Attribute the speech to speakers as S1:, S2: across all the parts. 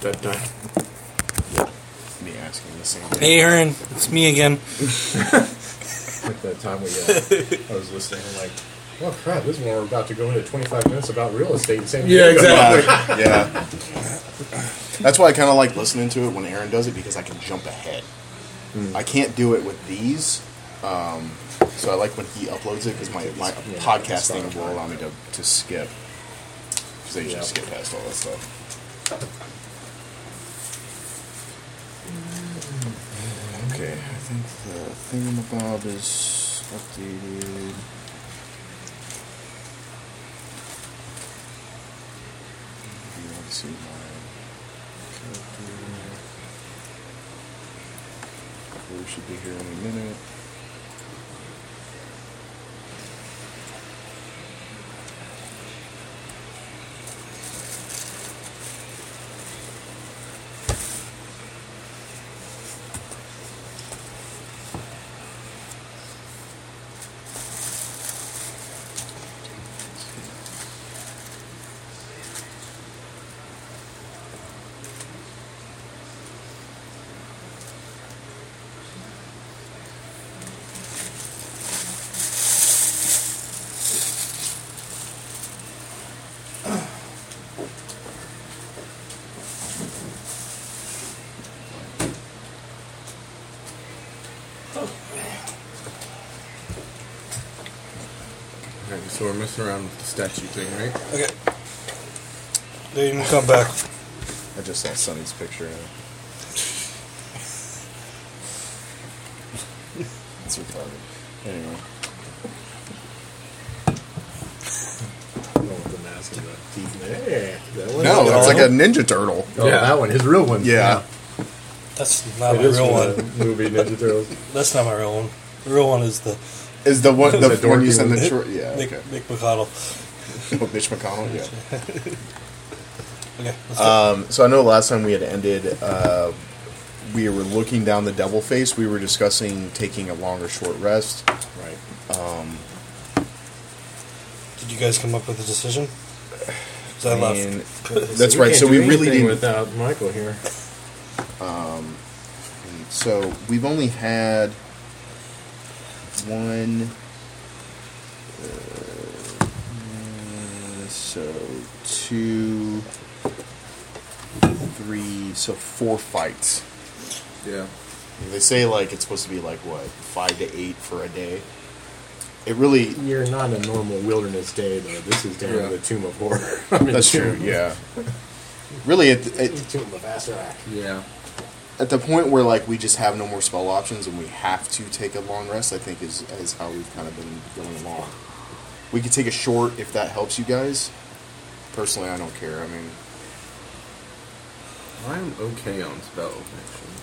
S1: that night.
S2: Me asking the same
S3: Hey, Aaron, it's me again.
S1: Like that time we, uh, I was listening, I'm like, oh crap, this is when we're about to go into 25 minutes about real estate in San Diego.
S2: Yeah, exactly. yeah. That's why I kind of like listening to it when Aaron does it because I can jump ahead. I can't do it with these. Um, so I like when he uploads it because my, my
S1: Yeah,
S2: podcast
S1: it's
S2: thing
S1: fine.
S2: will allow me to, to skip. Because I usually
S1: Yeah.
S2: skip past all that stuff. Okay, I think the thingamabob is updated. If you want to see my character. We should be here any minute.
S1: Okay, so we're messing around with the statue thing, right?
S3: Okay. They didn't come back.
S2: I just saw Sonny's picture. and It's retarded. Anyway.
S1: I don't want the mask and the teeth. Hey, that one.
S2: No,
S3: it's
S2: it's like
S3: like a
S2: a Ninja Turtle.
S1: Oh, that one, his real one.
S2: Yeah.
S3: That's not
S1: It
S3: my
S1: is
S3: real
S1: from
S3: one.
S1: the movie Ninja Turtles.
S3: That's not my real one. The real one is the
S2: Is the one the
S1: The
S2: one you
S1: dorky
S2: send
S1: one.
S2: the short? Yeah.
S3: Nick,
S2: Okay.
S3: Nick McConnell.
S2: Oh, Mitch McConnell. Yeah. Uh,
S3: Okay, let's
S2: Um, So I know last time we had ended, uh, we were looking down the devil face. We were discussing taking a long or short rest.
S1: Right.
S3: do- did you guys come up with a decision? 'Cause I left.
S2: And
S1: So
S2: that's right.
S1: can't
S2: So
S1: do
S2: we really
S1: anything
S2: didn't.
S1: without Michael here.
S2: So we've only had one. Uh, so two, three, so four fights.
S1: Yeah.
S2: They say like it's supposed to be like what five to eight for a day. It really
S1: You're not a normal wilderness day though. This is down
S2: Yeah.
S1: in the tomb of horror. I mean,
S2: that's true.
S1: tomb-
S2: Yeah, really it, it
S1: tomb of Asarak.
S4: Yeah.
S2: at the point where like we just have no more spell options and we have to take a long rest, I think is is how we've kind of been going along. We could take a short if that helps you guys. Personally, I don't care. I mean,
S4: I'm okay on spells, actually.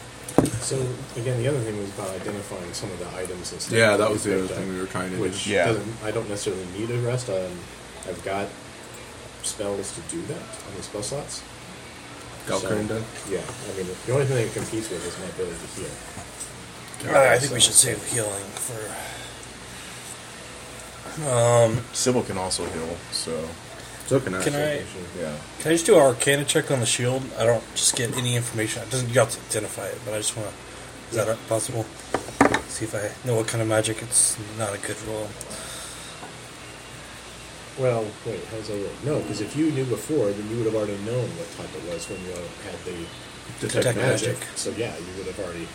S1: So again, the other thing was about identifying some of the items and stuff.
S4: Yeah,
S1: we
S4: that was the
S1: picked
S4: other
S1: up,
S4: thing we were trying to
S1: Which
S4: do.
S2: Yeah.
S1: doesn't. I don't necessarily need a rest. Um, I've got spells to do that on the spell slots.
S4: Galkunda.
S1: So, yeah, I mean the only thing it competes with is my ability to heal.
S3: Uh, I think we should save the healing for. Um,
S2: Sybil can also heal, so
S4: So can I.
S3: Can I-
S2: yeah.
S3: can I just do an Arcana check on the shield? I don't just get any information. It doesn't. You have to identify it, but I just want to. Is that possible? See if I know what kind of magic. It's not a good roll.
S1: Well, wait, how's that work? No, because if you knew before, then you would have already known what type it was when you had the detect,
S3: Detect
S1: magic.
S3: magic.
S1: So yeah, you would have already.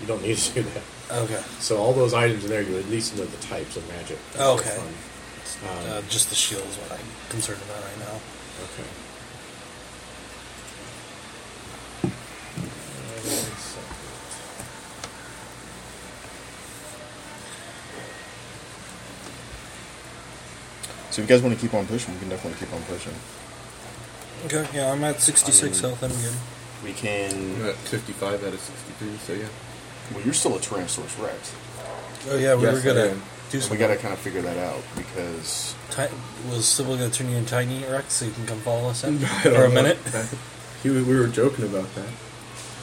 S1: You don't need to do that.
S3: Okay.
S1: So all those items in there, you at least know the types of magic.
S3: Oh, okay.
S1: Um,
S3: Uh, just the shield is what I'm concerned about right now.
S1: okay. Uh,
S2: So if you guys want to keep on pushing, we can definitely keep on pushing.
S3: Okay, yeah, I'm at 66 health. I'm good.
S2: We can.
S4: I'm at 55 out of 62, so yeah.
S2: Well, you're still a Tyrannosaurus Rex.
S3: Oh yeah, we
S4: Yes,
S3: were gonna
S4: I
S3: do
S2: We
S3: some.
S2: got to kind of figure that out because
S3: ti- was Sybil gonna turn you into Tiny Rex so you can come follow us in
S4: I
S3: for
S4: don't
S3: a
S4: know.
S3: minute?
S4: He, we were joking about that.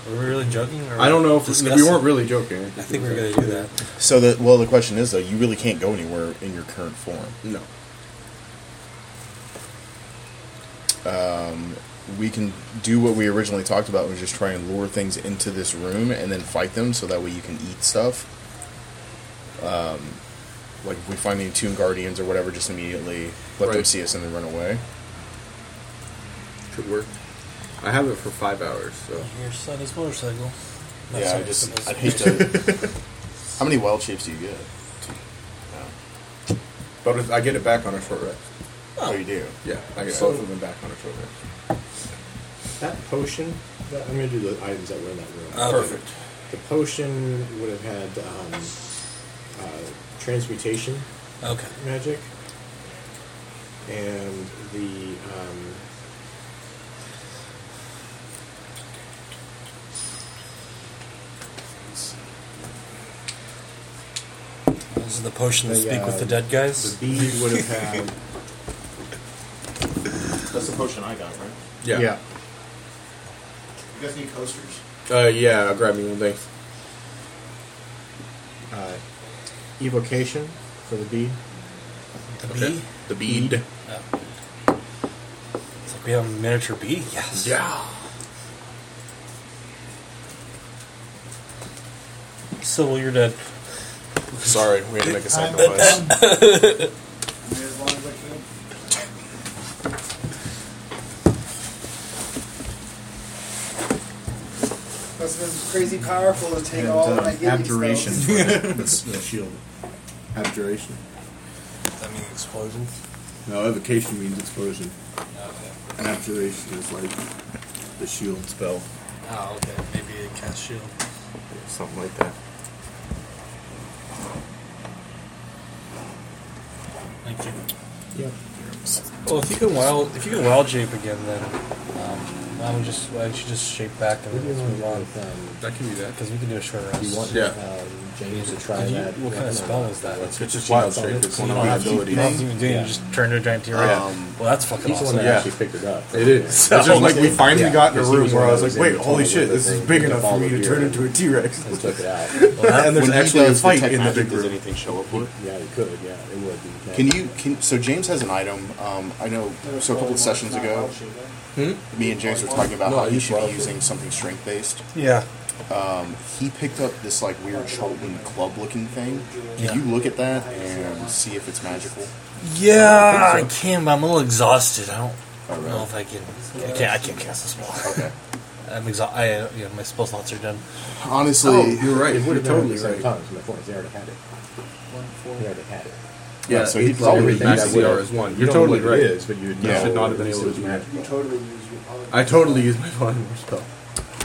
S3: Were we really joking? Or
S4: I don't know if we
S3: discussing?
S4: weren't really joking.
S3: I think we were gonna do that.
S2: so the well the question is though you really can't go anywhere in your current form.
S4: No.
S2: we can do what we originally talked about, was just try and lure things into this room and then fight them, so that way you can eat stuff. Um, like if we find any tomb guardians or whatever, just immediately let them
S4: Right.
S2: see us and then run away.
S4: Could work. I have it for five hours, so
S3: Your son is motorcycle. Not
S2: yeah,
S3: son,
S2: I
S3: son is-
S2: just I'd hate to. How many wild shapes do you get?
S4: but if I get it back on a short rest.
S2: Oh, you do.
S4: Yeah, I get
S1: So-
S4: both of them back on a short rest.
S1: That potion, that, I'm going to do the items that were in that room.
S3: Uh,
S4: Oh, Perfect.
S1: the potion would have had um, uh, transmutation
S3: Okay.
S1: magic, and the um,
S3: This is the potion to
S1: The,
S3: speak
S1: uh,
S3: with the dead
S1: the
S3: guys.
S1: bead would have had.
S5: That's the potion I got, right?
S4: Yeah.
S5: You guys need coasters?
S4: Uh, yeah, I'll grab me one, thanks.
S1: uh, evocation for the bead.
S3: The bee?
S4: The bead.
S3: Yeah. It's like we have a miniature bee? Yes.
S4: Yeah.
S3: Sybil, you're dead.
S2: Sorry, we had to make a sacrifice.
S5: as long as I can. That's been crazy powerful to take
S1: And,
S5: all
S1: um,
S4: uh,
S5: my healing
S1: abjuration
S5: spells.
S1: for the, the shield.
S4: Abjuration.
S3: That means explosion.
S4: No, evocation means explosion.
S3: Okay.
S4: And abjuration is like the shield spell.
S3: Oh, okay. Maybe a cast shield.
S4: Something like that.
S3: Thank you.
S1: Yep.
S3: Well, if you can wild, if you can wild shape again, then um, why don't we just why don't you just shape back and
S1: What do
S3: then
S1: you
S3: let's
S1: want to
S3: move
S1: do
S3: on?
S1: with, um,
S4: That can be that.
S3: Because we can do a short rest.
S1: you want
S4: Yeah.
S1: um, James to try
S3: Did you-
S1: that?
S3: what kind of
S1: weapon or
S3: spell
S1: not?
S3: is that?
S1: That's
S4: It's just
S1: what
S4: wild
S1: she
S4: shape.
S1: thought
S4: It's
S1: it
S4: one
S1: was.
S4: of my
S1: Yeah.
S4: abilities.
S3: Not even doing it,
S1: Yeah.
S3: just turn to a giant
S2: Yeah.
S3: T-Rex. well, that's fucking
S1: He's the one
S3: awesome.
S1: that
S4: Yeah.
S1: actually picked it up.
S4: It is.
S3: So-
S4: It's just like we finally
S1: Yeah,
S4: got in a
S1: 'cause he
S4: room
S1: was
S4: where
S1: one
S4: I was
S1: of
S4: like,
S1: those
S4: wait,
S1: in the
S4: holy
S1: tunnel
S4: shit,
S1: with
S4: this
S1: the
S4: is
S1: thing
S4: big
S1: that
S4: enough for me
S1: followed
S4: to
S1: you
S4: turn
S1: and-
S4: into a T-Rex.
S1: And took it out.
S3: Well, that-
S4: And there's
S2: When he
S4: actually a
S2: does the
S4: fight
S2: tech
S4: in the
S2: magic,
S4: big
S2: does
S4: room.
S2: anything show up with it?
S1: Yeah, it could. Yeah, it would. be.
S2: Can you can so James has an item. Um, I know. So a couple of sessions ago, me and James were talking about
S4: No,
S2: how he
S4: you
S2: should
S4: brought
S2: be
S4: it.
S2: using something strength based.
S3: yeah.
S2: Um, he picked up this like weird Charlton club looking thing. Can
S3: Yeah.
S2: you look at that and see if it's magical?
S3: Yeah, I,
S4: I think
S3: can, but I'm a little exhausted. I don't
S2: Oh, really?
S3: know if I can. I can't. I can't cast a spell.
S2: Okay.
S3: I'm exhausted. I yeah, my spell slots are done.
S2: Honestly,
S4: right.
S1: It would have
S4: Oh,
S1: totally
S4: You're
S1: right. Time, is my point. They already had it. They already had it.
S2: Yeah,
S4: Yeah,
S2: so
S4: so
S2: he
S4: he's
S2: probably
S4: already
S2: thinks
S4: max
S2: that
S4: CR
S1: would-
S4: is one.
S1: You
S4: You're
S1: don't know
S4: totally
S1: what
S4: right.
S1: it is, but you would
S2: Yeah.
S1: know.
S4: Should not have been
S1: It's
S4: able to
S1: just
S4: do
S1: magic.
S5: You totally use your power.
S4: I totally used my polymorph spell.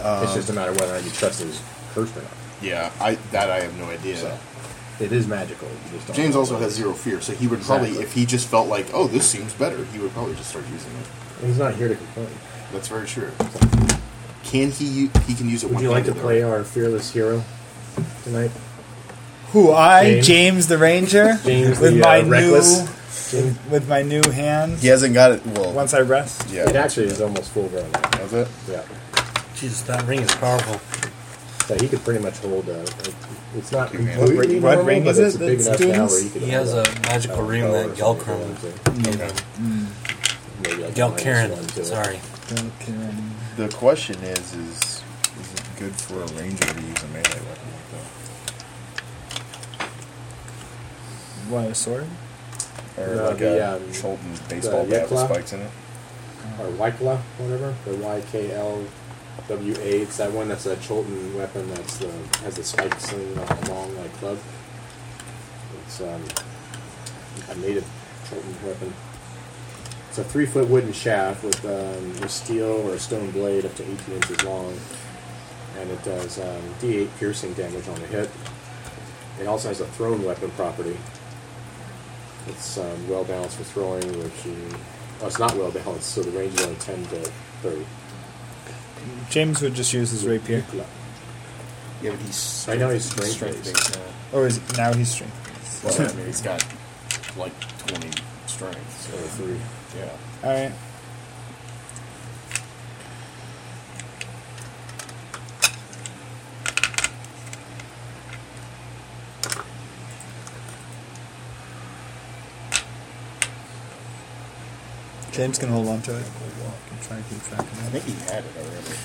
S4: Um,
S1: It's just a matter of whether or not you trust his curse or not.
S2: yeah, I that I have no idea.
S1: So it is magical. You just don't
S2: James
S1: know.
S2: also has zero fear, so he would probably,
S1: Exactly.
S2: if he just felt like, oh, this seems better, he would probably just start using it.
S1: And He's not here to complain.
S2: That's very true. Can he? u- He can use it.
S1: Would you like to
S2: one-handed,
S1: play
S2: though.
S1: our fearless hero tonight?
S6: Who I,
S1: James?
S6: James, the Ranger,
S1: James
S6: with
S1: the,
S6: my
S1: uh, reckless?
S6: new with my new hand.
S2: He hasn't got it. Well,
S6: Once I rest,
S2: yeah,
S1: It actually is almost full grown now.
S2: That's it.
S1: Yeah.
S3: Jesus, that ring is powerful.
S1: So he could pretty much hold. Uh, it's not
S2: Two hands.
S1: completely
S6: What ring- what
S1: normal,
S6: ring
S1: but
S6: is
S1: it's
S6: it
S1: a big
S6: that's
S1: enough
S6: doing
S1: now
S6: this?
S1: where he could
S3: He
S1: hold
S3: has a magical
S1: power
S3: ring
S1: or
S3: that
S1: something
S3: Galkrum
S1: like that.
S3: gave him.
S1: Maybe I can minus one
S3: Galkaren,
S1: to it.
S3: sorry.
S2: The question is, is is it good for a ranger to use a melee weapon like
S6: what a sword.
S2: that, or
S1: No,
S2: like
S1: the,
S2: a
S1: um,
S2: Cholton baseball
S1: the
S2: bat with
S1: Yekla?
S2: spikes in it?
S1: Or Wykla, whatever. The Y K L W A. It's that one that's a Cholton weapon that's the has the spikes and a long like club. It's um, a native Cholton weapon. It's a three foot wooden shaft with um, a steel or a stone blade up to 18 inches long, and it does um, D8 piercing damage on the hit. It also has a thrown weapon property. It's um, well balanced for throwing, which you, oh, it's not well balanced, so the range is only 10 to 30.
S6: James would just use his rapier,
S2: Yeah, but he's.
S1: I know he's strength based.
S6: or is now he's strength.
S2: Well, I mean, he's got like twenty strength.
S1: Or
S2: So
S1: three.
S2: yeah,
S6: All right. James can hold on to it. I'm trying to keep track
S2: I
S6: of that.
S2: think he had it already.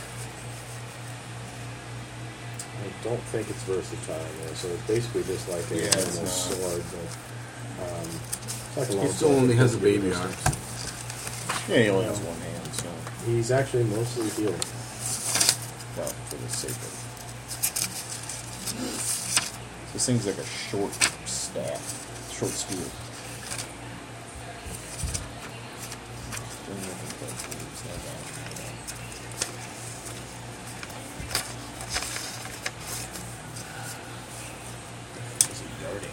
S1: I don't think it's versatile there, so it's basically just like a
S2: Yeah, it's
S1: normal
S2: not.
S1: sword. But, um, it's like a long
S4: He still
S1: sword,
S4: only
S1: but
S4: has a
S1: it's really
S4: baby arm.
S1: versatile.
S2: Yeah, he only has one hand, so
S1: He's actually mostly healed.
S2: well, for the sake of. This thing's like a short staff, short spear. Is it darting?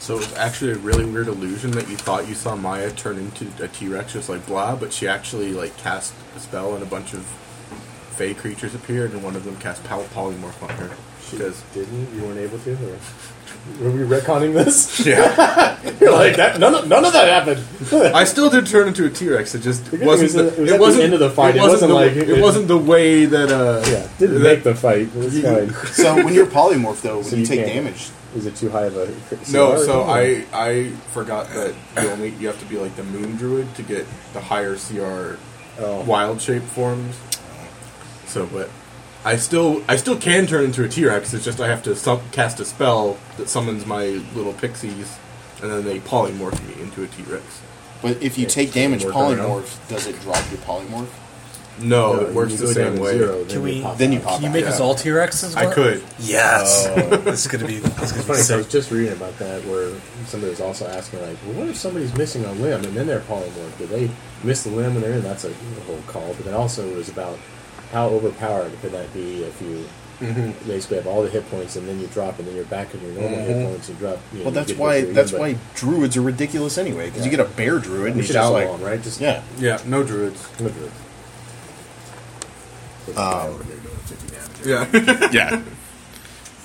S4: So it's actually a really weird illusion that you thought you saw Maya turn into a T Rex, just like blah, but she actually like cast a spell and a bunch of fey creatures appeared, and one of them cast pow- polymorph on her. She goes,
S1: Didn't you weren't able to? Or were we retconning this?
S4: "Yeah,
S1: You're like that. None of, none of that happened.
S4: I still did turn into a T Rex. It just
S1: The good
S4: wasn't.
S1: thing is it
S4: the,
S1: was at the
S4: wasn't
S1: end of the fight, it wasn't
S4: the,
S1: like-
S4: it, wasn't the way that uh
S1: yeah, didn't
S4: that-
S1: make the fight. It was
S4: You-
S1: fine.
S2: So when you're polymorph, though, when
S1: So
S2: you,
S1: you
S2: take
S1: can't-
S2: damage,
S1: Is it too high of a? CR?
S4: No, so I I forgot that you only you have to be like the moon druid to get the higher CR
S1: Oh.
S4: wild shape forms. So, but I still I still can turn into a T Rex. It's just I have to sub- cast a spell that summons my little pixies, and then they polymorph me into a T Rex.
S2: but if you
S1: Yeah,
S2: take
S1: so you
S2: damage,
S1: work on it
S2: polymorph does it drop your polymorph?
S4: No,
S1: No,
S4: it works
S1: you
S4: the
S1: go down
S4: same
S1: to
S4: way.
S1: zero, then
S3: Can
S1: you
S3: we-
S1: pop
S2: Then you
S1: out.
S2: pop
S3: Can you
S2: out.
S3: make us
S4: Yeah.
S3: all T Rexes?
S4: I could.
S3: Yes. this is gonna be. This is gonna
S1: It's
S3: be
S1: funny. 'cause I
S3: sick.
S1: was just reading about that where somebody was also asking, like, well, what if somebody's missing a limb and then they're polymorph? Do they miss the limb and they're in? That's a whole call. But then also it was about how overpowered could that be if you
S4: Mm-hmm.
S1: basically have all the hit points and then you drop and then you're back in your normal
S4: Mm-hmm.
S1: hit points and drop. You know,
S2: Well,
S1: you
S2: that's
S1: get
S2: why
S1: victory,
S2: that's
S1: but
S2: why druids are ridiculous anyway. Because you
S1: Yeah.
S2: get a bear druid, and
S1: we
S2: he's
S1: should
S2: just
S1: outlaw
S2: like,
S1: them, right? Just
S2: yeah,
S4: Yeah, no druids.
S1: look at it.
S2: Um,
S4: Yeah,
S2: yeah.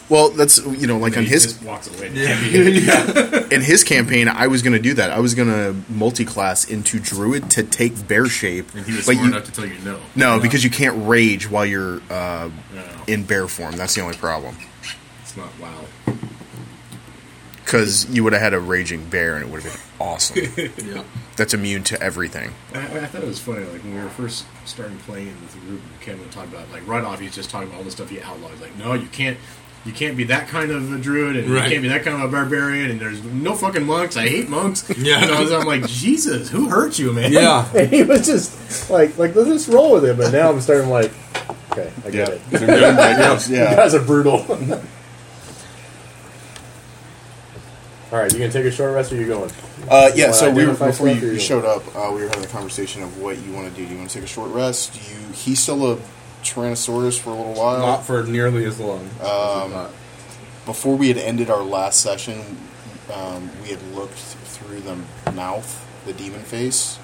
S2: Well, that's you know, like on his
S7: walks away.
S2: in his campaign, I was going to do that. I was going to multi-class into druid to take bear shape,
S7: And he was
S2: but
S7: smart
S2: you
S7: enough to tell you no.
S2: no, because you can't rage while you're uh,
S7: No, no,
S2: in bear form. That's the only problem.
S7: it's not wow.
S2: Because you would have had a raging bear, and it would have been awesome.
S7: Yeah.
S2: that's immune to everything.
S7: I, I thought it was funny, like when we were first starting playing with the group, Kevin talked about like right off, he's just talking about all the stuff he outlawed. He's like, no, you can't, you can't be that kind of a druid, and
S4: Right.
S7: you can't be that kind of a barbarian, and there's no fucking monks. I hate monks.
S4: Yeah.
S7: you know, so I'm like, Jesus, who hurt you, man?
S1: And he was just like, like let's just roll with it. But now I'm starting like, okay, I get it. You guys are brutal. All right, you gonna take a short rest, or you going?
S2: Uh, yeah, so
S1: Wanna
S2: we were,
S1: identify
S2: before
S1: stuff, or
S2: you, you
S1: you-
S2: showed up, uh, we were having a conversation of what you want to do. Do you want to take a short rest? Do you he's still a Tyrannosaurus for a little while.
S4: not for nearly as long. as I thought.
S2: Before we had ended our last session, um, we had looked through the mouth, the demon face,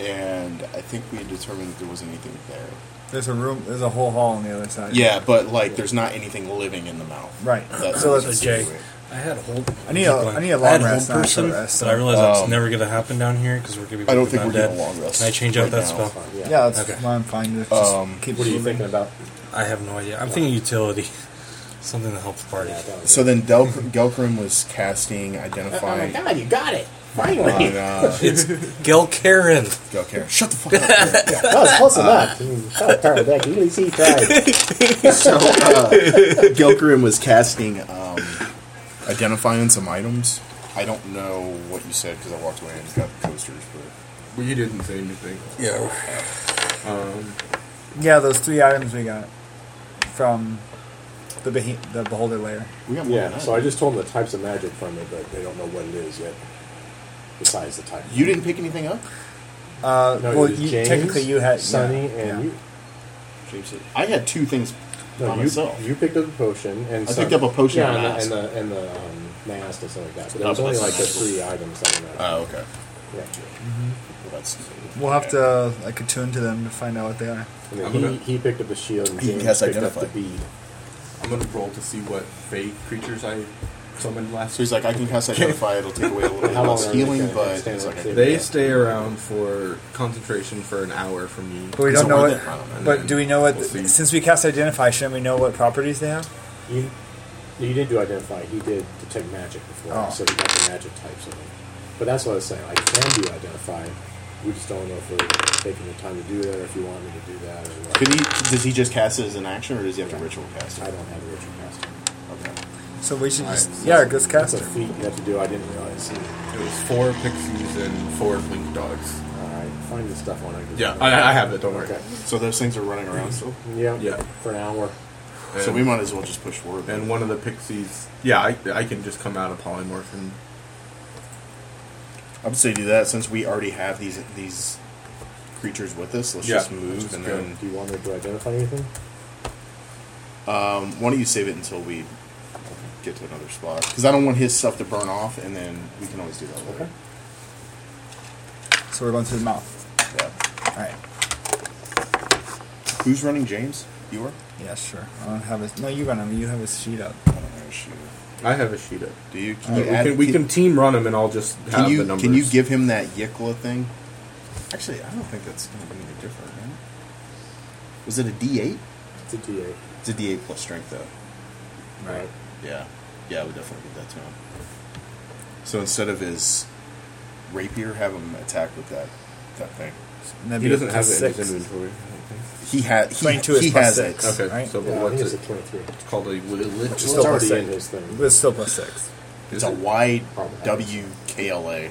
S2: and I think we had determined that there wasn't anything there.
S6: There's a room. There's a whole hall on the other side.
S2: Yeah, but like, there's not anything living in the mouth.
S6: Right.
S2: That's
S6: So
S2: that's
S6: let's-
S2: the
S3: Jay.
S2: way.
S3: I had a whole.
S6: I need a- I need a long
S3: I had
S6: rest,
S3: whole
S6: not a
S3: person,
S6: short rest,
S3: but I
S6: so-
S3: realize that's
S2: Um,
S3: never going to happen down here because we're going to be.
S2: I don't
S3: working
S2: think
S3: on
S2: we're doing
S3: dead.
S2: a long rest
S3: Can I change out
S2: right
S3: that
S2: now.
S3: spell?
S1: Yeah.
S6: Yeah, that's
S3: Okay.
S6: I'm fine. Just
S2: Um,
S6: keep
S1: What are you
S6: moving.
S1: thinking about?
S3: I have no idea. I'm thinking utility, something that helps the party.
S1: Yeah, that was
S2: So
S1: it.
S2: then Del- Gelkrim was casting
S1: oh my
S2: identify
S1: god, you got it
S2: on
S1: finally.
S2: uh,
S3: Gil Karen.
S2: Gelkrim. Shut the fuck
S1: that was close enough. Mm, kind of power deck. You can see he tried.
S2: So uh, Gilkerim was casting um, identifying some items. I don't know what you said because I walked away and got the coasters. But
S4: Well, you didn't say anything.
S3: Yeah.
S6: Yeah, those three items we got from the beh- the beholder layer.
S2: we got more than
S1: Yeah,
S2: that.
S1: so I just told them the types of magic from it, but they don't know what it is yet. Besides the type,
S2: you didn't pick anything up.
S6: Uh,
S1: No, it
S6: well,
S1: was
S6: you,
S1: James,
S6: technically you had
S1: Sunny
S6: yeah,
S1: and
S6: yeah.
S1: you.
S2: I had two things
S1: No,
S2: by
S1: you,
S2: myself.
S1: you picked up a potion, and
S2: I
S1: some-
S2: picked up a potion
S1: yeah,
S2: and a
S1: and, the and the, and the um, mask and stuff like that. But there
S2: Oh,
S1: was only
S2: plus
S1: like the
S2: the mask.
S1: three items that were not.
S2: Oh, okay.
S1: yeah.
S2: Well, that's
S6: We'll have to uh, like attune to them to find out what they are.
S1: And then
S4: I'm
S1: he,
S4: gonna-
S1: he picked up the shield, and
S2: He
S1: James
S2: has
S1: picked up
S2: identified.
S1: the bead.
S4: I'm gonna roll to see what fey creatures I summoned last.
S2: So he's like, I can cast identify. It'll take away a little bit
S1: How
S2: of
S1: long
S2: less
S1: are they
S2: healing,
S1: gonna
S2: but
S1: stand
S2: it's
S1: up
S2: like
S1: to?
S2: a,
S4: They stay around for concentration for an hour for me.
S6: But we
S2: It's
S6: don't
S2: a
S6: know
S2: word
S6: what.
S2: that I don't know.
S6: But do we know what?
S4: We'll see.
S6: since we cast identify, shouldn't we know what properties they have?
S1: You, you didn't do identify. He did detect magic before,
S6: Oh.
S1: so he got the magic types of it. But that's what I was saying. I can do identify. We just don't know if we're taking the time to do that, or if you want me to do that, or what.
S2: Could he? Does he just cast it as an action, or does he have to ritual cast
S1: I
S2: it?
S1: don't have a ritual caster.
S2: Okay.
S6: So we should just
S1: Alright.
S6: yeah, let's cast
S1: That's a
S6: it.
S1: feat you have to do. I didn't realize.
S4: It was four pixies and four blink dogs.
S1: All right, find the stuff on it.
S4: Yeah, I, I have it. Don't worry.
S1: Okay.
S2: So those things are running around still.
S1: Yeah.
S4: Yeah.
S1: For an hour.
S4: And,
S2: so we might as well just push forward.
S4: and one of the pixies. Yeah, I, I can just come out of polymorph and
S2: I would say do that since we already have these these creatures with us. Let's
S4: Yeah,
S2: just move
S4: let's
S2: and
S4: go.
S2: then
S1: Do you want me to identify anything?
S2: um, why don't you save it until we get to another spot? Because I don't want his stuff to burn off, and then we can always do that. Later.
S1: Okay.
S6: So we're going through the mouth.
S2: Yeah.
S6: All right.
S2: Who's running James? You are.
S6: Yeah, sure. I don't have his. No, you run him. You have his sheet up.
S2: I don't know, shoot.
S4: I have a sheet up.
S2: Do you? Can
S6: Uh,
S2: you
S4: we,
S2: add-
S4: can, we can team run them, and I'll just have
S2: Can
S4: the
S2: you
S4: numbers.
S2: can you give him that Yikla thing? Actually, I don't think that's going to be any different. Man. Was it a D eight?
S1: It's a D8.
S2: It's a D eight plus strength though.
S1: Right.
S2: Yeah, yeah, I would definitely give that to him. So instead of his rapier, have him attack with that that thing.
S6: And that'd
S4: He
S6: be a
S4: doesn't have
S6: plus
S4: it in his
S6: six. Uh,
S4: inventory. I don't think.
S2: He had he,
S6: Twenty-two is
S2: he
S6: plus
S2: has
S6: six.
S2: it.
S4: Okay,
S6: Right?
S4: so
S1: Yeah, I
S4: what's
S1: think it's
S4: it?
S1: a 23.
S4: It's called a lich.
S1: It's
S6: Still
S1: still
S6: plus
S1: already in
S6: six.
S1: his thing.
S6: But it's still plus six.
S2: It's a Y
S1: Probably has it.
S2: W K L A.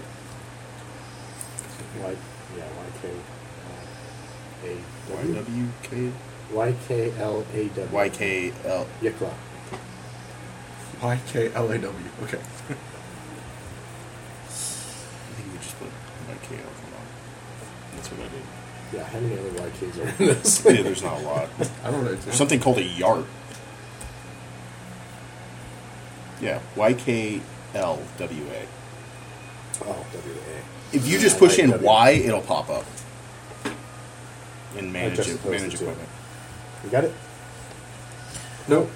S1: Y, yeah, YK. uh, A
S2: Y
S1: W.
S2: W K
S1: YKLAW.
S2: Y K L.
S1: Yikla.
S4: Y K L A W. Okay.
S2: I think we just put Y K L. Come on, that's what I did.
S1: Yeah, how many other YKs are in this?
S2: Yeah, there's not a lot.
S4: I don't know. It's
S2: There's something called a yart. Yeah, Y K L W A.
S1: Oh, WA.
S2: If you just push in
S1: YKW.
S2: Y, it'll pop up. And manage
S1: just
S2: it,
S1: supposed
S2: manage
S1: to.
S2: equipment.
S1: You got it?
S4: no.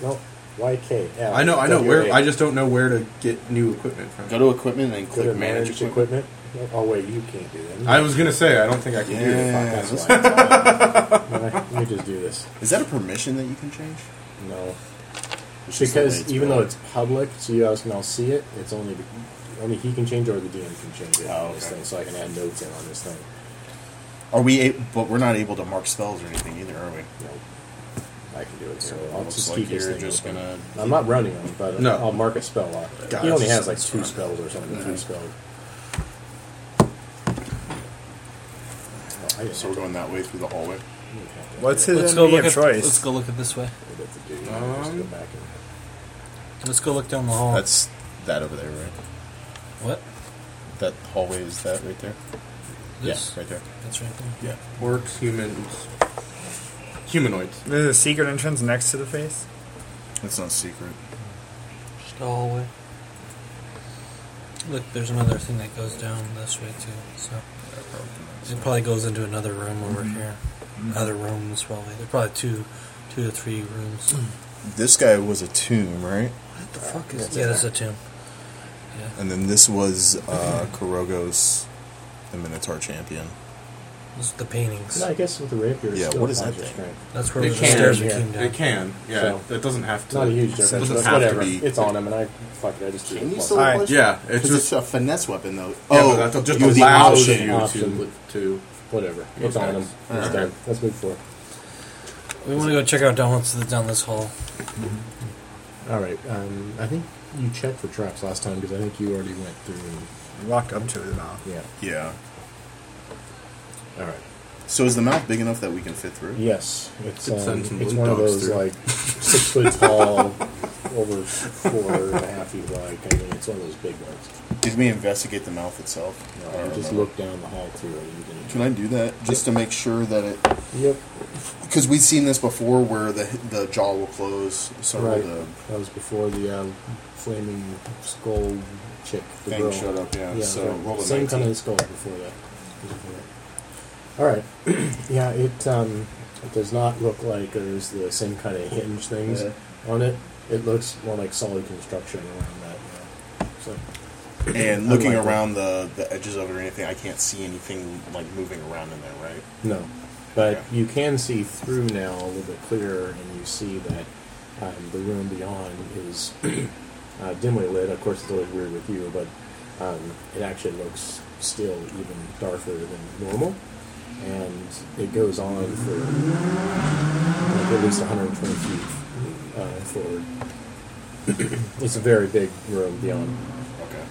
S1: No. YKL.
S4: I know. I know where.
S1: WA.
S4: I just don't know where to get new equipment from.
S2: Go to equipment and then
S1: Go
S2: click
S1: to
S2: manage, equipment.
S1: equipment. Oh, wait, you can't do that.
S4: I was gonna say I don't think I can do it.
S2: Yeah.
S1: Fuck, that's why. Let me just do this.
S2: Is that a permission that you can change?
S1: No.
S2: It's just the way
S1: Because even
S2: built.
S1: though it's public, so you guys can all see it, it's only only he can change it or the DM can change it.
S2: Oh,
S1: on this
S2: okay.
S1: thing, so I can add notes in on this thing.
S2: Are we a- but we're not able to mark spells or anything either, are we?
S1: You know, I can do it. So
S2: It
S1: I'll
S2: looks
S1: just
S2: like
S1: keep this
S2: you're
S1: thing
S2: just
S1: open.
S2: gonna-
S1: I'm not running him, but
S4: No.
S1: I'll mark a spell off.
S4: God,
S1: he only
S4: this
S1: has like
S4: is-
S1: two spells or something. Three
S2: Yeah.
S1: spells. Oh, I
S2: So we're going that way through the hallway.
S6: What's his
S3: Let's go
S6: enemy
S3: look
S6: of
S3: at.
S6: choice?
S3: Let's go look at this way.
S1: Um,
S4: Um,
S3: Let's go look down the
S1: Oh.
S3: hall.
S2: That's that over there, right?
S3: what?
S2: That hallway is that right there?
S3: This?
S2: Yeah, right there.
S3: That's right there.
S2: Yeah.
S4: Orcs, humans, humanoids.
S6: There's a secret entrance next to the face.
S2: It's not secret.
S3: Just the hallway. Look, there's another thing that goes down this way too. So it probably goes into another room over here. Another room is probably there's probably two, two to three rooms.
S2: This guy was a tomb, right?
S3: Hmm. What the fuck is? Yeah, that's a tomb. Yeah,
S2: And then this was uh, Kurogo's the Minotaur champion.
S3: those are the paintings.
S1: I guess with the rapier, it's
S2: Yeah,
S1: still
S2: what is that
S1: applies your
S2: thing?
S1: strength.
S3: That's where
S4: They
S3: the
S4: can,
S3: stairs we
S1: yeah.
S3: came down.
S4: It can. Yeah.
S1: So-
S4: it doesn't have
S1: It's
S4: to.
S1: not a huge difference,
S4: Doesn't
S1: but
S4: have
S1: whatever.
S4: to be.
S1: It's on him, and I fuck it. I just do
S2: Can
S1: the
S2: you
S1: plus.
S2: still
S6: Alright.
S2: push?
S4: Yeah, it's
S2: 'Cause
S4: just-
S2: a finesse weapon, though.
S4: Yeah,
S2: oh,
S4: but that just
S2: you're the
S4: allows
S2: option.
S4: you to
S1: Option.
S4: to.
S1: Whatever. It's on him. It's done. Let's move forward.
S3: We want to go check out down once down this hall.
S1: All right. Um, I think you checked for traps last time because I think you already went through. And,
S6: You walked up to his mouth.
S1: yeah.
S2: Yeah.
S1: All right.
S2: So is the mouth big enough that we can fit through?
S1: Yes, it's
S4: Could
S1: um,
S4: send some
S1: it's
S4: blue
S1: one of those
S4: dogs through.
S1: like six foot tall, over four and a half feet wide. Kind of thing. It's one of those big ones.
S2: Did we investigate the mouth itself? I
S1: you
S2: don't
S1: just
S2: remember.
S1: look down the hall too, and you can.
S2: Can I do that just to make sure that it?
S1: Yep.
S2: Because we've seen this before, where the the jaw will close. So will
S1: right.
S2: the
S1: That was before the um, flaming skull chick. The
S2: thing
S1: girl.
S2: showed up. Yeah.
S1: Yeah,
S2: so roll a
S1: same kind
S2: 19.
S1: of skull before that. All right, yeah, it um, it does not look like there's the same kind of hinge things
S2: Yeah.
S1: on it. It looks more like solid construction around that. Yeah. So
S2: And looking
S1: Unlikely.
S2: around the, the edges of it or anything, I can't see anything like moving around in there, right?
S1: no, but
S2: Okay.
S1: you can see through now a little bit clearer, and you see that um, the room beyond is uh, dimly lit. Of course, it's always weird with you, but Um, it actually looks still even darker than normal, and it goes on for like, at least 120 feet uh, forward. it's a very big room beyond.
S2: Okay.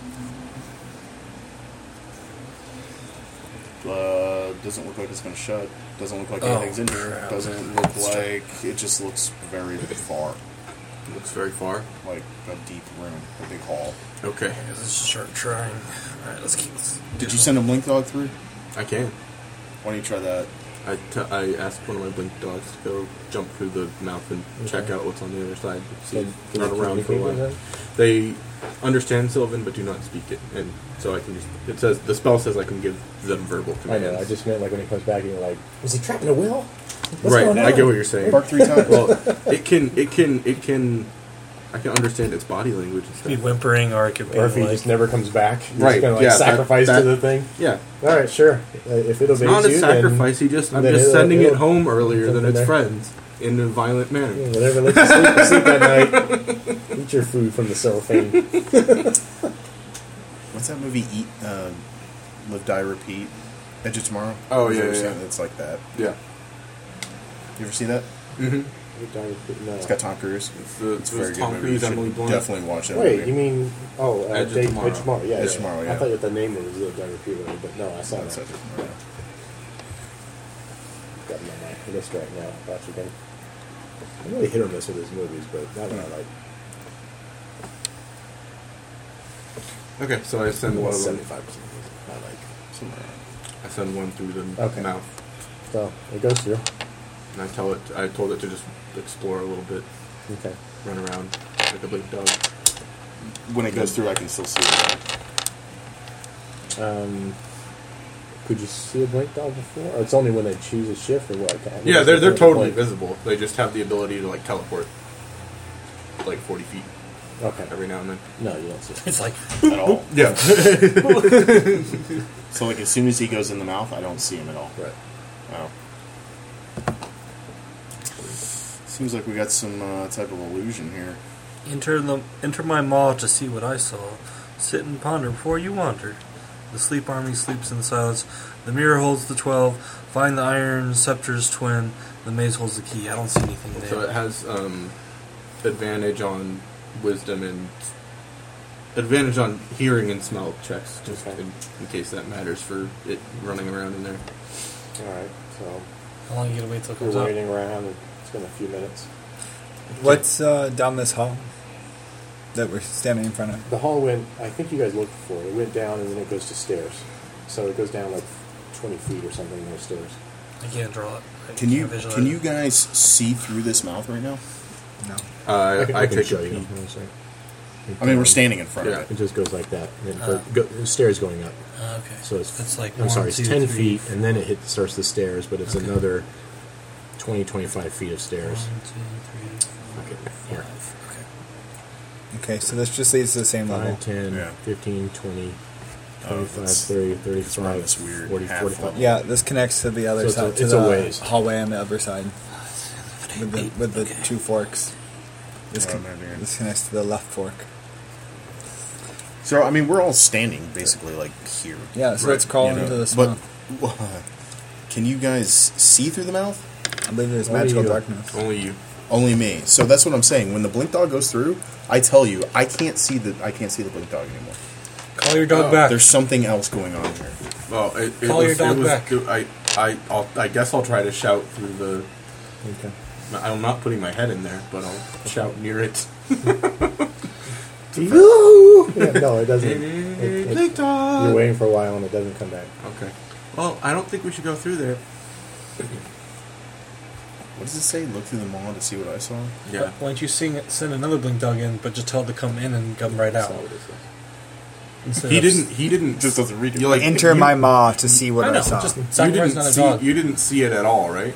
S2: Uh, doesn't look like it's gonna shut. Doesn't look like
S3: Oh,
S2: anything's in here.
S3: crap.
S2: Doesn't look like it just looks very far,
S4: Looks very far.
S2: like a deep room, a big hall.
S4: Okay,
S3: Let's just start trying. All right, let's keep this.
S2: Did you send him link dog through?
S4: I can.
S2: Why don't you try that?
S4: I, t- I asked one of my blink dogs to go jump through the mouth and check
S1: Okay.
S4: out what's on the other side. See,
S1: Can-
S4: if
S1: can
S4: not
S1: you
S4: around for a
S1: communicate with
S4: while.
S1: them?
S4: They understand Sylvan but do not speak it, and so I can just. It says the spell says I can give them verbal
S1: I
S4: commands.
S1: know. I just meant like when he comes back, and you're like, "Was he trapping a will?" What's
S4: right.
S1: going
S4: I
S1: on?"
S4: get what you're saying.
S2: Bark three times.
S4: well, it can. It can. It can. I can understand its body language and
S3: It could be
S4: stuff.
S3: whimpering, or it could be
S1: Or if he
S3: like,
S1: just never comes back, he's
S4: Right,
S1: Gonna, like,
S4: yeah, that-
S1: sacrifice
S4: that-
S1: to the thing.
S4: Yeah.
S1: All right, sure. Uh, if it obeys
S4: It's not
S1: you,
S4: a sacrifice. He just. I'm
S1: then
S4: just
S1: it'll-
S4: sending it
S1: it'll-
S4: home earlier than
S1: something
S4: its
S1: there.
S4: friends in a violent manner.
S1: then whatever lets you sleep, sleep at night. Eat your food from the cellophane.
S2: What's that movie? Eat, uh, live, die, repeat. Edge of Tomorrow.
S4: Oh,
S2: Have you
S4: yeah,
S2: ever
S4: yeah,
S2: seen
S4: yeah.
S2: it? It's like that.
S4: Yeah.
S2: You ever see that?
S4: Mm-hmm.
S1: No.
S2: It's got Tom Cruise.
S4: It's the
S2: It's
S4: it's
S2: a very good
S4: Tom
S2: movie. You
S4: Cruise,
S2: should
S4: Emily Blunt.
S2: definitely watch that.
S1: Wait,
S2: movie.
S1: you mean oh, uh,
S4: Edge of
S1: Day,
S4: Tomorrow.
S1: Edge of Tomorrow? Yeah,
S2: Edge of
S1: yeah.
S2: Tomorrow,
S1: I
S2: yeah.
S1: thought that the name was Live Dog Repeat, Whatever, but no, I saw
S2: That's
S1: that.
S2: Edge of Tomorrow.
S1: Got my mind list right now. Watch again. I'm really hit or miss with his movies, but not that I like.
S4: Okay, so I send one of them.
S1: Seventy-five percent I like.
S2: Somewhere around.
S4: I send one through the
S1: Okay.
S4: mouth,
S1: So it goes through.
S4: and I tell it. I told it to just explore a little bit,
S1: Okay.
S4: run around like a big dog.
S2: When it goes through, I can still see it.
S1: Um, could you see a blink dog before? Or it's only when they choose a shift or what? What
S4: Yeah,
S1: is
S4: they're
S1: the
S4: they're
S1: point of
S4: totally
S1: blink?
S4: visible. They just have the ability to like teleport, like forty feet
S1: Okay.
S4: every now and then.
S1: No, you don't see. it.
S3: it's like
S2: at all.
S4: Yeah.
S2: So like as soon as he goes in the mouth, I don't see him at all.
S1: Right.
S2: Wow. Seems like we got some uh, type of illusion here.
S3: enter the enter my maw to see what I saw. Sit and ponder before you wander. The sleep army sleeps in silence. The mirror holds the twelve. Find the iron scepter's twin. The maze holds the key. I don't see anything there.
S4: so it has um, advantage on wisdom and advantage on hearing and smell checks, just
S1: Okay.
S4: in, in case that matters for it running around in there.
S1: All right. So
S3: How long you gotta wait till it comes
S1: we're
S3: out?
S1: waiting around. and It's been a few minutes.
S6: What's uh, down this hall that we're standing in front of?
S1: The hall went. I think you guys looked for it. It went down and then it goes to stairs. So it goes down like twenty feet or something. Those stairs.
S3: I can't draw it. I
S2: Can you
S3: can't visualize
S2: can
S3: it.
S2: you guys see through this mouth right now?
S6: No.
S4: Uh, I,
S1: can
S4: take a peek.
S1: Hold on a second.
S2: I mean, we're standing in front
S4: Yeah.
S2: of
S1: It
S2: it.
S1: just goes like that. And it
S3: Uh.
S1: go, go, stairs going up.
S3: Ah, okay.
S1: So it's,
S3: That's like
S1: I'm
S3: one,
S1: sorry, it's
S3: two,
S1: 10
S3: three,
S1: feet, and then it hit, starts the stairs, but it's
S3: Okay.
S1: another 20, 25 feet of stairs.
S3: One, two, three, four,
S1: Okay, here.
S3: five. Okay.
S6: Okay, so this just leads to the same level.
S1: 5, 10,
S2: Uh, Yeah.
S1: 15, 20,
S2: Oh,
S1: 25,
S2: that's-
S1: 30,
S2: it's around
S1: 35,
S2: this weird
S1: 40,
S2: half
S1: 45.
S2: level.
S6: Yeah, this connects to the
S1: So
S6: other
S1: it's a-
S6: side, to
S1: it's a
S6: the
S1: ways.
S6: hallway on the other side with the with the two forks. This,
S2: Oh,
S6: con-
S2: no, dude.
S6: this connects to the left fork.
S2: So I mean, we're all standing basically like here.
S6: Yeah, so
S4: Right,
S6: it's crawling
S2: you know,
S6: into this
S2: but
S6: mouth.
S2: can you guys see through the mouth?
S6: I believe there's
S1: Only
S6: magical
S1: you.
S6: darkness.
S4: Only you.
S2: Only me. So that's what I'm saying. When the blink dog goes through, I tell you, I can't see the I can't see the blink dog anymore.
S3: Call your dog
S4: Oh,
S3: back.
S2: There's something else going on here.
S4: Well, it, it
S3: Call
S4: was,
S3: your dog
S4: it was,
S3: back.
S4: I, I, I'll, I guess I'll try to shout through the.
S1: Okay.
S4: I'm not putting my head in there, but I'll shout near it.
S1: yeah, no, it doesn't. it-
S4: Hey,
S1: it-
S4: Blink
S1: you're
S4: Dog!
S1: waiting for a while, and it doesn't come back.
S4: Okay. Well, I don't think we should go through there.
S2: What does it say? Look through the mall to see what I saw.
S4: Yeah.
S3: Why don't you sing, send another blink dog in, but just tell it to come in and come right
S4: That's
S3: out?
S4: not what it says.
S3: instead
S4: He
S3: of-
S4: didn't. He didn't.
S2: Just doesn't read it.
S4: You like
S6: Enter
S4: you,
S6: my maw to see what
S3: I
S6: I,
S3: know.
S6: saw.
S3: Just
S4: You
S3: sacrifice
S4: didn't
S3: another
S4: see.
S3: dog.
S4: You didn't see it at all, right?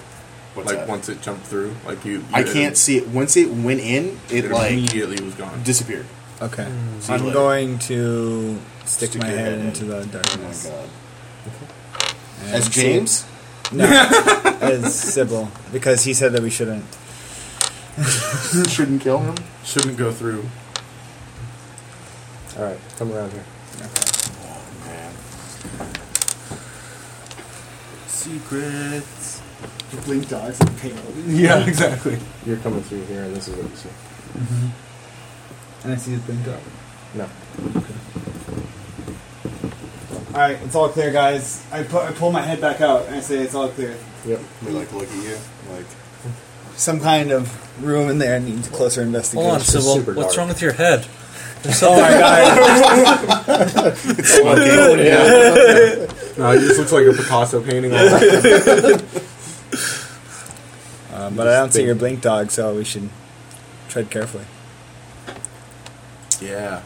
S2: What's
S4: like
S2: that?
S4: once it jumped through, like you. you
S2: I can't
S4: it-
S2: see it. Once it went in, it,
S4: It
S2: like
S4: immediately was gone.
S2: disappeared.
S6: Okay.
S2: See you
S6: I'm
S2: later.
S6: going to stick,
S2: Stick
S6: my
S2: your
S6: head
S2: in.
S6: into the darkness.
S2: Oh my god.
S6: and
S2: As
S6: see-
S2: James,
S6: No. as Sybil. Because he said that we shouldn't.
S2: shouldn't kill him.
S4: Shouldn't go through.
S1: All right, come around here.
S6: Okay.
S2: Oh,
S3: Secrets.
S8: The blink dogs and came over.
S1: Yeah, exactly. You're coming through here, and this is what you see.
S6: And I see it's been done.
S1: No.
S6: All right, it's all clear, guys. I, pu- I pull my head back out and I say it's all clear.
S1: Yep.
S2: We like look at you, like
S6: Some kind of room in there needs closer
S3: Hold
S6: investigation.
S3: on, Sybil.
S1: super
S3: What's
S1: dark.
S3: wrong with your head? There's
S6: Oh my
S3: something.
S6: god!
S4: No, it just looks like a Picasso painting.
S6: Uh, but I don't see your blink dog, so we should tread carefully.
S4: yeah.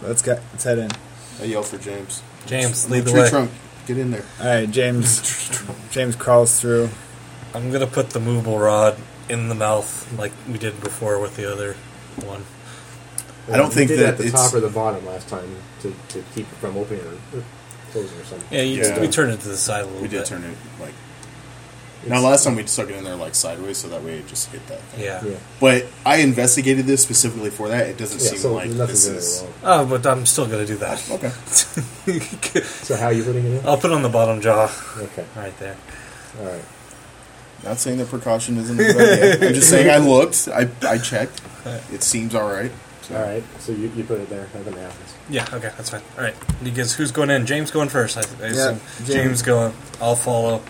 S6: Let's get let's head in.
S2: I yell for James.
S3: James,
S2: I'm
S3: lead
S2: a
S3: the
S2: tree
S3: way.
S2: trunk. Get in there.
S6: All right, James. James crawls through.
S3: I'm gonna put the movable rod in the mouth like we did before with the other one.
S2: I don't
S1: You
S2: think
S1: did
S2: that
S1: at the
S2: it's-
S1: top or the bottom last time to, to keep it from opening or closing or something.
S3: Yeah, you,
S2: Yeah.
S3: we turned it to the side a little
S2: We
S3: bit.
S2: did turn it like. Now last time we stuck it in there like sideways, so that way it just hit that thing.
S3: Yeah.
S1: Yeah.
S2: But I investigated this specifically for that. It doesn't
S1: Yeah,
S2: seem
S1: so
S2: like
S1: nothing's
S2: this
S1: in there
S2: is.
S1: wrong.
S3: Oh, but I'm still gonna do that.
S2: Okay.
S1: So how are you putting it in?
S3: I'll put it on the bottom jaw,
S1: Okay.
S3: right there.
S1: All right.
S2: Not saying that precaution isn't a good idea. I'm just saying I looked. I, I checked. It seems all right.
S1: All right. So you, you put it there. Nothing happens.
S3: Yeah. Okay, that's fine. All right. You guess who's going in? James going first. I, I assume
S6: James.
S3: James. going. I'll follow.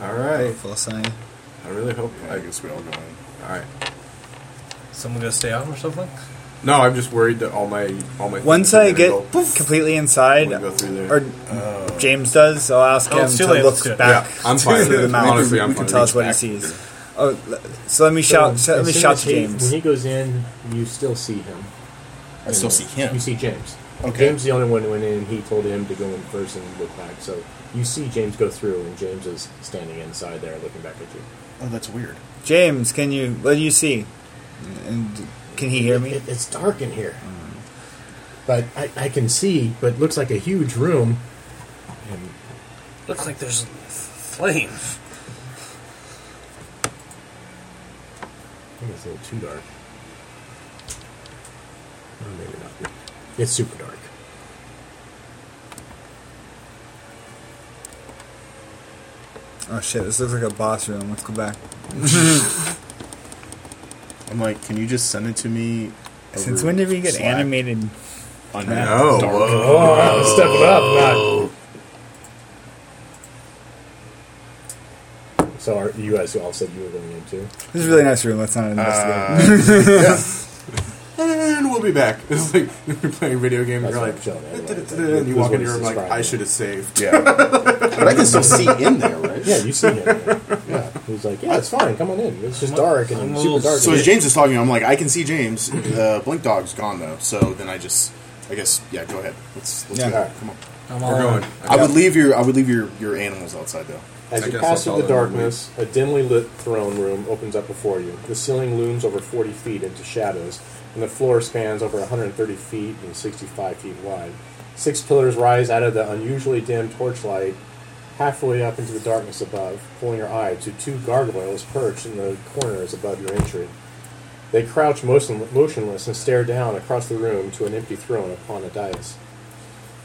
S4: All right.
S6: Full sign.
S4: I really hope.
S2: Yeah,
S4: I,
S2: I
S4: all
S2: guess we all go in.
S4: right.
S3: Someone gonna stay out or something?
S4: No, I'm just worried that all my all my.
S6: Once
S4: things are
S6: I
S4: gonna
S6: get
S4: go-
S6: completely inside,
S4: When we go through there. Uh,
S6: or James does, so I'll ask
S3: Oh,
S6: him
S3: it's too
S6: to
S3: late, let's
S6: look
S3: do it.
S6: back
S4: Yeah, I'm fine
S6: to
S4: with
S6: the
S4: it.
S6: map.
S4: Honestly, I'm
S6: we can
S4: fine.
S6: tell us what he
S4: Reach
S6: sees. Oh, l- so let me shout.
S1: So,
S6: let me
S1: as soon
S6: shout
S1: as
S6: to
S1: he-
S6: James.
S1: When he goes in, you still see him.
S2: I still see him.
S1: You see James.
S2: Okay.
S1: James is the only one who went in. He told him to go in first and look back. So you see James go through, and James is standing inside there looking back at you.
S2: Oh, that's weird.
S6: James, can you? What do you see? And can he hear me?
S1: It, it's dark in here.
S2: Hmm.
S1: But I, I can see, but it looks like a huge room. And
S3: Looks like there's flame.
S1: I think it's a little too dark. Oh, maybe not. It's super dark.
S6: Oh shit! This looks like a boss room. Let's go back.
S2: I'm like, can you just send it to me?
S6: Since
S2: over
S6: when did we get
S2: Slack
S6: animated?
S2: On
S6: I
S2: know.
S1: Oh, I'm stepping up, not. So are, you guys all said you were going in too?
S6: This is a really nice room. Let's not investigate.
S4: And we'll be back. It's like you're playing a video game. And
S1: That's what I'm
S4: you're like,
S1: showing everybody.
S4: "Da-da-da-da," and you
S1: Who's
S4: walk into
S1: always
S4: your room like,
S1: describing
S4: I
S1: it.
S4: should have saved.
S2: Yeah. but I can still see in there, right?
S1: Yeah, you see him. Yeah. He's like, yeah, it's fine. Come on in. It's just dark
S3: I'm a
S1: and super
S3: little-
S1: dark.
S2: So as James is talking, I'm like, I can see James. The blink dog's gone though, so then I just, I guess, yeah, go ahead. Let's, let's
S6: Yeah.
S2: go. Come on.
S3: I'm
S4: We're
S3: all
S4: going.
S3: in.
S2: I would leave your, I would leave your, your animals outside though.
S4: I
S1: As you
S4: guess
S1: pass
S4: I'll
S1: through the
S4: follow him.
S1: darkness, a dimly lit throne room opens up before you. The ceiling looms over 40 feet into shadows, and the floor spans over 130 feet and 65 feet wide. Six pillars rise out of the unusually dim torchlight halfway up into the darkness above, pulling your eye to two gargoyles perched in the corners above your entry. They crouch motion- motionless and stare down across the room to an empty throne upon a dais.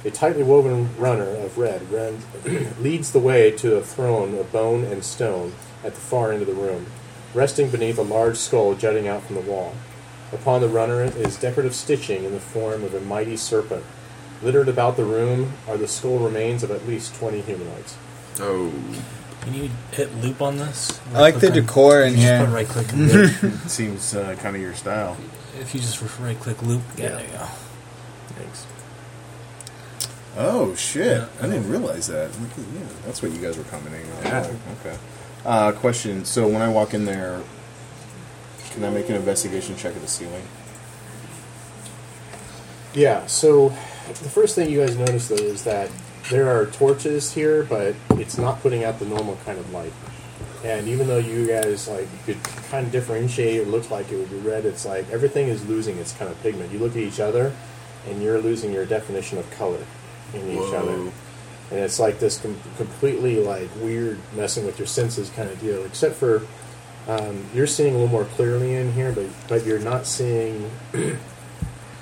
S1: A tightly woven runner of red ran, leads the way to a throne of bone and stone at the far end of the room, resting beneath a large skull jutting out from the wall. Upon the runner is decorative stitching in the form of a mighty serpent. Littered about the room are the skull remains of at least 20 humanoids.
S4: Oh,
S3: Can you hit loop on this?
S6: I like the
S3: Right-click on-
S6: decor in
S3: you just
S6: here.
S3: put right click. and loop.
S2: It seems uh, kind of your style.
S3: if you just right click loop, yeah, there you go.
S1: Thanks.
S2: Oh shit!
S3: Yeah.
S2: I didn't realize that. Look at you. That's what you guys were commenting on.
S4: Yeah.
S2: Okay. Uh, question: So when I walk in there, can I make an investigation check of the ceiling?
S1: Yeah, so the first thing you guys notice though is that there are torches here, but it's not putting out the normal kind of light. And even though you guys like could kind of differentiate, it looked like it would be red. It's like everything is losing its kind of pigment. You look at each other, and you're losing your definition of color in each other.
S4: Whoa.
S1: And it's like this com- completely like weird messing with your senses kind of deal. Except for um, you're seeing a little more clearly in here, but but you're not seeing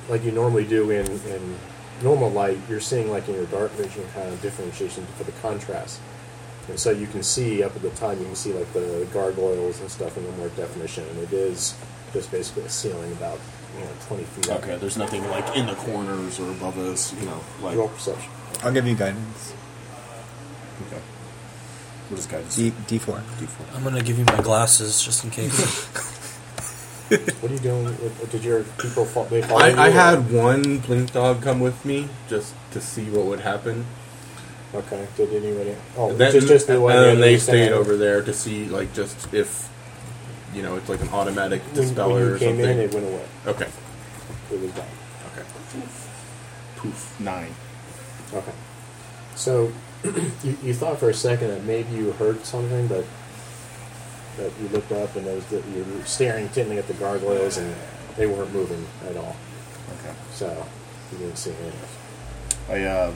S1: like you normally do in, in normal light, you're seeing like in your dark vision kind of differentiation for the contrast. And so you can see up at the time, you can see like the gargoyles and stuff in a more definition, and it is just basically a ceiling about you know 20 feet. up.
S9: Okay, there's nothing like in the corners or above us, you know, like.
S1: Roll perception.
S6: I'll give you guidance.
S9: Okay. What is guidance?
S6: D D four.
S9: D4.
S3: I'm gonna give you my glasses just in case.
S1: What are you doing? With, did your people fall? They follow you
S4: I, I
S1: or-
S4: had one blink dog come with me just to see what would happen.
S1: Okay. Did anybody? Oh,
S4: Then,
S1: just, just the
S4: and
S1: one.
S4: then they
S1: stand.
S4: stayed over there to see, like, just if, you know, it's like an automatic
S1: When,
S4: dispeller
S1: when you
S4: or
S1: came
S4: something.
S1: in, it went away.
S4: okay.
S1: It was gone.
S4: Okay.
S9: Poof. Nine.
S1: Okay. So you, you thought for a second that maybe you heard something, but but you looked up and those that you were staring intently at the gargoyles and they weren't moving at all.
S2: Okay.
S1: So you didn't see anything.
S2: I um,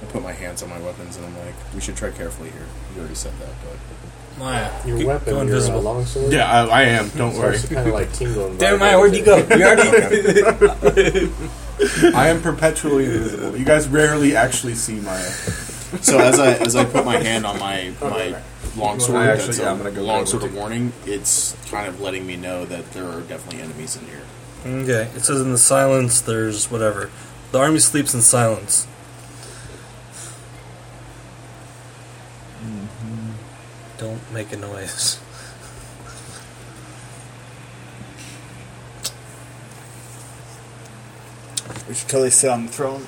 S2: I put my hands on my weapons and I'm like, we should tread carefully here. You already said that, but
S3: Maya,
S1: Your
S3: go-
S1: weapon,
S3: go
S1: your uh,
S3: invisible.
S1: longsword,
S4: Yeah, I, I am. Don't worry.
S1: starts kind of like tingling.
S3: Damn,
S1: right
S3: Maya, where'd you go? You already.
S4: I am perpetually invisible. You guys rarely actually see Maya.
S2: so as I as I put my hand on my my longsword,
S4: I actually-
S2: that's a
S4: yeah, I'm gonna go
S2: longsword
S4: over to-
S2: warning. It's kind of letting me know that there are definitely enemies in here.
S3: okay, it says in the silence there's whatever. The army sleeps in silence. Mm-hmm. Don't make a noise.
S6: We should totally sit on the throne.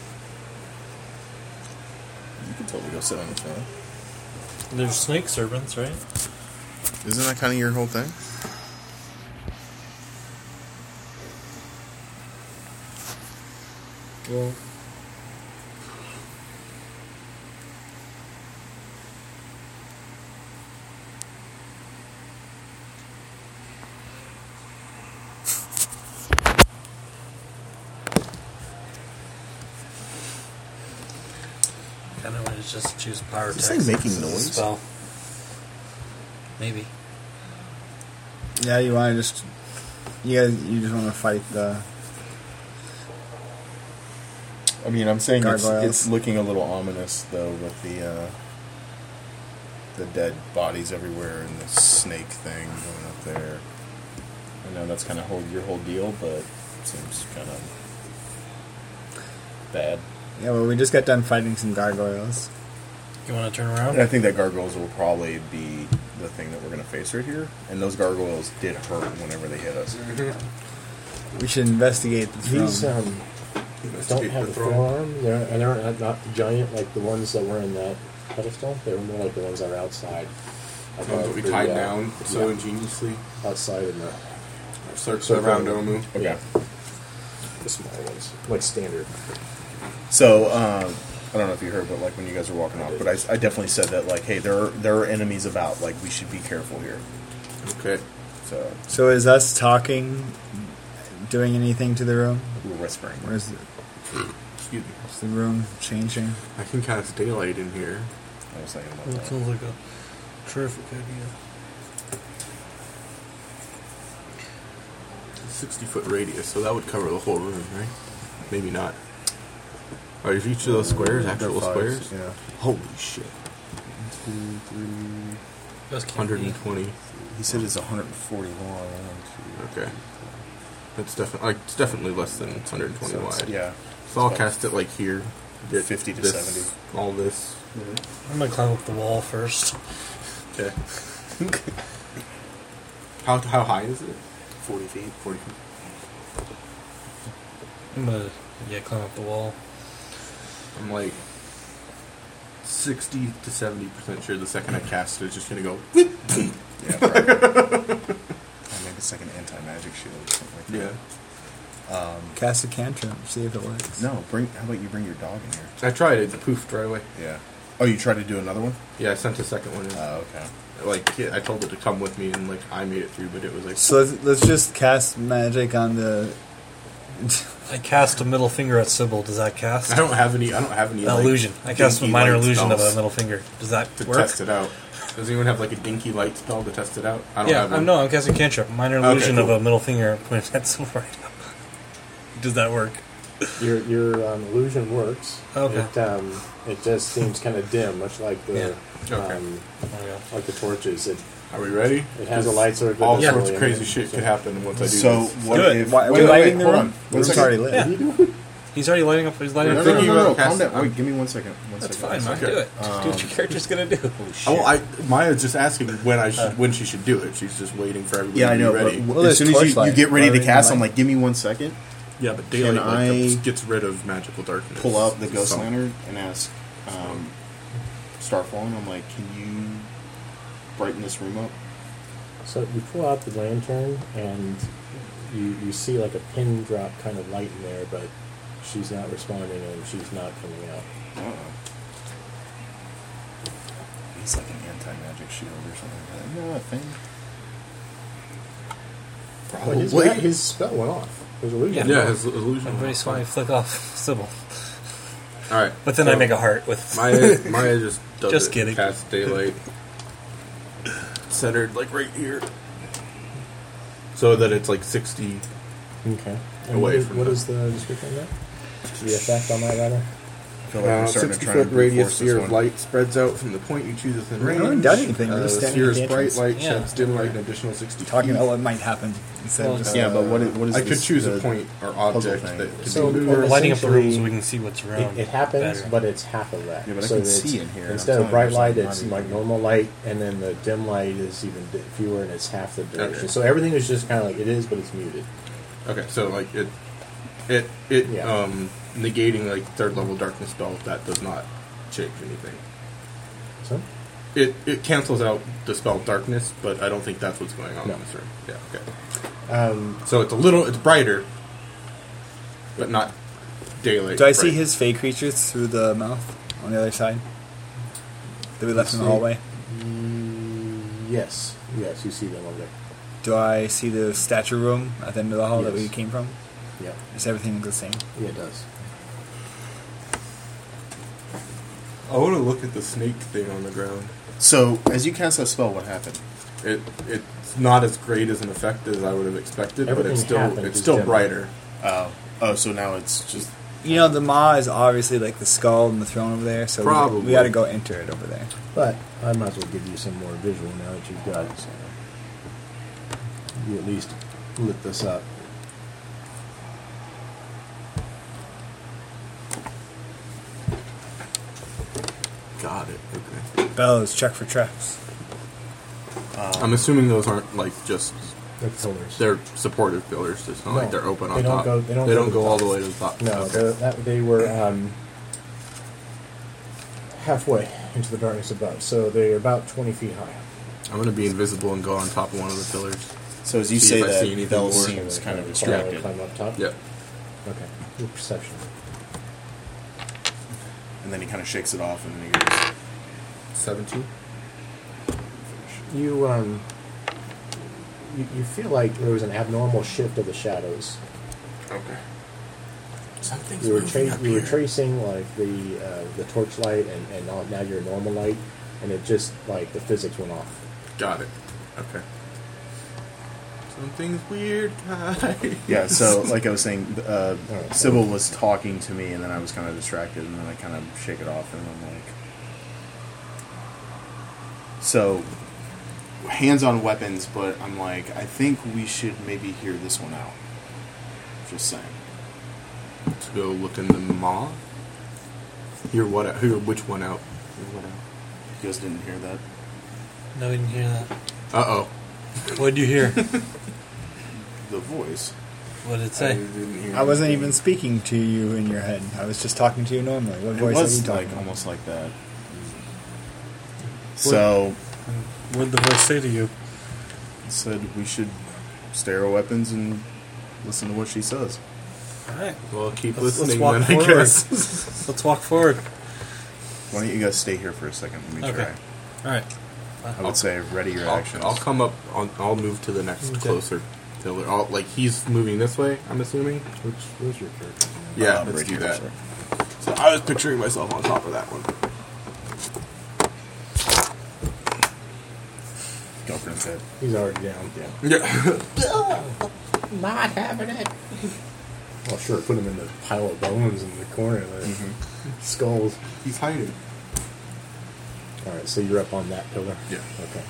S2: You can totally go sit on the throne.
S3: There's snake servants, right?
S2: Isn't that kind of your whole thing?
S3: Well, kind of want to just choose power.
S2: Is this thing making noise?
S3: Spell. Maybe.
S6: Yeah, you want to just you guys you just want to fight the
S2: I mean, I'm saying it's,
S6: Gargoyles.
S2: it's looking a little ominous though with the uh, the dead bodies everywhere and the snake thing going up there. I know that's kind of whole, your whole deal, but it seems kind of bad.
S6: yeah. Well, we just got done fighting some gargoyles.
S3: You want to turn around?
S2: And I think that gargoyles will probably be the thing that we're going to face right here. And those gargoyles did hurt whenever they hit us.
S6: We should investigate the throne.
S1: These um, don't have the forearm, they're, and they're not, not giant like the ones that were in that pedestal. They were more like the ones that were outside.
S4: The ones Um, that we
S1: Above the,
S4: tied
S1: uh,
S4: down so ingeniously.
S1: outside in the,
S4: Circle
S1: Circle.
S4: around Omu.
S2: Okay.
S1: the small ones, like standard.
S2: So um, I don't know if you heard, but like when you guys were walking off, but I, I definitely said that like, hey, there are, there are enemies about. Like we should be careful here.
S4: Okay.
S2: So
S6: So is us talking doing anything to the room?
S2: we're whispering.
S6: Or is,
S4: Excuse me.
S6: is the room changing?
S4: I can cast daylight in here.
S2: I was thinking about
S3: That
S2: that.
S3: sounds like a terrific idea.
S4: 60 foot radius, so that would cover the whole room, right? Maybe not. Are each of those squares actual squares?
S2: Yeah.
S4: Holy shit.
S3: This can't be.
S4: 120.
S2: He said it's 140 long. One, two,
S4: Okay. That's definitely like, it's definitely less than it's 120
S2: so it's-
S4: wide.
S2: Yeah.
S4: So I'll cast it like here. Get
S2: 50 to 70.
S4: All this.
S2: Mm-hmm.
S3: I'm gonna climb up the wall first.
S4: Okay. how how high is it? 40 feet. 40 feet.
S3: I'm gonna yeah climb up the wall.
S4: I'm like 60 to 70 percent sure the second I cast it, it's just gonna go. whoop.
S2: Yeah. Probably. Or Maybe it's like an anti magic shield or something like that.
S4: Yeah.
S6: Cast a cantrip, see if it works.
S2: No, bring. How about you bring your dog in here?
S4: I tried it. The poof right away.
S2: Yeah. Oh, you tried to do another one?
S4: Yeah, I sent a second one. In.
S2: Oh, okay.
S4: like yeah, I told it to come with me, and like I made it through, but it was like
S6: So let's, let's just cast magic on the.
S3: I cast a middle finger at Sybil. Does that cast?
S4: I don't have any. I don't have any
S3: An
S4: like,
S3: illusion. I cast a
S4: dinky
S3: minor
S4: light
S3: illusion of
S4: spells
S3: a middle finger. Does that
S4: to
S3: work?
S4: test it out. Does anyone have like a dinky light spell to test it out? I don't
S3: yeah,
S4: have
S3: I'm
S4: one.
S3: no, I'm casting cantrip. Minor illusion
S4: cool.
S3: of a middle finger pointed at Sybil right now. Does that work?
S10: your your um, illusion works.
S3: Okay.
S10: It, um, it just seems kind of dim, much like the
S4: Yeah. Okay.
S10: um,
S3: There we go.
S10: like the torches. It
S4: Are we ready?
S10: it has a light sort of
S4: All
S10: visibility
S4: sorts of
S10: in
S4: crazy
S10: it,
S4: shit
S10: so-
S4: could happen once I do
S2: So
S4: this.
S2: what
S3: Do it.
S2: if?
S6: Why, are we
S2: wait,
S6: lighting
S2: wait,
S6: the
S2: hold
S6: room?
S2: on.
S6: The
S2: One
S6: room's
S2: second.
S6: already lit.
S3: Yeah. He's already lighting up. He's
S2: No,
S3: lighting
S2: no,
S3: up.
S4: Thinking
S2: no, no,
S4: about
S2: no, Calm
S4: casting-
S2: down. Wait, give me one second. One
S3: That's
S2: second.
S3: fine, man.
S4: okay.
S3: Do it. Just do what your character's gonna do.
S4: Oh, I, Maya's just asking when I should,
S3: Uh.
S4: when she should do it. She's just waiting for everybody
S2: Yeah, I
S4: to
S2: know.
S4: be ready.
S2: But
S6: Well,
S2: as
S6: there's
S2: soon as you, you
S6: torchlight.
S2: get ready
S6: Why
S2: to
S6: are we
S2: cast, I'm
S6: gonna
S2: like, give me one second.
S4: yeah, but daylight
S2: Can
S4: like,
S2: I
S4: that gets rid of magical darkness.
S2: Pull out the ghost
S4: So-
S2: lantern and ask um, Starfall, and I'm like, can you brighten this room up?
S1: So you pull out the lantern and you, you see like a pin drop kind of light in there, but she's not responding and she's not coming out.
S2: Uh-uh. He's like an anti-magic shield or something. Like that. No, I think.
S10: Well, his,
S2: Probably.
S10: ma- his spell went off. His illusion.
S4: Yeah, his illusion.
S3: I'm very sorry. Flick off symbol,
S4: All right,
S3: but then I make a heart with.
S4: Maya, Maya just does
S3: Just
S4: it.
S3: kidding.
S4: Casts daylight centered like right here, so that it's like sixty.
S1: Okay.
S4: Away
S1: And what is,
S4: from
S1: what
S4: the-
S1: is the description of that? The effect on that rather?
S2: I feel like we're starting to try and Uh,
S4: Uh, radius
S2: radius
S4: sphere
S2: this
S4: of
S2: one.
S4: light spreads out from the point you choose within
S6: We
S4: range.
S6: haven't done anything. We're
S4: Uh, the
S6: just
S4: sphere
S6: standing
S4: is
S6: at the
S4: bright
S6: entrance.
S4: light
S3: Yeah.
S4: sheds dim light an additional sixty.
S6: Talking
S4: feet.
S6: about what might happen instead
S1: Well,
S6: of just
S2: Yeah,
S6: uh,
S2: but what? i- What is?
S4: I could
S2: this-
S4: choose
S2: the-
S4: a point or
S2: puzzle
S4: object
S2: thing?
S4: that could
S1: So
S4: be
S1: we
S4: moved.
S1: were
S3: We're lighting up the room so we
S1: essentially-
S3: can see what's around.
S1: It, it happens,
S3: better.
S1: but it's half of that.
S2: Yeah, but I
S1: so
S2: can
S1: it's-
S2: see in here, and I'm
S1: Instead
S2: telling
S1: of
S2: you
S1: bright
S2: there's
S1: light,
S2: not
S1: it's
S2: even-
S1: like normal light, and then the dim light is even di- fewer, and it's half the direction.
S4: Okay.
S1: So everything is just kind of like it is, but it's muted.
S4: Okay, so like it, it, it,
S1: Yeah.
S4: um, negating like third level darkness spell that does not change anything.
S1: So
S4: It it cancels out the spell darkness, but I don't think that's what's going on
S1: No.
S4: in this room. Yeah. Okay. Um, so it's a little, it's brighter, but not daylight.
S6: Do I see
S4: bright.
S6: his fey creatures through the mouth on the other side? That we left in the
S1: see-
S6: hallway.
S1: yes, yes, you see them over there.
S6: Do I see the statue room at the end of the hall that we
S1: Yes.
S6: came from?
S1: Yeah,
S6: Is everything the same?
S1: yeah, it does.
S4: I want to look at the snake thing on the ground.
S2: So as you cast that spell, what happened?
S4: It it's not as great as an effect as I would have expected, but
S1: Everything
S4: it's still
S1: happened,
S4: it's
S1: just
S4: still
S1: dimmer.
S4: brighter.
S2: Oh, oh, so now it's just
S6: You know, the Maw is obviously like the skull and the throne over there, so we- we,
S4: Probably.
S6: got to go enter it over there.
S1: But I might as well give you some more visual now that you've got it. So you at least lit this up.
S4: Got it. Okay.
S6: Bellows, check for traps.
S1: Um,
S4: I'm assuming those aren't like just
S1: The pillars.
S4: They're supportive pillars. It's not
S1: No,
S4: like they're open
S1: they
S4: on
S1: don't
S4: top.
S1: go- they don't go to
S4: go
S1: the
S4: all
S1: top.
S4: the way to the top.
S1: No,
S4: Okay.
S1: they're that, they were um, halfway into the darkness above, so they're about 20 feet high.
S4: I'm gonna be invisible and go on top of one of the pillars.
S2: so as you
S4: See
S2: say
S4: if I see anything
S2: that Bell
S4: more.
S2: seems kind of
S1: Climb-
S2: distracted.
S1: Climb up top?
S4: Yep.
S1: Okay. Your perception.
S2: And then he kind of shakes it off, and then he goes,
S4: Seventeen.
S1: You, um, you, you feel like there was an abnormal shift of the shadows.
S4: Okay. Something's
S1: We were,
S4: moving
S1: tra-
S4: up
S1: we were
S4: here.
S1: tracing, like, the, uh, the torchlight and, and now- now your normal light, and it just, like, the physics went off.
S4: Got it. Okay. Something's weird, guys.
S2: "Yeah." So, like I was saying, uh,
S1: Alright.
S2: Sybil was talking to me, and then I was kind of distracted, and then I kind of shake it off, and I'm like, "So, hands on weapons," but I'm like, "I think we should maybe hear this one out." Just saying.
S4: To go look in the maw. Hear what? Out, hear which one out?
S2: You guys didn't hear that.
S3: No, we didn't hear that.
S4: Uh oh.
S3: What'd you hear?
S2: The voice.
S3: What did it say?
S6: I wasn't even speaking to you in your head. I was just talking to you normally. What
S2: It
S6: voice are you
S2: was
S6: talking
S2: like
S6: about?
S2: almost like that. So
S3: What'd the voice say to you?
S2: it said we should stare our weapons and listen to what she says.
S3: All right,
S4: Well, keep
S3: Let's- let's
S4: listening
S3: walk
S4: then. I
S3: forward.
S4: guess.
S3: let's walk forward.
S2: Why don't you guys stay here for a second? Let me
S3: Okay.
S2: try.
S3: All right.
S2: I would say ready your
S4: I'll,
S2: actions.
S4: I'll come up. I'll, I'll move to the next closer pillar. I'll, like he's moving this way. I'm assuming.
S1: Which, where's your character?
S4: Yeah,
S2: Uh,
S4: let's
S2: right
S4: do
S2: here,
S4: that.
S2: sorry.
S4: So I was picturing myself on top of that one.
S2: Go for it.
S1: He's already down.
S4: Yeah.
S11: Not having it.
S1: Well, Oh, sure, put him in the pile of bones in the corner there.
S4: Mm-hmm.
S1: Skulls.
S4: He's hiding.
S1: All right, so you're up on that pillar.
S4: Yeah.
S1: Okay.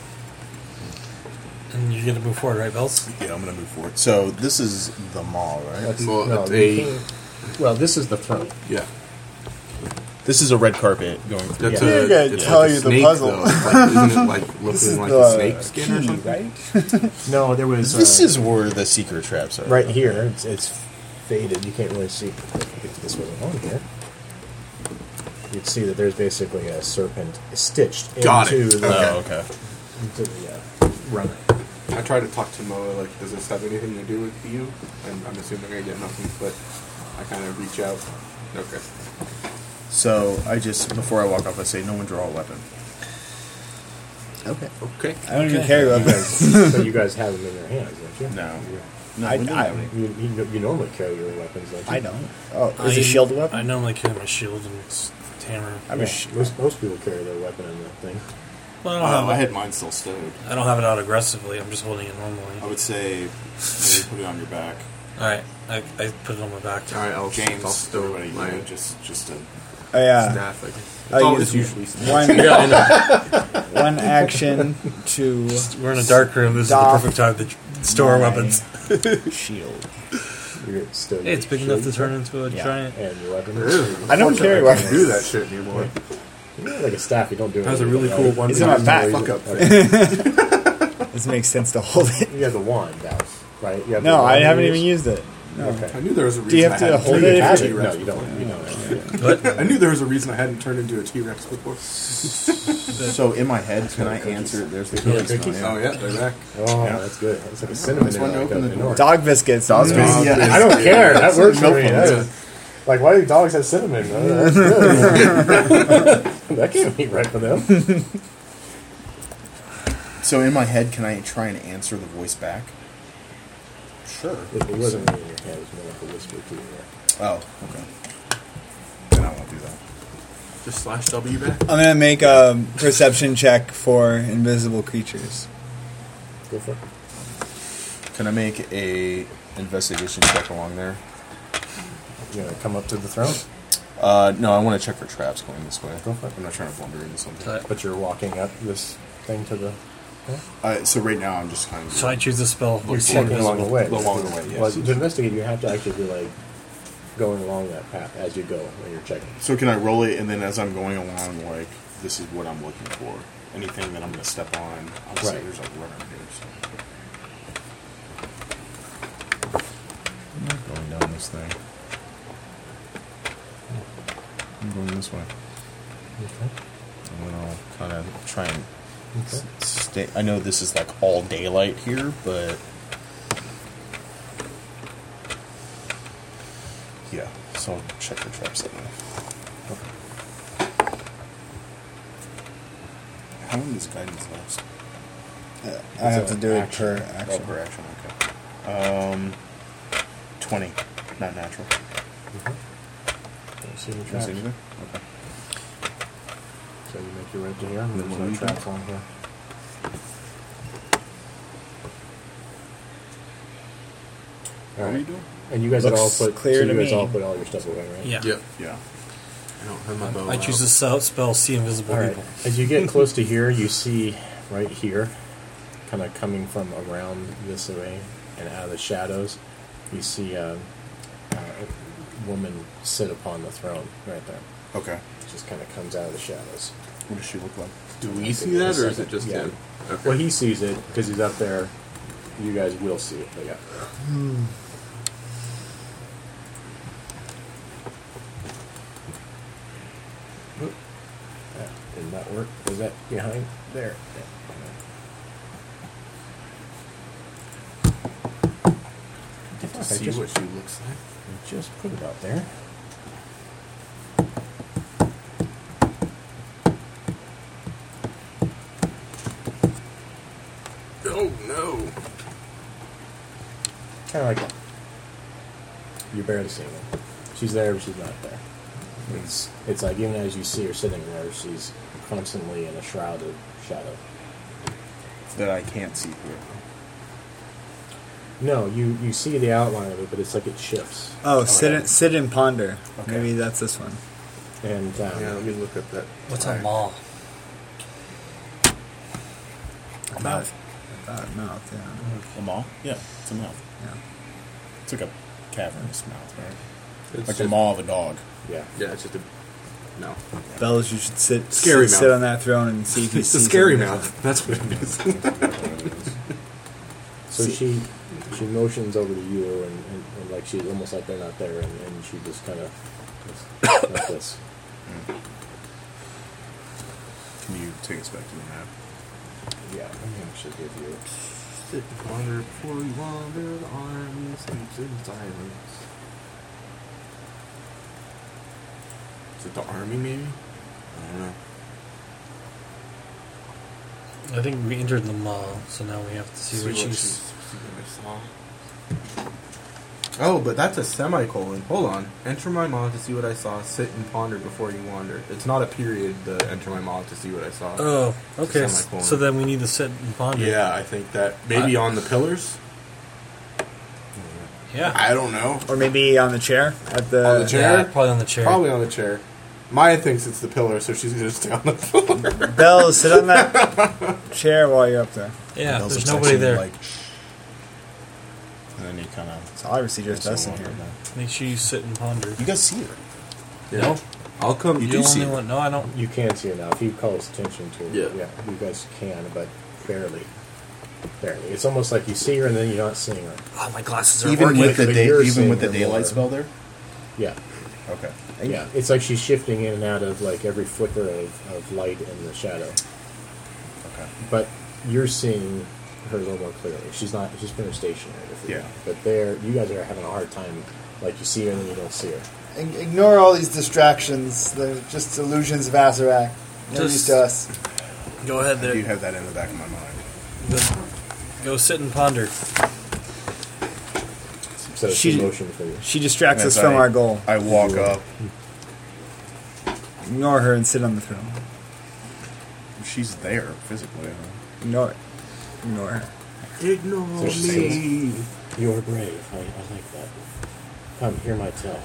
S3: And you're going to move forward, right, Bells?
S2: Yeah, I'm gonna move forward. So this is the mall, right?
S1: That's,
S4: Well,
S1: no,
S4: it's
S1: you
S4: a-
S1: can't- well, this is the front.
S4: Yeah.
S2: This is a red carpet going. Through.
S4: That's
S1: Yeah.
S4: a,
S6: You gotta
S4: it's
S6: tell
S4: like a
S6: you the
S4: snake,
S6: puzzle.
S4: though. It's like- isn't it like looking like a snake skin or
S1: key,
S4: something?
S1: right? no, there was.
S2: This
S1: uh,
S2: is where the secret traps are.
S1: right here. It's, it's faded. You can't really see if this wasn't on here. You'd see that there's basically a serpent stitched
S4: Got it.
S1: into the,
S2: Oh, okay.
S1: into the uh, running.
S4: I tried to talk to Moa, like, does this have anything to do with you? And I'm assuming I get nothing, but I kind of reach out. Okay.
S2: So I just before I walk off, I say, "No one draw a weapon."
S6: Okay.
S4: Okay.
S6: I don't even care about this.
S1: so you guys have them in your hands, don't you?
S2: No.
S1: Yeah.
S2: No,
S6: I-
S2: we didn't
S6: I-
S2: have any.
S1: You, you, you normally carry your weapons, don't you?
S6: I don't. Oh,
S3: I
S6: is it
S3: am-
S6: shield a weapon?
S3: I normally carry my shield and s- hammer.
S6: I'm
S1: Yeah,
S6: a sh-
S1: most, most people carry their weapon in that thing.
S3: Well, I
S2: uh,
S3: don't,
S12: Oh,
S3: have,
S12: I had mine still stowed.
S3: I don't have it out aggressively. I'm just holding it
S12: I
S2: Oh.
S3: normally.
S12: would say maybe put it on your back.
S3: All right, I, I put it on my back.
S4: All right, I'll,
S12: James,
S4: I'll still
S12: everybody,
S4: my
S12: you know, just just a
S6: Oh, yeah.
S4: staff. I guess.
S6: I
S4: It's always
S6: use
S4: usually staff.
S6: One, one action to
S3: We're in a dark room. This
S6: Stop.
S3: is the perfect time to j- store
S6: my
S3: weapons.
S6: shield.
S1: You're still
S3: Hey, it's big enough to turn into a
S6: Yeah.
S3: giant.
S1: And your weapon.
S4: Ew.
S6: I don't carry
S4: I can't
S6: weapons.
S4: do that shit anymore.
S1: Yeah, like a staff, you don't do it.
S4: That was a really cool one.
S6: It's in my back.
S4: Fuck up.
S1: Okay.
S6: This makes sense to hold it.
S1: You have the wand, now, right? You have the
S6: No, I
S1: wand
S6: haven't
S1: you
S6: even used it.
S1: Okay.
S4: I knew there was a reason
S6: you have
S4: I
S6: to
S4: hadn't
S6: hold
S4: turned
S6: it
S4: into a
S6: if
S1: Have it?
S4: T-Rex
S1: No, you
S4: before.
S1: don't. You don't.
S4: I knew there was a reason I hadn't turned into a T-Rex before.
S2: So in my head, can I answer? There's the
S1: Yeah,
S2: cookies. now, yeah.
S1: cookies.
S4: Oh yeah, they're back.
S1: Oh, that's good. It's like a cinnamon.
S2: Just wanted to
S1: roll, like
S2: open
S1: a
S2: the
S1: vanilla.
S6: Dog biscuits. Dog
S2: biscuits. Yeah.
S1: I don't care. That works for me.
S2: Milk
S1: That
S2: one.
S1: is- Like, why do dogs have cinnamon? Uh, that's good. that can't be right for them.
S2: So in my head, can I try and answer the voice back?
S1: Sure. It, it wasn't really in your head. It was more like a whisper to you.
S2: Oh, okay. Then I won't do that.
S4: Just slash W back.
S6: I'm gonna make a perception check for invisible creatures.
S1: Go for it.
S2: Can I make a investigation check along there?
S1: You gonna come up to the throne?
S2: Uh, no, I want to check for traps going this way.
S1: Go for it.
S2: I'm not trying to blunder into something.
S3: So I,
S1: But you're walking up this thing to the.
S2: Uh, so right now, I'm just kind of.
S3: so I choose a spell.
S1: You're
S3: It's invisible.
S1: checking along the way.
S2: Along the way, yes.
S1: Well, to investigate, you have to actually be like going along that path as you go when you're checking.
S2: So can I roll it, and then as I'm going along, like this is what I'm looking for. Anything that I'm going to step on, obviously
S1: Right.
S2: there's like runner here. So. I'm going down this thing. I'm going this way.
S1: Okay.
S2: I'm going to kind of try and
S1: Okay.
S2: s- stay. I know this is like all daylight here, but yeah. So I'll check the traps that way. How long does guidance last?
S6: Uh, I have to do it
S2: Action.
S6: per
S2: Oh,
S6: action.
S2: per action, okay. Um, 20. Not natural.
S1: Don't see any
S2: You don't
S1: traps.
S2: see anything?
S1: So you make your way to here. and There's
S2: Then what
S1: no
S2: do we do?
S1: traps on here. All
S2: What are you
S1: right.
S2: doing?
S1: And you guys had all
S6: Looks
S1: put
S6: clear
S1: so you
S6: to
S1: guys
S6: me.
S1: all put all your stuff away, right?
S3: Yeah.
S4: Yep.
S2: Yeah.
S4: I don't have my bow.
S3: I
S4: out.
S3: choose a se- spell. See invisible
S1: All right.
S3: people.
S1: As you get close to here, you see right here, kind of coming from around this way and out of the shadows, you see a, a woman sit upon the throne right there.
S2: Okay.
S1: Just kind of comes out of the shadows.
S2: What does she look like?
S4: Do we see that, or is it just
S1: Yeah.
S4: him? Okay.
S1: Well, he sees it because he's up there. You guys will see it. But yeah. Oop. That did not work. Was that behind there?
S4: Get to
S1: Okay,
S4: see
S1: just-
S4: what she looks like.
S1: Just put it out there.
S4: Oh no!
S1: Kind of like you're barely seeing her. She's there, but she's not there. It's it's like even as you see her sitting there, she's constantly in a shroud of shadow.
S2: That I can't see here.
S1: No, you you see the outline of it, but it's like it shifts.
S13: Oh, sit and, sit and ponder. Maybe that's this one.
S1: And um,
S4: Yeah, let me look at that.
S3: What's
S4: All
S3: a
S4: right.
S3: maw?
S13: Mouth. That mouth. Uh, Yeah.
S4: Mm-hmm.
S2: A mall? Yeah, it's a mouth.
S13: Yeah.
S2: It's like a cavernous mouth, right?
S4: It's
S2: like the
S4: just-
S2: maw of a dog.
S1: yeah,
S4: Yeah, it's just a no.
S13: Bells, you should sit
S4: Scary
S13: sit,
S4: mouth.
S13: on that throne and see if you
S4: It's
S13: see
S4: a scary
S13: something.
S4: mouth. That's what it is.
S2: Mm.
S1: So she she motions over to you, and, and, and like she's almost like they're not there, and, and she just kind of like this.
S2: Can you take us back to the map?
S1: Yeah, I think she'll give you.
S4: Sit and wander, before you wander, the arm sleeps in silence. Is it the army, maybe? I don't know.
S3: I think we entered the maw, so now we have to see, what she's.
S4: Oh, but that's a semicolon. Hold on. Enter my maw to see what I saw. Sit and ponder before you wander. It's not a period. The enter my maw to see what I saw.
S3: Oh, okay.
S4: It's a
S3: s-
S4: semicolon.
S3: So then we need to sit and ponder.
S4: yeah, I think that maybe
S3: I-
S4: on the pillars.
S3: Yeah.
S14: I don't know.
S13: Or maybe on the chair at the.
S4: On the chair?
S3: Yeah, probably on the chair.
S4: Probably on the chair. Maya thinks it's the pillar, so she's gonna stay on the pillar.
S13: Bells, sit on that chair while you're up there.
S3: Yeah,
S2: Bells
S3: there's
S2: are
S3: nobody
S2: texting,
S3: there.
S2: Like, and then you kind of.
S13: So obviously just us in here.
S3: Make sure you sit and ponder.
S2: You guys see her.
S3: No,
S4: I'll come.
S2: You
S3: you're
S2: do
S3: the
S2: see
S3: only
S2: it.
S3: one. No, I don't.
S1: You can see it now if he calls attention to it.
S4: Yeah.
S1: yeah, you guys can, but barely, barely. It's almost like you see her and then you're not seeing her.
S3: Oh, my glasses are
S2: Even
S3: working.
S2: with the
S1: but
S2: day,
S1: you're
S2: even
S1: seeing
S2: with the
S1: her
S2: daylight
S1: more.
S2: spell there.
S1: Yeah,
S2: Okay.
S1: yeah. It's like she's shifting in and out of like every flicker of, of light and the shadow.
S2: Okay.
S1: but you're seeing her a little more clearly. She's not. She's been stationary. With you.
S2: Yeah.
S1: But there, you guys are having a hard time. Like you see her and then you don't see her.
S6: Ig- Ignore all these distractions. They're just illusions of Azarak. No
S3: Just-
S6: use to us.
S3: Go ahead
S2: I do
S3: there.
S2: have that in the back of my mind.
S3: Go- Go sit and ponder.
S1: So she,
S13: She-
S1: motioned for you.
S13: She distracts
S2: As
S13: us from
S2: I-
S13: our goal.
S2: I walk up.
S13: Ignore her and sit on the throne.
S2: She's there physically. Huh?
S13: Ignore it. Ignore her.
S1: So
S4: Ignore
S1: she
S4: me.
S1: You are brave. I, I like that. Come, hear my tale.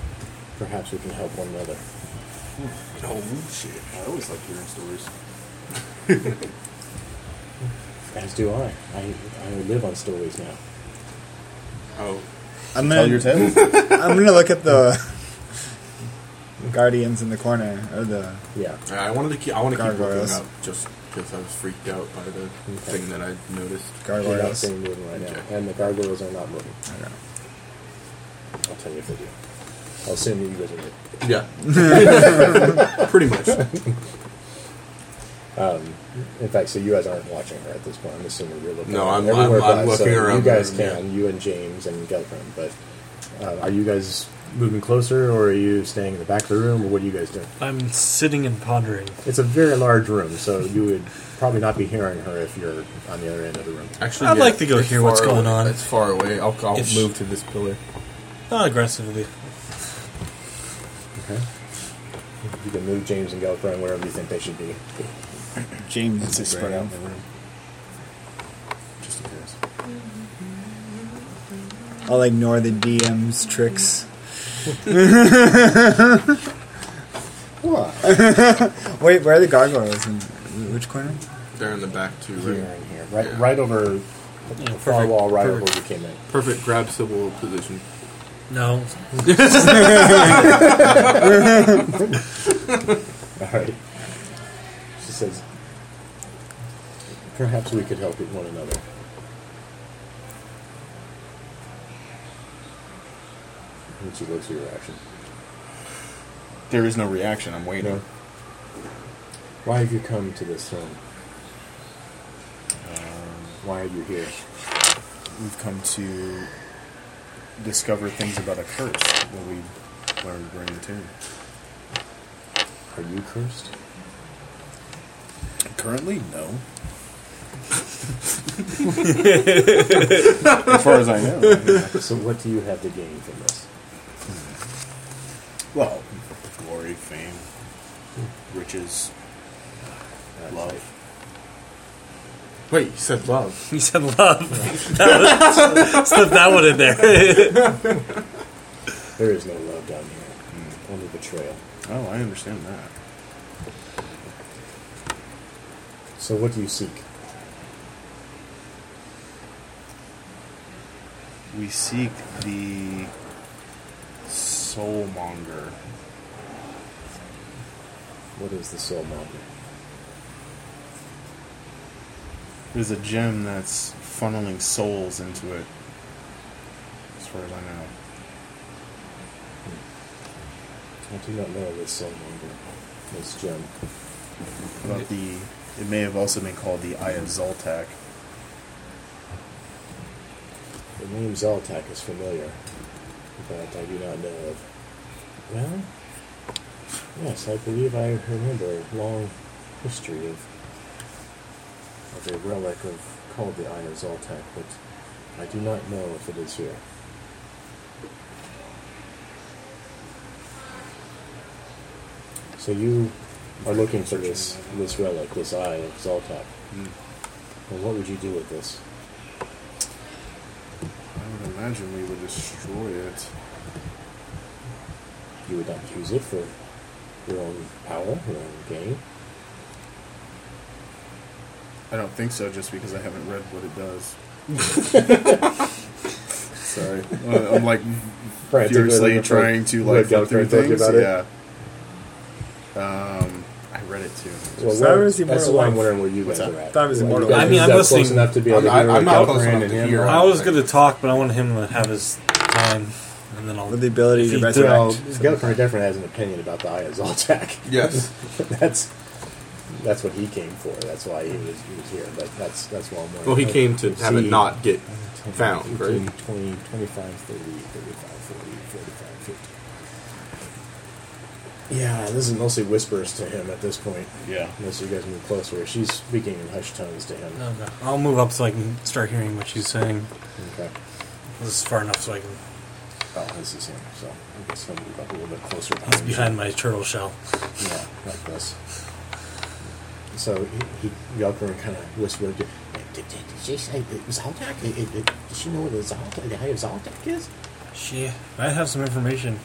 S1: Perhaps we can help one another.
S2: Oh shit! I always like hearing stories.
S1: As do I. I, I live on stories now.
S2: Oh,
S13: I'm
S2: tell your
S13: gonna,
S2: tale.
S13: I'm gonna look at the guardians in the corner or the
S1: Yeah.
S4: Uh, I wanted to keep. I want to keep
S13: Gargoyles.
S4: looking up just because I was freaked out by the thing that I noticed.
S1: You're not
S13: gargoyles.
S1: seeing moving right
S4: Okay.
S1: now, and the gargoyles are not moving.
S13: Okay.
S1: I'll tell you if they do. I'll assume that you guys are good.
S4: Yeah, pretty much.
S1: In fact, so you guys aren't watching her at this point. I'm assuming you're looking.
S4: No,
S1: around.
S4: I'm- I'm-
S1: Everywhere
S4: I'm
S1: but- so
S4: looking around
S1: You guys
S4: the room,
S1: can, you and James and Gelgrim. But uh, are you guys moving closer, or are you staying in the back of the room, or what are you guys doing?
S3: I'm sitting and pondering.
S1: It's a very large room, so you would probably not be hearing her if you're on the other end of the room.
S4: Actually,
S3: I'd
S4: yeah,
S3: like to go
S4: it's
S3: hear what's
S4: far
S3: going
S4: away-
S3: on.
S4: It's far away. I'll, I'll
S3: If sh-
S4: move to this pillar.
S3: Not aggressively.
S1: Okay. You can move James and Gelgrim wherever you think they should be.
S13: James
S2: It's
S13: is
S2: spread out
S13: spread
S2: in the room. Just in case.
S13: I'll ignore the DM's tricks.
S1: What?
S13: Wait, where are the gargoyles? In which corner?
S4: They're in the back too.
S1: Here
S4: Right?
S1: and here, right,
S4: Yeah.
S1: right over
S3: You know,
S1: far
S3: perfect.
S1: wall, right
S3: perfect.
S1: over where you came in.
S4: Perfect grab civil position.
S3: No.
S1: All right. She says, "Perhaps we could help one another." And she looks at your action.
S2: There is no reaction. I'm waiting.
S1: Why have you come to this throne?
S2: Um,
S1: Why are you here?
S2: We've come to discover things about a curse that we learned during the tomb.
S1: Are you cursed?
S2: Currently, no. as far as I know. I mean,
S1: so what do you have to gain from this?
S2: well, glory, fame, riches, love.
S4: Wait, you said love.
S3: You said love. That was- Slip that one in there.
S1: There is no love down here. Only betrayal.
S2: Oh, I understand that.
S1: So what do you seek?
S2: We seek the soulmonger.
S1: What is the soul monger?
S2: There's a gem that's funneling souls into it. As far as I know.
S1: I do not know this soul monger. This gem.
S2: About the it may have also been called the Eye of Zoltak.
S1: The name Zoltak is familiar, but I do not know of. Well, yes, I believe I remember a long history of, of a relic of called the Iron Zoltak, but I do not know if it is here. So you are looking for this this relic, this Eye of Zoltak.
S2: Hmm.
S1: And what would you do with this?
S2: I would imagine we would destroy it.
S1: you would not use it for your own power, your own gain.
S2: I don't think so, just because I haven't read what it does. Sorry, Uh, I'm like furiously trying to like
S15: Red
S2: flip through
S15: Galbraith
S2: things.
S15: talking
S2: Yeah. Um, I read it too.
S15: Well,
S6: Thyra
S15: where-
S6: is the
S15: that's
S6: immortal
S15: why I'm
S6: life.
S15: wondering where you guys
S2: What's
S15: are at.
S6: Thyra is
S15: You
S6: immortal.
S15: guys-
S6: I
S15: you
S6: mean,
S15: guys
S3: I'm
S15: are Close
S3: listening.
S15: enough to be able
S4: I'm-
S15: to
S4: I'm-
S15: hear
S4: I'm not close
S15: Galbraith
S4: enough
S15: and
S4: to
S15: him.
S4: hear.
S3: I was going to talk, but I want him to have his time, and then I'll.
S6: With the ability to
S3: Feed
S6: resurrect.
S15: Well, Gelkner definitely has an opinion about the Eye of Zoltak.
S4: Yes.
S15: that's that's what he came for. That's why he was, he was here. But that's that's why I'm wondering.
S4: Well, he came to have it
S15: See,
S4: not get
S1: 10,
S4: found,
S1: 15,
S4: right?
S1: 20, 25, 30, 35, 40, 45, 50. Yeah, this is mostly whispers to him at this point.
S2: Yeah.
S1: Unless you guys move closer. She's speaking in hushed tones to him.
S3: Okay. I'll move up so I can start hearing what she's saying.
S1: Okay.
S3: This is far enough so I can.
S1: Oh, this is him. So I guess he'll move up a little bit closer.
S3: He's
S1: you.
S3: behind my turtle shell.
S1: Yeah, like this. So he, he Yelker kind of whispered, did, did, did she say it was Zoltak? It- it- it- Does she know what a Zoltak, the Eye of Zoltak is?
S3: She might have some information.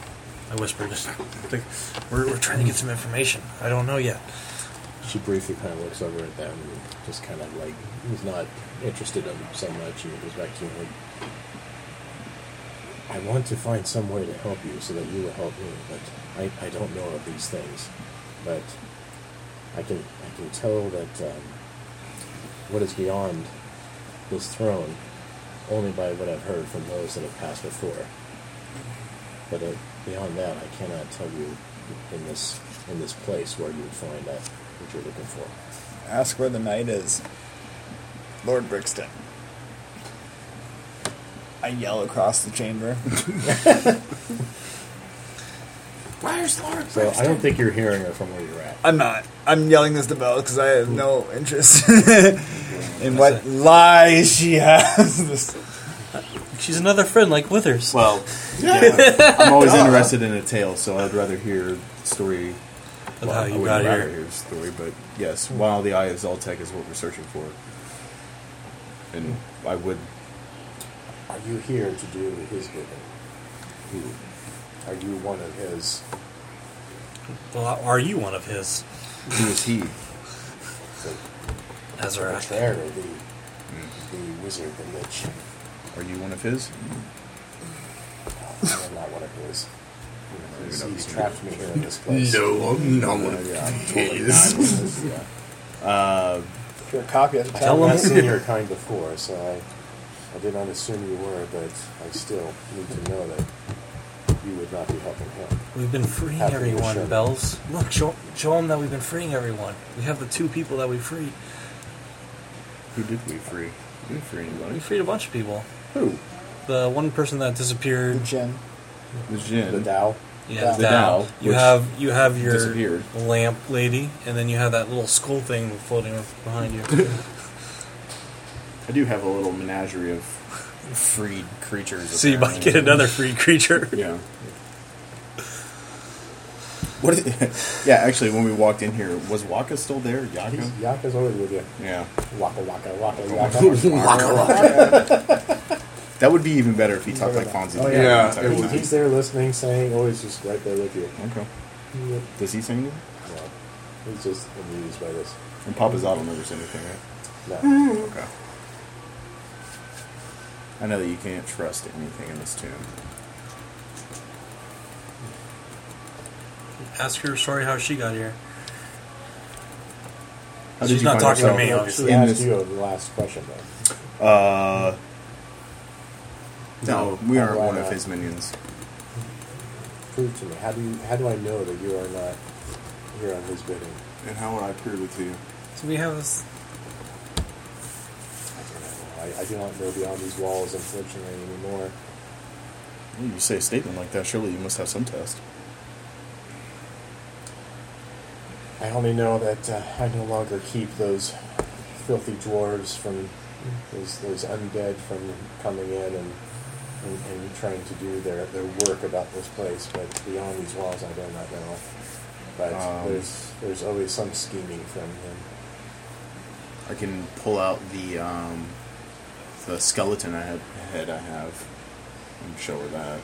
S3: I whispered. Like, we're, we're trying to get some information. I don't know yet.
S1: She briefly kind of looks over at them and just kind of like was not interested in them so much and goes back to him. like, I want to find some way to help you so that you will help me, but I, I don't know of these things. But I can I can tell that um, what is beyond this throne only by what I've heard from those that have passed before. But uh, beyond that, I cannot tell you in this in this place where you would find that what you're looking for.
S6: Ask where the knight is. Lord Brixton. I yell across the chamber.
S15: So I don't think you're hearing her from where you're at.
S6: I'm not. I'm yelling this to Belle because I have no interest in what lies she has. This-
S3: She's another friend like Withers.
S2: Well, yeah, I'm always interested in a tale, so I'd rather hear story.
S3: Of how
S2: I
S3: you
S2: would
S3: got
S2: rather
S3: here.
S2: hear story, but yes, while the Eye of Zoltek is what we're searching for, and I would
S15: Are you here to do his bidding? Are you one of his?
S3: Well, are you one of his,
S2: who is he?
S3: Azarath?
S15: Betrayer, the the wizard, the lich.
S2: Are you one of his?
S15: I'm not one of his. He's,
S2: not
S15: he's
S2: the
S15: trapped me here in this place.
S4: No, I'm not one
S15: Uh,
S4: of
S15: yeah, I'm totally not
S4: his.
S15: one of his, yeah.
S2: Uh,
S6: if you're a copy, I have to
S15: I've
S6: tell
S15: not
S6: him.
S15: seen your kind before, so I, I did not assume you were, but I still need to know that you would not be helping him.
S3: We've been freeing
S15: Happy to
S3: everyone,
S15: show them.
S3: Bells. Look, show, show them that we've been freeing everyone. We have the two people that we freed.
S2: who did we free? We didn't free
S3: We
S2: anybody.
S3: freed a bunch of people.
S2: Who?
S3: The one person that
S6: The
S3: disappeared.
S6: gin.
S2: The Jin.
S15: The Tao?
S3: Yeah,
S6: The
S2: Dow,
S3: You
S2: which
S3: have you have your
S2: disappeared.
S3: lamp lady, and then you have that little skull thing floating behind you.
S2: I do have a little menagerie of freed creatures.
S3: so you might get
S2: apparently.
S3: another freed creature.
S2: Yeah. What? Is, yeah, actually, when we walked in here, was Waka still there? Yaka?
S1: Yaka's always with you.
S2: Yeah.
S1: Waka waka waka yaka. waka waka.
S2: That would be even better if he talked like Fonzie.
S1: Oh, yeah.
S4: Yeah,
S2: Talked
S4: it
S2: like
S1: He's,
S4: would.
S2: Fonzie.
S1: he's there listening, saying, "Oh, he's just right there with you."
S2: Okay. Does he say anything?
S1: No, he's just amused by this.
S2: And Papa Zotto never said anything, right?
S1: No.
S2: Okay. I know that you can't trust anything in this tune.
S3: Ask her story how she got here.
S2: How
S3: She's not
S2: find yourself
S3: talking to me,
S2: in
S3: obviously.
S1: He asked
S2: this-
S1: you the last question, though.
S2: Uh, no,
S4: No,
S2: we aren't
S1: why
S2: one of
S1: not?
S2: his minions.
S1: Prove to me. How do you? How do I know that you are not here on his bidding?
S2: And how would I prove it to you?
S3: So we have this.
S1: I don't know. I, I do not know beyond these walls, unfortunately, anymore.
S2: Well, you say a statement like that, surely you must have some test.
S1: I only know that uh, I no longer keep those filthy dwarves from those, those undead from coming in and, and, and trying to do their, their work about this place. But beyond these walls, I do not know. But
S2: Um,
S1: there's there's always some scheming from him.
S2: I can pull out the um, the skeleton I have, head I have and show her that.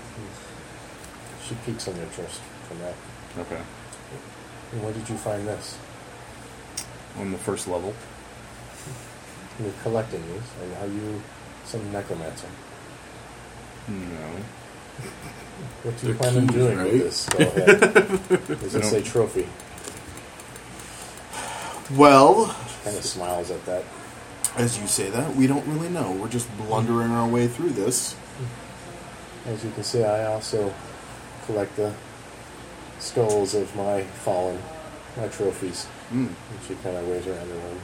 S1: She piques some interest from that.
S2: Okay.
S1: And where did you find this?
S2: On the first level.
S1: You're collecting these, and are you some necromancer?
S2: No.
S1: What do you
S4: They're
S1: plan on
S4: keys,
S1: doing
S4: right?
S1: with this skull head? Is this a trophy?
S2: Well,
S1: She kind of smiles at that.
S2: as you say that, we don't really know. We're just blundering our way through this.
S1: As you can see, I also collect the skulls of my fallen, my trophies.
S2: Hmm.
S1: And she kind of waves her hand around.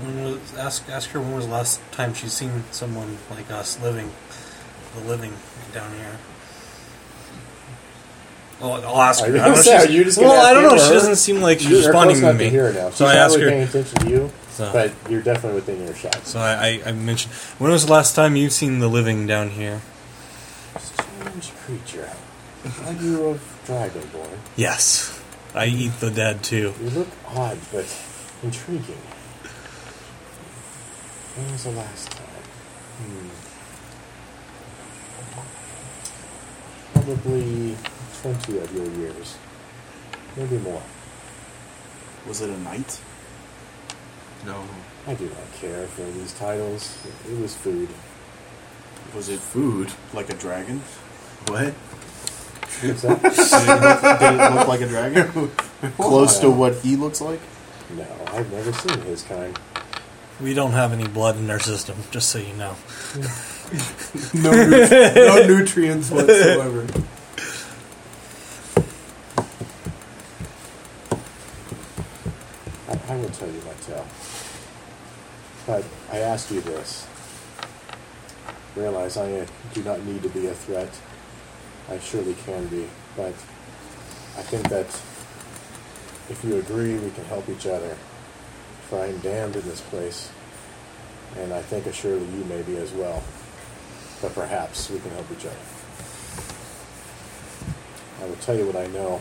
S3: When was, ask ask her when was the last time she's seen someone like us living, the living down here. Well, I'll ask her.
S1: I
S3: I don't know
S1: was gonna
S3: if
S1: say,
S3: she's-
S1: are you just gonna
S3: well, I
S1: ask
S3: don't
S1: him
S3: know.
S1: or
S3: She
S1: her?
S3: doesn't seem like she's
S1: You're
S3: responding
S1: close
S3: to
S1: enough
S3: me.
S1: to hear now. She's
S3: so I
S1: not
S3: ask
S1: really
S3: her. Uh.
S1: paying attention to you,
S3: So-
S1: but you're definitely within your shot.
S3: So I, I, I mentioned, when was the last time you've seen the living down here?
S1: Strange creature. Are you of dragonborn?
S3: Yes, I eat the dead too.
S1: You look odd, but intriguing. When was the last time? Hmm. Probably 20 of your years. Maybe more.
S2: Was it a night?
S4: No.
S1: I do not care for these titles. It was food.
S2: Was it
S4: Food?
S2: like a dragon?
S4: What?
S1: What's that?
S2: Did it look, did it look like a dragon? Close to
S1: Wow.
S2: what he looks like?
S1: no, I've never seen his kind.
S3: We don't have any blood in our system, just so you know.
S4: No, nu- no nutrients whatsoever.
S1: I, I will tell you my tale. But I ask you this. Realize I uh, do not need to be a threat. I surely can be, but I think that if you agree, we can help each other. For I am damned in this place, and I think assuredly you may be as well. But perhaps we can help each other. I will tell you what I know,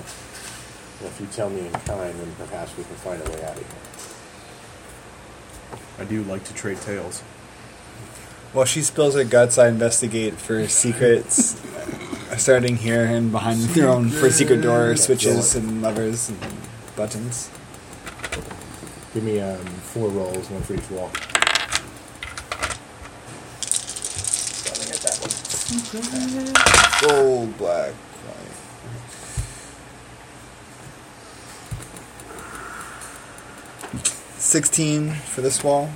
S1: and if you tell me in kind, then perhaps we can find a way out of
S2: I
S1: here.
S2: do like to trade tales.
S6: While she spills her guts, I investigate for secrets, starting here and behind your own for secret door switches and levers and buttons.
S16: Give me um, four rolls, one for each wall.
S6: Gold, black, white. Sixteen for this wall.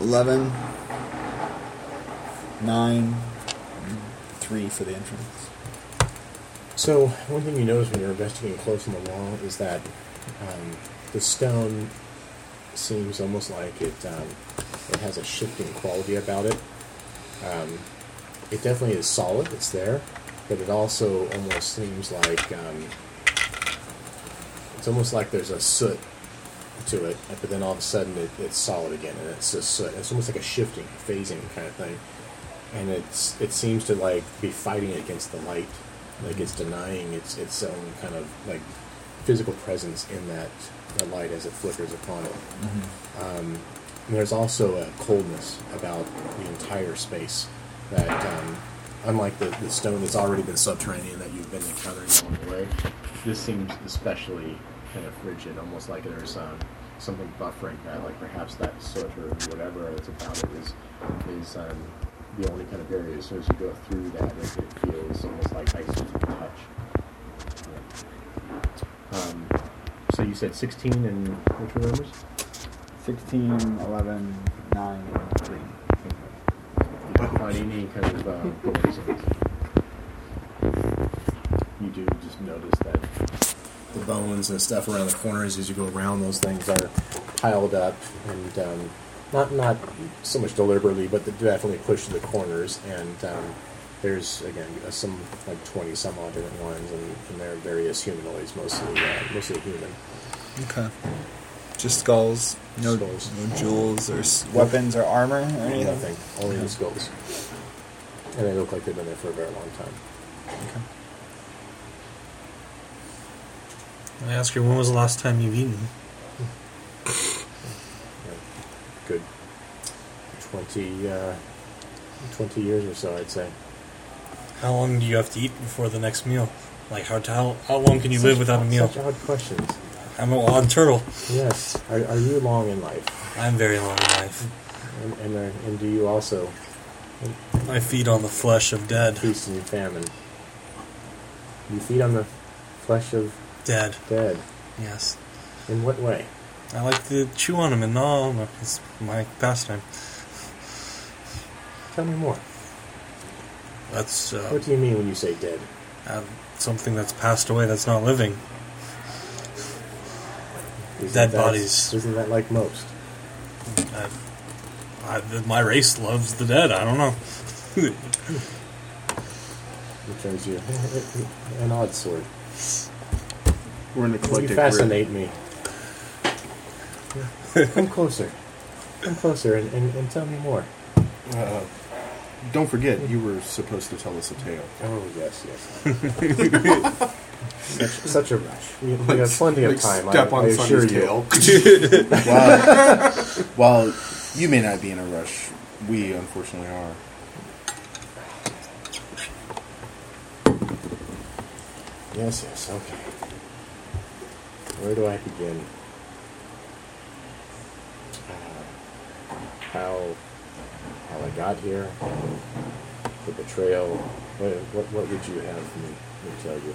S6: Eleven. Nine. and Three for the entrance.
S16: So one thing you notice when you're investigating close on the wall is that um, the stone seems almost like it um, it has a shifting quality about it. Um, it definitely is solid; it's there, but it also almost seems like um, it's almost like there's a soot to it, but
S1: uh,
S16: then all of a sudden it, it's solid again, and it's just soot. It's almost like a shifting, phasing kind of thing.
S1: and it's it seems to like be fighting against the light, like it's denying its its own kind of like physical presence in that the light as it flickers upon it. Um, and there's also a coldness about the entire space that, um, unlike the, the stone that's already been subterranean that you've been encountering along the way, this seems especially kind of frigid, almost like there's um, something buffering that, like perhaps that soot or whatever it's about it is is um, the only kind of barrier. As soon as you go through that, it, it feels almost like ice to the touch. Yeah. Um, so you said 16 and which were the numbers?
S13: 16, 11, 9, 3.
S1: You don't find any kind of uh, poisons. You do just notice that the bones and stuff around the corners as you go around, those things are piled up and um, not not so much deliberately, but they're definitely pushed to the corners. And um, there's again uh, some like 20 some odd different ones, and, and there are various humanoids, mostly uh, mostly human.
S6: Okay. Just skulls. No,
S1: Skulls.
S6: no jewels or s-
S13: Weapons or armor or anything?
S1: Nothing, only the skulls. And they look like they've been there for a very long time.
S3: I ask her, when was the last time you've eaten?
S1: good 20, uh, 20 years or so, I'd say.
S3: How long do you have to eat before the next meal? Like, how, how, how long can you live without a meal?
S1: Such odd questions.
S3: I'm a wild turtle.
S1: Yes. Are, are you long in life?
S3: I'm very long in life.
S1: And, and, are, and do you also
S3: I feed on the flesh of dead.
S1: feast and famine? You feed on the flesh of
S3: Dead,
S1: dead.
S3: yes.
S1: In what way?
S3: I like to chew on them and gnaw on 'em. It's my pastime.
S1: Tell me more.
S3: That's uh,
S1: What do you mean when you say dead?
S3: uh, something that's passed away that's not living. Dead
S1: that-
S3: bodies.
S1: Isn't that like most?
S3: I, I, my race loves the dead. I don't know.
S1: Returns you an odd sword.
S2: We're an eclectic.
S1: You
S2: group.
S1: fascinate me. Come closer. Come closer and, and, and tell me more.
S2: Don't forget, you were supposed to tell us a tale.
S1: Oh yes, yes. such, such a rush. We, we have plenty of time.
S4: Step
S1: I,
S4: on
S1: I assure
S4: Sunny's
S1: you.
S4: tail.
S14: While, while you may not be in a rush, we unfortunately are.
S1: Yes, yes. Okay. Where do I begin? Uh, how how I got here? The betrayal. What what, what would you have me, me tell you?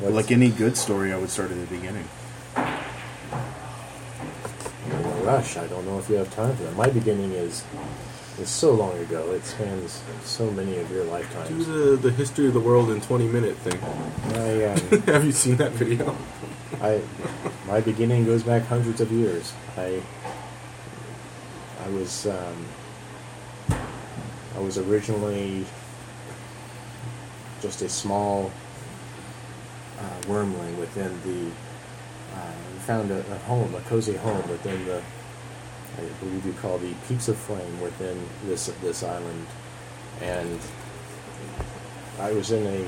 S1: What's-
S14: Like any good story, I would start at the beginning.
S1: I'm in a rush. I don't know if you have time for that. My beginning is is so long ago. It spans so many of your
S4: Do
S1: lifetimes.
S4: the, the history of the world in 20 minute thing.
S1: I, um,
S4: Have you seen that video?
S1: I my beginning goes back hundreds of years. I I was um, I was originally just a small uh, wormling within the uh, found a, a home, a cozy home within the I believe you call the Peaks of Flame within this this island, and I was in a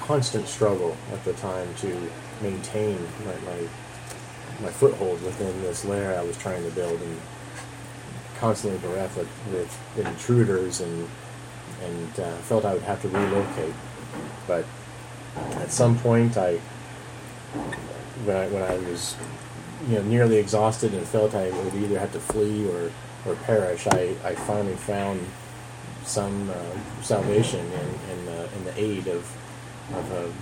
S1: constant struggle at the time to maintain my, my, my foothold within this lair I was trying to build and constantly bereft with, with intruders and, and uh, felt I would have to relocate. But at some point, I, when I, when I was you know, nearly exhausted and felt I would either have to flee or, or perish, I, I finally found some uh, salvation in, in, the, in the aid of, of a,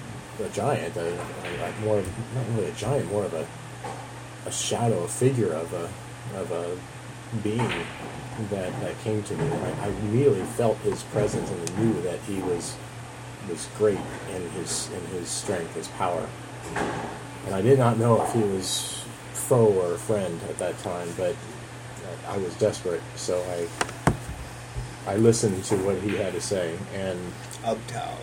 S1: a giant, a, a, a more not really a giant, more of a, a shadow, a figure of a of a being that, that came to me. I, I immediately felt his presence and knew that he was was great in his in his strength, his power. And I did not know if he was foe or friend at that time, but I was desperate, so I I listened to what he had to say. And
S6: Uptown.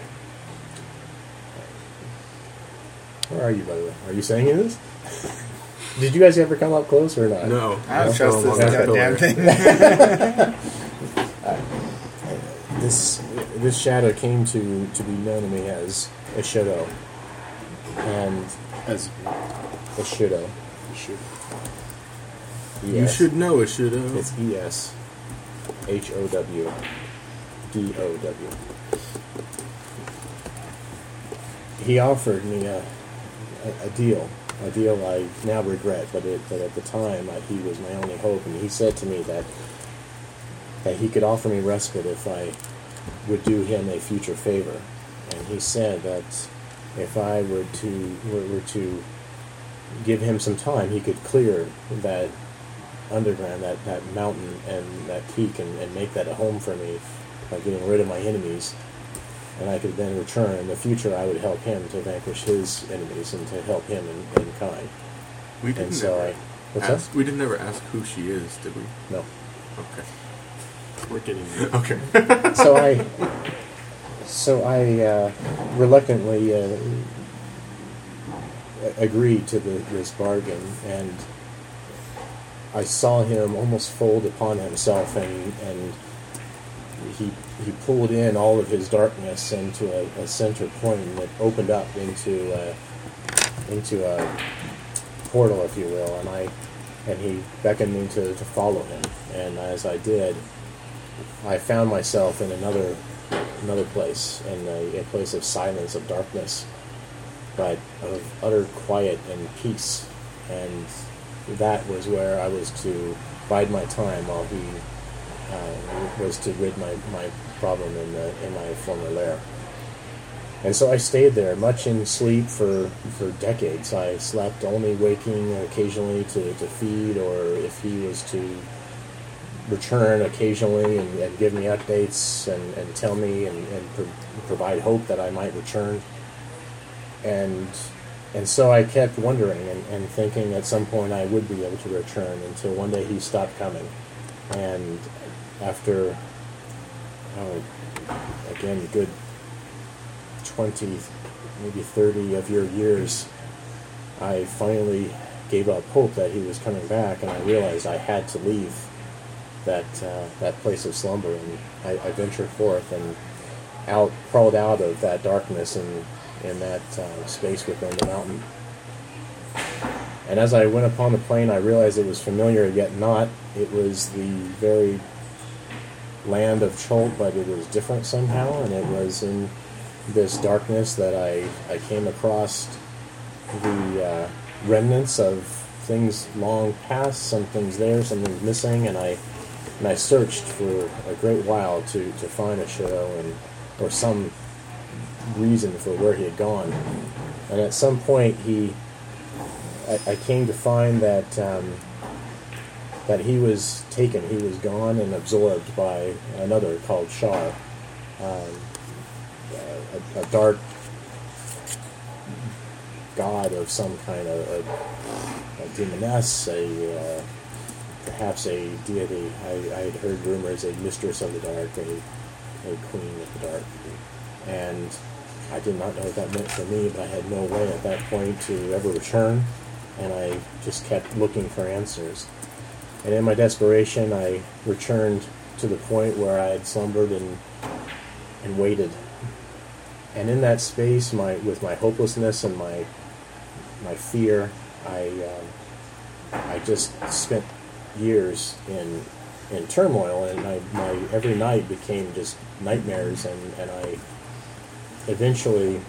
S1: where are you, by the way? Are you saying it is? Did you guys ever come up close or not?
S4: No.
S2: I don't trust this
S4: That's a
S2: goddamn
S4: pillar.
S2: thing.
S1: The this this shadow came to to be known to me as a shadow, and
S15: As
S1: a shadow.
S15: you should.
S4: You should know it should have.
S1: It's E S H O W D O W. He offered me a, a, a deal, a deal I now regret, but, it, but at the time I, he was my only hope, and he said to me that that he could offer me respite if I would do him a future favor, and he said that if I were to were, were to give him some time, he could clear that underground, that, that mountain and that peak, and, and make that a home for me by getting rid of my enemies. And I could then return. In the future, I would help him to vanquish his enemies and to help him in, in kind.
S4: We didn't
S1: And so I.
S4: ever
S1: What's
S4: ask.
S1: that?
S4: We didn't ever ask who she is, did we?
S1: No.
S4: Okay.
S15: We're getting
S4: Okay.
S1: so I, so I uh, reluctantly uh, a- agreed to the, this bargain, and I saw him almost fold upon himself, and and he he pulled in all of his darkness into a, a center point that opened up into a, into a portal, if you will, and I. And he beckoned me to, to follow him, and as I did, I found myself in another another place, in a, a place of silence, of darkness, but of utter quiet and peace. And that was where I was to bide my time while he uh, was to rid my, my problem in, the, in my former lair. And so I stayed there, much in sleep for, for decades. I slept only waking occasionally to, to feed, or if he was to return occasionally and, and give me updates and, and tell me and, and pro- provide hope that I might return. And and so I kept wondering and, and thinking at some point I would be able to return until one day he stopped coming. And after, oh, again, a good 20, maybe 30 of your years, I finally gave up hope that he was coming back and I realized I had to leave that uh, that place of slumber, and I, I ventured forth and out crawled out of that darkness and in that uh, space within the mountain. And as I went upon the plain, I realized it was familiar, yet not. It was the very land of Cholt, but it was different somehow, and it was in this darkness that I, I came across the uh, remnants of things long past, some things there, some things missing, and I and I searched for a great while to, to find a shadow and or some reason for where he had gone. And at some point, he I, I came to find that um, that he was taken, he was gone and absorbed by another called Shar, um, a, a dark god of some kind of a, a demoness, a uh, perhaps a deity. I, I had heard rumors a mistress of the dark, a, a queen of the dark, and I did not know what that meant for me. But I had no way at that point to ever return, and I just kept looking for answers. And in my desperation, I returned to the point where I had slumbered and and waited and in that space, my with my hopelessness and my my fear, I um, I just spent years in in turmoil, and I, my every night became just nightmares, and and I eventually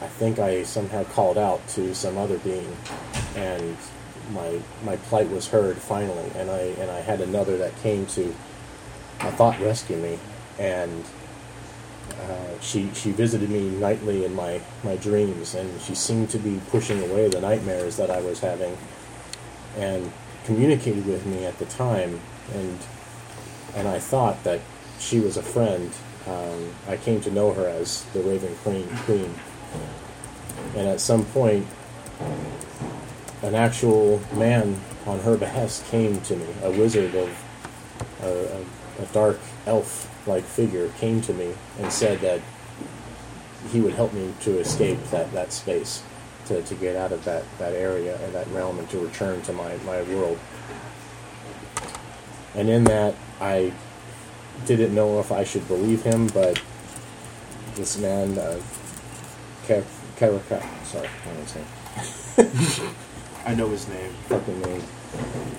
S1: I think I somehow called out to some other being, and my my plight was heard finally, and I and I had another that came to I thought rescue me, and uh, she she visited me nightly in my, my dreams, and she seemed to be pushing away the nightmares that I was having, and communicated with me at the time, and and I thought that she was a friend. Um, I came to know her as the Raven Queen Queen, and at some point, an actual man on her behest came to me, a wizard of a, a, a dark elf like figure came to me and said that he would help me to escape that, that space, to, to get out of that, that area and that realm and to return to my, my world. And in that, I didn't know if I should believe him, but this man, uh, Ke- Keraka, sorry, I don't know his name.
S17: I know his name.
S1: Fucking name.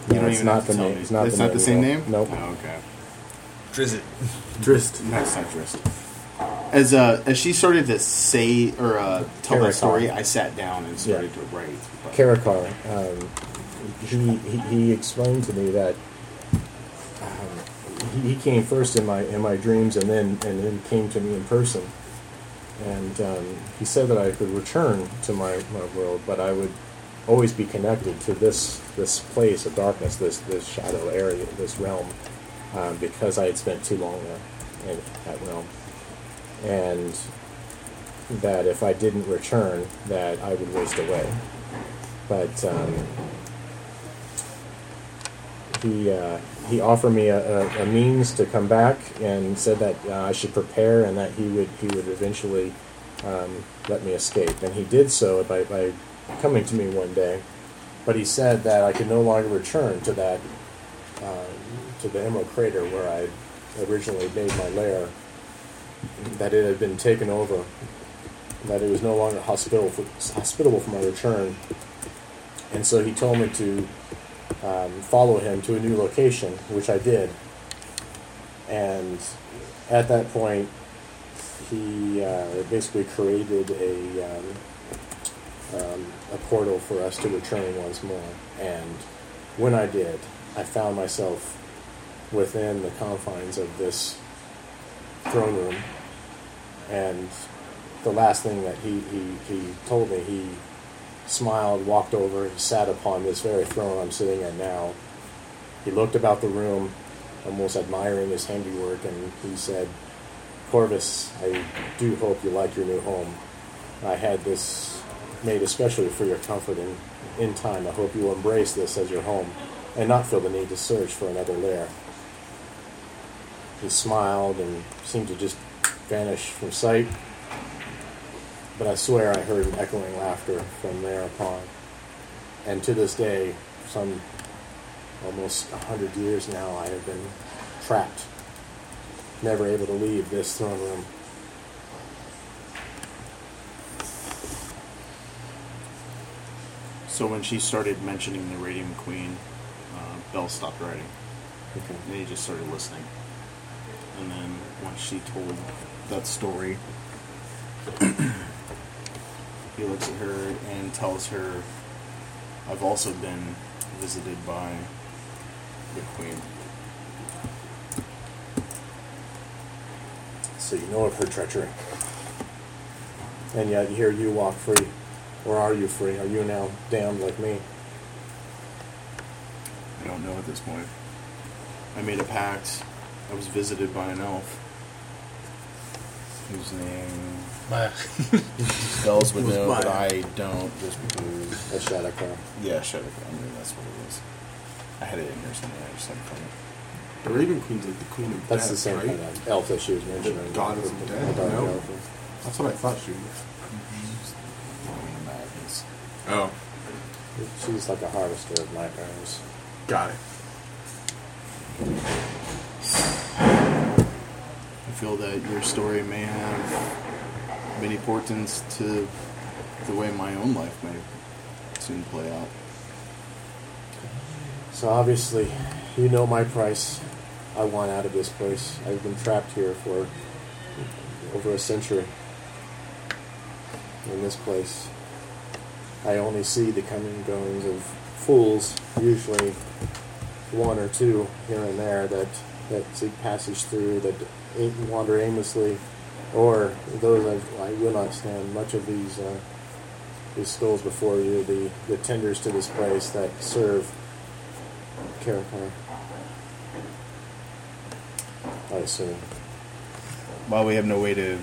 S17: You
S1: No,
S17: don't
S1: it's
S17: even
S1: not
S17: have to
S1: the
S17: tell
S1: name.
S17: me.
S1: It's not
S2: That's
S1: the
S2: not the same
S1: no.
S2: name?
S1: Nope.
S17: Oh, okay.
S18: Drizzt.
S2: Drist. No, it's not Drist. As uh, as she started to say or uh, tell that
S1: Karakar.
S2: story, I sat down and started to write. but-
S1: Karakar, um, he, he he explained to me that um, he, he came first in my in my dreams, and then and then came to me in person. And um, he said that I could return to my, my world, but I would always be connected to this this place of darkness, this this shadow area, this realm, um, because I had spent too long there in that realm, and that if I didn't return, that I would waste away but um, he uh, he offered me a, a, a means to come back and said that uh, I should prepare and that he would he would eventually um, let me escape, and he did so by, by coming to me one day. But he said that I could no longer return to that um, to the Emerald Crater where I originally made my lair. That it had been taken over. That it was no longer hospitable for, hospitable for my return, and so he told me to um, follow him to a new location, which I did. And at that point, he uh, basically created a um, um, a portal for us to return once more. And when I did, I found myself within the confines of this throne room. And the last thing that he, he, he told me, he smiled, walked over, and sat upon this very throne I'm sitting at now. He looked about the room, almost admiring his handiwork, and he said, Corvus, I do hope you like your new home. I had this made especially for your comfort, and in time, I hope you will embrace this as your home and not feel the need to search for another lair. He smiled and seemed to just vanish from sight but I swear I heard an echoing laughter from there upon. And to this day, some almost a hundred years now, I have been trapped, never able to leave this throne room.
S2: So when she started mentioning the Radium Queen, uh, Bell stopped writing.
S1: Okay.
S2: And he just started listening. And then once she told that story, he looks at her and tells her, I've also been visited by the Queen.
S1: So you know of her treachery. And yet here you walk free. Or are you free? Are you now damned like me?
S2: I don't know at this point. I made a pact. I was visited by an elf. Whose name Bells would know, but I don't just because
S4: Mm.
S1: A shadow car.
S2: Yeah, shut it. I mean, that's what it was. I had it in here somewhere. I just had it from it.
S4: The Raven Queen's like the queen of
S1: That's
S4: death,
S1: the same
S4: right?
S1: kind of elf that she was mentioning.
S4: goddess of
S1: The
S4: death,
S1: dark
S4: no?
S1: elf.
S4: That's what I thought she was.
S2: Mm-hmm. Fucking madness.
S4: Oh,
S1: She's like a harvester of nightmares.
S4: got it.
S2: I feel that your story may have many portents to the way my own life may soon play out.
S1: So obviously, you know my price. I want out of this place. I've been trapped here for over a century. In this place, I only see the coming and goings of fools, usually one or two here and there that that seek passage through, that aim- wander aimlessly, or those I've, I will not stand. Much of these. Uh, these skulls before you, the, the tenders to this place that serve Karakar. I assume.
S2: While we have no way to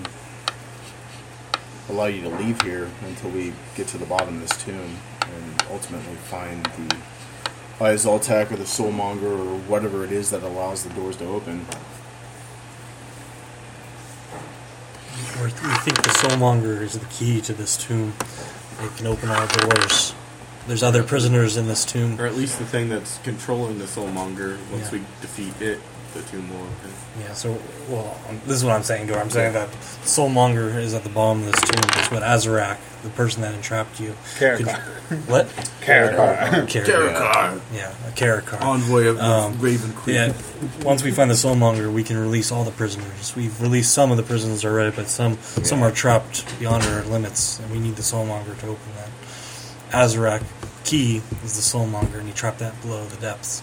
S2: allow you to leave here until we get to the bottom of this tomb and ultimately find the Izaltak or the Soulmonger or whatever it is that allows the doors to open,
S3: We're, we think the soulmonger is the key to this tomb. It can open all doors. There's other prisoners in this tomb.
S4: Or at least the thing that's controlling the Soulmonger once
S3: Yeah.
S4: we defeat it the two more.
S3: Yeah, so, well, um, this is what I'm saying to her. I'm saying that Soulmonger is at the bottom of this tomb, is what Azarak, the person that entrapped you. could- What?
S1: Uh,
S3: Karakar.
S4: Karakar,
S3: Yeah, a Karakar.
S4: envoy of
S3: Um,
S4: Raven Queen.
S3: Yeah, once we find the Soulmonger, we can release all the prisoners. We've released some of the prisoners already, but some some are trapped beyond our limits, and we need the Soulmonger to open that. Azarak Key is the Soulmonger, and he trapped that below the depths.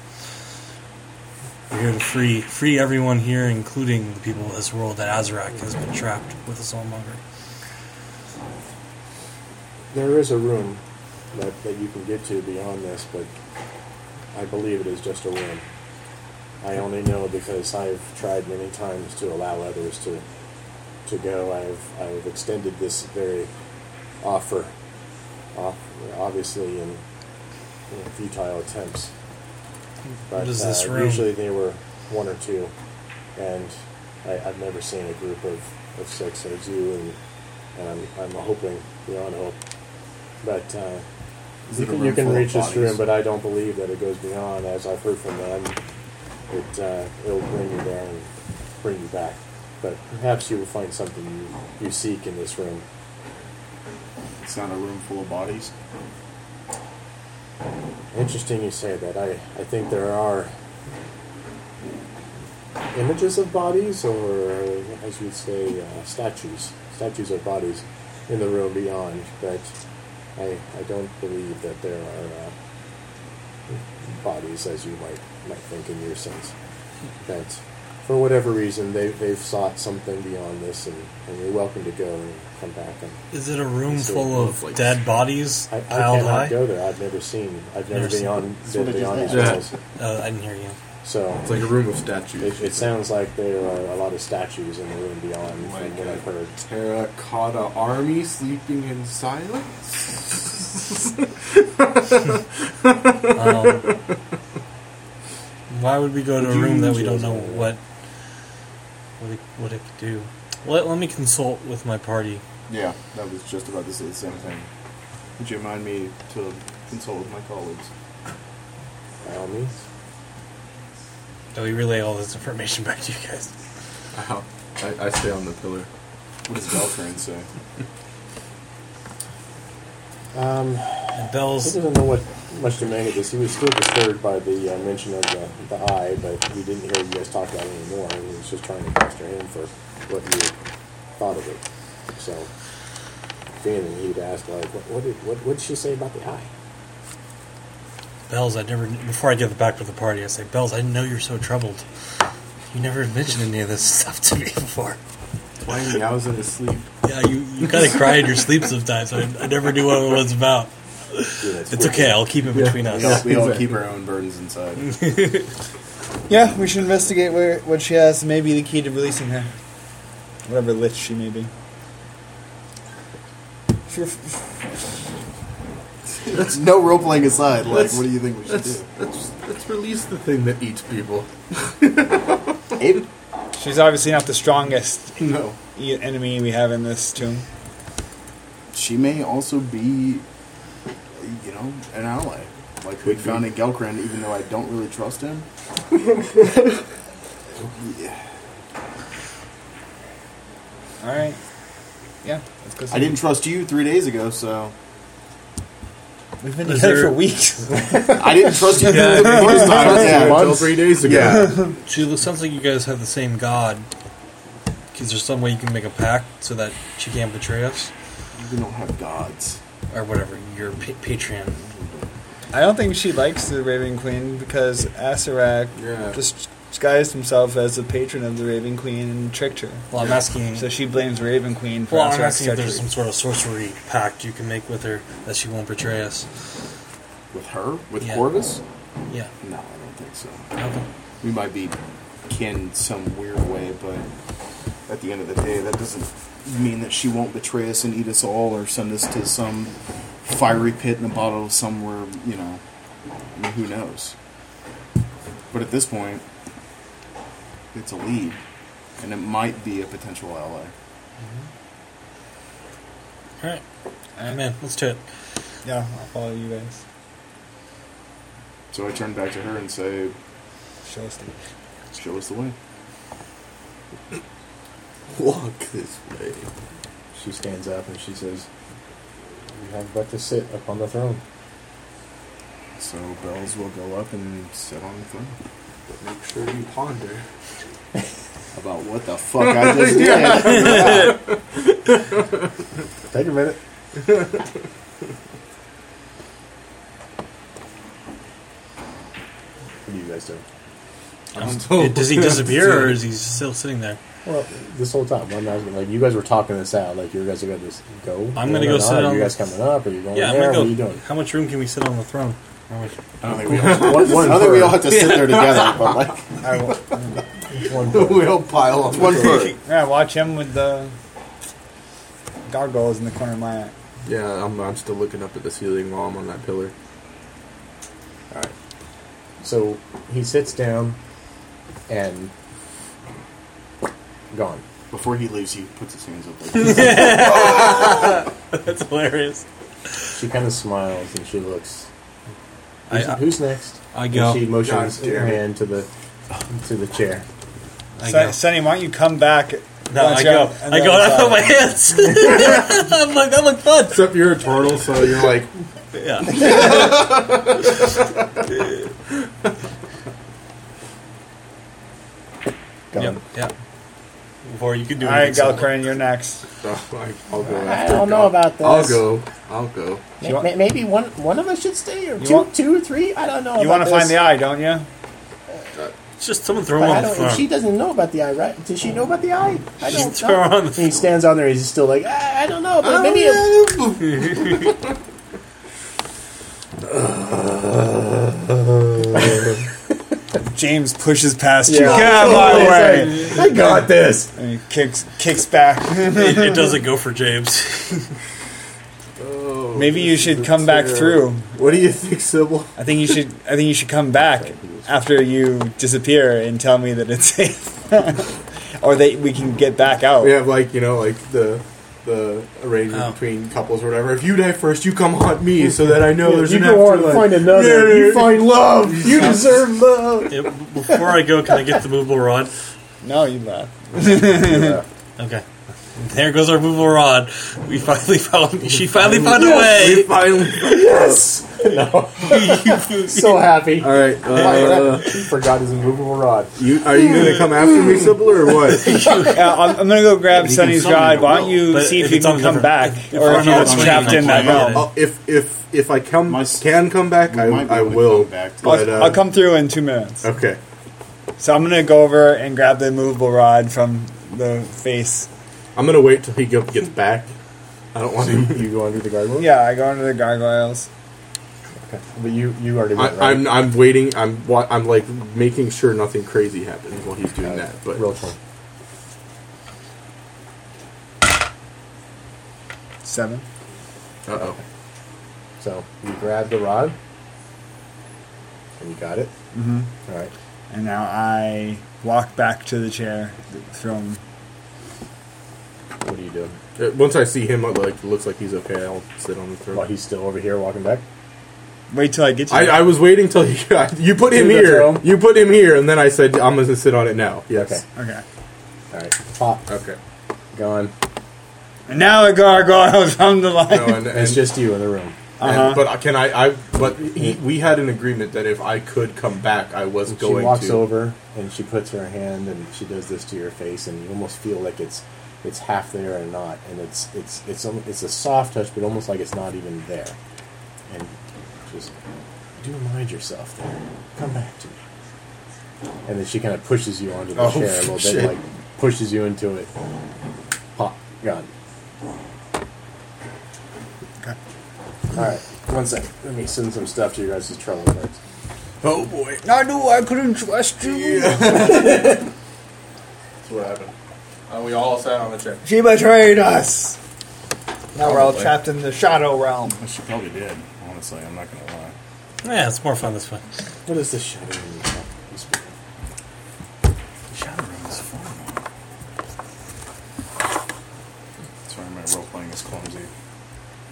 S3: We're here to free free everyone here, including the people of this world that Azarak has been trapped with the Soulmonger.
S1: There is a room that, that you can get to beyond this, but I believe it is just a room. I only know because I've tried many times to allow others to to go. I've I've extended this very offer, off, obviously in, in futile attempts. But
S3: What is
S1: uh,
S3: this room?
S1: usually they were one or two, and I, I've never seen a group of, of six. There's you and, and I'm, I'm hoping beyond hope. But uh,
S2: Is it
S1: you
S2: a
S1: can, you
S2: room
S1: can
S2: full of
S1: reach this room,
S2: bodies?
S1: but I don't believe that it goes beyond. As I've heard from them, it uh, it'll bring you there and bring you back. But perhaps you will find something you, you seek in this room.
S2: It's not a room full of bodies.
S1: Interesting you say that. I, I think there are images of bodies, or uh, as you'd say, uh, statues. Statues of bodies in the room beyond, but I, I don't believe that there are uh, bodies as you might, might think in your sense. That for whatever reason, they, they've sought something beyond this, and, and you're welcome to go and come back. And
S3: Is it a room
S1: So
S3: full
S1: it
S3: of
S4: looks like-
S3: dead bodies
S1: I, I
S3: piled
S1: cannot
S3: high?
S1: go there. I've never seen, I've never,
S3: Never
S1: been
S3: seen-
S1: on,
S2: what
S1: been
S2: I just
S1: beyond these
S2: asked.
S4: Yeah.
S1: walls.
S3: Uh, I didn't hear you.
S1: So
S4: It's like a room of statues.
S1: it, it sounds like there are a lot of statues in the room
S4: Oh
S1: beyond from what I've heard.
S4: terracotta army sleeping in silence.
S3: Um, why would we go to a room that we don't know what what it, what it could do? Let, let me consult with my party.
S2: Yeah, that was just about to say the same thing. Would you remind me to consult with my colleagues?
S1: By all means,
S3: That we relay all this information back to you guys.
S4: Ow. I, I stay on the pillar.
S2: What does Beltran say?
S1: um,
S3: And
S1: he
S3: Bell's
S1: doesn't know what much to make of this. He was still disturbed by the uh, mention of the, the eye, but he didn't hear you guys talk about it anymore. He was just trying to pester him for what he thought of it. So, being that he'd asked, like, what, what did what what did she say about the eye?
S3: Bells. I never before I give it back to the party. I say Bells. I know you're so troubled. You never mentioned any of this stuff to me before.
S4: Why me? I was in his sleep.
S3: Yeah, you, you kind of cry in your sleep sometimes. I, I never knew what it was about.
S1: You know,
S3: It's okay. I'll keep it between
S2: We all,
S3: us.
S2: we all keep our own burdens inside.
S6: Yeah, we should investigate where, what she has. Maybe the key to releasing her. Whatever lich she may be. If you're f-
S2: That's no role playing aside. Like,
S4: Let's-
S2: what do you think we should
S4: Let's,
S2: do?
S4: let's, let's release the thing that eats people.
S2: Abe?
S6: She's obviously not the strongest
S2: No.
S6: e- enemy we have in this tomb.
S2: She may also be, you know, an ally. Like we found in Gelkran, even though I don't really trust him. Yeah.
S6: All right. Yeah, let's go. see.
S2: I didn't trust you three days ago, so
S6: We've been
S3: Is
S6: together
S3: there-
S6: for weeks.
S2: I didn't trust you
S3: Yeah.
S2: the first time. Yeah.
S4: Until three days ago.
S2: Yeah.
S3: She looks- sounds like you guys have the same god. Is there some way you can make a pact so that she can't betray us?
S2: We don't have gods.
S3: Or whatever, your pa- Patreon.
S6: I don't think she likes the Raven Queen because Asarak
S4: Yeah.
S6: just disguised himself as the patron of the Raven Queen and tricked her.
S3: Well, I'm asking.
S6: So she blames Raven Queen for
S3: well, I'm
S6: Asarak's
S3: asking if
S6: treachery.
S3: there's some sort of sorcery pact you can make with her that she won't betray us.
S2: With her? With
S3: Yeah.
S2: Corvus?
S3: Yeah.
S2: No, I don't think so.
S3: Okay.
S2: We might be kin some weird way, but at the end of the day, that doesn't mean that she won't betray us and eat us all or send us to some fiery pit in a bottle somewhere, you know. I mean, who knows? But at this point, it's a lead, and it might be a potential ally.
S3: All right. I'm in. Let's do it.
S6: Yeah, I'll follow you guys.
S2: So I turn back to her and say,
S6: Show us the
S2: Show us the way.
S4: Walk this way.
S1: She stands up and she says, "You have but to sit upon the throne."
S2: So bells will go up and sit on the throne.
S4: But make sure you ponder.
S2: About what the fuck I just did.
S1: Take a minute. what do you guys do?
S4: still-
S3: Um, Does he disappear or is he still sitting there?
S1: Well, this whole time, I'm asking, like you guys were talking this out, like you guys are gonna just go.
S3: I'm gonna
S1: in
S3: go
S1: or not?
S3: sit
S1: Are
S3: on
S1: You
S3: the-
S1: guys coming up? Are you going
S3: Yeah, I'm
S1: there?
S3: gonna go.
S1: Oh, What are you doing?
S3: How much room can we sit on the throne? How much?
S2: I don't think we all, one, one I don't think we all have to sit there together, but like
S1: One
S2: we all pile on one bird.
S6: Yeah, watch him with the gargoyles in the corner of my eye.
S4: Yeah, I'm, I'm still looking up at the ceiling while I'm on that pillar.
S1: So he sits down and gone.
S2: Before he leaves, he puts his hands up. Like,
S3: That's hilarious.
S1: She kind of smiles and she looks.
S3: I-
S1: Who's,
S3: I-
S1: who's next?
S3: I
S1: And
S3: go.
S1: she motions
S4: God damn
S1: her
S4: it.
S1: hand to the to the chair.
S3: I
S6: Son-
S3: go.
S6: Sonny, why don't you come back?
S3: No, I go. I go. I put my hands. I'm like, that looked fun.
S4: Except you're a turtle, so you're like,
S3: Yeah.
S1: Gone.
S3: Yep. Yep. Before you could do
S6: All right,
S3: anything.
S6: Galcran, you're next.
S4: oh, I- I'll go
S1: I
S4: after
S1: don't know
S4: God.
S1: about this.
S4: I'll go. I'll go.
S1: May- may- maybe one one of us should stay, or two,
S6: want-
S1: two or three. I don't know.
S6: You want to find the
S1: eye?
S6: eye, don't you?
S3: It's just someone throw him
S1: I
S3: on the
S1: don't, and she
S3: throne.
S1: doesn't know about the eye, right? Does she know about the eye? I don't
S3: Just
S1: know.
S3: throw her on the
S1: he stands on there. He's still like, "Ah, I, I don't know, but maybe.
S6: James pushes past
S1: Yeah.
S6: you. Come my way.
S1: I got this.
S6: And he kicks kicks back.
S3: It, it doesn't go for James.
S6: Maybe you should come back through.
S4: What do you think, Sybil?
S6: I think you should. I think you should come back after you disappear and tell me that it's safe, or that we can get back out.
S4: We have like you know like the the arrangement
S3: Oh.
S4: between couples or whatever. If you die first, you come haunt me so that I know there's
S1: you
S4: an
S1: go on and
S4: afterlife.
S1: find another.
S4: Yeah.
S1: You find love. You deserve love.
S3: It- before I go, can I get the movable rod?
S6: No, you left.
S3: Okay. There goes our movable rod. We finally found. She finally found a
S4: We
S3: way.
S4: finally.
S1: Yes. No. so happy.
S4: All right. Uh,
S1: he forgot his immovable rod.
S4: you are you gonna come after me, Sybil, or what?
S6: Yeah, Uh, I'm, I'm gonna go grab Sunny's
S4: summon
S6: rod.
S4: it,
S6: Why don't you
S3: But
S6: see
S3: if
S6: if you
S3: it's on
S6: can
S3: a
S6: come
S3: different-
S6: back,
S3: if- if
S6: or
S3: I'm
S6: if you're
S3: not swinging,
S6: trapped in
S3: I
S6: that
S3: can't get
S6: realm?
S3: it.
S4: I'll- uh, if if if I come
S2: My-
S4: can come back, I,
S2: We might be
S4: I
S2: able to
S4: will.
S2: come back to
S4: but,
S2: that.
S4: uh,
S6: I'll come through in two minutes.
S4: Okay.
S6: So I'm gonna go over and grab the immovable rod from the face.
S4: I'm gonna wait till he go- gets back. I don't want him.
S1: You go under the gargoyle.
S6: Yeah, I go into the gargoyles.
S1: Okay. But you you already went,
S4: I,
S1: right?
S4: I'm I'm waiting. I'm wa- I'm like making sure nothing crazy happens while he's
S1: Uh,
S4: doing that. But
S1: Roll twenty.
S6: Seven.
S4: uh oh,
S1: So you grab the rod, and you got it.
S6: Mm-hmm.
S1: All right.
S6: And now I walk back to the chair from.
S1: What do you do?
S4: Uh, once I see him, uh, like looks like he's okay. I'll sit on the
S1: While
S4: throne.
S1: he's still over here walking back.
S6: Wait till I get you.
S4: I, I was waiting till he, you put him
S1: To the
S4: here.
S1: throne?
S4: You put him here, and then I said I'm gonna sit on it now. Yes.
S6: okay.
S1: All right. Pop.
S4: Okay.
S1: Gone.
S6: And now the gargoyles from the line.
S4: No, and, and,
S1: It's just you in the room.
S4: and-
S6: Uh-huh.
S4: but can I? I but he, we had an agreement that if I could come back, I was
S1: And she
S4: going
S1: walks
S4: to.
S1: over and she puts her hand and she does this to your face, and you almost feel like it's it's half there and not, and it's it's it's almo- it's a soft touch, but almost like it's not even there. And just do mind yourself there. Come back to me. And then she kind of pushes you onto the
S4: Oh,
S1: chair a little
S4: shit.
S1: bit, like pushes you into it. Pop gun. Okay. All right. One second. Let me send some stuff to you guys' Trello cards.
S4: Oh boy,
S6: I knew I couldn't trust you.
S4: that's what happened. Uh, we all sat on the chair.
S6: She betrayed us. Now we're all
S2: Probably.
S6: trapped in the shadow realm.
S2: Well, she probably did. Honestly, I'm not gonna lie.
S3: Yeah, it's more fun this way.
S1: What is this shadow in the top? This bit.
S2: Shadow Realm is fun. man. Sorry, my role playing is clumsy.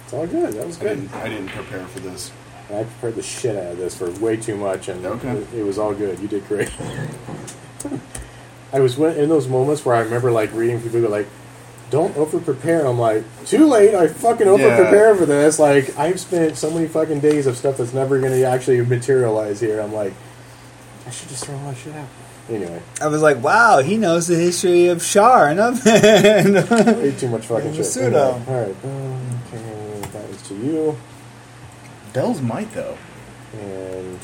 S1: It's all good. That was
S2: I
S1: good.
S2: didn't, I didn't prepare for this.
S1: I prepared the shit out of this for way too much, and
S2: Okay.
S1: it, it was all good. You did great. I was wi- in those moments where I remember like reading people go like, "Don't over prepare." I'm like, "Too late! I fucking over prepare for this." Like I've spent so many fucking days of stuff that's never going to actually materialize here. I'm like, I should just throw all that shit out. Anyway,
S6: I was like, wow, he knows the history of Shar and of and
S1: way too much fucking shit.
S6: Pseudo.
S1: Anyway, all right, um, okay, that was to you,
S19: Bell's might though.
S1: and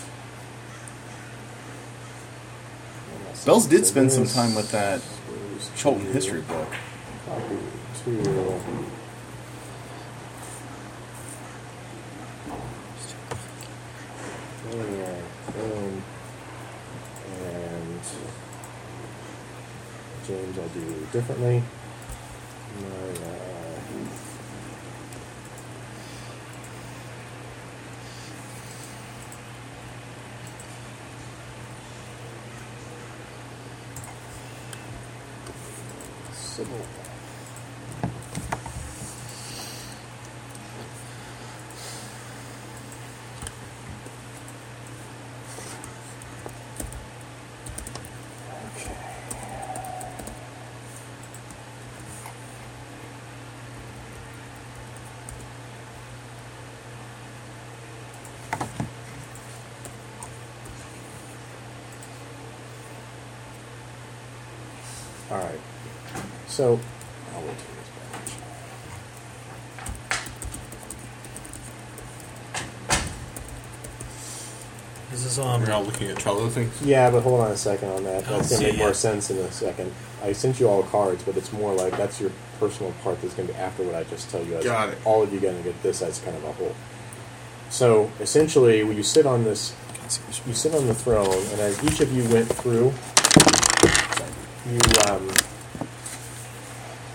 S2: Bells did spend some time with that Cholton history book.
S1: Copy to Maniac, boom. and James I'll do differently. My, uh, Sybil. Okay. All right. So, I'll wait till this
S3: Is this on?
S4: We're all looking at Trello things.
S1: back. Yeah, but hold on a second on that. That's
S3: Oh,
S1: gonna make
S3: yeah, yeah.
S1: more sense in a second. I sent you all cards, but it's more like that's your personal part that's gonna be after what I just tell you. As
S4: Got it.
S1: All of you gonna get this as kind of a whole. So essentially, when you sit on this, you sit on the throne, and as each of you went through, you um,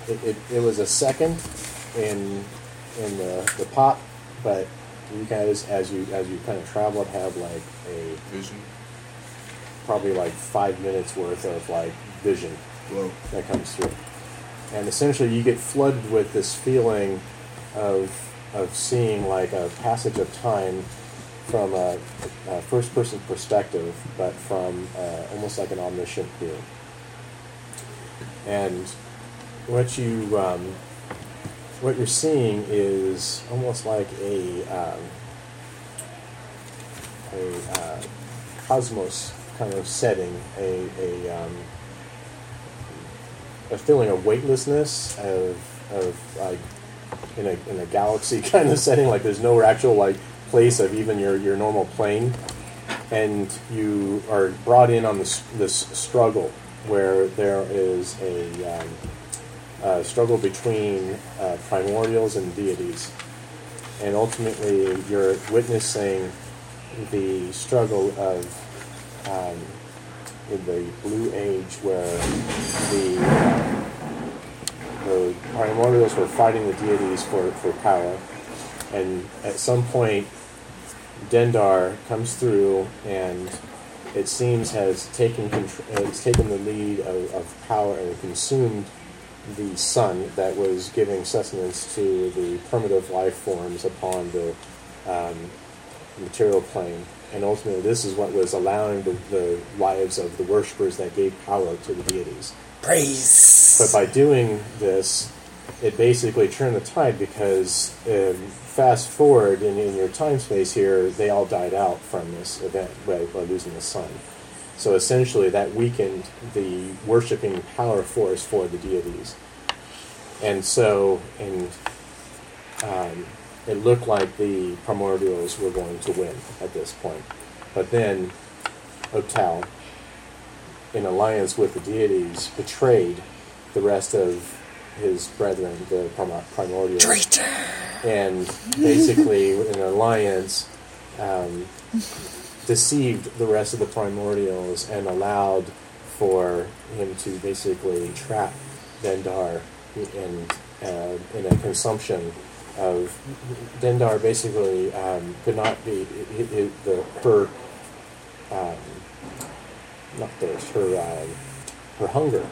S1: it, it, it was a second in in the, the pot, but you guys as you as you kind of traveled have like a
S4: Vision.
S1: probably like five minutes worth of like vision
S4: Whoa.
S1: that comes through. And essentially, you get flooded with this feeling of, of seeing like a passage of time from a, a first person perspective, but from uh, almost like an omniscient being. And what you um, what you're seeing is almost like a um, a uh, cosmos kind of setting, a, a um, a feeling of weightlessness of of like in a in a galaxy kind of setting. Like there's no actual like place of even your your normal plane, and you are brought in on this this struggle where there is a um, uh, struggle between uh, primordials and deities, and ultimately you're witnessing the struggle of. Um, in the Blue Age, where the uh, the primordials were fighting the deities for, for power. And at some point, Dendar comes through and it seems has taken contr- has taken the lead of, of power and consumed the sun that was giving sustenance to the primitive life forms upon the um, material plane. And ultimately, this is what was allowing the, the lives of the worshippers that gave power to the deities. But
S6: praise.
S1: by doing this, it basically turned the tide because um, fast forward in, in your time space here, they all died out from this event by, by losing the sun. So essentially, that weakened the worshiping power force for the deities. And so, and um, it looked like the primordials were going to win at this point. But then, Otal, in alliance with the deities, betrayed the rest of his brethren, the prim- primordials. And basically, in an alliance, um, deceived the rest of the primordials and allowed for him to basically trap Dendar in, uh, in a consumption of Dendar basically um, could not be i i i the her um, not thirst her um, her hunger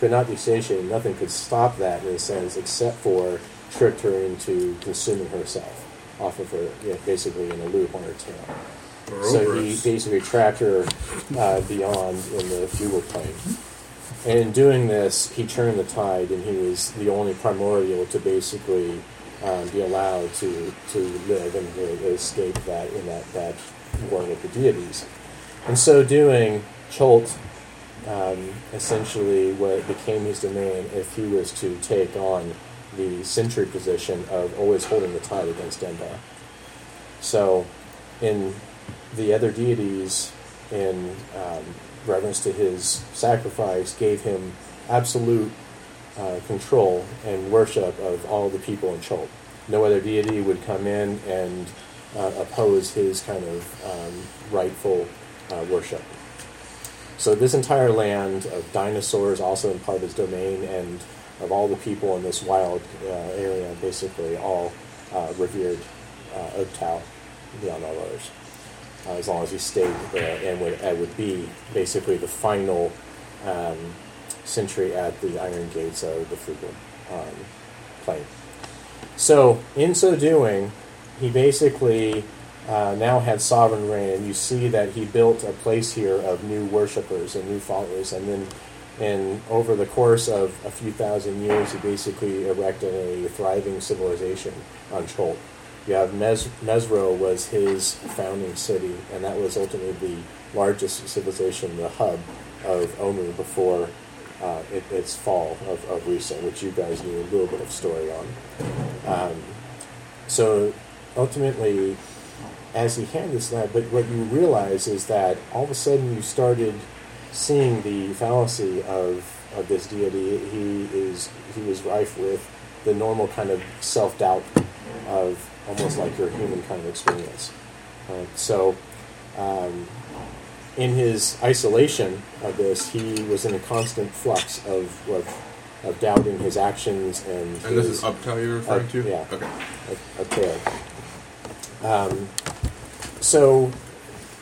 S1: could not be satiated. Nothing could stop that in a sense, except for tricked her into consuming herself off of her, you know, basically in a loop on her tail. So he basically trapped her uh, beyond in the fugal plane. And in doing this, he turned the tide, and he was the only primordial to basically um, be allowed to, to live and to escape that in that, that war with the deities. In so doing, Cholt um, essentially what became his domain if he was to take on the sentry position of always holding the tide against Denbar. So, in the other deities, in um, reverence to his sacrifice, gave him absolute uh, control and worship of all the people in Chol. No other deity would come in and uh, oppose his kind of um, rightful uh, worship. So this entire land of dinosaurs, also in part of his domain, and of all the people in this wild uh, area, basically all uh, revered uh, Oktau beyond all others, uh, as long as he stayed there and would, and would be basically the final um, sentry at the iron gates of the Fugal um, plane. So, in so doing, he basically uh, now had sovereign reign, and you see that he built a place here of new worshippers and new followers, and then, and over the course of a few thousand years, he basically erected a thriving civilization on Chol. You have Mes- Mesro was his founding city, and that was ultimately the largest civilization, the hub of Omu before uh, it, its fall of, of recent, which you guys knew a little bit of story on. Um, so ultimately, as he handed this lab, but what you realize is that all of a sudden you started seeing the fallacy of, of this deity. He is he was rife with the normal kind of self doubt of almost like your human kind of experience. Uh, so, um, in his isolation of this, he was in a constant flux of of, of doubting his actions and
S4: And this
S1: his-
S4: is Uptow you're referring
S1: Up-
S4: to?
S1: yeah.
S4: Okay.
S1: a, a tail. Um, so,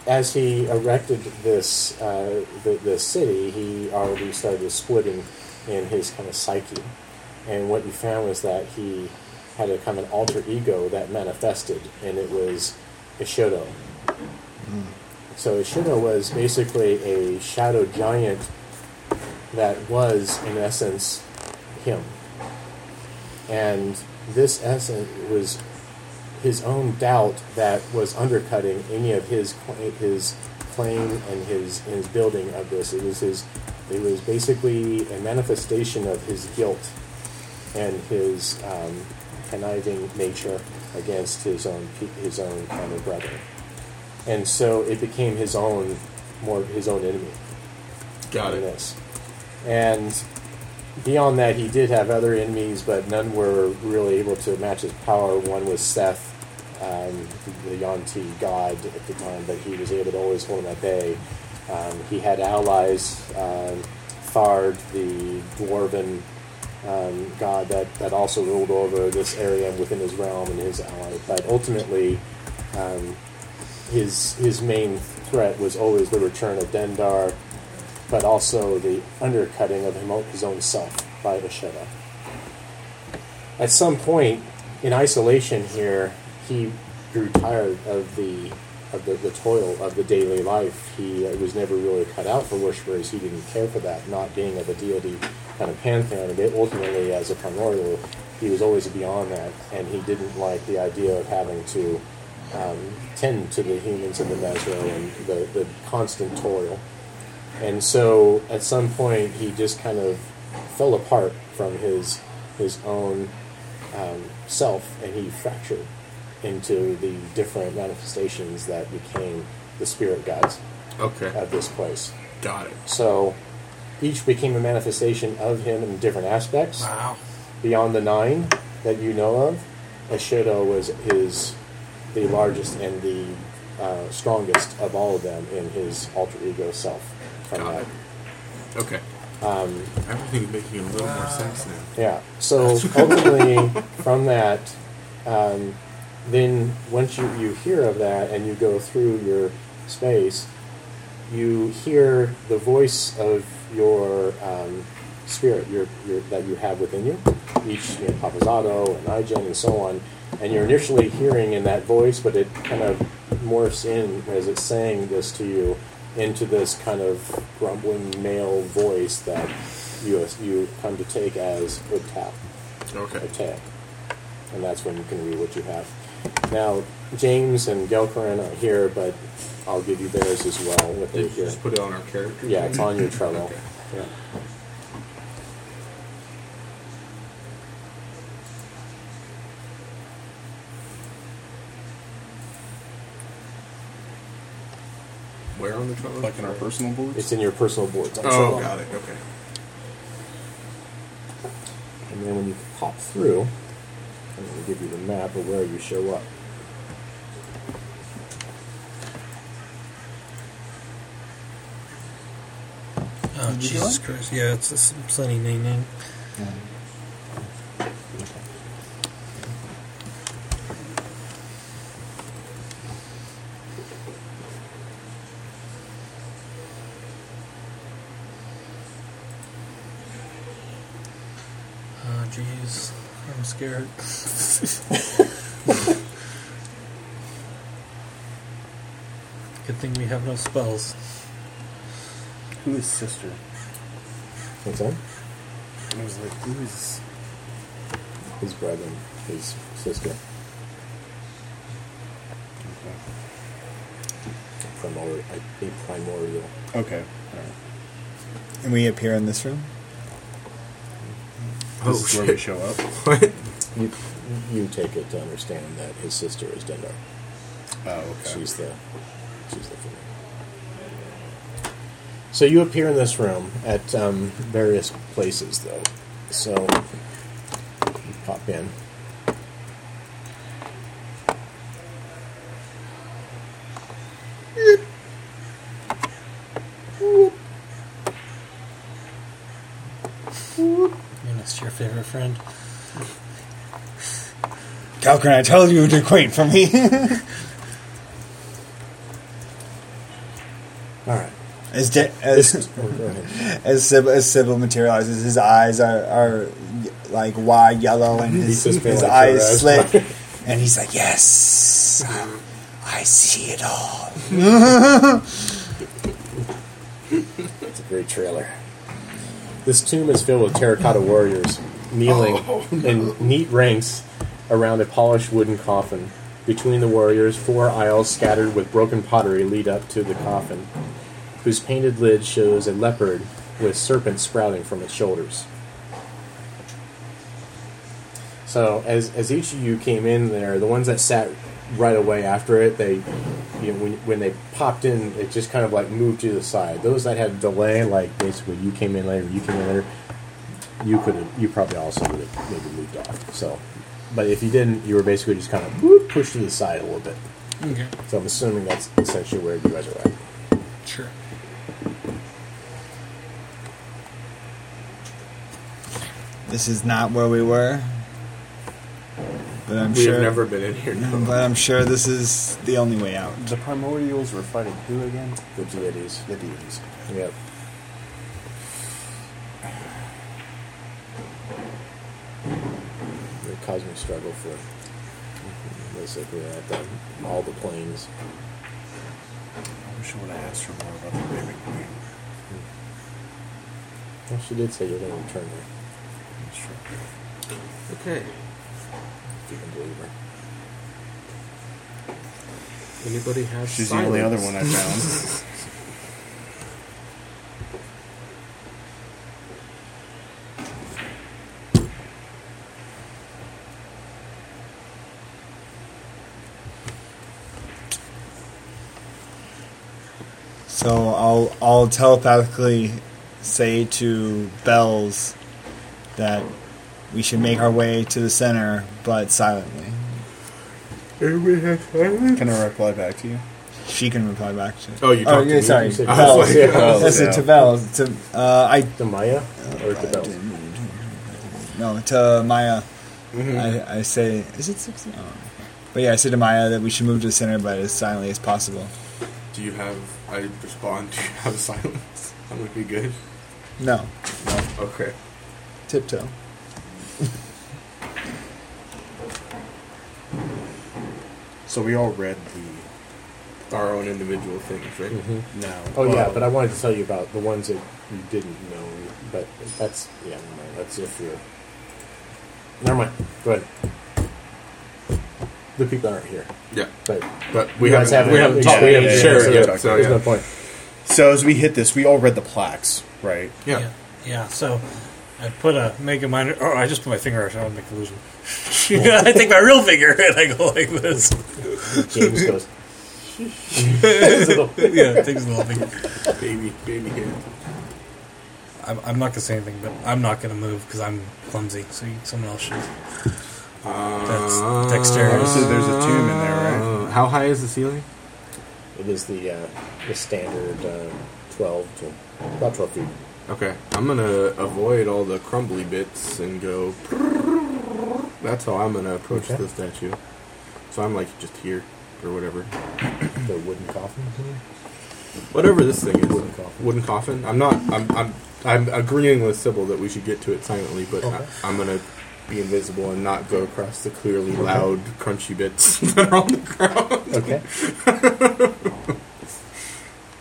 S1: as he erected this uh, the, the city, he already started splitting in his kind of psyche. And what he found was that he had a kind of an alter ego that manifested, and it was Ishodo. So Ishodo was basically a shadow giant that was, in essence, him and this essence was his own doubt that was undercutting any of his cl- his claim and his his building of this. It was his it was basically a manifestation of his guilt and his um, conniving nature against his own pe- his own kind of brother, and so it became his own more his own enemy.
S4: Got
S1: in
S4: it.
S1: This. And beyond that, he did have other enemies, but none were really able to match his power. One was Seth, um, the Yonti god at the time, but he was able to always hold him at bay. Um, he had allies, um, Thard, the dwarven um, god that, that also ruled over this area within his realm and his ally. But ultimately, um, his his main threat was always the return of Dendar, but also the undercutting of him, his own self by Asheta. At some point, in isolation here, he grew tired of the of the, the toil of the daily life. He uh, was never really cut out for worshippers. He didn't care for that, not being of a deity kind of pantheon. But ultimately, as a primordial, he was always beyond that, and he didn't like the idea of having to um, tend to the humans and the Mesro and the, the constant toil. And so at some point, he just kind of fell apart from his his own um, self, and he fractured into the different manifestations that became the spirit gods
S4: Okay.
S1: of this place.
S4: Got it.
S1: So each became a manifestation of him in different aspects.
S20: Wow.
S1: Beyond the nine that you know of, Ashido was his the largest and the uh, strongest of all of them in his alter ego self. From
S4: Got
S1: that.
S4: it. Okay.
S1: um,
S4: Everything's making a little more sense now.
S1: Yeah. So ultimately, from that, um, then once you, you hear of that and you go through your space, you hear the voice of your um, spirit your, your, that you have within you, each you know, Papazotto and Igen and so on. and you're initially hearing in that voice, but it kind of morphs in as it's saying this to you into this kind of grumbling male voice that you you come to take as Utap.
S4: Okay.
S1: Attack, and that's when you can read what you have. Now, James and Gelkarin are here, but I'll give you theirs as well. What they
S4: Did you
S1: hear.
S4: just put it on our character?
S1: Yeah, it's on your Trello.
S4: Okay.
S1: Yeah.
S4: Where on the Trello?
S21: Like in our personal boards?
S1: It's in your personal boards. on
S4: Oh,
S1: Trello.
S4: got it. Okay.
S1: And then when you pop through, I'm going to give you the map of where you show up.
S3: Oh, Jesus Christ. Yeah, it's a sunny name name. Oh, jeez. I'm scared. Good thing we have no spells.
S2: Who is sister?
S1: What's that?
S2: And I was like, who is?
S1: His brother, his sister, primordial. I think primordial.
S2: Okay. Okay. All right.
S6: And we appear in this room.
S4: Oh,
S2: this is where we
S4: shit.
S2: show up.
S4: What?
S1: You, you take it to understand that his sister is Dendar.
S2: Oh, okay.
S1: She's the she's the female. So you appear in this room at um, various places, though. So you pop in.
S22: You missed your favorite friend.
S6: Calcrin, I told you to wait for me.
S1: All right.
S6: as de- as
S1: Oh, go ahead.
S6: as Sybil, as Sybil materializes, his eyes are, are like wide yellow, and
S1: He's
S6: his,
S1: just been
S6: his
S1: like
S6: eyes
S1: harassed.
S6: slick, and he's like, "Yes, I see it all."
S1: It's a great trailer. This tomb is filled with terracotta warriors kneeling in neat ranks around a polished wooden coffin. Between the warriors, four aisles scattered with broken pottery lead up to the coffin, whose painted lid shows a leopard with serpents sprouting from its shoulders. So as as each of you came in there, the ones that sat right away after it, they you know, when when they popped in, it just kind of like moved to the side. Those that had delay, like basically you came in later, you came in later, you could have you probably also would have maybe moved off. So, but if you didn't, you were basically just kind of whoop, pushed to the side a little bit.
S22: Okay.
S1: So I'm assuming that's essentially where you guys are at.
S22: Sure.
S6: This is not where we were, but I'm
S4: We've
S6: sure.
S4: never been in here. No.
S6: but I'm sure this is the only way out.
S2: The primordials were fighting who again?
S1: The deities.
S2: The deities.
S1: Yep. The cosmic struggle for basically at the, all the planes.
S2: I wish I would have asked her more about the baby queen.
S1: Well, she did say you're going to return there.
S2: That's true.
S4: Okay.
S1: If you can believe her.
S4: Anybody have?
S2: She's
S4: silence?
S2: the only other one I found.
S6: So I'll I'll telepathically say to Bells that we should make our way to the center, but silently.
S2: Can I reply back to you?
S6: She can reply back to.
S4: Oh, you
S6: Oh,
S4: talked
S6: yeah,
S4: to me.
S6: sorry.
S1: said-
S6: Bells.
S1: I was like-
S6: I said
S2: yeah.
S6: to Bells. To, uh, I
S1: To Maya or to Bell?
S6: no to Maya. I, I say, is it sixteen? Oh. But yeah, I say to Maya that we should move to the center, but as silently as possible.
S4: Do you have? I respond. Do you have silence? That would be good.
S6: No,
S4: Okay.
S6: tiptoe.
S2: So we all read the
S4: Our own individual things, right?
S2: now.
S1: Oh yeah, but I wanted to tell you about the ones that you didn't know. But that's yeah, never mind. That's if you're. Never mind. Go ahead. The people aren't here,
S4: Yeah,
S1: but
S4: but we
S1: you guys
S4: haven't, we haven't talked, we haven't
S1: yeah,
S4: shared
S1: so
S4: it yet.
S1: there's-
S4: So
S1: there's
S4: yeah,
S1: no point.
S2: So as we hit this, we all read the plaques, right?
S4: yeah.
S3: yeah. Yeah, so I put a mega minor. Oh, I just put my finger out. I want to make an illusion. I take my real finger and I go like this.
S1: James goes.
S3: yeah, it takes a little finger.
S4: baby, baby hand.
S3: I'm, I'm not gonna say anything, but I'm not gonna move because I'm clumsy. So you, someone else should. That's dexterity.
S2: Obviously, there's a tomb in there, right?
S4: Uh, how high is the ceiling?
S1: It is the uh, the standard uh, twelve to about twelve feet.
S4: Okay, I'm gonna avoid all the crumbly bits and go. That's how I'm gonna approach
S1: Okay.
S4: the statue. So I'm like just here or whatever,
S1: The wooden coffin.
S4: whatever this thing is.
S1: Wooden coffin.
S4: Wooden coffin. I'm not. I'm. I'm. I'm agreeing with Sybil that we should get to it silently, but
S1: Okay.
S4: I, am gonna be invisible and not go across the clearly loud, crunchy bits that are on the ground.
S1: Okay.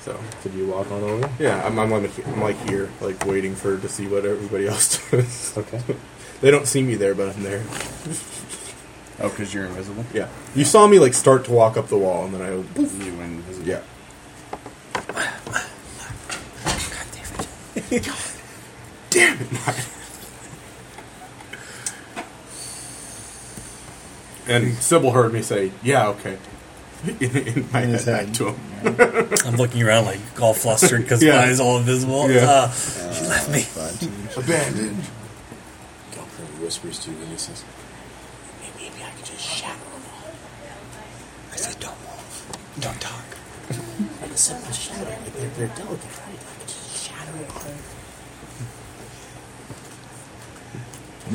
S4: So
S1: Could you walk on over?
S4: yeah, I'm. I'm, like, I'm like here, like waiting for to see what everybody else does.
S1: Okay.
S4: they don't see me there, but I'm there.
S2: Oh, because you're invisible.
S4: Yeah. You saw me like start to walk up the wall, and then I
S2: You invisible.
S4: yeah. Damn it! Mark. and Sybil heard me say, "Yeah, okay." In, in my
S6: In his
S4: head, back
S6: head.
S4: to him.
S3: I'm looking around like all flustered because
S4: Yeah.
S3: my eyes all invisible.
S4: Yeah.
S3: Uh, she left me.
S4: Abandoned.
S23: Galpin whispers to you and he says, "Maybe I could just shatter them all." I said, "Don't move, don't talk." like a simple shattering, like they're, they're delicate, right? Like just shatter it all.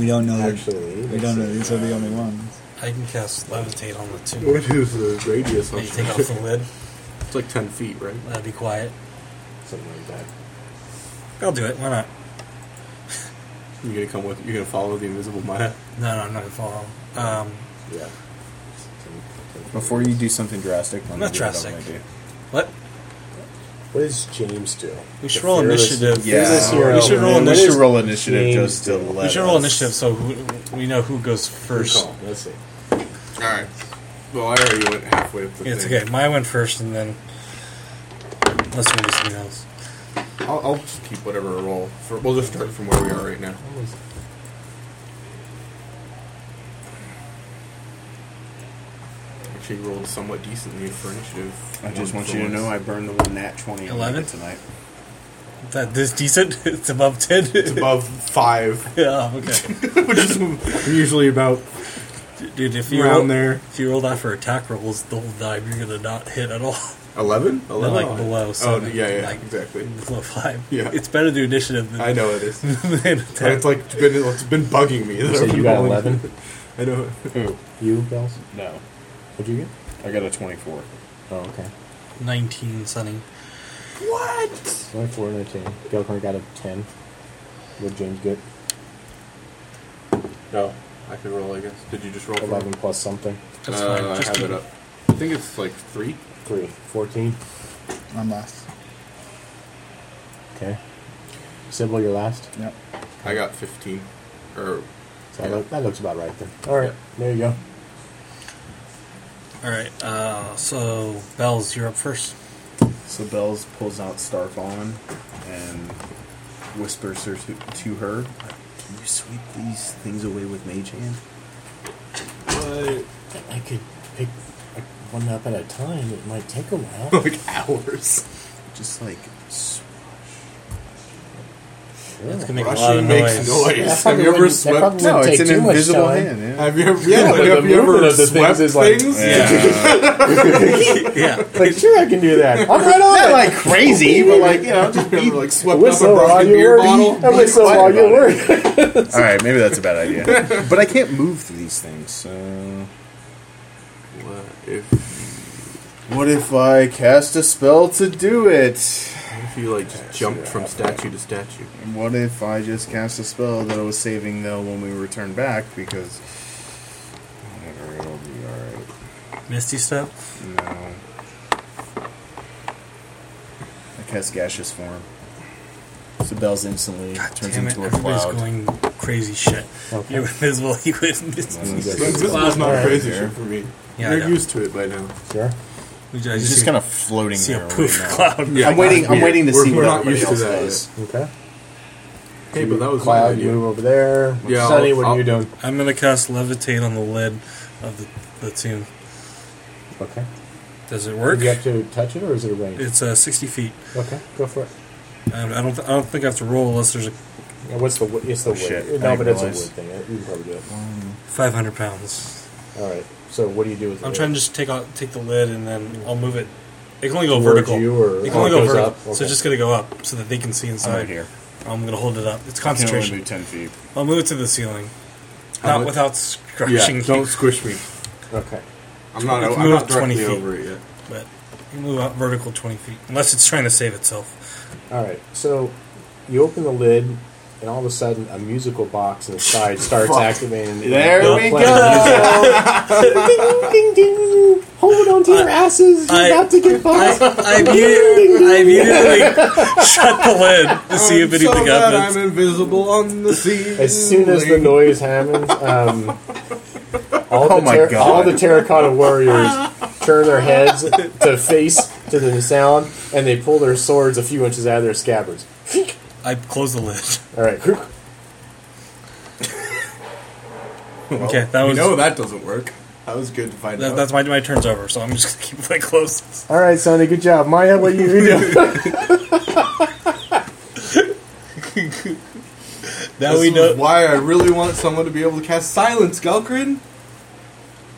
S6: We don't know.
S1: Actually,
S6: we don't know. These are the only ones.
S3: I can cast levitate on the tomb.
S4: What is the radius? on
S3: Maybe take off the lid.
S4: It's like ten feet, right?
S3: That'd be quiet.
S1: Something like that.
S3: I'll do it. Why not?
S4: You're gonna come with. You're gonna follow the invisible Maya.
S3: No, no, I'm not gonna follow. Um,
S1: Yeah.
S2: Before you do something drastic, let me
S3: Not
S2: hear about
S3: drastic.
S2: an idea.
S3: what?
S1: What does James do?
S3: We
S1: The
S3: should roll
S1: fearless-
S3: initiative.
S2: Yeah.
S1: fearless hero.
S3: We should roll
S1: What
S2: We
S3: initiative.
S1: is
S2: should roll initiative
S1: James
S2: just to
S1: do?
S2: let.
S3: We should roll
S2: us-
S3: initiative so who, we know who goes first.
S1: Recall. Let's see.
S4: All right. Well, I already went halfway up the
S3: Yeah, it's
S4: thing.
S3: okay. Maya went first, and then unless we do something else.
S4: I'll, I'll just keep whatever I roll. For, we'll just start from where we are right now. Actually, rolled somewhat decently for initiative.
S2: I just
S4: One
S2: want
S4: for
S2: you to
S4: once.
S2: know I burned the one nat twenty on
S3: 11?
S2: it tonight.
S3: That this decent. It's above ten.
S4: it's above five,
S3: yeah. oh, Okay.
S4: which is usually about
S3: Dude, if you roll,
S4: around there.
S3: if you roll that for attack rolls, the whole die you're gonna not hit at all.
S4: Eleven?
S3: They're like below.
S4: Oh,
S3: Seven,
S4: yeah, yeah,
S3: like
S4: exactly.
S3: Below five.
S4: Yeah.
S3: It's better to do initiative than,
S4: I know it is.
S3: than
S4: And
S3: attack.
S4: it's like it's been, it's been bugging me. that
S1: So
S4: I've
S1: you
S4: been
S1: got
S4: rolling-
S1: 11?
S4: I know.
S1: You, Bells?
S2: No,
S1: What'd you get?
S2: I got a twenty-four.
S1: Oh, okay.
S3: Nineteen, Sunny.
S1: It's only four and a ten. Gelcorn got a ten. What James get?
S4: No, I could roll. I guess. Did you just roll? for me?
S1: Eleven plus something.
S3: That's
S4: Uh,
S3: fine.
S4: I
S3: Just
S4: have
S3: keep
S4: it up. I think it's like three.
S1: Three. Fourteen.
S6: I'm last.
S1: Okay. Sybil, you're last.
S6: Yep.
S4: I got fifteen, or
S1: So that, that looks about right then. All right. There you go.
S3: All right. Uh, so Bells, you're up first.
S2: So Bells pulls out Starfallen and whispers her to, to her, "Can you sweep these things away with Mage Hand?"
S1: I could pick like, one up at a time. It might take a while.
S4: like hours.
S2: Just like s-
S3: It's
S1: sure.
S3: gonna make a
S4: Russian
S3: lot of
S4: makes noise.
S1: That
S4: Have
S1: probably
S4: you ever
S1: wouldn't- that
S4: swept?
S1: probably wouldn't take too much time.
S2: Yeah.
S4: Have you ever? Yeah, but
S1: the
S4: have you
S1: movement
S4: ever
S1: of the things
S4: swept
S1: is
S4: things?
S1: like-
S3: yeah.
S1: Like, sure, I can do that. I'm right on it.
S2: like crazy, but like you know, just
S4: Have you ever, like swept up a
S1: Whistle while
S4: broken
S1: you
S4: beer
S1: work.
S4: bottle?
S1: I whistle
S2: Quiet
S1: while you
S2: about
S1: work.
S2: All right, maybe that's a bad idea. but I can't move through these things. So,
S4: What if,
S2: what if I cast a spell to do it?
S4: what if you like just jumped from statue to statue?
S2: And What if I just cast a spell that I was saving though when we return back because whatever, it'll be all right.
S3: Misty Step?
S2: No. I cast gaseous form. So Bell's instantly
S3: God
S2: turns
S3: damn it,
S2: into a
S3: everybody's
S2: cloud.
S3: going crazy shit. You're invisible, you went
S2: Well,
S3: Misty
S2: that's-
S3: Step.
S4: That's not
S2: Alright,
S4: crazy
S2: there.
S4: shit for me.
S3: Yeah, I
S4: You're
S3: know.
S4: used to it by now.
S1: Sure.
S3: We ju- I
S2: He's
S3: just
S2: just
S3: see-
S2: kind of floating
S3: see
S2: there.
S3: a poof
S2: right now.
S3: cloud.
S4: Yeah,
S2: I'm waiting. I'm
S4: weird.
S2: waiting to
S4: We're-
S2: see
S4: we're
S2: what
S4: not
S2: everybody
S4: used to
S2: else
S4: that
S2: does.
S1: Okay.
S4: Hey, but that was my
S1: Cloud,
S4: idea.
S1: move over there.
S4: Yeah,
S1: Sunny,
S4: I'll-
S1: what are you
S4: I'll-
S1: doing?
S3: I'm gonna cast levitate on the lid of the, the tomb.
S1: Okay.
S3: Does it work?
S1: You have to touch it, or is it a range?
S3: It's uh, 60 feet.
S1: okay, go for it.
S3: Um, I don't. Th- I don't think I have to roll unless there's a
S1: Yeah, what's the? wo- It's the
S2: Oh,
S1: wood.
S2: shit,
S1: No,
S2: I
S1: but it's a wood
S2: realize.
S1: thing. You can probably do it.
S3: 500 pounds.
S1: All right. So what do you do with?
S3: I'm
S1: the
S3: trying to
S1: wood?
S3: just take out, take the lid, and then I'll move it. It can only go
S1: Towards
S3: vertical.
S1: you or-
S3: it can
S1: oh,
S3: only
S1: it
S3: go
S1: goes
S3: vertical.
S1: up?
S3: So
S1: Okay.
S3: it's just gonna go up so that they can see
S2: I'm
S3: inside.
S2: right here.
S3: I'm gonna hold it up. It's
S2: I can only
S3: concentration.
S2: move ten feet.
S3: I'll move it to the ceiling,
S4: How
S3: not
S4: much?
S3: without scratching.
S4: Yeah,
S3: you,
S4: don't squish me.
S1: Okay.
S4: I'm not.
S3: It's
S4: I'm
S3: moved
S4: not
S3: 20
S4: directly
S3: feet.
S4: over it yet.
S3: But you move out vertical 20 feet, unless it's trying to save itself.
S1: All right. So you open the lid, and all of a sudden, a musical box inside starts activating.
S2: There
S1: They're
S2: we
S1: playing music. ding, ding, ding. Hold on to your asses. You're
S3: I-
S1: about to get buzzed.
S3: I muted. I immediately shut the lid to see if anything happens.
S4: I'm invisible on the sea.
S1: As soon as the noise happens, um, all,
S2: Oh
S1: the
S2: my
S1: ter-
S2: God.
S1: all the terracotta warriors turn their heads to face to the sound, and they pull their swords a few inches out of their scabbards.
S3: I close the lid.
S1: All right,
S3: okay, that
S4: You
S3: was
S4: know that doesn't work. That was good to find
S3: that,
S4: out.
S3: that's my my turn's over. So I'm just gonna keep my close.
S1: all right, Sonny, good job. Maya, what you doing?
S3: Now
S4: This
S3: we
S4: is
S3: know.
S4: why I really want someone to be able to cast silence, Galgrin.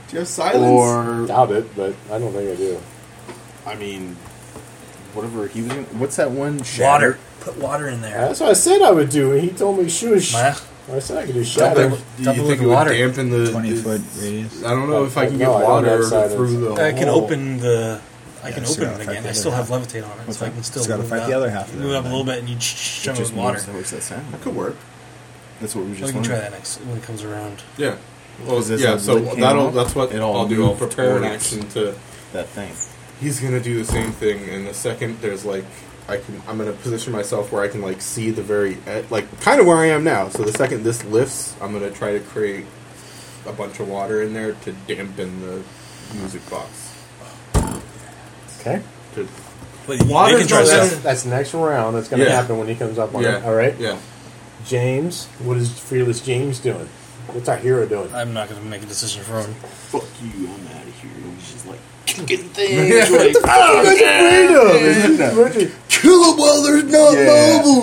S4: Do you have silence?
S2: Or
S1: Doubt it, but I don't think I do.
S2: I mean, whatever he was. Gonna, what's that one?
S3: Water. Put water in
S1: Uh,
S3: there.
S1: That's what I said I would do, and he told me shoot. Sh-
S3: Maya,
S1: I said I could do
S4: do you
S1: shadow.
S4: think, do
S3: Double
S4: you think
S3: with
S4: it would
S3: water.
S4: dampen the
S6: Twenty
S4: the-
S6: foot radius.
S4: I don't know if I can get
S1: No, I don't know
S4: water
S1: what side
S4: through
S1: it's-
S4: the.
S3: I can
S4: hole.
S3: open the. I can
S6: Yeah, so
S3: open it
S6: gotta fight
S3: again.
S6: the
S3: I
S6: other
S3: still
S6: half.
S3: have levitate on it, so I can still
S6: Just gotta
S3: move
S6: fight
S3: it
S6: the
S3: up.
S6: other half of it,
S3: Move up a
S6: then.
S3: little bit, and you sh-
S2: It
S3: shove it
S2: just
S3: with water.
S2: moves towards that sound.
S4: That could work.
S2: That's what we
S3: We
S2: just
S3: can try
S2: learned.
S3: that next when it comes around.
S4: Yeah. Well,
S2: Is this
S4: yeah.
S2: a
S4: So
S2: lid came
S4: that'll.
S2: up?
S4: That's what
S2: It all
S4: I'll do. I'll
S2: moved
S4: prepare an
S2: forward.
S4: action to.
S2: That thing.
S4: He's gonna do the same thing, and the second there's like I can, I'm gonna position myself where I can like see the very e- like kind of where I am now. So the second this lifts, I'm gonna try to create a bunch of water in there to dampen the music box.
S1: Okay,
S4: To,
S3: But you-
S4: Water's
S3: they can try
S4: not
S3: stuff.
S1: that's, that's the next round. That's going to
S4: Yeah.
S1: happen when he comes up on
S4: yeah.
S1: it. All right,
S4: Yeah.
S1: James, what is fearless James doing? What's our hero doing?
S3: I'm not going to make a decision for him.
S2: Fuck you! I'm out of here. It was just like
S6: Ah,
S4: Kill them while they're not
S2: Yeah. no,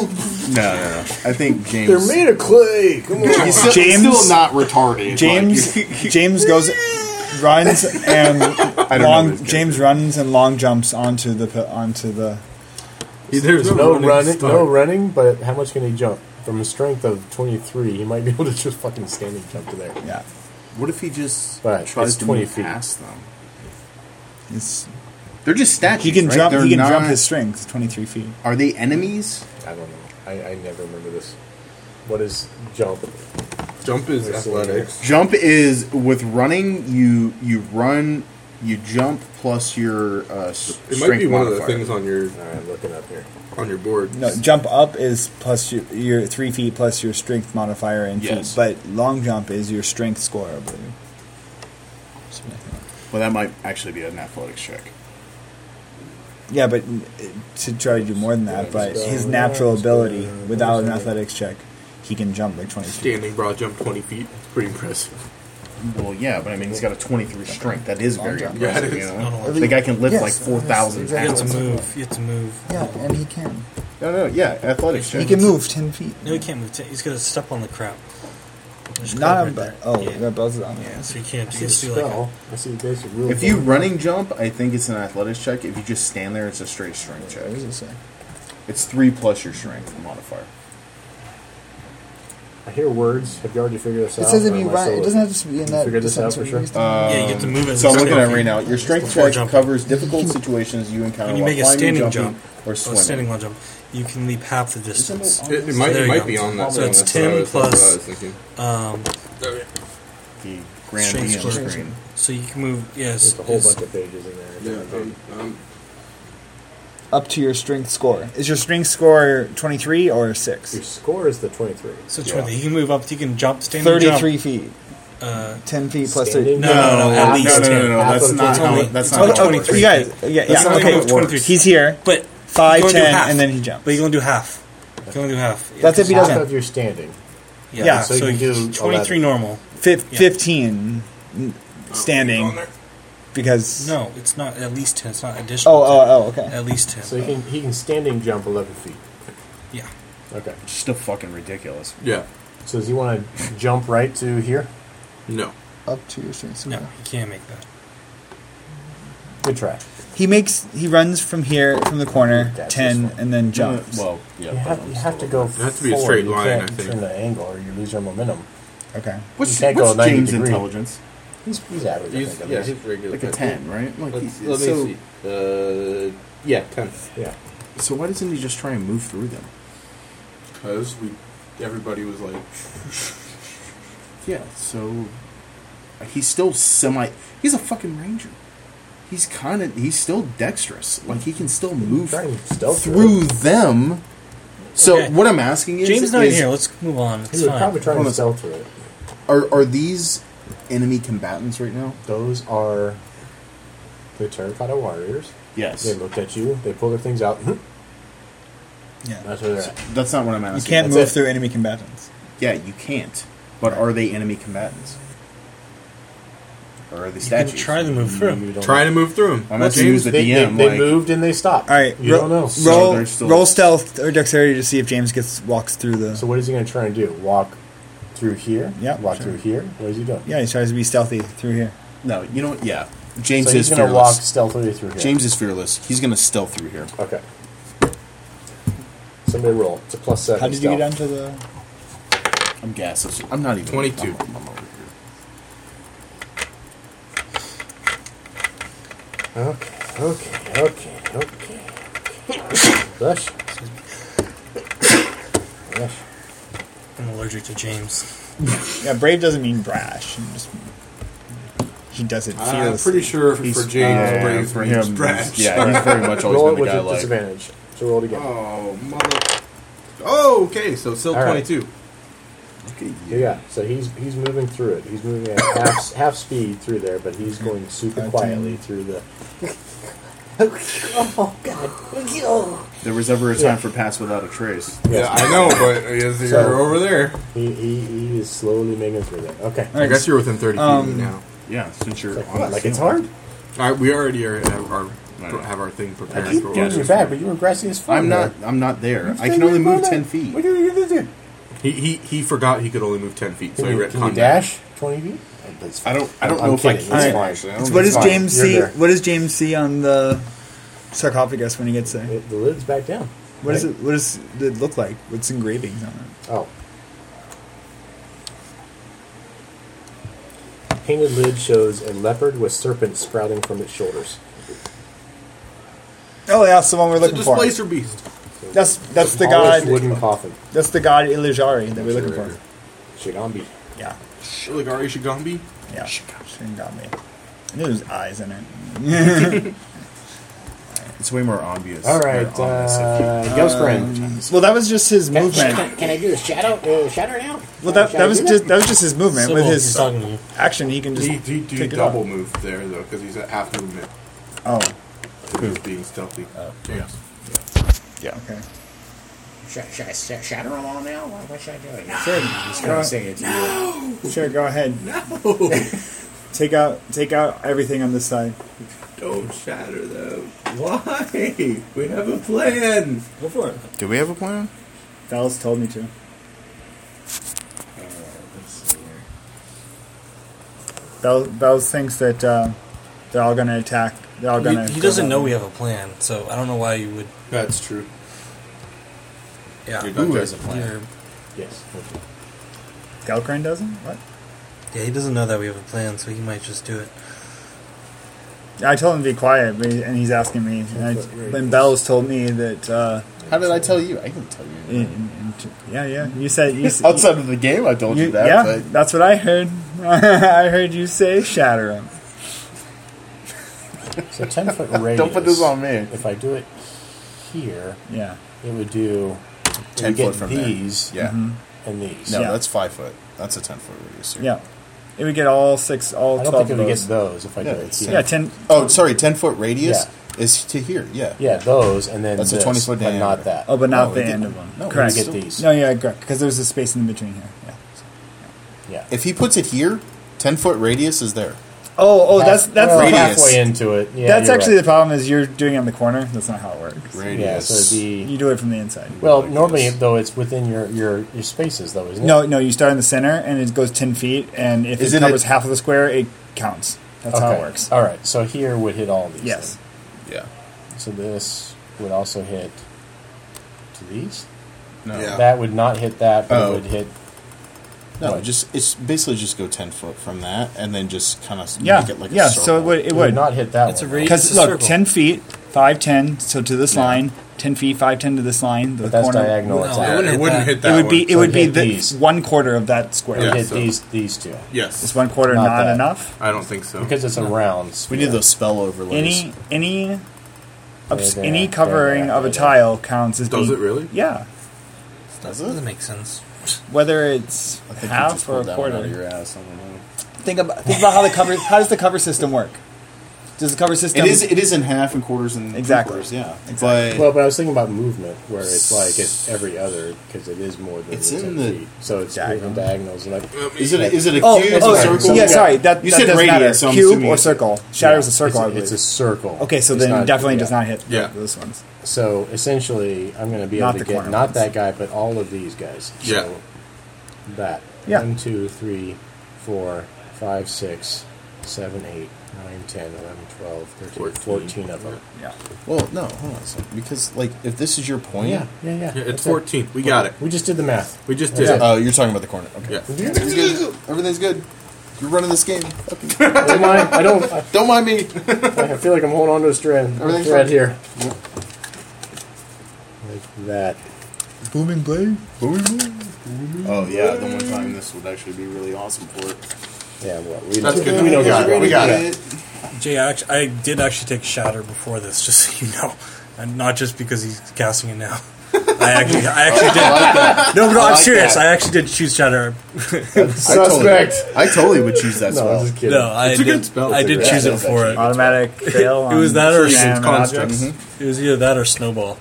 S2: no, no. I think James.
S1: They're made of clay. Come on.
S2: He's still,
S6: James-
S2: still not retarded.
S6: James
S2: Like,
S6: James goes runs and
S2: know
S6: long
S2: this guy.
S6: James runs and long jumps onto the pi- onto the
S4: There's
S1: No running, no running, but how much can he jump? From a strength of 23, he might be able to just fucking stand and jump to there.
S6: yeah.
S2: what if he just
S1: But
S2: tries
S1: it's
S2: to
S1: 20
S2: move
S1: feet.
S2: past them?
S6: It's,
S2: They're just statues.
S6: he can
S2: right?
S6: jump.
S2: They're
S6: He can jump
S2: not-
S6: his strength. Twenty three feet.
S2: Are they enemies?
S1: I don't know. I, I never remember this. What is jump?
S4: Jump is
S1: There's
S4: athletics.
S2: Jump is with running. You you run. You jump plus your uh, s-
S4: It
S2: strength
S4: might be one of the
S2: modifier.
S4: things on your
S1: Alright, I'm looking up here.
S4: on your board.
S6: No, jump up is plus your, your three feet plus your strength modifier and
S2: Yes.
S6: feet, but long jump is your strength score, I believe. Something like that.
S2: Well, that might actually be an athletics check.
S6: Yeah, but uh, to try to do more than that, but his natural ability without an athletics check, he can jump like twenty feet.
S4: Standing broad jump twenty feet. It's pretty impressive.
S2: Well, yeah, but I mean, he's got a 23 strength. That is very
S6: Yeah, it
S2: impressive.
S4: is.
S2: You
S3: I don't
S2: know?
S3: know.
S2: The guy can lift
S6: Yes,
S2: like 4,000
S6: that's
S3: You
S6: exactly
S3: have to
S2: pounds.
S6: what
S3: move. You have to move.
S6: Yeah, and he can.
S2: No, no, yeah, athletics check.
S6: He can move ten feet.
S3: No, he can't move. T- he's going to step on the crap. There's
S6: Not
S3: crap
S6: on
S3: right
S6: but
S3: there.
S6: oh,
S3: yeah.
S6: that buzz is on.
S3: Yeah, so you can't. You
S1: I
S3: can
S1: see
S3: just
S1: a
S3: do like a,
S1: spell. I see guys are real
S2: If you running jump, I think it's an athletics check. If you just stand there, it's a straight strength check.
S6: What does it say?
S2: It's three plus your strength modifier.
S1: I hear words. Have you already figured this out?
S6: It says
S1: Or
S6: if
S1: am
S6: you
S1: I
S6: run,
S1: still-
S6: it doesn't have to be in
S1: You
S6: that.
S1: figured this out
S6: distance
S1: for
S6: or
S1: sure?
S6: anything.
S3: yeah, you get to move it.
S2: Um, So I'm
S3: It's
S2: looking at it
S3: okay.
S2: right now. Your strength
S3: Before
S2: check
S3: jumping.
S2: covers difficult situations you encounter
S3: When you
S2: while
S3: make a
S2: climbing,
S3: standing
S2: jumping,
S3: jump,
S2: or
S3: Oh, standing
S2: swimming.
S3: long jump. You can leap half the distance.
S4: It, it might
S3: there
S4: it
S3: you
S4: might
S3: go.
S4: be on that.
S3: So
S4: thing.
S3: it's
S4: That's what I
S3: 10
S4: was- that's what I
S3: plus-
S4: was thinking.
S3: Um,
S2: He grand
S20: Strange
S2: DM
S20: clothes.
S2: screen.
S20: So you can move. Yes,
S1: There's a whole
S20: is-
S1: bunch of pages in there.
S4: Yeah, um, um,
S6: Up to your strength score. Is your strength score 23 or 6?
S1: Your score is the 23.
S20: So it's worth it. You can move up. You can jump, stand, and jump.
S6: 33 feet.
S20: Uh,
S6: 10 feet plus
S1: Standing?
S6: 30.
S20: no, no, no, at
S2: no,
S20: least
S2: no, no, no,
S20: 10.
S2: no, That's not
S20: It's
S2: how.
S20: only-
S2: it- That's
S20: it's
S2: not
S20: only
S2: how. it
S20: 23.
S2: works.
S6: You guys, yeah,
S20: That's
S6: yeah
S20: not
S6: okay.
S20: how it works.
S6: He's here.
S20: But
S6: Five,
S20: you can only do
S6: 10,
S20: half.
S6: and then he jumps.
S20: But you can only do half. You can only do half.
S6: That's if he
S1: Half
S6: doesn't.
S1: of your standing.
S20: Yeah.
S6: yeah,
S20: so,
S1: so you
S20: you
S1: can do
S20: twenty-three
S1: 11.
S20: normal.
S6: Fif-
S20: Yeah.
S6: 15 n-
S4: Oh,
S6: standing because.
S20: No, it's not at least ten. It's not additional.
S6: Oh, oh, oh,
S20: 10.
S6: okay.
S20: At least ten.
S1: So he can, he can standing jump 11 feet.
S20: yeah.
S1: Okay.
S2: It's Still fucking ridiculous.
S4: yeah.
S1: So does he want to jump right to here?
S4: No.
S6: Up to your strength score.
S20: No, you can't make that.
S1: Good try.
S6: He makes he runs from here from the corner
S1: That's
S6: ten
S1: useful.
S6: and then jumps.
S2: Well, yeah.
S1: You
S2: but
S1: have,
S2: I'm
S1: you
S2: still-
S1: have to go
S4: It has to be a
S1: forward.
S4: straight
S1: You
S4: line,
S1: can't
S4: I think.
S1: turn the angle or you lose your momentum.
S6: okay.
S2: What's,
S1: can't go
S2: what's
S1: 90
S2: James'
S1: degree.
S2: intelligence?
S1: He's, he's average, I
S4: He's,
S1: think. at
S4: yeah,
S1: least.
S4: he's regular.
S2: Like a ten, right? Like
S4: Let,
S2: he's-
S4: let me
S2: so,
S4: see. Uh, yeah, ten.
S1: yeah.
S2: so why doesn't he just try and move through them?
S4: Because we, everybody was like,
S2: Yeah. So he's still semi. He's a fucking ranger. He's kind of. He's still dexterous. Like he can still move
S1: Try and stealth
S2: through them. So
S20: Okay.
S2: what I'm asking is,
S20: James not in
S2: is-
S20: here. Let's move on.
S1: He
S20: It's
S1: would probably
S20: fine.
S1: try
S2: Hold
S1: and
S2: on.
S1: stealth through it.
S2: are are these enemy combatants right now?
S1: Those are the Terracotta Warriors.
S2: Yes.
S1: They looked at you. They pull their things out.
S6: Yeah.
S1: That's where they're at.
S2: That's not what I'm
S6: You
S2: asking.
S6: can't
S1: that's
S6: move
S1: it.
S6: through enemy combatants.
S2: Yeah, you can't. But are they enemy combatants? Or are they
S20: You can
S2: statues?
S20: try to move through.
S4: trying to move through him.
S2: I'm asking you as the
S1: they, they-
S2: DM.
S1: they
S2: like,
S1: moved and they stopped.
S6: All right.
S1: You
S6: ro-
S1: don't know.
S2: So
S6: roll
S2: they're still-
S6: roll stealth or dexterity to see if James gets walks through the.
S1: So what is he going to try and do? Walk through here?
S6: Yeah,
S1: Walk
S6: sure.
S1: through here? What is he doing?
S6: yeah, he tries to be stealthy through here.
S2: No, you know what? Yeah. James
S1: so he's
S2: is
S1: going to walk
S2: fearless.
S1: stealthily through here.
S2: James is fearless. He's going to stealth through here.
S1: Okay. Somebody roll. It's a plus seven.
S6: How did you get
S1: stealth.
S6: onto the?
S2: I'm gassed. I'm not even.
S4: 22.
S2: I'm, I'm over here.
S1: Okay, okay, okay, okay. Rush. Rush.
S20: I'm allergic to James.
S6: Yeah, brave doesn't mean brash. He, just, he does it
S4: I'm
S6: fearlessly.
S4: pretty sure for James,
S2: Yeah,
S4: Braves
S2: for
S4: means
S2: him,
S4: brash.
S2: Yeah, he's very much
S1: Roll
S2: always
S1: it
S2: been
S1: with
S2: the guy
S1: a
S2: like.
S1: disadvantage. So roll it again.
S4: Oh mother. Oh, okay. So still
S1: All right.
S4: twenty-two.
S1: Yeah, so he's he's moving through it. He's moving at half half speed through there, but he's going super
S6: Goddamn.
S1: quietly through the. oh God!
S2: There was ever a time for pass without a trace.
S4: Yeah,
S1: Yes.
S4: I know, but yes, you're
S1: So-
S4: over there.
S1: He, he he is slowly making through there. Okay.
S6: All
S4: I
S6: right,
S4: guess you're within thirty feet
S6: Um,
S4: now.
S2: Yeah, since you're
S1: Like,
S2: on
S1: what,
S2: the
S1: like it's
S2: ceiling.
S1: hard.
S4: All right, we already are, are,
S2: I know.
S4: have our thing
S1: I
S4: prepared.
S1: keep
S4: for
S1: doing
S4: us.
S1: your back, but you're regressing as far.
S2: I'm not. I'm not there. I can only move ten feet.
S1: What are you gonna do?
S4: He, he he forgot he could only move ten feet, so
S1: Can
S4: he
S1: you,
S4: retconned.
S1: can you
S4: that.
S1: dash twenty feet? That's
S2: I
S1: fine.
S2: don't. I don't
S1: I'm
S2: know if I
S1: kidding.
S2: can.
S1: It's
S6: Alright.
S1: fine.
S2: actually. I
S6: So
S2: don't
S6: what
S2: know.
S6: does
S1: fine.
S6: James
S1: You're
S6: see?
S1: there.
S6: What does James see on the sarcophagus when he gets there?
S1: It- the lid's back down.
S6: What does
S1: Right?
S6: it? What does it look like? What's engravings on it?
S1: Oh. Painted lid shows a leopard with serpents sprouting from its shoulders.
S6: Oh, yeah, that's the one we're
S4: It's a
S6: looking for.
S4: displacer beast.
S6: That's that's the
S1: Polished
S6: god.
S1: wooden coffin.
S6: That's the god Ilijari that we're looking for.
S1: Shigambi.
S6: Yeah,
S4: Shiligari Shigambi.
S6: yeah. Shingami. I knew there's eyes in it.
S2: It's way more obvious.
S1: All right,
S2: or ominous if you-
S1: uh, ghost friend.
S6: Well, that was just his movement.
S1: I do a
S6: Oh,
S1: shadow? Uh, shatter now?
S6: Well, that
S1: Can I
S6: that was
S1: do
S6: just that was just his movement with
S20: Sybil, he's
S6: his
S20: talking to you.
S6: action. He can just
S4: He, he, he
S6: take it
S4: double
S6: up.
S4: move there though, because he's at half movement.
S6: Oh,
S4: He was being stealthy. James.
S6: okay.
S23: Should, should I sh- shatter them all now? What, what should I do?
S6: Sure,
S23: He's
S6: go,
S23: kind of singing to you.
S6: sure. Go ahead. take out take out everything on this side.
S4: Don't shatter them. Why? We have a plan.
S6: Go for it.
S2: Do we have a plan?
S6: Dallas told me to. Bell, Bells thinks that uh, they're all going to attack. They're all going
S20: You-
S6: to.
S20: He doesn't know we have a plan, so I don't know why you would.
S4: That's true.
S20: Yeah.
S4: You're not
S20: a
S4: judging.
S20: plan?
S1: Yes. okay.
S6: Galkrine doesn't. What?
S20: Yeah, he doesn't know that we have a plan, so he might just do it.
S6: I told him to be quiet, but he, and he's asking me. And, I, and Bells told me that. Uh,
S2: How did I tell you? I can tell
S6: in-
S2: you.
S6: in- in- yeah, yeah. You said you. s-
S2: Outside of the game, I told you,
S6: you-
S2: that.
S6: yeah,
S2: but
S6: that's what I heard. I heard you say shatter him.
S1: So ten foot radius.
S2: Don't put this on me.
S1: If I do it here,
S6: Yeah.
S1: it would do
S2: Ten
S1: you get
S2: foot from
S1: these.
S2: there. Yeah.
S1: and these.
S2: No,
S6: Yeah.
S2: that's five foot. That's a ten foot radius. here.
S6: Yeah. It would get all six, all
S1: I
S6: 12
S1: don't think
S6: of
S1: it would get
S6: those.
S1: those if I
S2: Yeah,
S1: do it
S2: it's
S1: here.
S6: yeah, 10.
S2: Oh, sorry, ten foot radius is to here. Yeah.
S1: Yeah, those, and then
S2: That's a
S1: this,
S2: 20 foot
S1: but
S2: diameter.
S1: not that.
S6: Oh, but not
S2: No,
S6: the
S2: it
S6: end
S2: didn't.
S6: of one.
S2: No, it
S6: correct.
S1: You get these.
S6: No, yeah, correct. Because there's a space in between here. Yeah.
S1: yeah.
S2: If he puts it here, ten foot radius is there.
S6: Oh, oh,
S1: Half-
S6: that's that's
S1: well,
S2: Radius.
S1: halfway into it. Yeah,
S6: that's
S1: you're
S6: actually
S1: right.
S6: the problem. Is you're doing it on the corner. That's not how it works.
S1: yeah. So it'd be
S6: You do it from the inside.
S1: well.
S2: like
S1: normally,
S2: this.
S1: though, it's within your your your spaces, though, isn't it?
S6: No, no. You start in the center, and it goes ten feet. And if
S2: Is
S6: it
S2: it
S6: covers
S2: a-
S6: half of the square, it counts. That's how it
S1: Okay.
S6: works.
S1: All right. So here would hit all these.
S6: Yes.
S2: Yeah.
S1: then. So this would also hit to these.
S2: No.
S1: That would not hit that, but
S2: Oh.
S1: it would hit.
S2: No,
S1: What?
S2: just it's basically just go ten foot from that, and then just kind of
S6: Yeah,
S2: make it like
S6: yeah.
S2: A
S6: So it
S2: circle.
S6: would it
S1: It would
S6: would
S1: not hit that
S3: That's a
S1: one.
S3: radius.
S6: because
S3: It's a
S6: look
S3: circle.
S6: ten feet, five ten. So to this line, ten feet, five ten to this line. The
S1: But that's
S6: corner.
S1: diagonal.
S3: No,
S1: it's
S3: I
S1: out.
S3: wouldn't
S4: Yeah, it
S3: hit
S4: wouldn't
S3: that.
S4: hit
S6: It
S4: that.
S6: would be it
S1: So
S6: would be
S1: hit
S6: the
S1: these.
S6: one quarter of that square.
S1: It would
S4: Yeah,
S1: hit
S4: so-
S1: these these two
S4: Yes.
S6: Is one quarter
S1: Not
S6: not,
S1: that.
S6: enough?
S4: I don't think so.
S1: because it's a round.
S2: we need
S1: sphere.
S2: those spell overlays.
S6: Any any obs-
S1: there,
S6: any
S1: there,
S6: covering
S1: there,
S6: of a
S1: there.
S6: tile counts as
S4: Does it
S6: being
S4: really?
S6: yeah.
S2: Does
S3: Doesn't
S2: it?
S3: make sense.
S6: Whether it's
S2: I think you just
S6: half or a
S2: pulled that one out of
S6: quarter.
S2: your ass. I don't know.
S6: Think about think about how the cover how does the cover system work? Does the cover system
S2: It is. It is in half and quarters and three
S6: Exactly.
S2: quarters. Yeah. But
S1: Well, but I was thinking about movement, where it's like it's every other because it is more than
S2: It's
S1: the
S2: in
S1: 10
S2: the
S1: feet. So it's moving diagonals and like
S2: is it? Is it a
S6: Oh,
S2: cube?
S6: oh,
S2: a circle?
S6: yeah, sorry. That,
S2: you
S6: that
S2: said
S6: doesn't
S2: radius.
S6: matter.
S2: So I'm
S6: Cube
S2: assuming
S6: or
S2: it's-
S6: circle. Shatters a circle,
S1: It's
S6: I
S1: a,
S6: believe.
S1: it's a circle.
S6: okay, so
S1: It's
S6: then
S1: not-
S6: definitely
S1: yeah.
S6: does not hit
S4: Yeah.
S6: those ones.
S1: So essentially, I'm going to be
S6: Not
S1: able
S6: the
S1: to get
S6: corner
S1: not
S6: ones.
S1: that guy, but all of these guys.
S4: Yeah.
S1: So that.
S6: Yeah.
S1: One, two, three, four, five, six, seven, eight, nine, 10, 11, 12, 13, 14, of them.
S6: Yeah.
S2: Well, no, hold on a second. Because like, if this is your point,
S1: Yeah, yeah, yeah.
S4: Yeah, it's
S1: That's it.
S4: 14. We got it.
S1: We just did the math.
S4: We just did
S1: That's
S4: it.
S2: Oh, you're talking about the corner. Okay.
S4: Yeah.
S2: Everything's good. Everything's good. You're running this game. Fucking-
S1: Don't mind- I don't. I,
S2: Don't mind me.
S1: I feel like I'm holding on to a strand.
S2: Everything's
S1: thread
S2: fine.
S1: here. Like that.
S2: Booming blade. Booming Oh yeah, the one time this would actually be really awesome for it.
S1: Yeah. Well, we,
S4: That's
S1: we
S4: good.
S1: know
S4: We
S1: what you're
S2: We
S1: gonna
S2: got
S1: do.
S2: it.
S3: Jay, I, act- I did actually take shatter before this, just so you know, and not just because he's casting it now. I actually, I actually did. No, but no, I'm
S2: like
S3: serious.
S2: that.
S3: I actually did choose shatter.
S1: Suspect.
S2: I totally would choose that
S1: No, I'm just kidding.
S3: No, I
S4: It's a
S3: did.
S4: good spell
S3: I did
S4: figure.
S3: choose
S2: Yeah,
S3: it
S2: it is
S3: before it.
S6: Automatic fail on
S3: It was that or
S6: jam
S3: six
S6: and
S4: constructs.
S6: objects.
S3: It was either that or snowball.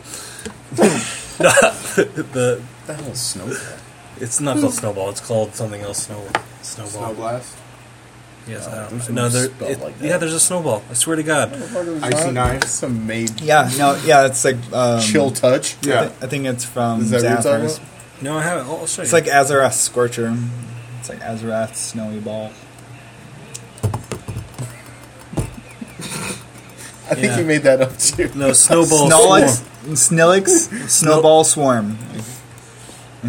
S3: No, the
S2: What the hell is snow?
S3: it's not called snowball. It's called something else. Snow snowball.
S4: Snow blast.
S3: Yes, I don't.
S2: there's
S3: know. no,
S2: no
S3: there.
S2: spell
S3: it-
S2: like that.
S3: yeah, there's a snowball. I swear to God.
S4: Icy knives.
S2: Some made
S6: Yeah, no, yeah, it's like um,
S2: Mm-hmm. chill touch.
S6: I,
S4: Yeah.
S6: thi- I think it's from
S2: Is that what you're talking
S6: Xanathars.
S2: about?
S3: No, I haven't. I'll I'll show you.
S6: It's like Azarath Scorcher. It's like Azarath Snowy Ball.
S2: I think
S3: Yeah.
S2: you made that up too.
S3: no snowball.
S6: Snillix,
S3: swarm.
S6: Snillix, Snowball Swarm.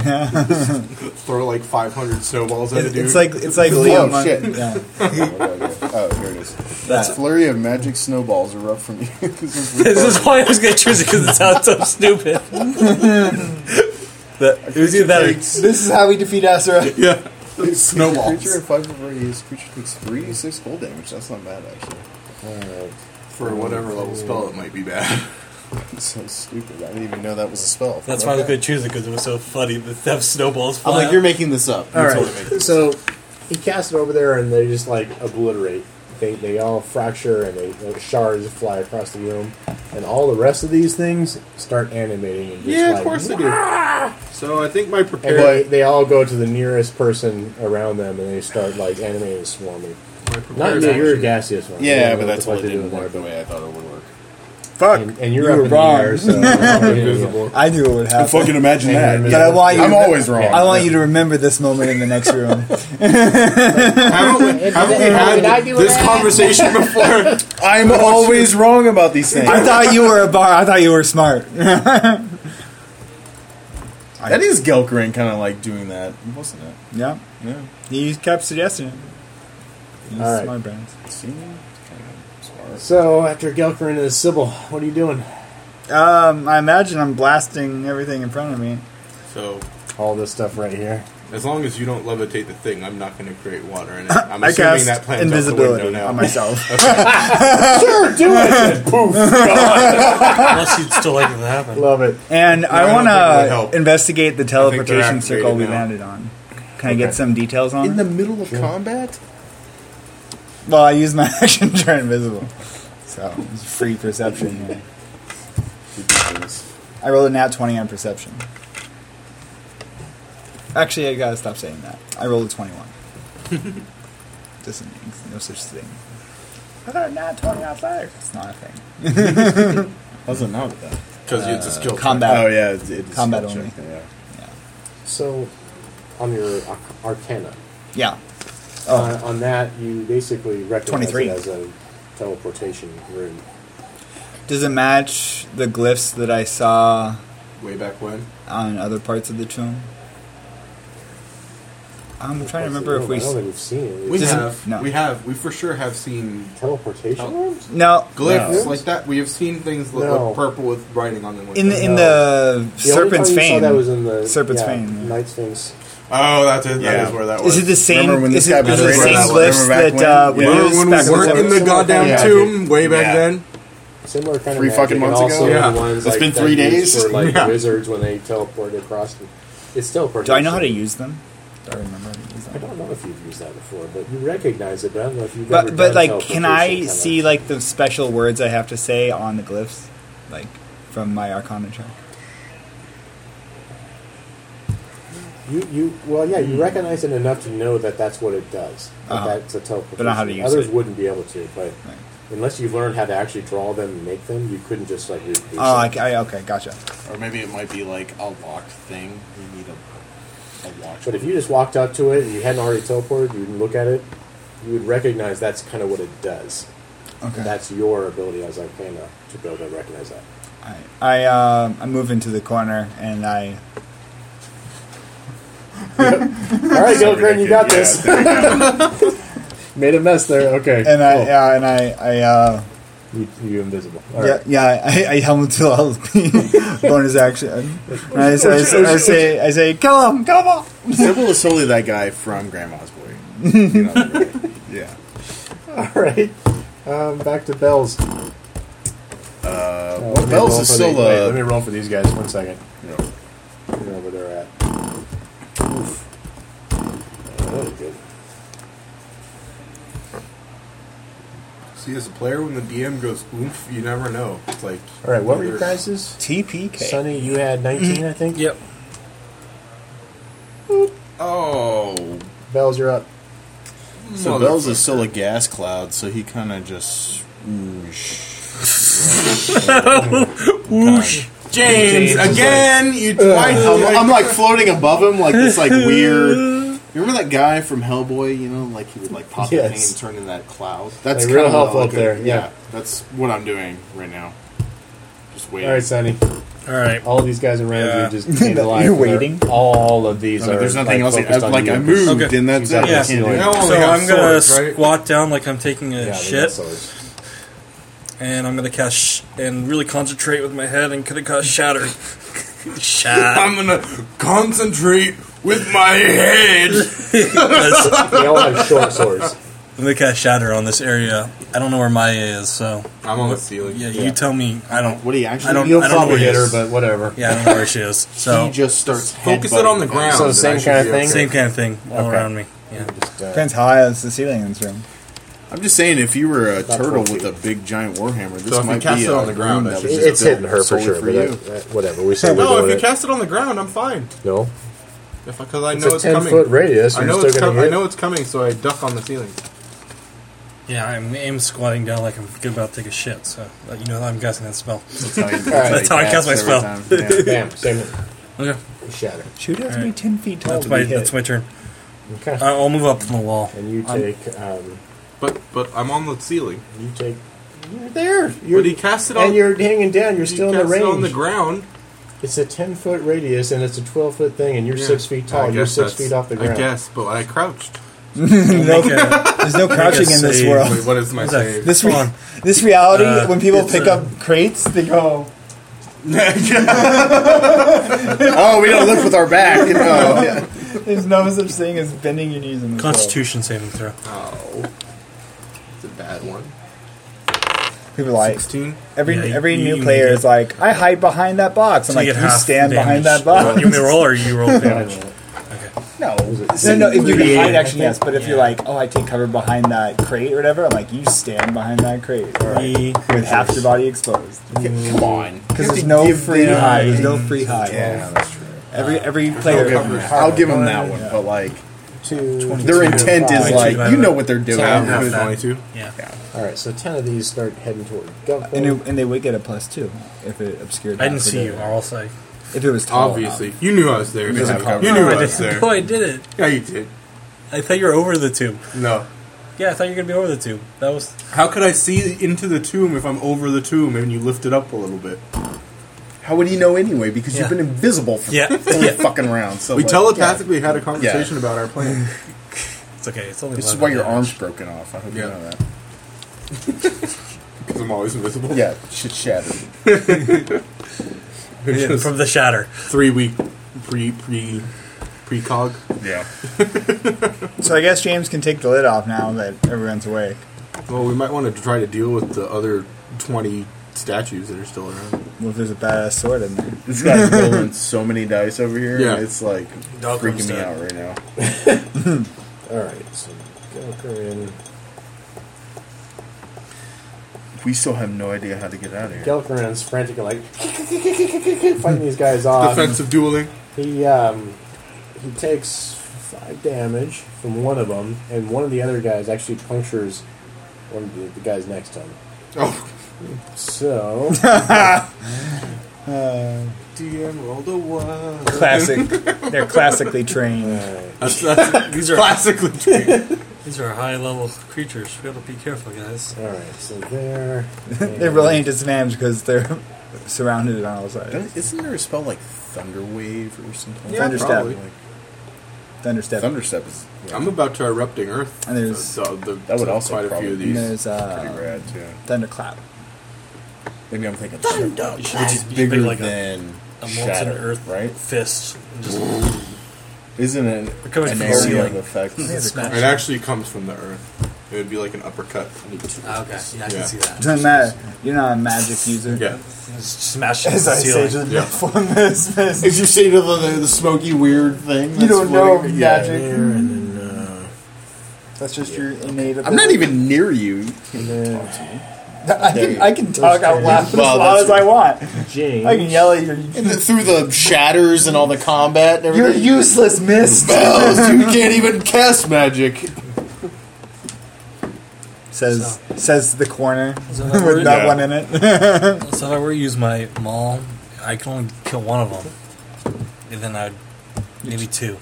S4: Throw like 500 snowballs at a
S6: It's,
S4: dude.
S6: it's like it's like
S2: Oh,
S6: Leo. Mon-
S2: shit.
S6: yeah.
S2: oh, here it is. That's flurry of magic snowballs erupt from you. this is
S3: this is why I was gonna choose it because it sounds so stupid. that, it was either that or
S6: This is how we defeat Azarath.
S4: yeah.
S2: Creature in
S4: snowballs.
S2: five of radius. Creature takes three d six cold damage. That's not bad actually.
S4: For whatever level spell it might be bad.
S2: That's so stupid. I didn't even know that was a spell.
S3: that's why I was gonna choose it because it was so funny. The theft snowballs.
S2: I'm
S3: Fly
S2: like,
S3: out.
S2: you're making this up.
S1: All
S2: You're
S1: right.
S2: totally making this
S1: So he casts it over there, and they just like obliterate. They they all fracture, and they like, shards fly across the room, and all the rest of these things start animating. And just,
S4: Yeah,
S1: like,
S4: of course they do. So I think my
S1: And
S4: prepared
S1: they, they all go to the nearest person around them, and they start like animating and swarming.
S4: my prepared
S1: Not near your
S4: action-
S1: gaseous one.
S2: up. Yeah, but
S1: what
S2: that's
S1: the fuck
S2: what
S1: they
S2: it
S1: do
S2: didn't
S1: in
S2: work the
S1: there,
S2: way I thought it would work.
S1: but- And, and you're up in the air, so
S4: Invisible.
S6: I knew it would happen.
S2: imagine
S1: that.
S6: but I want you.
S2: I'm always wrong.
S6: I want you to remember this moment in the next room.
S4: Haven't we, haven't we had this conversation before?
S2: I'm always wrong about these things.
S6: I thought you were a bar. I thought you were smart.
S2: that is Gelkrin kind of like doing that, wasn't it?
S6: yeah,
S2: Yeah.
S6: you kept suggesting it. Use
S1: All right.
S6: smart brains.
S2: See? Kind of smart.
S1: So after Gelkarin and Sybil, what are you doing?
S6: Um, I imagine I'm blasting everything in front of me.
S4: So
S1: All this stuff right here.
S4: As long as you don't levitate the thing, I'm not going to create water in it. I'm
S6: I
S4: assuming
S6: cast
S4: that plan's out the
S6: invisibility
S4: window now.
S6: on myself.
S24: sure, do it. Poof.
S25: Unless you'd still like it to happen.
S24: Love it.
S6: And I
S4: don't
S6: want
S4: think that would
S6: to
S4: help.
S6: investigate the
S4: they're
S6: teleportation circle
S4: activated
S6: we
S4: now.
S6: landed on. Can I get some details on
S2: In the
S6: it?
S2: middle of combat?
S6: Well, I use my action to turn invisible. So, it's free perception here. I rolled a nat 20 on perception. Actually, I gotta stop saying that. I rolled a 21. Doesn't no such thing. I got a nat 20 outside. It's not a thing. Uh,
S2: How's it not with that?
S4: Because it's a skill. check.
S6: Combat.
S2: Oh, yeah. It, it is
S6: Combat
S2: skill check, Yeah.
S1: So, on your arc- Arcana,
S4: Oh,
S6: Yeah. Oh.
S1: uh, on that you basically recognize
S6: 23.
S1: it as a teleportation room.
S6: Does it match the glyphs that I saw
S4: Way back when.
S6: on other parts of the tomb? I'm trying to
S1: What's
S6: remember
S1: the room?
S6: if we.
S1: I don't think we've seen it.
S4: We
S6: Doesn't-
S4: have.
S6: no.
S4: We have. We for sure have seen
S1: teleportation
S6: Oh.
S1: rooms?
S6: No,
S4: glyphs
S1: No.
S4: like that. We have seen things that
S1: No.
S4: look purple with writing on them. like
S6: in
S4: that.
S6: the, in the
S1: The only
S6: serpent's
S1: time you
S6: fame.
S1: Saw that was in the
S6: Serpent's
S1: yeah,
S6: Fane, yeah.
S1: Night's Fame's.
S4: oh, that's it.
S2: Yeah.
S4: That is where that was.
S6: is it the same?
S2: Remember when
S6: is
S2: this guy
S6: it, is it the
S4: betrayed
S6: same
S4: us?
S6: glyphs
S2: Remember back
S6: that uh, we
S2: when?
S4: Remember
S6: used
S4: when
S6: back
S4: we
S6: in
S4: weren't in the
S1: Similar
S4: goddamn
S1: kind of
S4: tomb way back
S2: Yeah.
S4: then?
S1: Similar kind
S2: Three
S1: of
S2: fucking
S1: magic,
S2: months
S1: and also
S2: ago?
S4: Yeah.
S1: The ones,
S2: It's
S1: like,
S2: been
S1: that
S2: three
S1: used
S2: days?
S1: for like
S4: Yeah.
S1: wizards when they teleported across. them. It's teleportation.
S6: Do I know how to use them? Do I remember how to use
S1: I
S6: them?
S1: don't know if you've used that before, but you recognize it. But I don't know if you've ever
S6: But but
S1: done
S6: like, can I
S1: teleportation
S6: see
S1: kinda-
S6: like the special words I have to say on the glyphs, like from my Arcana check?
S1: You you well yeah you recognize it enough to know that that's what it does. That
S6: Hmm. Uh-huh.
S1: That's a teleportation.
S6: But not how to use
S1: Others
S6: it.
S1: wouldn't be able to, but
S6: Right.
S1: unless you've learned how to actually draw them and make them, you couldn't just like reproduce.
S6: Oh,
S1: them.
S6: I, I, okay, gotcha.
S4: Or maybe it might be like a locked thing. You need a, a watch.
S1: But if you just walked up to it and you hadn't already teleported, you would look at it, you would recognize that's kind of what it does.
S6: Okay.
S1: That's your ability as Arcana to be able to recognize that.
S6: I I, uh, I move into the corner and I
S1: All right, Gilgren, you got
S2: Yeah,
S1: this.
S24: Made a mess there. Okay.
S6: and I
S24: cool.
S6: yeah and I I uh,
S24: you, you invisible. All
S6: yeah
S24: right.
S6: yeah I, I help him to all bonus action. And I, say- I, say- I say I say kill him kill him all.
S2: Sybil is solely that guy from Grandma's Boy. You know, right? yeah.
S24: All right. Um, back to bells.
S2: Uh,
S24: Let
S2: well,
S24: me
S2: Bells
S24: roll
S2: is
S24: for
S2: still
S24: the- wait,
S2: uh,
S24: let me roll for these guys one second.
S2: you know,
S24: I don't know where they're at. Oof. Oh, that was good.
S4: See, as a player, when the DM goes oomph, you never know. It's like
S24: All right, what were your
S4: whether-
S24: guys'
S6: TPK.
S24: Sonny, you had 19, I think.
S3: Yep.
S4: Oh,
S24: Bells, you're up.
S2: So Bells is still a gas cloud, so he kind of just whoosh.
S4: James, again. You
S2: I,
S4: why
S2: am I'm like floating above him, like this, like weird. You remember that guy from Hellboy? You know, like he would like pop the thing
S24: Yes.
S2: and turn into that cloud. That's
S24: Like, real
S2: kinda
S24: helpful
S2: like
S24: up there,
S2: a-
S24: yeah.
S2: that's what I'm doing right now. Just waiting.
S24: All right, Sonny.
S3: All right.
S24: All of these guys around
S3: Yeah.
S24: you just came to life.
S6: You're
S24: They're-
S6: waiting?
S24: All of these
S2: I mean,
S24: are.
S2: there's nothing
S24: like,
S2: else.
S24: focused
S2: I,
S24: on
S2: like
S24: you.
S2: I moved,
S3: Okay.
S2: and that's
S24: She's out
S2: it.
S24: there
S3: Yeah.
S2: I can't do
S24: stealing.
S2: anything.
S4: Now only
S3: So
S4: Oh, got
S3: I'm gonna
S4: swords, right?
S3: squat down like I'm taking a
S24: Yeah, they got
S3: shit,
S24: swords.
S3: and I'm gonna cast sh- and really concentrate with my head and could cast shatter. shatter.
S4: I'm gonna concentrate with my head.
S1: They all have short swords.
S3: I'm gonna cast shatter on this area. I don't know where Maya is, so
S4: I'm on the ceiling.
S3: yeah,
S1: Yeah.
S3: you tell me. I don't.
S2: What do you actually?
S3: I don't.
S24: You'll
S3: I don't know where
S24: probably
S3: he
S24: hit her,
S3: is.
S24: but whatever.
S3: yeah, I don't know where she is. So
S2: he just starts.
S4: Focus it
S2: headbutting
S4: on the
S2: things.
S4: ground.
S24: So
S4: and
S24: same
S4: I should
S24: kinda
S4: be
S24: thing?
S3: same kind of thing all
S24: Okay.
S3: around me. Yeah.
S24: Just, uh,
S6: Depends how high is the ceiling in this room.
S2: I'm just saying, if you were a
S1: About
S2: turtle
S1: 12
S2: with
S1: feet.
S2: a big giant warhammer, this
S4: if you
S2: might
S4: cast
S2: be
S4: it on
S2: a
S4: the ground,
S2: room
S4: I
S2: that
S4: should
S2: was
S1: It-
S2: just
S1: it's hitting
S2: built
S1: her for
S2: solely
S1: sure, but
S2: you.
S1: that, that, whatever. We say we're
S4: No, if
S1: doing
S4: you
S1: it.
S4: cast it on the ground, I'm fine.
S1: no.
S4: Because I
S1: It's
S4: know
S1: a
S4: it's
S1: 10
S4: coming.
S1: foot radius.
S4: I
S1: You're
S4: know
S1: still
S4: it's
S1: going
S4: com-
S1: to
S4: I
S1: hit.
S4: know it's coming, so I duck on the ceiling.
S3: Yeah, I'm, I'm squatting down like I'm good about to take a shit, so uh, you know I'm guessing that spell.
S2: That's
S3: how I cast my spell.
S1: Bam, same.
S3: Okay.
S1: Shatter.
S6: She would have to
S3: Alright.
S6: be ten feet tall
S3: That's
S6: to
S3: my
S6: be hit.
S3: that's my turn.
S1: Okay.
S4: Uh,
S3: I- I'll move up from the wall.
S1: and you
S3: I'm-
S1: take, um,
S4: But but I'm on the ceiling.
S1: you take. You're there. You're,
S4: but he cast it on.
S1: and you're hanging down. You're
S4: he
S1: still in the
S4: cast
S1: range.
S4: It on the ground.
S1: It's a ten foot radius, and it's a twelve foot thing, and you're
S4: Yeah.
S1: six feet
S4: I
S1: tall. Oh, You're
S4: guess
S1: six
S4: that's-
S1: feet off the ground.
S4: I guess, but I crouched.
S6: No- there's no crouching in this
S3: save.
S6: world.
S4: Wait, what is my
S3: What's that?
S4: save?
S6: This
S3: Come
S6: re-
S3: on.
S6: this reality,
S3: Uh,
S6: when people
S3: it's
S6: pick
S3: a-
S6: up crates, they go.
S2: Oh, we don't lift with our back. You know.
S6: There's no such thing as bending your knees in this
S3: Constitution saving throw.
S4: Oh, it's a bad one.
S6: world. People like
S4: Sixteen.
S6: every
S3: Yeah, you-
S6: every
S3: you-
S6: new
S3: you
S6: player
S3: get-
S6: is like, I hide behind that box. I'm
S3: So
S6: like,
S3: you
S6: you,
S3: get half
S6: stand
S3: the
S6: behind
S3: damage.
S6: that box.
S3: You may roll or you roll damage.
S6: No, no, no. If you can hide action, yes. But if you're
S3: Yeah.
S6: like, oh, I take cover behind that crate or whatever, I'm like, you stand behind that crate or like,
S3: Three.
S6: with half your body exposed.
S26: Come on.
S6: Because there's no free hide. There's no free hide.
S2: Yeah, that's true.
S6: Every every player.
S2: I'll give them that one, but like
S1: Two.
S2: their intent is
S1: Twenty-two.
S2: like you know what they're doing.
S1: Sorry, half
S2: Who's-
S4: Twenty-two.
S3: Yeah.
S1: All right, so ten of these start heading toward
S6: and,
S1: Gunpoint.
S6: it, and they would get a plus two if it obscured.
S3: I didn't
S6: half of
S3: see
S6: it.
S3: you, or else I.
S6: If it was tall
S4: Obviously, you knew I was there.
S2: Doesn't
S4: man.
S2: count.
S4: You knew I was there.
S3: Oh, I did it.
S4: Yeah, you did.
S3: I thought you were over the tomb.
S4: No.
S3: Yeah, I thought you were going to be over the tomb. That was.
S4: How could I see into the tomb if I'm over the tomb and you lift it up a little bit?
S2: How would he know anyway? Because
S3: Yeah.
S2: you've been invisible for
S3: Yeah.
S2: three fucking rounds. So
S4: we
S2: like,
S4: telepathically had a conversation about our plan.
S3: It's okay. It's only
S2: yeah. This is
S3: 11
S2: why your
S3: damage.
S2: arm's broken off. I hope
S4: Yeah.
S2: you know that.
S4: Because I'm always invisible.
S2: Yeah, shit shattered.
S3: Yeah, From the shatter.
S4: Three week pre pre precog.
S2: Yeah.
S6: So I guess James can take the lid off now that everyone's awake.
S4: Well, we might want to try to deal with the other twenty statues that are still around.
S6: Well, if there's a badass sword in there.
S2: This guy's rolling so many dice over here.
S4: Yeah.
S2: It's like
S3: Dog
S2: freaking me
S3: homestead.
S2: out right now.
S1: All right, so Galacrian.
S2: We still have no idea how to get out of here.
S1: Galacrian's frantically like fighting these guys off.
S4: Defensive dueling.
S1: He um, he takes five damage from one of them, and one of the other guys actually punctures one of the, the guys next to him.
S4: Oh,
S1: So
S4: DM rolled a one.
S6: Classic. They're classically trained.
S4: That's, that's, these are classically
S27: These are high level creatures. We gotta be careful, guys.
S1: all right, so there.
S6: They're really at disadvantage because they're surrounded on all sides.
S2: Don't- Isn't there a spell like Thunder Wave or something?
S6: Yeah, Thunderstep.
S2: probably.
S6: Thunderstep.
S2: Thunderstep is yeah,
S4: I'm about to erupting Earth.
S6: And there's-
S4: so, the,
S2: That would
S4: so
S2: also
S4: quite a few
S2: probably-
S4: of
S6: and
S4: these.
S6: there's
S2: pretty
S6: uh,
S2: rad too.
S6: thunderclap.
S2: Maybe I'm thinking Thunder, which is
S27: Big
S2: bigger
S27: like a-
S2: than
S27: A molten
S2: Shatter,
S27: earth
S2: right?
S27: fist. Just
S2: Isn't it
S3: coming
S2: an
S3: from the
S2: area
S3: ceiling.
S2: effect?
S27: smash
S4: It actually comes from the Earth. It would be like an uppercut.
S27: Ah, okay, yeah, I can
S4: Yeah.
S27: see that.
S6: Doesn't matter. You're not a magic user.
S4: Yeah.
S27: Just smash it into the ceiling.
S6: just
S4: Yeah.
S6: this, this.
S2: If you say to the, the, the smoky weird thing, that's
S6: don't know
S2: floating- yeah.
S6: magic.
S1: There, and then, uh,
S6: That's just your innate.
S2: I'm not even near you.
S1: and then
S6: I can, I can talk out loud as
S2: Well,
S6: loud
S2: that's-
S6: as I want.
S1: James.
S6: I can yell at you.
S2: And then through the shatters and all the combat and
S6: You're
S2: everything.
S6: useless, mist.
S2: spells! you can't even cast magic!
S6: Says says the corner
S3: Is that
S6: with
S3: word?
S6: that
S2: Yeah.
S6: one in it.
S3: So if I were to use my maul, I can only kill one of them. And then I'd. Maybe two.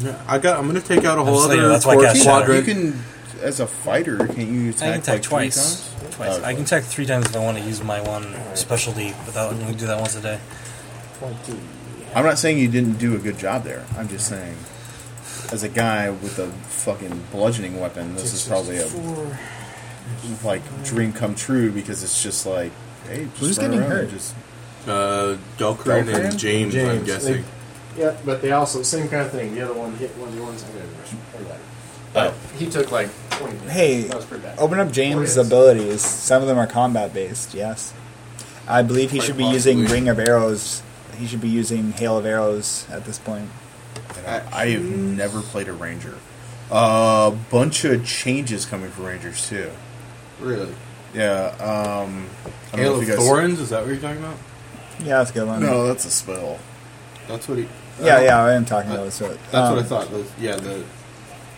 S4: Yeah, I got. I'm gonna take out a whole
S3: just
S4: other
S3: saying, that's why I
S4: quad-
S3: cast
S4: quadrant.
S2: You can, as a fighter, can't you attack,
S3: I can attack
S2: like, three
S3: twice.
S2: times?
S3: Twice.
S2: Oh,
S3: I can attack three times if I want to use my one specialty, but that only do that once a day.
S2: I'm not saying you didn't do a good job there. I'm just saying, as a guy with a fucking bludgeoning weapon, this is probably a like dream come true because it's just like, hey, just
S6: Who's
S2: run
S6: getting
S2: around and
S6: hurt?
S2: Just
S4: Uh, Delcrin
S2: Delcrin?
S4: and James, I'm guessing.
S1: They, yeah, but they also same kind of thing. The other one hit one of the ones. I got everybody. But he took like twenty. Minutes.
S6: Hey,
S1: Oh, that was pretty bad.
S6: Open up James'
S1: Warriors.
S6: abilities. Some of them are combat based. Yes, I believe he
S4: Quite
S6: should be using
S4: possibly.
S6: Ring of Arrows. He should be using Hail of Arrows at this point.
S2: I, I have never played a ranger. A uh, bunch of changes coming for rangers too.
S4: Really?
S2: Yeah. Um, I don't know
S4: Hail
S2: if
S4: of
S2: you guys-
S4: Thorns? Is that what you're talking about?
S6: Yeah, that's a good one.
S2: No, that's a spell.
S4: That's what he. I
S6: Yeah,
S4: don't-
S6: yeah, I am talking
S4: I-
S6: about this. but,
S4: That's what I
S6: um,
S4: thought. Those, yeah, the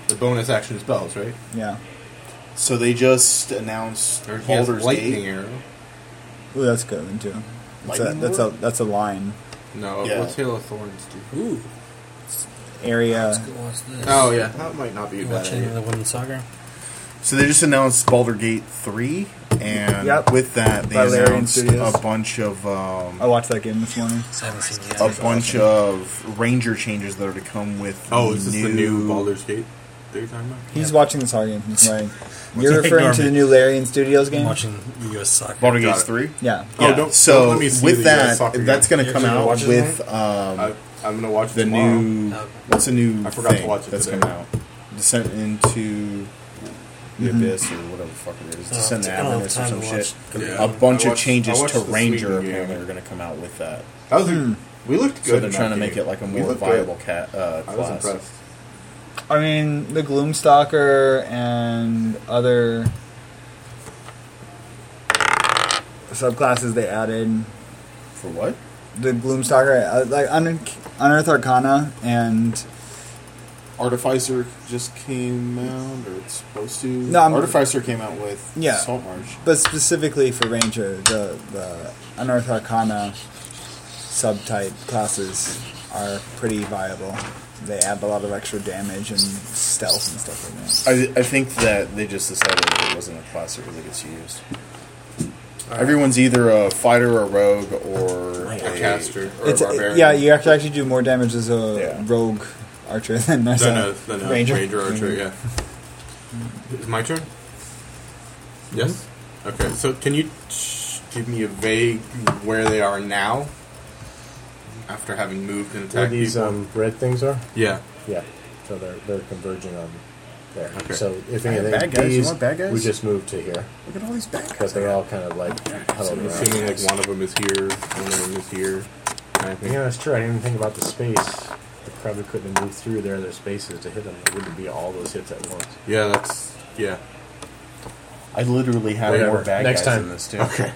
S4: the bonus action spells, right?
S6: Yeah.
S2: So they just announced
S4: Or he has
S2: Baldur's
S4: lightning
S2: Gate.
S4: arrow.
S6: Ooh, that's a good one too. That's a,
S2: Lightning
S6: that's a that's a line
S4: No,
S2: Yeah.
S4: what's Hail of Thorns do?
S3: Ooh.
S6: area.
S3: Let's go watch this.
S4: Oh yeah, that might not be a
S3: You
S4: bad.
S3: watch any of
S4: idea.
S3: the Wooden Saga?
S2: So they just announced Baldur's Gate three, and
S6: Yep.
S2: with that they
S6: By Larian
S2: announced
S6: Studios. Oh,
S2: a bunch of um,
S6: I watched that game this morning.
S3: I haven't seen it
S2: a
S3: yet.
S2: bunch of ranger changes that are to come with.
S4: Oh, is this the new Baldur's Gate? That you're talking about?
S6: He's watching this whole game. He's like, you're
S3: Like
S6: referring to the
S3: Norman.
S6: new Larian Studios
S3: I'm
S6: game.
S3: watching U.S. soccer.
S2: Baldur's
S4: Got
S2: Gate
S4: it.
S2: three?
S6: Yeah,
S4: Oh,
S2: Yeah.
S4: don't-
S2: so
S4: don't let me see
S2: with
S4: the US
S2: that,
S4: soccer
S2: that's
S4: game.
S2: going to
S3: You
S2: come
S3: actually
S2: out
S3: watch it
S2: with um,
S4: I I'm gonna watch it
S2: the
S4: tomorrow.
S2: new
S28: Okay.
S2: what's a new
S4: I forgot to
S2: thing
S4: watch it
S2: that's
S4: today.
S2: coming out. Descent into the
S4: Mm-hmm.
S2: abyss or whatever the fuck it is.
S28: Oh,
S2: Descent into
S28: I don't have
S2: Avernus or
S28: time
S2: some
S28: to
S2: shit.
S28: watch.
S4: Yeah.
S2: A bunch
S4: I
S2: of
S4: watched- I
S2: changes
S4: watched
S2: to
S4: the
S2: Ranger
S4: Sweden game.
S2: apparently are going to come out with that.
S4: That was a- we looked
S2: Hmm.
S4: good.
S2: So they're
S4: in that
S2: trying to
S4: game.
S2: make it like a
S4: We
S2: more
S4: looked good.
S2: viable cat uh,
S4: I was
S2: class.
S4: impressed.
S6: I mean, the Gloomstalker and other subclasses they added.
S2: For what?
S6: The Gloomstalker, uh, like Un- Unearth Arcana, and
S29: Artificer just came out, or it's supposed to.
S6: No, I'm-
S29: Artificer came out with
S6: Yeah.
S29: Saltmarsh.
S6: but specifically for Ranger, the the Unearth Arcana subtype classes are pretty viable. They add a lot of extra damage and stealth and stuff like that.
S2: I, I think that they just decided that it wasn't a class that really gets used. Everyone's either a fighter, a rogue, or a,
S4: A caster or
S6: It's
S4: a barbarian.
S6: yeah, you actually actually do more damage as a
S2: Yeah.
S6: rogue archer than as
S4: Then
S6: a
S4: a, then a
S6: ranger.
S4: ranger. archer, yeah. Is it my turn? Yes?
S1: Mm-hmm.
S4: Okay, so can you sh- give me a vague where they are now? After having moved and
S1: Where
S4: attacked
S1: these
S4: people?
S1: um, red things are?
S4: yeah.
S1: Yeah. So they're they're converging on there.
S4: Okay.
S1: So if
S2: Hey,
S1: anything,
S2: bad guys, you
S1: these
S2: want bad guys?
S1: we just moved to here
S2: Look at all these bad
S1: because
S2: guys.
S1: they're all kind of like huddled
S4: I'm
S1: around.
S4: assuming like one of them is here, one of them is here. kind of thing.
S1: Yeah, that's true. I didn't even think about the space. They probably couldn't have moved through their other spaces to hit them. It wouldn't be all those hits at once.
S4: Yeah, that's. Yeah.
S2: I literally have
S1: Whatever.
S2: more bad
S1: Next
S2: guys
S1: time.
S2: than this too.
S4: Okay.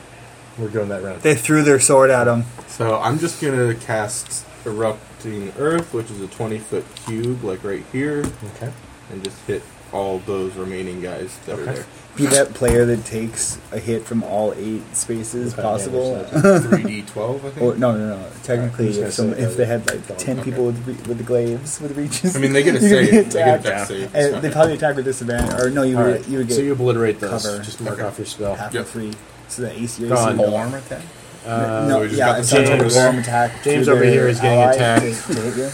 S1: We're going that round.
S6: They threw their sword at him.
S4: So I'm just gonna cast Erupting Earth, which is a 20 foot cube, like right here,
S1: Okay.
S4: and just hit all those remaining guys that are
S1: Okay.
S4: there.
S6: Be that player that takes a hit from all eight spaces
S1: Okay,
S6: possible.
S1: damage,
S4: three D twelve, I think.
S6: Or no, no, no.
S1: Alright, I'm
S6: Technically,
S1: just gonna
S6: if, some,
S1: say
S6: if they had
S1: okay.
S6: like ten people with re- with the glaives with reaches,
S4: I mean, they get a
S6: you could
S4: save.
S6: be
S4: They get a
S6: attacked.
S4: death save. It's
S6: And
S4: fine.
S6: Uh, they probably attack with disadvantage, or no, you
S1: All
S6: would,
S1: right.
S6: you would get
S1: so you obliterate those.
S6: cover.
S1: Just mark
S4: Okay.
S1: off your spell.
S6: half
S4: Yep.
S6: of three, so that AC. or
S1: Gone.
S6: AC
S2: Full armor attack.
S1: Uh,
S6: no,
S4: so we just got
S6: yeah,
S4: the
S6: it's not
S1: James-
S6: a warm attack.
S1: James
S6: to
S1: over
S6: their
S1: here is getting
S6: ally
S1: attacked.
S6: To, to hit you.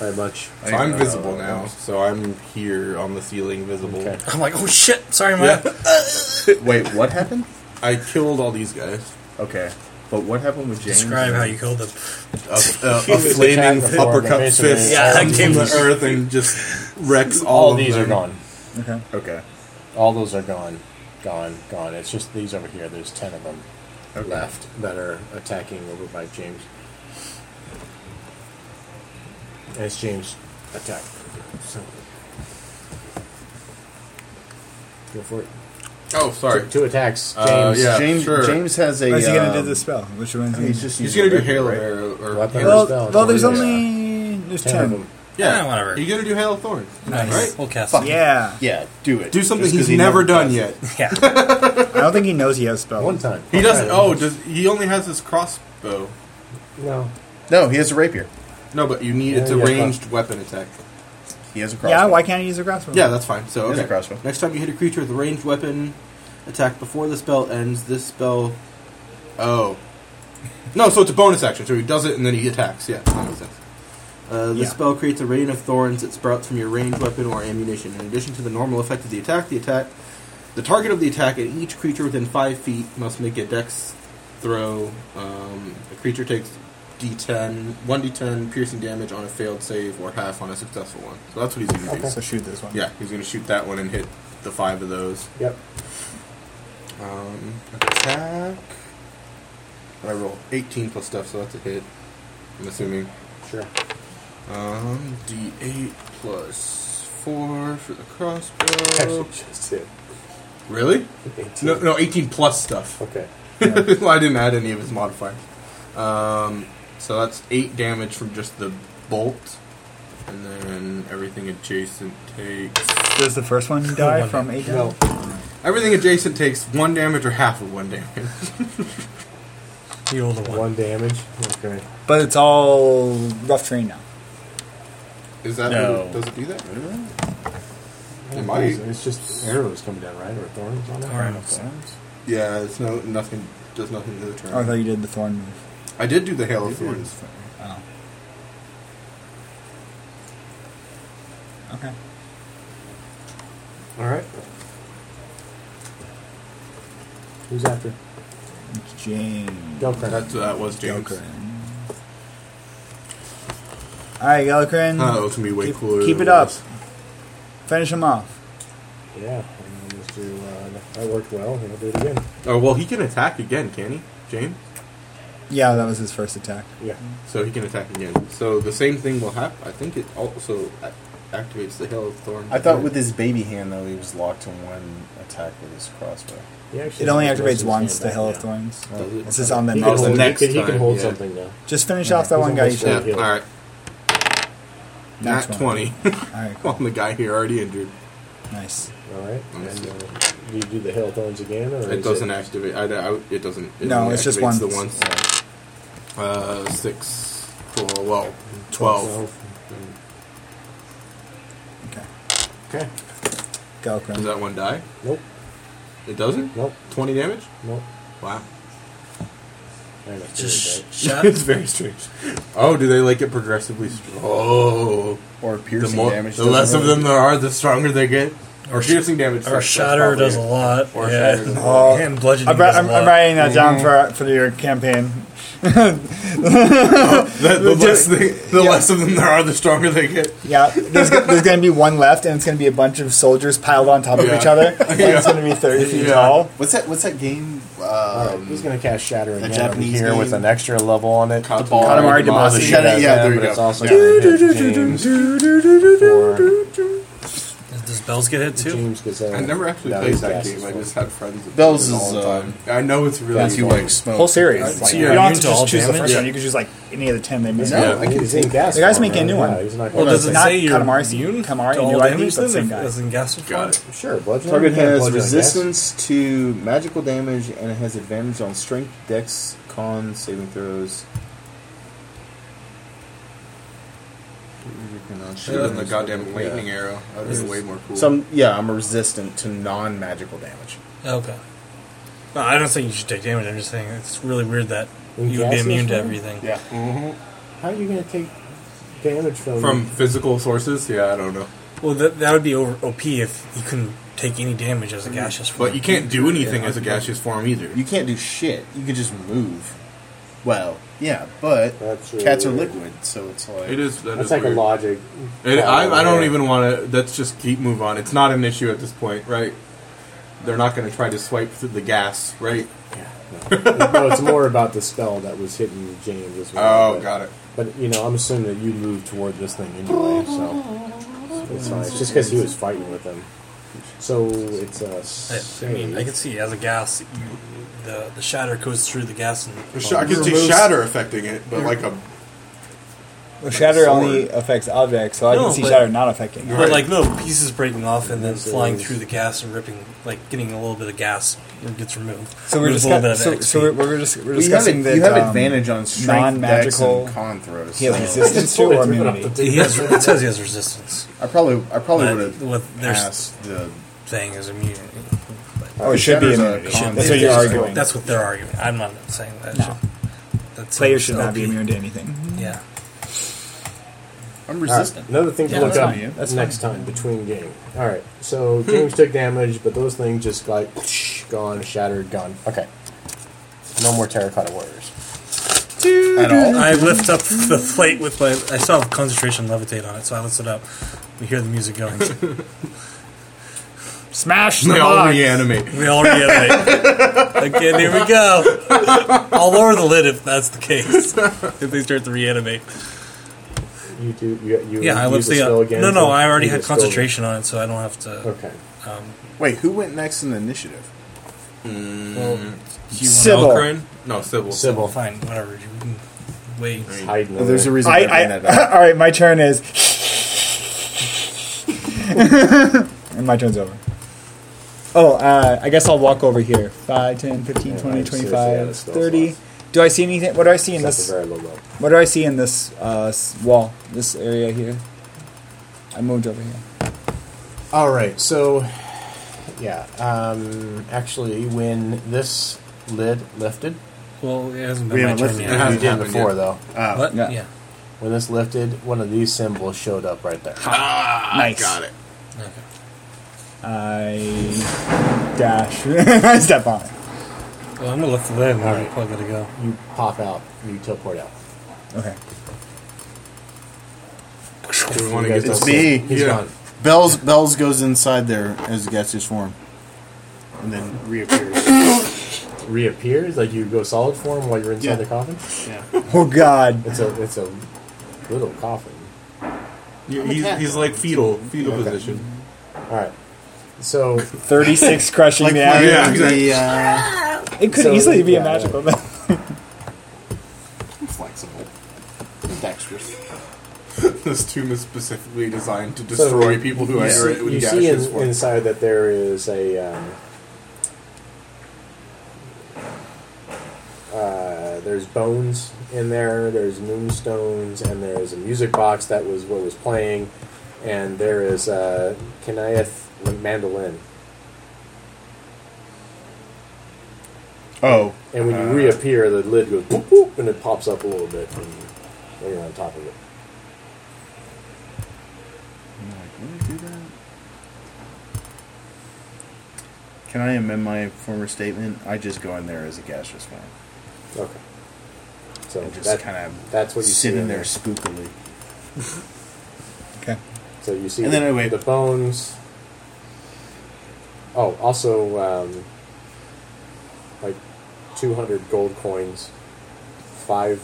S1: By much.
S4: So I'm visible now, so I'm here on the ceiling, visible.
S1: Okay.
S3: I'm like, oh shit, sorry, man.
S4: Yeah,
S2: Wait, what happened?
S4: I killed all these guys.
S2: Okay, but what happened with James?
S3: Describe how you killed them.
S4: A, a, a flaming
S1: attacked before, but
S4: uppercut
S1: basically
S4: fist
S3: Yeah, I
S4: comes
S3: gave
S4: from the
S3: him-
S4: earth and just wrecks all,
S1: All
S4: of
S1: these
S4: them.
S1: are gone.
S6: Okay.
S2: Okay,
S1: All those are gone. Gone. Gone. It's just these over here. There's ten of them
S2: okay.
S1: left that are attacking over by James. As James attack. So. Go for it.
S4: Oh, sorry.
S1: Two, two attacks. James.
S4: Uh, yeah,
S2: James
S4: sure.
S2: James has a.
S6: What's he gonna do
S2: um,
S6: the spell? Which one's he?
S2: He's just
S4: He's
S2: using
S4: gonna do
S2: regular,
S4: hail
S2: right?
S4: there or
S1: Weapon.
S4: Hail-
S6: well,
S1: spell,
S6: well, there's
S1: yeah.
S6: only there's
S1: ten of
S6: ten.
S1: them.
S4: yeah,
S3: Yeah, whatever.
S4: You're gonna do hail of thorns,
S3: Nice.
S4: right?
S3: We'll cast
S2: Fuck.
S3: it.
S6: Yeah,
S2: Yeah, do it.
S4: Do something
S2: Just 'cause
S4: he's
S2: he
S4: never done
S2: does it.
S4: yet.
S3: Yeah.
S6: I don't think he knows he has spell.
S1: One time.
S4: He doesn't. Oh, does he only has his crossbow?
S1: No.
S2: No, he has a rapier.
S4: No, but you need
S1: Yeah,
S4: it's a
S1: yeah,
S4: ranged weapon attack.
S2: He has a crossbow.
S6: Yeah, why can't I use a crossbow?
S4: Yeah, that's fine. So
S2: He has
S4: okay.
S2: a crossbow.
S4: Next time you hit a creature with a ranged weapon attack before the spell ends, this spell. Oh. No, so it's a bonus action. So he does it and then he attacks. Yeah, that makes sense. Uh, the
S6: Yeah.
S4: spell creates a rain of thorns that sprouts from your ranged weapon or ammunition. In addition to the normal effect of the attack, the attack, the target of the attack and each creature within five feet must make a dex throw. Um, the creature takes d10, one d10 piercing damage on a failed save or half on a successful one. So that's what he's going to do.
S6: So shoot this one.
S4: Yeah, he's gonna shoot that one and hit the five of those.
S1: Yep.
S4: Um, attack. I roll 18 plus stuff, so that's a hit. I'm assuming.
S1: Sure.
S4: Um, D8 plus four for the
S1: Actually,
S4: crossbow.
S1: just hit.
S4: Really?
S1: 18.
S4: No, no, 18 plus stuff.
S1: Okay.
S4: well, I didn't add any of his modifiers. Um, so that's eight damage from just the bolt, and then everything adjacent takes
S6: Does the first one die
S3: One
S6: from eight?
S1: No.
S4: Everything adjacent takes one damage or half of one damage.
S3: You rolled a one.
S1: One damage. Okay.
S6: But it's all rough terrain now.
S4: Is that
S2: No.
S4: what it- does it do that? It might.
S1: It's, it's just arrows coming down, right? Or thorns on it?
S3: All right.
S4: Yeah, it's no nothing. Does nothing to the turn.
S6: Oh, I thought you did the thorn move.
S4: I did do the hail of thorns.
S6: Oh. Okay.
S1: All right. Who's after?
S6: It's James.
S1: Delcrin.
S4: That that was James.
S6: Delcrin. All right, Galakryn.
S4: Oh, it's gonna be way
S6: keep,
S4: cooler.
S6: Keep
S4: than
S6: it up.
S4: was.
S6: Finish him off.
S1: Yeah, and then just do. Uh, that worked well, and I'll do it again.
S4: Oh well, he can attack again, can he, James?
S6: Yeah, that was his first attack.
S1: Yeah,
S4: So he can attack again. So the same thing will happen. I think it also a- activates the Hill of Thorns.
S2: I thought with his baby hand though he was locked to one attack with his crossbow.
S1: he actually
S6: It only
S1: has
S6: activates
S1: his
S6: once,
S1: hand
S6: the
S1: back
S6: Hell of
S1: now.
S6: Thorns.
S4: Does it?
S6: It's just on the
S1: He
S4: Oh,
S1: can
S4: it's
S6: next
S4: the
S1: hold,
S6: one.
S1: he
S4: next
S1: can, he
S4: time,
S1: can hold
S4: yeah.
S1: something now.
S6: Just finish off that one guy.
S1: almost
S6: you
S4: Yeah.
S1: done.
S6: did.
S4: All right. Not
S6: Next one.
S4: twenty.
S6: All right,
S1: Oh,
S6: cool.
S4: On the guy here already injured.
S6: Nice.
S1: All right.
S4: Nice.
S1: And, uh, do you do the Hail Thorns again, or
S4: It
S1: is
S4: doesn't activate. I, I- it doesn't. It
S6: No,
S4: only
S6: it's just
S4: activates
S6: one.
S4: The once. Uh, six, four, well, twelve.
S6: Okay.
S1: Okay.
S4: Does
S6: Galakryn.
S4: that one die?
S1: Nope.
S4: It doesn't.
S1: Nope.
S4: Twenty damage.
S1: Nope.
S4: Wow.
S1: Very much
S30: Just
S1: very
S30: sh- shut.
S4: it's very strange. Oh, do they like get progressively? Str- oh,
S2: Or
S4: the
S2: piercing
S4: more,
S2: damage.
S4: the
S2: doesn't
S4: less of
S2: really-
S4: them there are, the stronger they get. Or piercing damage.
S3: Or
S4: sucks, that's
S3: shatter
S4: probably
S3: does a
S4: it.
S3: lot.
S4: Or
S3: yeah.
S4: shatter does a
S6: lot.
S3: and bludgeoning
S6: I'm, ri-
S3: does a
S6: I'm,
S3: lot.
S6: I'm writing that down for for your campaign.
S4: The, the less they, the less of them there are, the stronger they get.
S6: Yeah, there's, go- there's gonna be one left, and it's gonna be a bunch of soldiers piled on top of
S4: Yeah.
S6: each other. And It's gonna be thirty feet
S4: Yeah.
S6: tall.
S2: What's that? What's that game?
S1: All right,
S2: Um,
S1: he's going to cast Shatter again
S2: Japanese
S1: over here with
S2: game.
S1: an extra level on it.
S4: Katamari Katamari
S2: Damacy. Damacy.
S1: has
S2: Yeah,
S1: that,
S2: there you
S1: but
S2: go.
S1: It's also
S2: Yeah.
S1: gonna hit James for
S3: Does bells get hit too?
S1: James Gazelle.
S4: I never actually
S1: Now
S4: played
S1: he's
S4: that
S1: cast
S4: game.
S1: as
S4: I
S1: well.
S4: just had friends. that
S2: Those
S4: played it
S2: is,
S4: all the
S2: uh,
S4: time. I know it's really.
S2: that's you like smoke.
S6: Whole series.
S4: I'd
S6: Like,
S4: see
S6: you
S4: you're
S6: don't have
S3: immune
S6: to
S3: to
S6: just
S3: all
S6: choose the first
S3: damage?
S6: one. You could choose like any of the ten they made.
S2: No,
S4: I can
S1: He's in gas
S6: The guy's
S1: form,
S6: making a new
S1: right? Yeah,
S6: one.
S1: he's not
S3: Well,
S1: gonna-
S3: does it
S6: Not
S3: say you're
S6: Katamari,
S3: immune
S6: Katamari,
S3: to all
S6: new
S3: damage
S6: IPs, but
S3: then?
S6: same
S3: if-
S6: guy.
S3: As in gas of
S4: Got it.
S1: Sure, bludgeoning.
S2: Target
S1: You can't
S2: has
S1: bludgeon, I guess.
S2: resistance to magical damage and it has advantage on strength, dex, con, saving throws.
S4: Should have done the goddamn lightning
S2: Yeah.
S4: arrow. That would have been way more cool.
S2: Some yeah, I'm resistant to non-magical damage.
S3: Okay. No, I don't think you should take damage. I'm just saying it's really weird that
S1: In
S3: you would be
S1: gaseous
S3: immune to
S1: form?
S3: everything.
S2: Yeah.
S1: How are you going to take damage from?
S4: from physical sources. Yeah, I don't know.
S3: Well, that, that would be over OP if you couldn't take any damage as a gaseous form.
S4: Mm. But you can't do anything
S2: Yeah.
S4: as a gaseous form either.
S2: You can't do shit. You could just move. Well, yeah, but
S1: That's really
S2: cats are
S1: weird.
S2: liquid, so it's like
S4: It is.
S1: That's like a logic.
S4: It, I, I don't
S1: Yeah.
S4: even want to. Let's just keep move on. It's not an issue at this point, right? They're not going to try to swipe through the gas, right?
S1: no, it's more about the spell that was hitting James as well.
S4: Oh,
S1: but,
S4: got it.
S1: But you know, I'm assuming that you moved toward this thing anyway, so it's fine. It's just because he was fighting with him. So it's uh, a
S3: I,
S1: save.
S3: I mean, I can see as a gas, you, the the shatter goes through the gas and
S4: I could see shatter affecting it, but like a
S6: Well, shatter
S4: Sword.
S6: only affects objects, so I
S3: No,
S6: can see
S3: but-
S6: shatter not affecting.
S3: Or
S4: Right.
S3: like little pieces breaking off and then
S1: Yes, it
S3: flying
S1: is.
S3: through the gas and ripping, like getting a little bit of gas or gets removed.
S6: So we're
S3: Lose
S6: just
S3: a little bit of
S6: so,
S3: XP.
S6: so we're, we're, just, we're
S2: Well, you have,
S6: discussing
S2: ad-
S6: that
S2: you have
S6: um,
S2: advantage on strength, dex,
S6: non-magical-
S2: and con throws.
S6: He has
S2: so-
S6: resistance to
S1: pulled it
S6: or
S1: through it off
S6: immunity.
S3: he has, it says he has resistance.
S2: I probably I probably
S3: But
S2: would
S3: with
S2: have
S3: their s-
S2: passed the.
S3: Thing is immune.
S6: Oh, it should be
S2: Shatter's a
S6: immunity.
S2: con
S6: That's
S2: throw.
S6: what you're
S3: That's-
S6: arguing.
S3: That's what they're arguing. I'm not saying that.
S6: No.
S3: should- That seems
S6: Players should not be
S3: OP.
S6: immune to anything.
S3: Yeah.
S2: I'm
S1: All right,
S2: resistant.
S1: another thing to
S6: Yeah,
S1: look
S6: that's
S1: up
S6: fine. That's
S1: next time between game. All right, so James took damage, but those things just like gone, shattered, gone. Okay, no more terracotta warriors.
S2: At all.
S3: I lift up the plate with my. I still have concentration levitate on it, so I lift it up. We hear the music going.
S6: Smash the
S4: they all
S6: box.
S4: reanimate.
S3: We all reanimate. Again, here we go. I'll lower the lid if that's the case. If they start to reanimate.
S1: You do. You, you
S3: Yeah, I lift
S1: use the
S3: the. uh,
S1: spell again.
S3: no, no,
S1: to-
S3: I already
S1: use
S3: had
S1: the spell-
S3: concentration on it, so I don't have to.
S1: Okay.
S2: Wait, who went next in the initiative?
S3: Well, do you want
S6: Sybil.
S3: Elkrin?
S4: No, Sybil.
S1: Sybil.
S3: Fine, whatever. You can wait.
S1: Hiding
S2: Well, Oh, there's a
S1: over.
S2: reason.
S6: I,
S2: they're doing that, though.
S6: I, all right, my turn is. and my turn's over. Oh, uh, I guess I'll walk over here. 5, 10, 15,
S1: Yeah,
S6: 20,
S1: I seriously
S6: 25,
S1: had a spell
S6: 30.
S1: slot.
S6: Do I see anything? What do I see in
S1: That's
S6: this?
S1: a very low level.
S6: What do I see in this uh, s- wall? This area here? I moved over here.
S1: All right, so yeah, um, actually, when this lid lifted,
S3: Well, it hasn't
S2: We
S3: been my
S2: haven't
S3: turn
S2: lifted
S1: you
S3: yet.
S4: it. hasn't
S1: did
S4: happened
S1: before
S4: yet.
S1: though.
S3: What?
S6: Yeah.
S3: Yeah.
S1: When this lifted, one of these symbols showed up right there.
S6: nice.
S4: Got it.
S3: Okay.
S6: I dash. I step on it.
S3: Well, I'm gonna lift the lid and
S1: All
S3: I'll
S1: right.
S3: plug it to go.
S1: You pop out, you teleport out.
S6: Okay.
S4: Do we want to get
S2: It's
S4: this?
S2: me.
S4: He's yeah.
S2: Bells Bells goes inside there as a gaseous form, and then reappears.
S1: Reappears like you go solid form while you're inside
S2: Yeah.
S1: the coffin.
S2: yeah.
S6: Oh God!
S1: It's a it's a little coffin.
S4: Yeah, he's, he's like fetal, fetal position.
S1: All right, so
S6: Thirty-six crushing the average.
S4: Yeah, exactly.
S2: The, uh,
S6: It could
S1: So,
S6: easily be
S1: yeah,
S6: a magical.
S31: Flexible. Dexterous.
S4: This tomb is specifically designed to destroy people who enter it
S1: you,
S4: with
S1: see
S4: gaseous
S1: in,
S4: form.
S1: inside that there is a um, uh, there's bones in there there's moonstones and there's a music box that was what was playing and there is a Keniath mandolin
S2: oh,
S1: and when you reappear the lid goes boop boop and it pops up a little bit and then you're on top of it
S2: I'm like, "Would it do that?" Can I amend my former statement? I just go in there as a gaseous form
S1: okay so
S2: and just
S1: that,
S2: kind of
S1: that's what you
S2: sit
S1: see
S2: in there spookily.
S1: So you see
S2: And then
S1: the,
S2: I wait.
S1: the bones. Oh, also, um, like 200 gold coins, five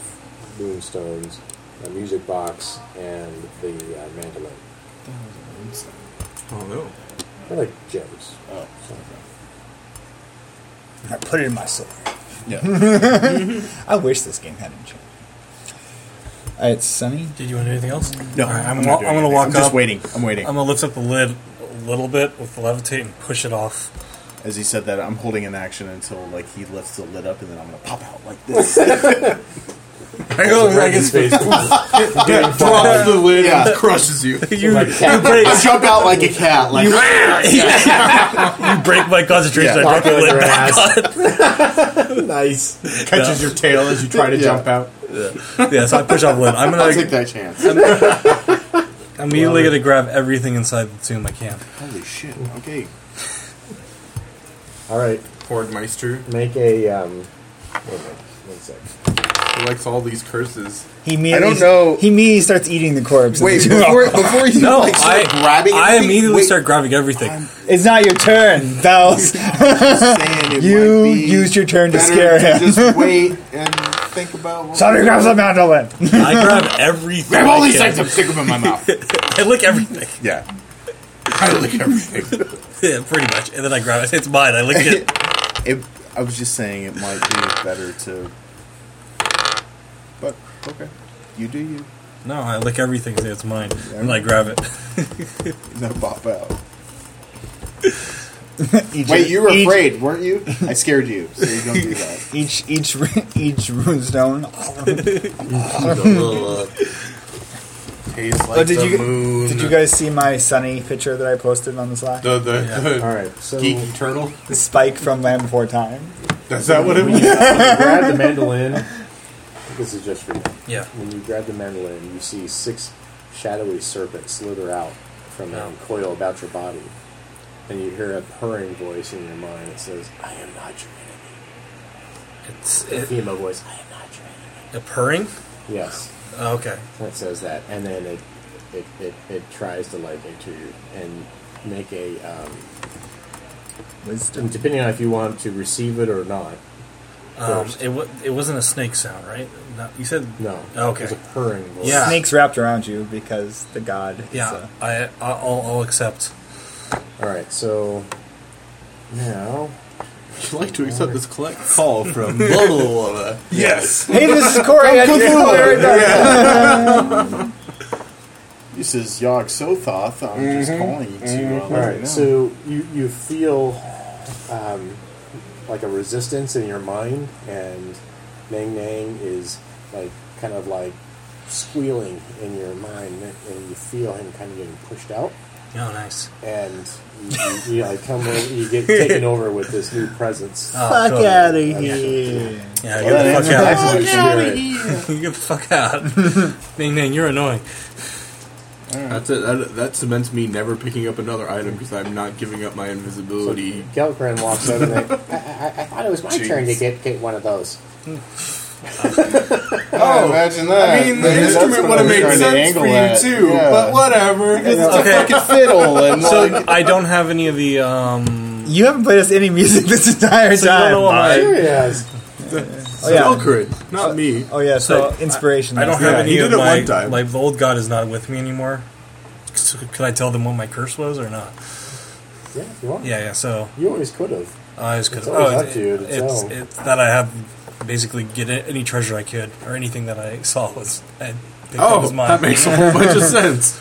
S1: moonstones, a music box, and the uh, mandolin.
S4: oh no.
S1: They're like gems.
S31: Oh.
S6: I put it in my soul.
S31: Yeah.
S6: I wish this game had a gym. All right, Sunny.
S3: Did you want to do anything else?
S2: No,
S3: All right, I'm,
S2: I'm
S3: wa-
S2: not
S3: I'm
S2: doing
S3: going to
S2: anything.
S3: walk
S2: I'm
S3: up.
S2: just waiting. I'm waiting.
S3: I'm going to lift up the lid a little bit with the levitate and push it off.
S2: As he said that, I'm holding an action until like he lifts the lid up, and then I'm gonna pop out like this.
S3: I go like it's
S4: Drops the lid and crushes you.
S3: you, you break
S31: I jump out like a cat. Like
S3: you break my concentration. I drop the lid back
S1: nice.
S4: Catches your tail as you try to jump out.
S3: on. Yeah, so I push off the lid. I'm
S31: I'll
S3: gonna
S31: take that chance.
S3: immediately gonna grab everything inside the tomb I can.
S31: Holy shit. Okay.
S1: All right,
S4: Hordmeister.
S1: make a. Um, wait a minute, one sec.
S4: He likes all these curses.
S6: He immediately,
S31: don't know-
S6: He immediately starts eating the corpse.
S31: Wait before before you
S3: No,
S31: like start
S3: I
S31: grabbing.
S3: I
S31: anything,
S3: immediately
S31: wait,
S3: start grabbing everything.
S6: It's not your turn, Bells.
S31: saying it
S6: You
S31: might be
S6: used your turn to
S31: better
S6: scare him.
S31: Just wait and think about. What
S6: Sunny grabs the mandolin.
S3: I grab everything.
S31: Grab all
S3: I
S31: these
S3: can.
S31: items, stick them in my mouth.
S3: I lick everything.
S31: yeah.
S4: I lick everything.
S3: Yeah, pretty much. And then I grab it. It's mine. I lick it.
S2: It, I was just saying it might be better to. But okay, you do you.
S3: No, I lick everything. Say it's mine. And I grab it.
S2: No pop out.
S6: Each,
S31: Wait, you were
S6: each,
S31: afraid, weren't you? I scared you, so you don't do that.
S6: Each each each runestone.
S4: Tastes like
S6: Oh, did
S4: the
S6: you
S4: moon.
S6: did you guys see my Sunny picture that I posted on the Slack?
S4: the the, the
S1: All right, so
S4: geeky turtle?
S6: The spike from Land Before Time.
S4: Is that what it was?
S1: grab the mandolin. This is just for you.
S3: Yeah.
S1: When you grab the mandolin, you see six shadowy serpents slither out from them
S3: Oh.
S1: and coil about your body. And you hear a purring voice in your mind that says, I am not your enemy.
S3: It's
S1: A
S3: it,
S1: female voice, I am not your enemy.
S3: a purring.
S1: Yes,
S3: Oh, okay.
S1: that says that. And then it it, it, it tries to like enter you and make a. Um,
S6: Wisdom.
S1: and depending on if you want to receive it or not.
S3: Um,
S1: First.
S3: it wa it wasn't a snake sound, right? Not, you said
S1: No.
S3: Okay.
S1: It's a purring voice.
S3: Yeah.
S6: Snakes wrapped around you because the god. is,
S3: Yeah,
S6: uh,
S3: I I- I'll, I'll accept.
S1: Alright, so. Now.
S4: you like to accept this collect call from blah blah blah. blah. Yes.
S6: hey, this is Corey. I just Corey.
S2: This is Yog Sothoth. I'm just
S4: Mm-hmm.
S2: calling you to uh,
S1: All
S2: let you know.
S1: right, so you you feel um, like a resistance in your mind, and Nang Nang is like kind of like squealing in your mind, and you feel him kind of getting pushed out,
S3: Oh, nice.
S1: and you, you, you like come over, you get taken over with this new presence.
S3: Oh,
S6: Fuck
S3: totally.
S6: out of here.
S3: Yeah, get the fuck
S1: That's
S3: out.
S1: what you hear.
S3: get the fuck out. Ning Ning, you're annoying.
S4: That's it. That, that cements me never picking up another item because I'm not giving up my invisibility.
S1: Gelgrin walks over and like, I, I, I thought it was my turn to get, get one of those.
S32: Oh, imagine that.
S4: I mean, the
S32: That's
S4: instrument
S32: what I
S4: would have
S32: was
S4: made
S32: trying to
S4: sense
S32: angle
S4: for you
S32: at.
S4: too,
S32: Yeah.
S4: but whatever.
S32: It's a fucking fiddle and like,
S3: So I don't have any of the. Um,
S6: You haven't played us any music this entire
S3: so you don't
S6: time.
S3: know what my-
S1: Sure he has.
S6: oh yeah.
S4: Selkrid, not me.
S6: Oh yeah. So,
S3: So,
S6: inspiration.
S3: I don't
S6: yeah.
S3: have any
S4: you
S3: of
S4: did it
S3: my
S4: one time.
S3: like the old god is not with me anymore. So could I tell them what my curse was or not?
S1: Yeah, if you want.
S3: Yeah, yeah. So
S1: You always could have.
S3: I was good.
S1: It's always
S3: oh,
S1: up to you to
S3: it's,
S1: tell.
S3: it's that I have basically get a- any treasure I could or anything that I saw was I picked up
S4: Oh,
S3: was mine.
S4: that makes a whole bunch of sense.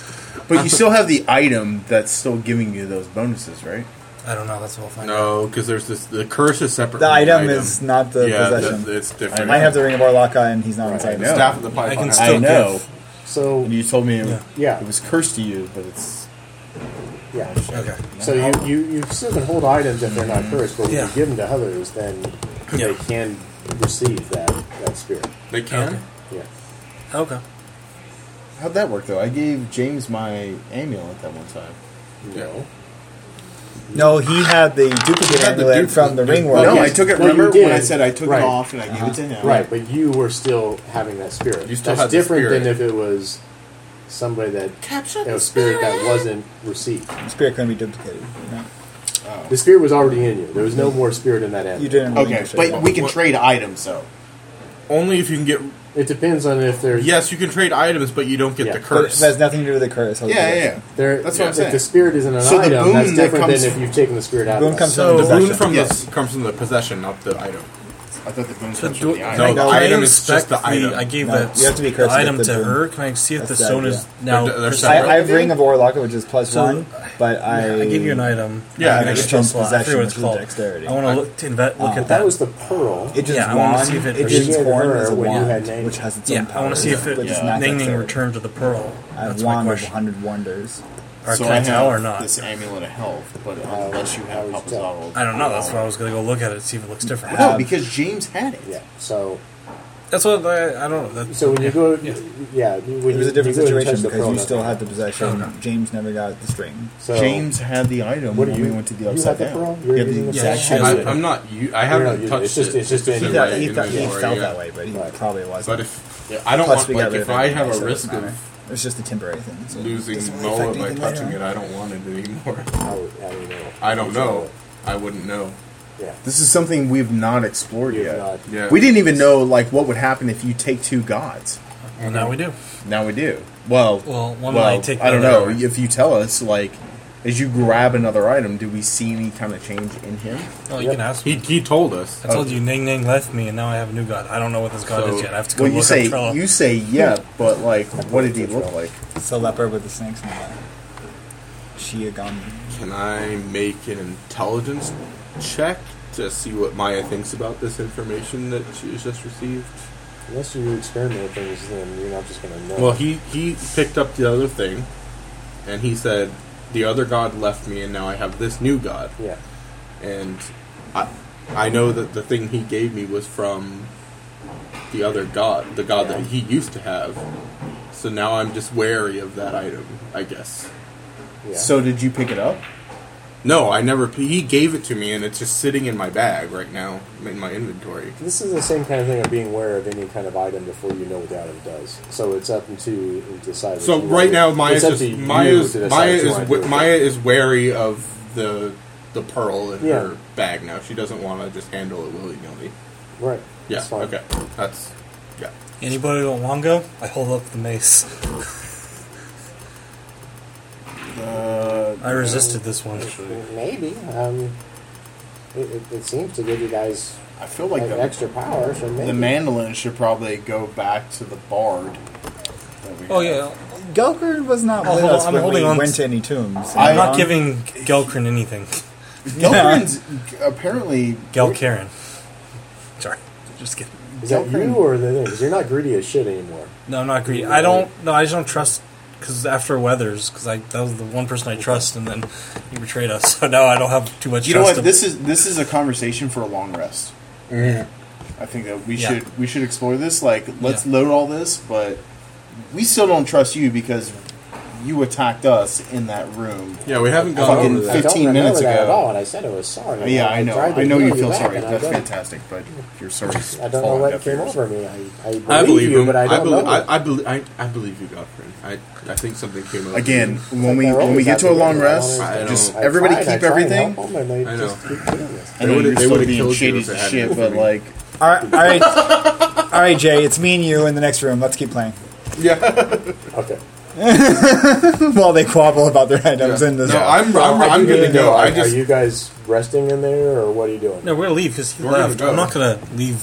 S2: But you still have the item that's still giving you those bonuses, right?
S3: I don't know. That's what I'll find. out.
S4: No, because there's this. The curse is separate.
S6: The
S4: from
S6: item, is not the
S4: yeah,
S6: possession.
S4: that- it's different.
S6: I have the ring of Orlaka, and he's not
S2: I
S6: inside.
S2: know.
S4: staff of the Python.
S3: I can
S4: has
S3: still
S2: I know.
S1: So
S2: And you told me it-
S1: Yeah.
S2: it was cursed to you, but it's
S1: yeah.
S3: Okay.
S1: So you, you, you still can hold items if they're not cursed, but when
S3: Yeah.
S1: you give them to others, then
S3: Yeah.
S1: they can receive that, that spirit.
S4: They can.
S1: Yeah.
S3: Okay.
S2: how'd that work though? I gave James my amulet that one time.
S1: No.
S6: No, he had the duplicate
S4: had the
S6: amulet
S4: duplicate-
S6: from the ring world.
S2: no,
S1: yes,
S2: I took it.
S1: well, you
S2: remember
S1: did.
S2: when I said I took
S1: Right.
S2: it off and I gave it
S32: Uh-huh.
S2: to him?
S1: Right, but you were still having that spirit.
S4: You still
S1: That's
S4: had the
S1: different
S4: spirit.
S1: than if it was somebody that
S2: Capture
S1: it was spirit that wasn't received.
S6: Spirit couldn't be duplicated. No.
S1: The spirit was already in you. There was no more spirit in that
S6: You
S1: animal.
S6: didn't.
S2: Okay,
S6: relinquish it,
S2: but
S6: yeah.
S2: we can trade items though.
S4: Only if you can get.
S1: It depends on if there's
S4: Yes, you can trade items, but you don't get
S1: Yeah.
S4: the
S6: But
S4: curse.
S6: that has nothing to do with the curse.
S2: Yeah, yeah, yeah.
S1: there.
S2: That's what I'm
S1: if
S2: saying.
S1: the spirit isn't an
S2: So the
S1: item, that's
S2: boon that
S1: different
S2: comes-
S1: than if you've taken the spirit out.
S6: Boon
S1: of
S6: comes
S1: us.
S6: from
S3: So-
S6: the
S4: the boon
S6: possession.
S4: from
S2: Yes.
S4: the comes from the possession, not the item.
S2: I thought the boon
S3: So
S2: comes
S3: do-
S2: from the
S3: can I-
S2: item.
S4: No, the
S3: can I
S4: item is
S3: inspect
S4: just the item.
S3: I gave
S6: No,
S3: that
S6: you have to be
S3: the
S6: cursed
S3: item
S6: with the
S3: to
S6: boon.
S3: her. Can I see if the
S6: That's the
S3: stone is
S6: idea.
S3: now?
S4: They're- they're
S3: cursed?
S6: I, I
S4: separate.
S6: have ring of Orlaka, which is plus
S3: So-
S6: one, but I
S3: I gave you an item.
S4: Yeah,
S3: an
S4: I
S3: extra
S6: gave
S3: slot. I
S6: possession,
S3: forget what it's
S6: which is
S3: called.
S6: dexterity.
S3: I want to look to inve- look at
S1: That
S3: that.
S1: was the pearl.
S6: It just
S3: Yeah, I wanna
S6: wand.
S3: see if it
S6: it just
S1: reaches
S6: horn
S1: her
S6: as a
S1: when you
S6: wand,
S1: had named
S6: which
S1: it.
S6: has its own
S3: yeah,
S6: power.
S3: I want to see if it
S6: but it's not
S3: Ning Ning
S6: dexterity.
S3: returned to the pearl.
S6: I have
S3: That's my
S6: wand of
S3: question.
S6: 100 wonders.
S3: Or
S2: so
S3: can
S2: I
S3: I tell
S2: have
S3: or not?
S2: this amulet of health, but unless you have
S1: how is that?
S2: Papazaro's
S3: I don't know. That's why I was gonna go look at it see if it looks different.
S2: No, because James had it.
S1: Yeah. So
S3: That's what I, I don't know. That's,
S1: so when you go,
S3: Yeah.
S1: yeah, when
S6: It was
S1: you,
S6: a
S1: you
S6: different
S1: go and touch
S6: situation
S1: the
S6: because
S1: pearl,
S6: you still
S1: nothing.
S6: had the possession. James never got the string.
S1: so,
S2: James had the item
S1: What do
S2: when
S1: you-
S2: we went to the
S1: you
S2: upside
S1: had the pearl?
S2: down.
S1: You're
S2: Yeah, the
S1: using the
S2: exact
S1: same
S2: same
S1: item.
S2: item.
S4: I, I'm not. You, I
S1: not
S4: haven't
S1: using it.
S4: touched
S1: It's just-
S4: it.
S1: it's just
S6: He,
S1: been-
S4: in
S6: thought,
S4: my
S6: he, thought, he
S4: inventory,
S6: felt
S4: yeah.
S6: that way, but he
S1: Right.
S6: probably wasn't.
S4: But if yeah, I don't
S6: Plus,
S4: want
S6: we got
S4: like
S6: rid
S4: if
S6: of it
S4: I
S6: anyway,
S4: have
S6: so
S4: a
S6: it
S4: risk
S6: doesn't matter.
S4: of
S6: It was just a temporary thing. So
S4: losing
S6: doesn't really
S4: Moa
S6: affect
S4: by
S6: anything
S4: touching
S6: later
S4: it,
S6: on.
S4: I don't want it anymore.
S1: How, how do you know?
S4: I don't know. I wouldn't know.
S1: Yeah.
S2: This is something we've not explored
S1: You've
S2: yet.
S1: not-
S4: Yeah.
S2: We didn't even know like what would happen if you take two gods.
S3: well, now we do.
S2: Now we do. Well,
S3: Well, one
S2: well,
S3: might take
S2: I don't
S3: another
S2: know.
S3: item.
S2: If you tell us, like, as you grab another item, do we see any kind of change in him?
S3: Oh, you
S1: Yep.
S3: can ask.
S4: He he told us.
S3: I told you Ning Ning left me, and now I have a new god. I don't know what this god
S4: So,
S3: is yet. I have to go
S2: Well,
S3: look
S2: you say
S3: up Trello.
S2: you say yeah, but like, what did he look like?
S6: It's the leopard with the snakes on the back. Shiagami.
S4: Can I make an intelligence check to see what Maya thinks about this information that she has just received?
S1: Unless you experiment with things, then you're not just going to know.
S4: Well, he he picked up the other thing, and he said the other god left me, and now I have this new god,
S1: yeah.
S4: and I I know that the thing he gave me was from the other god, the god that he used to have. So now I'm just wary of that item, I guess.
S1: Yeah.
S2: So did you pick it up?
S4: No, I never. He gave it to me, and it's just sitting in my bag right now in my inventory.
S1: this is the same kind of thing of being aware of any kind of item before you know what the item does. So it's up to you to decide. what
S4: So
S1: you want.
S4: right now,
S1: It's
S4: Maya's
S1: up
S4: just,
S1: to you
S4: Maya's
S1: to decide
S4: Maya
S1: what you
S4: is
S1: wanna do
S4: w-
S1: with
S4: Maya
S1: it.
S4: is wary of the the pearl in
S1: Yeah.
S4: her bag now. She doesn't want to just handle it willy nilly.
S1: Right.
S4: Yeah.
S1: That's fine.
S4: Okay. That's yeah.
S3: Anybody want Wongo? I hold up the mace.
S2: Uh,
S3: I resisted this one.
S1: Maybe. Um, it, it, it seems to give you guys
S2: I feel
S1: like
S2: like the,
S1: extra power, so maybe.
S2: the mandolin should probably go back to the bard. that we
S3: Oh
S2: had.
S3: yeah,
S6: Gelker was not
S3: Oh,
S6: with
S3: hold
S6: us
S3: on, I'm
S6: when we
S3: holding on
S6: went
S3: to-
S6: to any tombs.
S3: I'm not
S2: I-
S3: giving Gelkrin anything.
S2: Gelfrin's apparently
S3: Gelkarin. Sorry, just kidding.
S1: Is that you or the thing? Because you're not greedy as shit anymore.
S3: No, I'm not greedy. I don't. No, I just don't trust. Because after Weathers, because I that was the one person I trust, and then he betrayed us. So now I don't have too much.
S2: You know
S3: trust
S2: what?
S3: of-
S2: This is this is a conversation for a long rest.
S15: Mm-hmm.
S2: I think that we
S3: Yeah.
S2: should we should explore this. Like, let's load all this, but we still don't trust you because you attacked us in that room.
S4: Yeah, we haven't gone
S2: Fucking
S4: over
S15: I
S4: that.
S15: don't
S2: 15
S15: remember
S2: minutes
S15: that at
S2: ago.
S15: all, and I said I was sorry.
S2: Uh, yeah, I know.
S15: tried to
S2: I know
S15: heal
S2: you feel
S15: back,
S2: sorry.
S15: and I
S2: That's
S15: don't-
S2: fantastic, but your sorry's
S15: I don't know
S2: falling
S15: what
S2: deaf
S15: came
S2: ears.
S15: over me. I, I believe,
S4: I believe
S15: you,
S4: him.
S15: but I don't
S4: believe,
S15: know.
S4: I, I, believe, I, I believe you, Godfrey. I, I think something came over.
S2: Again, when
S15: Like
S2: we
S15: they're
S2: when we
S15: always
S2: get to a
S15: out there.
S2: long rest,
S4: I don't-
S2: just
S15: I
S2: everybody
S15: tried, I tried
S2: keep
S15: to
S2: everything.
S15: help 'em, and they
S4: I
S15: just
S4: know.
S15: keep doing this.
S2: I know
S4: would've-
S2: you're
S4: they
S2: still
S4: would've
S2: being
S4: killed you
S2: shady
S4: if it
S2: as
S4: hadn't
S2: shit,
S4: been
S2: but
S4: for me.
S2: like
S6: All right, all right, all right, Jay. It's me and you in the next room. Let's keep playing
S15: Okay.
S6: while they quabble about their items in
S4: No,
S6: this.
S4: I'm, I'm, I'm going to
S15: No,
S4: go. I
S15: are,
S4: just
S15: you guys resting in there, or what are you doing?
S20: No, we're gonna leave because he
S4: We're gonna
S20: left.
S4: go.
S20: I'm not gonna leave.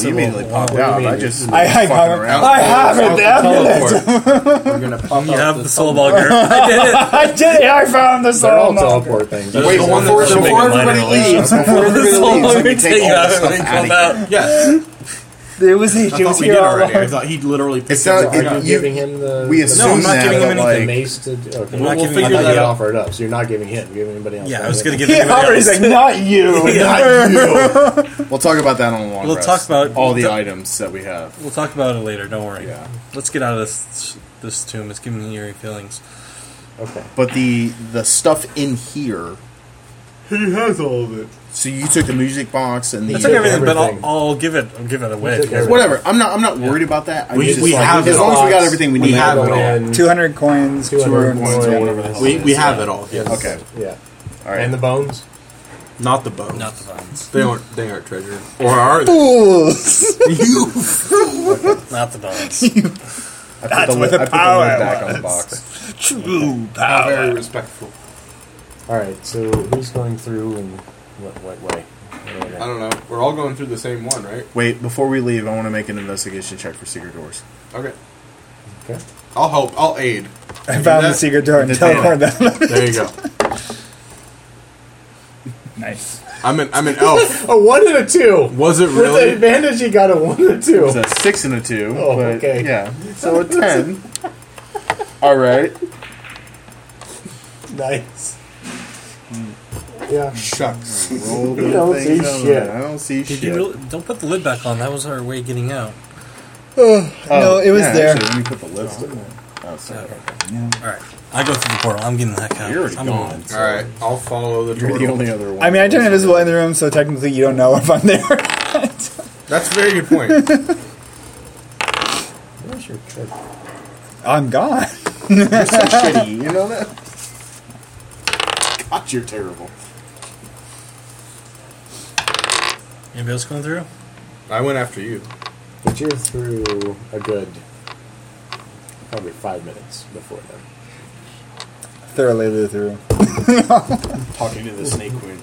S2: you immediately popped
S15: do you
S2: out.
S15: mean?
S2: I just
S6: I, I have it.
S2: around.
S6: I have it. damn it.
S4: teleport. We're going to pop
S20: You
S4: out
S20: have
S4: the
S20: the soul bulger. I did it.
S6: I did it. I found the
S1: They're all
S6: soul.
S1: teleport things.
S4: Wait, the one
S2: before,
S4: that's
S2: before
S4: making
S2: everybody leaves, before everybody
S20: The soul
S2: leaves, let
S20: bulger
S2: me take
S20: take
S2: all this
S20: out.
S2: stuff
S20: when he
S2: out of
S20: comes
S2: here.
S20: out.
S4: Yes,
S6: It was
S4: I
S6: he. She
S4: thought
S6: was
S4: we
S6: here
S4: did
S6: all
S4: already. I
S6: along.
S4: thought he literally picked
S2: It's not-
S4: up
S2: it-
S4: the
S1: Are you
S2: you-
S1: giving him the?
S2: We
S1: the-
S20: No,
S2: assume
S20: I'm not
S2: now
S20: giving him
S2: that
S1: the
S2: like
S1: mace to. Okay.
S20: I'm not
S4: We'll
S20: giving
S4: figure
S1: I
S20: anybody
S1: thought you
S4: that
S20: out.
S1: offered it up, so you're not giving him. You're giving anybody else.
S20: Yeah, I was
S1: Okay.
S20: gonna give
S6: Yeah,
S20: everybody
S6: Aubrey's
S20: else.
S6: like, not you.
S2: Not you. We'll talk about that on a long
S20: We'll
S2: rest.
S20: talk about-
S2: all the
S20: we'll ta-
S2: items that we have.
S20: We'll talk about it later. Don't worry.
S2: Yeah.
S20: Let's get out of this this tomb. It's giving me eerie feelings.
S1: Okay.
S2: But the the stuff in here,
S4: He has all of it.
S2: so you took the music box and
S20: I
S2: the
S20: took everything, but
S1: everything.
S20: I'll, I'll give it. I'll give it away.
S1: took
S20: if you guys want.
S1: everything.
S2: whatever. I'm not I'm not worried about that. I
S4: We-
S2: just
S4: we
S2: like,
S4: have
S2: as
S4: the
S2: long as we got
S4: box.
S2: everything we,
S4: We
S2: need.
S4: have it all.
S6: Two hundred coins. Two
S1: 200
S6: hundred
S1: coins,
S6: coins.
S1: yeah.
S6: whatever the hell.
S4: We, we have it all. Yes.
S2: Okay,
S1: Yeah.
S2: all right.
S1: And the bones.
S4: Not the bones.
S20: Not the bones.
S4: They aren't. They aren't treasure. Or are they?
S6: Fools.
S20: Not the bones.
S2: I put
S6: That's
S2: the,
S6: where
S2: lid- I
S6: the
S2: put the
S6: power
S2: lid back on the box.
S6: True
S4: Very
S6: power.
S4: respectful.
S1: All right. So who's going through and what what way?
S4: I don't know. We're all going through the same one, right?
S2: Wait, before we leave, I want to make an investigation check for secret doors.
S4: Okay.
S1: Okay.
S4: I'll help. I'll aid.
S6: I found the secret door and
S2: Did that.
S6: teleported them.
S4: There you go.
S6: nice.
S4: I'm an. I'm an elf.
S1: A one and a two.
S4: Was it
S1: With the
S4: really?
S1: advantage, he got a one and a two.
S2: It's a six and a two.
S1: Oh,
S2: but,
S1: okay.
S2: Yeah, so a ten. all right.
S1: Nice. Yeah.
S2: Shucks.
S1: You don't see shit.
S2: I don't see
S20: Did
S2: shit.
S20: you really, don't put the lid back on. That was our way of getting out.
S6: No, Oh, it was
S2: Oh, yeah,
S6: there.
S2: Actually, let me put the lids down. Oh, sorry.
S20: All right. I go through the portal. I'm getting the heck out.
S2: You're already
S20: I'm
S2: gone.
S20: going.
S4: All right. I'll follow the.
S2: You're the
S4: turtle.
S2: only other one.
S6: I mean, I turned invisible in the room, so technically you don't know if I'm there.
S4: That's a very good point.
S1: Where's your trick?
S6: I'm gone.
S2: shitty. You know that? God, you're terrible.
S20: Anybody else going through?
S4: I went after you.
S1: But you're through a good probably five minutes before then.
S6: Thoroughly lived through.
S2: Talking to the snake queen.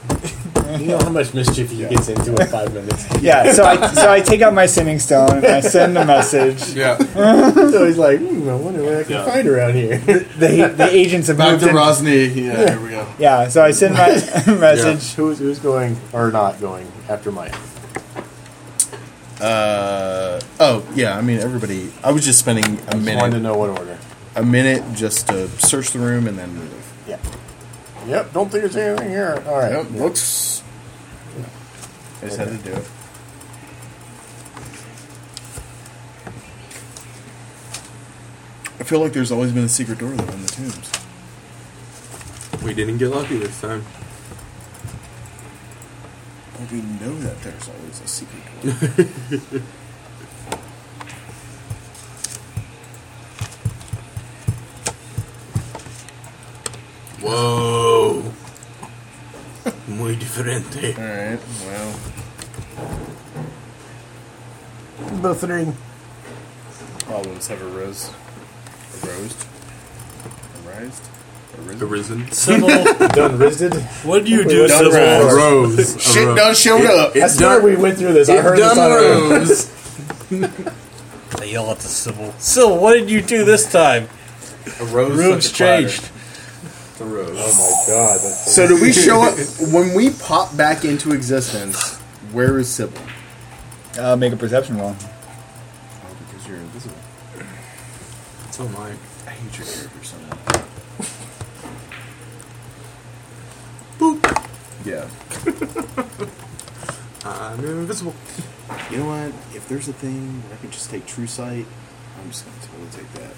S1: You know how much mischief he gets into in five minutes.
S6: Yeah. So I so I take out my sending stone and I send a message.
S4: Yeah.
S1: so he's like, hmm, I wonder what I can find around here.
S6: The, the agents have
S2: Back
S6: moved
S2: to
S6: in.
S2: Rosny. Yeah, here we go.
S6: Yeah. So I send my message.
S1: who's who's going or not going after Mike?
S2: Uh, oh, yeah, I mean, everybody. I was just spending a
S1: Just wanted to
S2: minute,
S1: know what order.
S2: a minute just to search the room and then move.
S1: Yeah. Yep. Don't think there's anything here. All right.
S2: Yep, looks. I just had to do it. I feel like there's always been a secret door though in the tombs.
S4: We didn't get lucky this time.
S2: Well, we know that there's always a secret door.
S4: Whoa. Muy diferente.
S2: All right. Well,
S1: Buffering.
S2: problems have arose, arose, arised, arisen.
S4: Arisen.
S20: Sybil,
S1: Done rizzed.
S20: what do you do,
S2: Done
S20: Sybil?
S2: around.
S4: Arose.
S2: Shit
S4: Arose.
S2: done showed up.
S1: I
S4: It
S1: swear
S4: done.
S1: we went through this. I
S4: It
S1: heard this
S4: done
S1: on our own.
S4: arose.
S20: I yell at the Sybil. Sybil, what did you do this time?
S4: Arose.
S20: Rooms changed.
S4: Arose.
S1: Oh my god. That's
S2: So do we show up when we pop back into existence? Where is Sybil?
S6: Uh, make a perception roll.
S2: Oh, because you're invisible.
S4: So my.
S2: I hate your character so much. Yeah.
S4: I'm invisible.
S2: You know what? If there's a thing where I can just take True Sight, I'm just gonna totally take that.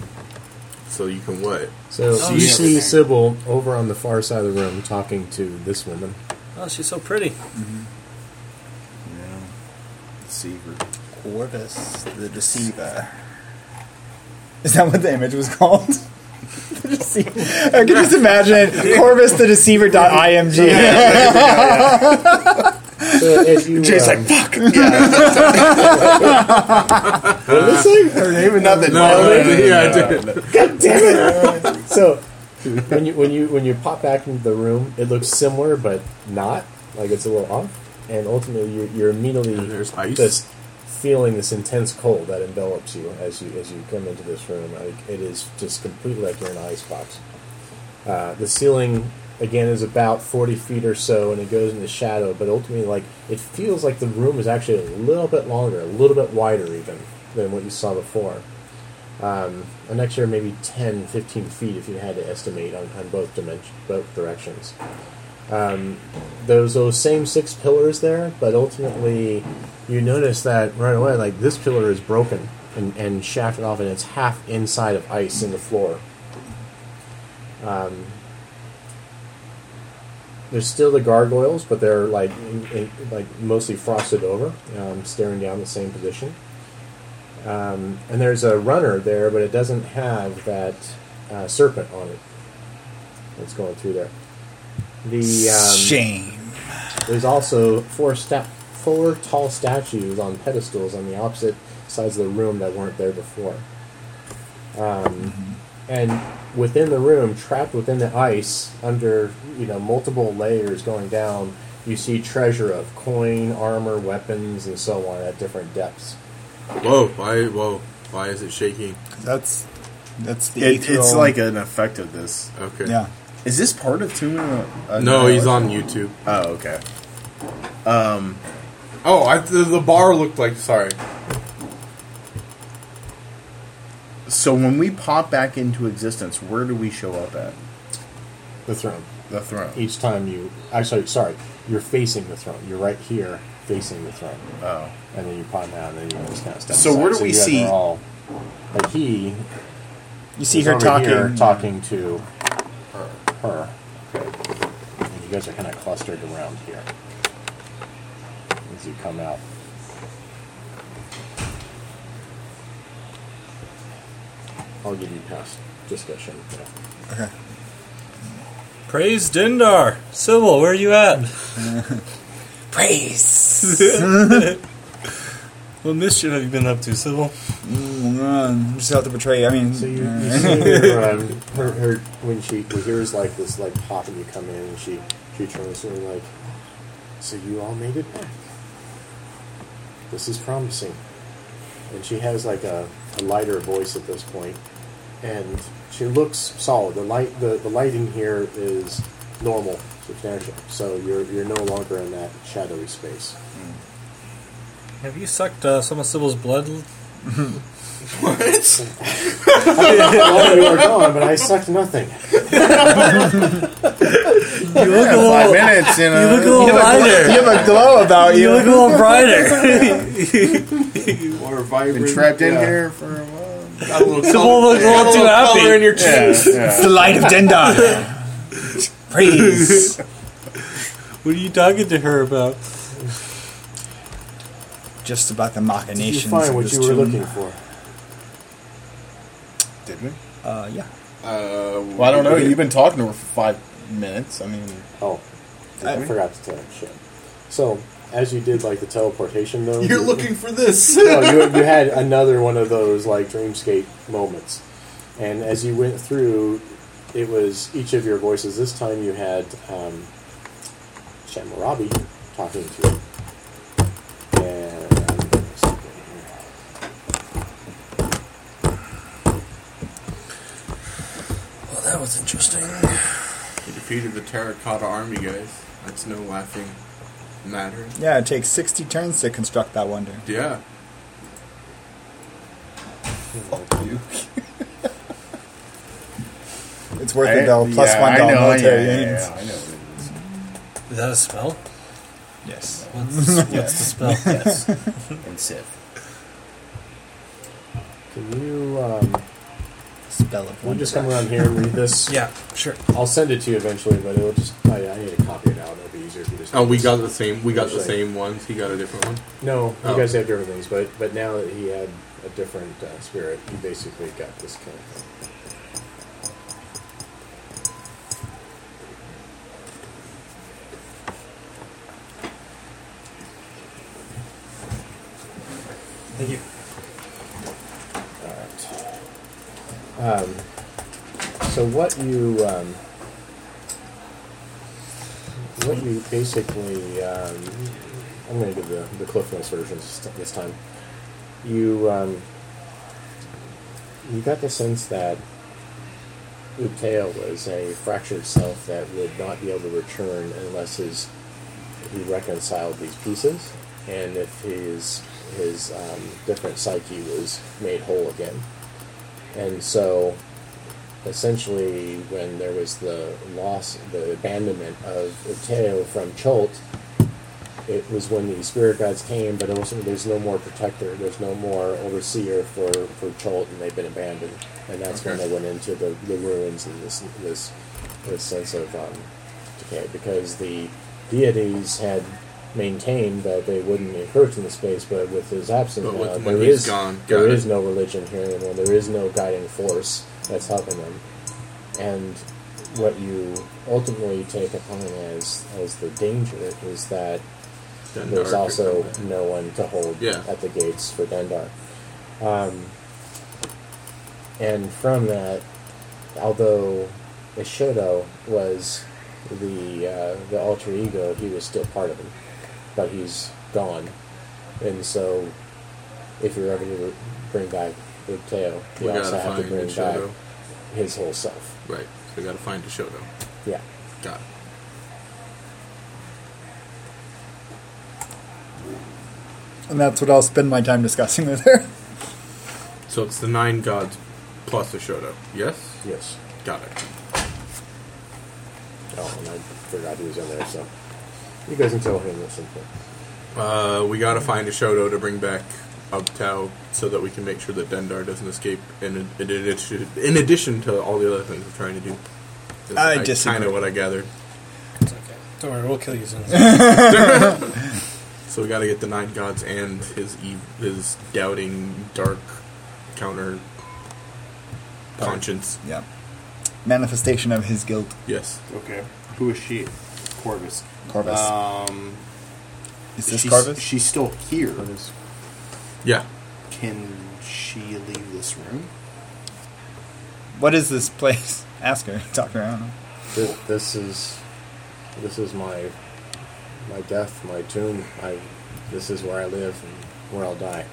S4: So you can what?
S1: So
S3: Oh,
S1: you
S3: yeah.
S1: see Sybil over on the far side of the room talking to this woman.
S3: Oh, she's so pretty.
S14: Deceiver.
S13: Corvus the Deceiver. Is that what the image was called? The Deceiver. I can just imagine Corvus the Deceiver.img.
S1: So as you,
S14: Jay's
S1: um,
S14: like, fuck!
S1: so when you when you when you pop back into the room, it looks similar but not like it's a little off, and ultimately you're, you're immediately
S4: And there's ice.
S1: just feeling this intense cold that envelops you as you as you come into this room. Like, it is just completely like you're in an ice box. Uh, the ceiling again is about 40 feet or so and it goes into shadow but ultimately like it feels like the room is actually a little bit longer a little bit wider even than what you saw before um, an extra maybe 10, 15 feet if you had to estimate on, on both dimension, both directions. Um, those those same six pillars there, but ultimately you notice that right away, like this pillar is broken and, and shafted off, and it's half inside of ice in the floor. Um, there's still the gargoyles, but they're like in, in, like mostly frosted over, um, staring down the same position. Um, and there's a runner there, but it doesn't have that uh, serpent on it. That's going through there. The um,
S13: Shame.
S1: there's also four step four tall statues on pedestals on the opposite sides of the room that weren't there before.
S2: Mm-hmm.
S1: Um, and within the room, trapped within the ice, under you know multiple layers going down, you see treasure of coin, armor, weapons, and so on at different depths.
S4: Whoa! Why? Whoa! Why is it shaking?
S13: That's that's the
S2: It, it's
S13: ethereal-
S2: like an effect of this.
S4: Okay.
S13: yeah.
S2: Is this part of Tomb of the- uh,
S4: No, he's on YouTube.
S2: Oh, okay.
S4: Oh, I, the, the bar looked like. Sorry.
S2: So when we pop back into existence, where do we show up at?
S1: The throne.
S2: The throne.
S1: each time you actually sorry you're facing the throne you're right here facing the throne
S2: Oh.
S1: and then you climb down and then you just kind of step
S2: So where
S1: aside.
S2: do we
S1: you guys
S2: see-
S1: are all, like he
S13: You see
S1: is
S13: her
S1: over
S13: talking.
S1: here talking to her her and you guys are kind of clustered around here as you come out I'll give you past discussion yeah.
S3: Praise Dindar. Sybil, where are you at?
S13: Praise.
S3: What mischief have you been up to, Sybil?
S13: Mm, I'm just out to betray you. I mean,
S1: So you,
S13: uh,
S1: you see her, um, her, her when she hears like this like pop and you come in and she she turns to her like, so you all made it back. This is promising. And she has like a, a lighter voice at this point, and she looks solid. The light the, the lighting here is normal, substantial. So you're you're no longer in that shadowy space.
S3: Have you sucked uh, some of Sybil's blood?
S1: oh, you are gone, but I sucked nothing.
S3: You look a little,
S2: Minutes, you know.
S3: you look a little lighter.
S13: you have a glow about
S3: You
S13: you.
S3: look a little brighter.
S4: Or vibrant.
S2: been trapped in
S4: yeah.
S2: here for a while.
S4: Got a little
S3: Sybil looks a little too
S4: color in
S3: happy.
S4: your cheeks.
S13: It's the light of Dendon. Praise.
S3: What are you talking to her about?
S13: Just about the
S1: Did you
S13: machinations.
S1: find
S13: of
S1: what
S13: this
S1: you were
S13: tomb.
S1: looking for?
S2: Did we?
S13: Uh, yeah.
S4: Uh,
S2: Well, I don't know. You've been talking to her for five minutes. I mean,
S1: Oh, I,
S2: Did we?
S1: forgot to tell you. Shit. So, as you did like the teleportation, though,
S4: You're
S1: you-
S4: looking for this.
S1: No, you, you had another one of those like dreamscape moments, and as you went through, it was each of your voices. This time, you had um, Shamarabi talking to you. And
S3: Well, Oh, that was interesting.
S4: He defeated the terracotta army, guys. That's no laughing matter.
S13: Yeah, it takes 60 turns to construct that wonder.
S4: Yeah.
S13: It's worth it though.
S2: I-
S13: Plus
S2: yeah,
S13: one
S2: I
S13: dollar
S2: know,
S13: military
S2: yeah, yeah,
S13: gains.
S2: yeah, I know what it is.
S3: Is that a spell?
S13: Yes.
S3: What's the, what's the spell?
S2: And Sith.
S1: can you um,
S6: spell of
S1: We'll
S6: one.
S1: just come around here and read this.
S20: Yeah, sure.
S1: I'll send it to you eventually, but it'll just. I, I need to copy it out. It'll be easier if you just.
S4: Oh, we got the same. We got the
S1: Actually.
S4: same ones. He got a different one.
S1: No,
S4: Oh.
S1: you guys have different things, but but now that he had a different uh, spirit, he basically got this kind of thing.
S20: Thank you.
S1: All right. Um, so what you um, what you basically um, I'm going to give the the Cliff Notes version this t- this time. You um, you got the sense that Upteo was a fractured self that would not be able to return unless his he reconciled these pieces, and if his his um, different psyche was made whole again. And so, essentially, when there was the loss, the abandonment of Uteo from Cholt, it was when the spirit gods came, but it wasn't, there's no more protector, there's no more overseer for, for Cholt, and they've been abandoned. And that's when
S4: Okay.
S1: they went into the, the ruins and this, this, this sense of um, decay, because the deities had maintained that they wouldn't encroach in the space, but with his absence
S4: But
S1: now,
S4: with-
S1: there is
S4: when he's gone,
S1: there
S4: got it.
S1: is no religion here anymore. There is no guiding force that's helping them. And what you ultimately take upon as as the danger is that
S4: Dundar
S1: there's
S4: or
S1: also
S4: something.
S1: no one to hold
S4: Yeah.
S1: at the gates for Dendar. Um, and from that, although Ishodo was the uh, the alter ego, he was still part of him, but he's gone. And so, if you're ever to bring back Ubteo, you
S4: We
S1: also
S4: gotta
S1: have to
S4: find
S1: bring back
S4: Ishodo.
S1: his whole self.
S4: Right. So we got to find Ishodo.
S1: Yeah.
S4: Got it.
S13: And that's what I'll spend my time discussing with her.
S4: So it's the nine gods plus Ishodo. Yes.
S1: Yes.
S4: Got it.
S1: Oh, and I forgot he was in there, so you guys can tell him at some point.
S4: Uh, we gotta find a Shoto to bring back Uptow so that we can make sure that Dendar doesn't escape. In, in, addition- in addition to all the other things we're trying to do, Is
S6: I
S4: Kind
S6: disagree.
S4: of what I gathered.
S20: It's okay. Don't worry, we'll kill you soon.
S4: So we gotta get the nine gods and his ev- his doubting dark counter conscience.
S13: yeah. Manifestation of his guilt,
S4: Yes.
S2: Okay. Who is she? Corvus.
S13: Corvus.
S2: Um,
S13: is this
S2: she's-
S13: Corvus?
S2: She's still here.
S4: Yeah.
S2: Can she leave this room?
S13: What is this place? Ask her. Talk her. I don't know.
S1: This, this is this is my my death, my tomb. I this is where I live and where I'll die.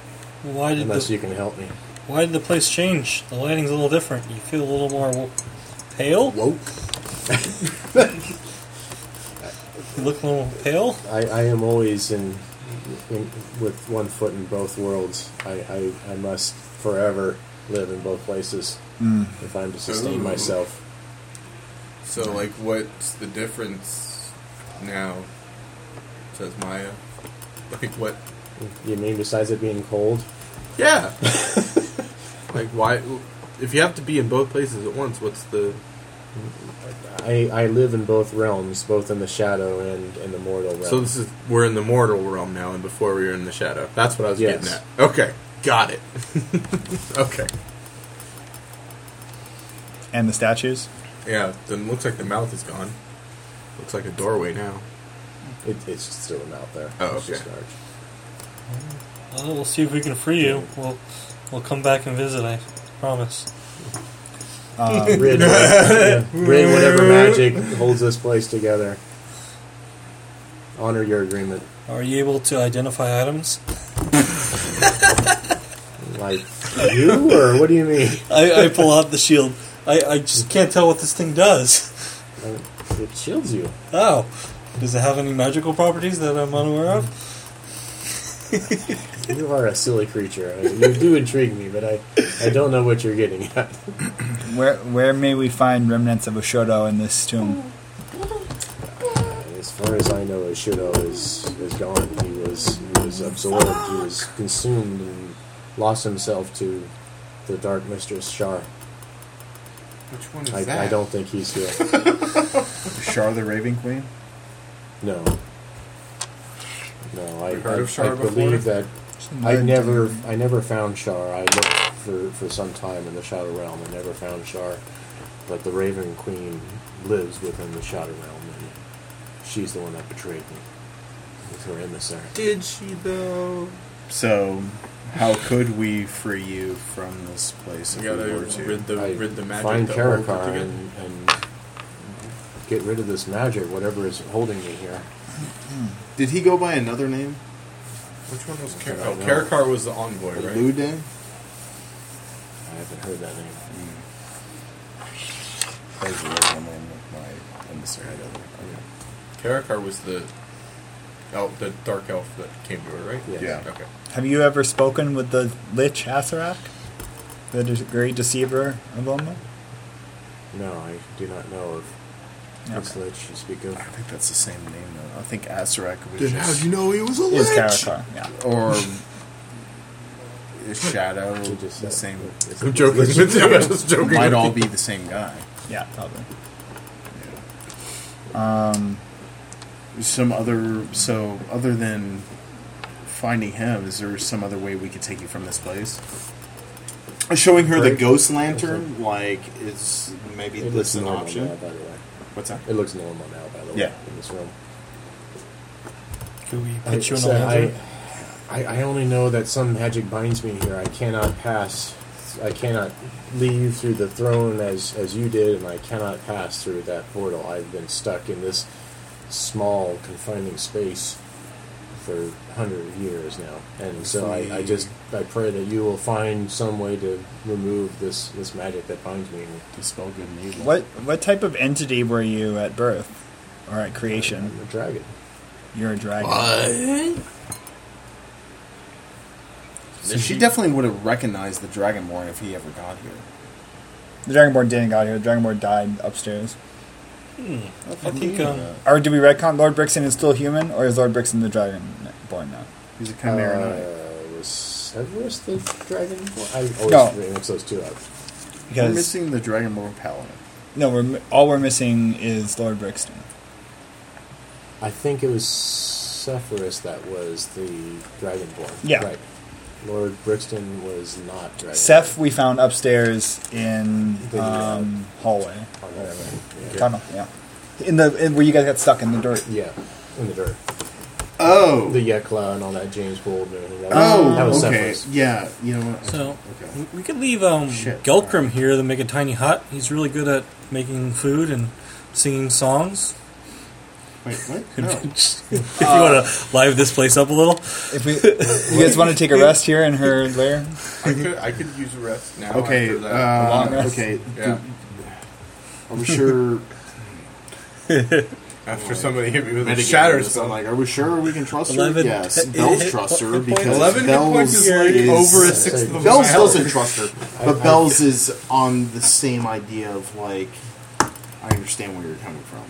S3: Why did
S1: Unless
S3: the
S1: you can help me.
S3: Why did the place change? The lighting's a little different. You feel a little more wo- pale.
S4: Woke.
S3: You look a little pale.
S1: I, I am always in, in with one foot in both worlds. I, I, I must forever live in both places
S4: Hmm.
S1: if I'm to sustain
S4: Ooh.
S1: myself.
S4: So like, what's the difference now? Says Maya. Like what?
S1: You mean besides it being cold?
S4: Yeah. like why? If you have to be in both places at once, what's the
S1: I, I live in both realms, both in the shadow and in the mortal realm.
S4: So this is we're in the mortal realm now, and before we were in the shadow. That's what I was
S1: Yes.
S4: getting at. Okay, got it. okay,
S13: And the statues?
S4: yeah. Then looks like the mouth is gone. Looks like a doorway now.
S1: it, it's just still him out there.
S4: Oh,
S1: It's just
S4: okay.
S1: dark.
S3: Well, we'll see if we can free you. We'll we'll come back and visit. I promise.
S13: Um,
S1: Rid, yeah, rid whatever magic holds this place together. Honor your agreement.
S3: Are you able to identify items?
S1: Like you, or what do you mean?
S3: I, I pull out the shield. I, I just can't tell what this thing does.
S1: It shields you.
S3: Oh, does it have any magical properties that I'm unaware of?
S1: You are a silly creature. I mean, you do intrigue me, but I, I don't know what you're getting at.
S13: where where may we find remnants of Oshodo in this tomb?
S1: As far as I know, Ishido is is gone. He was he was absorbed. He was consumed and lost himself to the dark mistress Shar.
S4: Which one is that?
S1: I, I don't think he's here.
S2: Char the Raven Queen.
S1: No. No, I,
S4: You heard
S1: I,
S4: of Shar
S1: I
S4: before?
S1: believe that I
S6: Nerd
S1: never
S6: thing.
S1: I never found Shar. I looked for, for some time in the Shadow Realm and never found Shar. But the Raven Queen lives within the Shadow Realm and she's the one that betrayed me. With her emissary.
S4: Did she though?
S2: So, how could we free you from this place if
S4: We gotta
S2: we were to?
S4: rid the
S1: I
S4: rid the magic
S1: find
S4: that holds it
S1: Karakar
S4: together.
S1: and, and get rid of this magic, whatever is holding me here.
S2: Did he go by another name?
S4: Which one was Karakar?
S1: I
S4: Oh,
S1: don't know.
S4: Karakar was the envoy, right?
S2: Lude?
S1: I haven't heard that name.
S2: That was the original name of my emissary. I don't know.
S4: Mm-hmm.
S2: Okay.
S4: Karakar was the elf, the dark elf that came to her, right?
S1: Yes.
S2: Yeah.
S4: Okay.
S6: Have you ever spoken with the Lich Asarak? The de- great deceiver of Oma?
S1: No, I do not know of this
S6: Okay.
S1: lich you speak of.
S2: I think that's the same name, though. I think Asarak was
S4: Then
S2: just...
S4: how'd you know he was a
S6: Is
S4: lich?
S6: Karakar, yeah.
S2: Or... is Shadow
S1: You just
S2: the
S1: said-
S2: same...
S1: it's-
S4: I'm joking. I'm just joking.
S2: Might all be the same guy.
S6: Yeah, probably. Um,
S2: Some other... So, other than finding him, is there some other way we could take you from this place? Showing her the
S1: Break.
S2: ghost lantern, like, is maybe
S1: It
S2: this
S1: looks
S2: an
S1: normal
S2: option?
S1: now, by the way.
S2: What's that?
S1: It looks normal now, by the way.
S2: Yeah.
S1: In this room.
S3: Could we
S1: I,
S3: put you in a
S1: said I,
S3: lantern?
S1: I, I only know that some magic binds me here. I cannot pass. I cannot leave through the throne as, as you did, and I cannot pass through that portal. I've been stuck in this small, confining space for hundred of years now, and so I, I just I pray that you will find some way to remove this, this magic that binds me. uh,
S2: Dispel good and evil.
S6: What what type of entity were you at birth or at creation?
S1: I'm a dragon.
S6: You're a dragon.
S2: So she definitely would have recognized the Dragonborn if he ever got here.
S6: The Dragonborn didn't got here. The Dragonborn died upstairs.
S3: I think um,
S6: Or do we retcon Lord Brixen is still human, or is Lord Brixen the Dragonborn now?
S2: He's a chimera.
S1: Uh, was Severus the dragon? Well, I always
S6: No.
S1: mix those two up.
S2: We're
S6: Because
S2: missing the Dragonborn Paladin.
S6: no, we're mi- all we're missing is Lord Brixton.
S1: I think it was Severus that was the dragonborn.
S6: Yeah.
S1: Right. Lord Brixton was not dragonborn.
S6: Seth we found upstairs in
S1: The, uh,
S6: um, hallway
S1: Oh, whatever. Yeah.
S6: tunnel. Yeah, in the in, where you guys got stuck in the dirt.
S1: Yeah, in the dirt.
S2: Oh.
S1: The Yekla and all that James Gold and everything. That was,
S2: oh.
S1: that was
S2: okay.
S1: Severus.
S2: Yeah. You know what?
S3: so
S2: Okay.
S3: we- we could leave um,
S2: Shit.
S3: Gelkrim here to make a tiny hut. He's really good at making food and singing songs.
S2: Wait. What? No.
S3: if you want to live this place up a little,
S6: If we, you guys want to take a rest here in her lair,
S4: I could, I could use a rest now.
S2: Okay.
S4: After that.
S2: uh,
S4: A long rest.
S2: okay.
S4: Yeah.
S2: Are we sure?
S4: After somebody hit me with a
S2: Mitigate
S4: shatter
S2: this. I'm
S4: spell.
S2: like, are we sure we can trust her?
S3: 11
S2: Yes.
S3: hit-
S2: Bells
S3: hit-
S2: trust her
S3: hit points.
S2: because
S4: 11 hit points
S2: Bells
S4: is like
S2: is-
S4: over a
S1: I'd
S4: sixth
S1: say
S4: of a
S2: Bells
S4: mile.
S2: doesn't trust her, but
S1: I-
S2: Bells is on the same idea of like, I understand where you're coming from.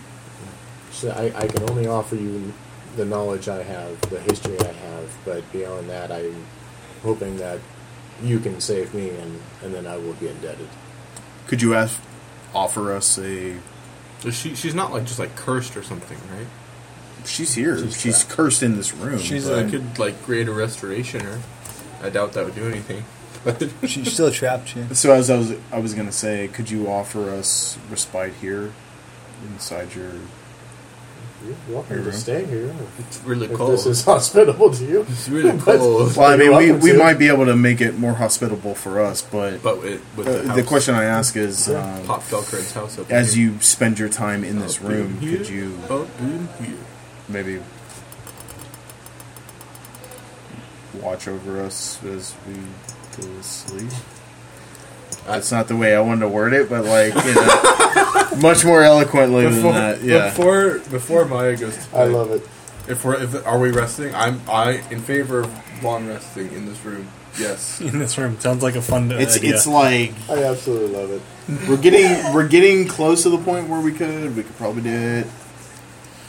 S1: So I, I can only offer you the knowledge I have, the history I have, but beyond that, I'm hoping that you can save me, and, and then I will be indebted.
S2: Could you ask, offer us a?
S4: She, she's not like just like cursed or something, right?
S2: She's here. She's, cursed in this room.
S6: She's
S2: but-
S4: I could like create a restoration or I doubt that would do anything. But
S6: she's still trapped here.
S2: So as I was, I was gonna say, could you offer us respite here, inside your?
S1: You're welcome
S2: Here we
S1: to
S2: go.
S1: stay here.
S4: it's really
S1: If
S4: cold.
S1: this is hospitable to you.
S4: it's really
S1: But-
S4: cold.
S2: Well, I mean, we,
S1: welcome
S2: we
S1: to.
S2: might be able to make it more hospitable for us, but,
S4: But it, with
S2: uh,
S4: the,
S2: the
S4: house-
S2: question I ask is, um,
S4: Pop Felkred's house up
S2: as
S4: here.
S2: you spend your time in this
S4: Up
S2: room,
S4: Oh, here,
S2: could you
S4: up in here.
S2: maybe watch over us as we go to sleep? That's not the way I wanted to word it, but like you know, much more eloquently than
S4: Before,
S2: that. Yeah.
S4: before before Maya goes to
S1: I
S4: bed,
S1: love it.
S4: If we're if, are we resting? I'm I in favor of long resting in this room. Yes.
S3: in this room sounds like a fun uh,
S2: it's
S3: idea.
S2: it's like
S1: I absolutely love it.
S2: We're getting we're getting close to the point where we could we could probably do it.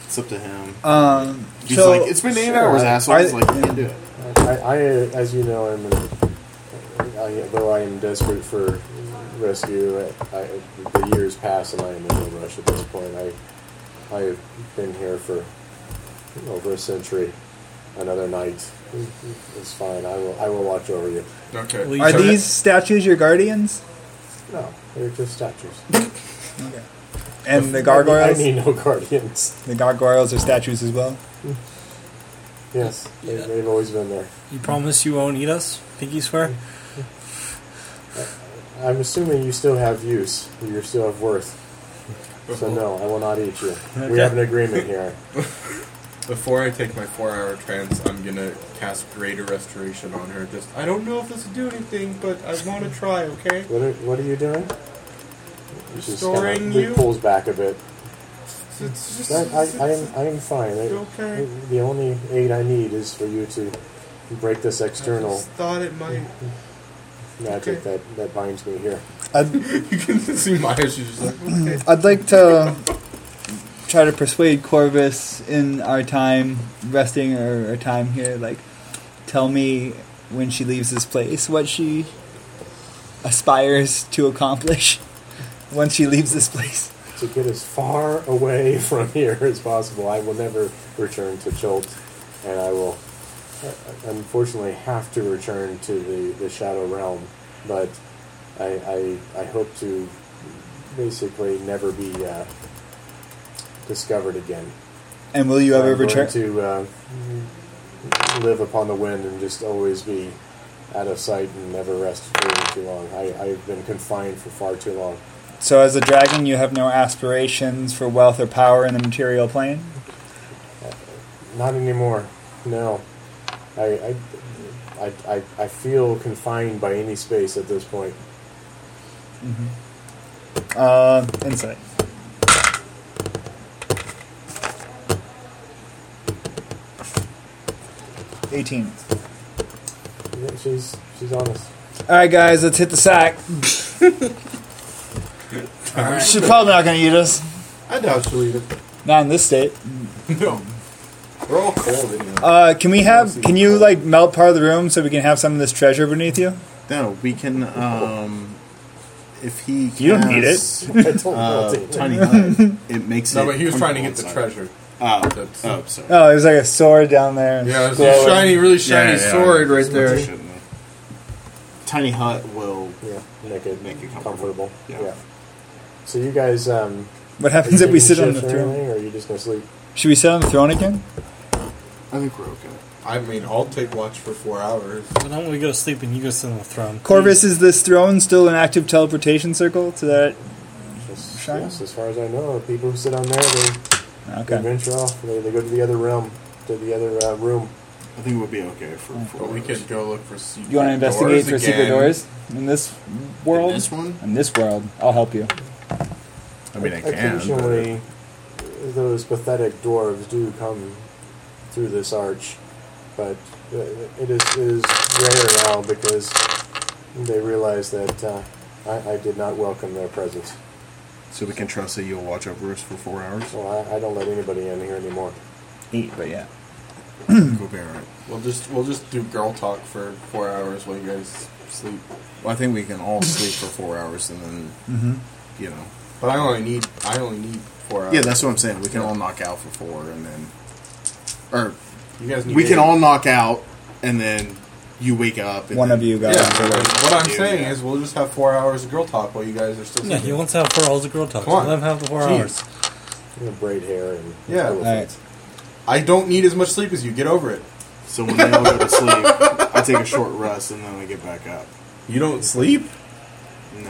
S2: It's up to him.
S6: Um,
S2: He's
S6: so
S2: like, it's been eight
S1: Sure.
S2: hours, asshole. He's
S6: I-
S2: like, you can't do it.
S1: I, I, as you know, I'm, an, I, though I am desperate for rescue. I, I, the years pass, and I am in no rush at this point. I I have been here for over a century. Another night is fine. I will I will watch over you.
S4: Okay.
S33: Will you
S6: Are
S33: try-
S6: these statues your guardians?
S1: No, they're just statues.
S6: Okay. And the
S1: I
S6: gargoyles?
S1: need no guardians.
S6: the gargoyles are statues as well?
S1: Yes, they, they've always been there.
S33: You promise you won't eat us? Pinky swear?
S1: I'm assuming you still have use. You still have worth. So no, I will not eat you. We
S33: Okay.
S1: have an agreement here.
S4: Before I take my four-hour trance, I'm gonna cast Greater Restoration on her. Just I don't know if this will do anything, but I want to try. Okay.
S1: What are, what are you doing? She's kinda-
S4: Restoring
S1: he
S4: you.
S1: pulls back a bit.
S4: It's just-
S1: I, I, I am I am fine. I-
S4: You okay?
S1: the only aid I need is for you to break this external
S4: just thought it might.
S1: magic that, that binds me here.
S4: you can see Maya. She's just like, okay.
S6: I'd like to try to persuade Corvus in our time resting or our time here. Like, tell me when she leaves this place what she aspires to accomplish once she leaves this place.
S1: To get as far away from here as possible. I will never return to Chult, and I will uh, unfortunately have to return to the, the Shadow Realm. But I, I I hope to basically never be uh, discovered again.
S6: And will you ever
S1: I'm going
S6: return?
S1: to uh, live upon the wind and just always be out of sight and never rest for too long. I, I've been confined for far too long.
S6: So, as a dragon, you have no aspirations for wealth or power in the material plane.
S1: Not anymore. No, I I, I, I, I feel confined by any space at this point.
S6: Uh, insight. Eighteen.
S1: Yeah, She's she's honest.
S6: All right, guys, let's hit the sack. She's probably not going to eat us.
S4: I doubt she'll eat it.
S6: Not in this state.
S4: No, we're all cold in here.
S6: Uh, can we have? Can you like melt part of the room so we can have some of this treasure beneath you?
S2: No, we can. Um, if he
S6: You don't need
S2: casts,
S1: I don't know.
S2: uh,
S1: dude.
S2: tiny hut, it makes it.
S4: No, but he was trying
S2: comfortable
S4: to get the
S2: inside.
S4: treasure.
S2: Oh,
S4: That's-
S2: oh, sorry.
S6: Oh, there's like a sword down there.
S4: Yeah, it's
S6: Glowing.
S4: a shiny, really shiny
S2: Yeah, yeah,
S4: sword
S2: yeah.
S4: right there.
S2: Tiny hut will.
S1: yeah, make it
S2: Make it
S1: comfortable.
S2: comfortable.
S1: Yeah.
S2: Yeah.
S1: So you guys, um,
S6: What
S1: are you
S6: happens if we
S1: taking
S6: sit on the
S1: shifts or
S6: throne?
S1: anything, Or are you just gonna sleep?
S6: Should we sit on the throne again?
S4: I think we're okay. I mean, I'll take watch for four hours.
S3: But I'm gonna go to sleep and you go sit on the throne.
S6: Corvus, is this throne still an active teleportation circle to that?
S1: Yes,
S6: Shine?
S1: yes, as far as I know, the people who sit on there, they, they
S6: Okay.
S1: venture off. They, they go to the other realm, to the other uh, room.
S2: I think we'll be okay for. for
S4: But we could go look for secret
S6: You want to investigate
S4: doors
S6: for secret
S4: again.
S6: doors in this world?
S2: In this one.
S6: In this world, I'll help you.
S2: I mean, I can. But
S1: Occasionally, those pathetic dwarves do come through this arch, but uh, it is, it is rare now because they realize that uh, I, I did not welcome their presence.
S2: so we can trust that you'll watch over us for four hours.
S1: So I, I don't let anybody in here anymore.
S6: Eat, but yeah.
S2: We'll be all right.
S4: We'll just we'll just do girl talk for four hours while you guys sleep.
S2: Well, I think we can all sleep for four hours and then, you know.
S4: But I only need I only need four hours.
S2: Mm-hmm. Yeah, that's what I'm saying. We can all knock out for four and then, or
S4: you guys need.
S2: we can
S4: eight.
S2: all knock out and then you wake up. And
S6: One
S2: then-
S6: of you
S4: Yeah.
S6: guys.
S4: and What I'm
S2: Yeah.
S4: saying is, we'll just have four hours of girl talk while you guys are still.
S3: Yeah,
S4: sleeping.
S3: he wants to have four hours of girl talk.
S4: Come on.
S3: Let him have the 4
S4: Jeez.
S3: hours.
S1: You know, braid hair and
S4: Yeah.
S1: little
S6: All right.
S4: I don't need as much sleep as you. Get over it.
S2: So when they all go to sleep, I take a short rest and then I get back up.
S4: You don't sleep.
S2: No.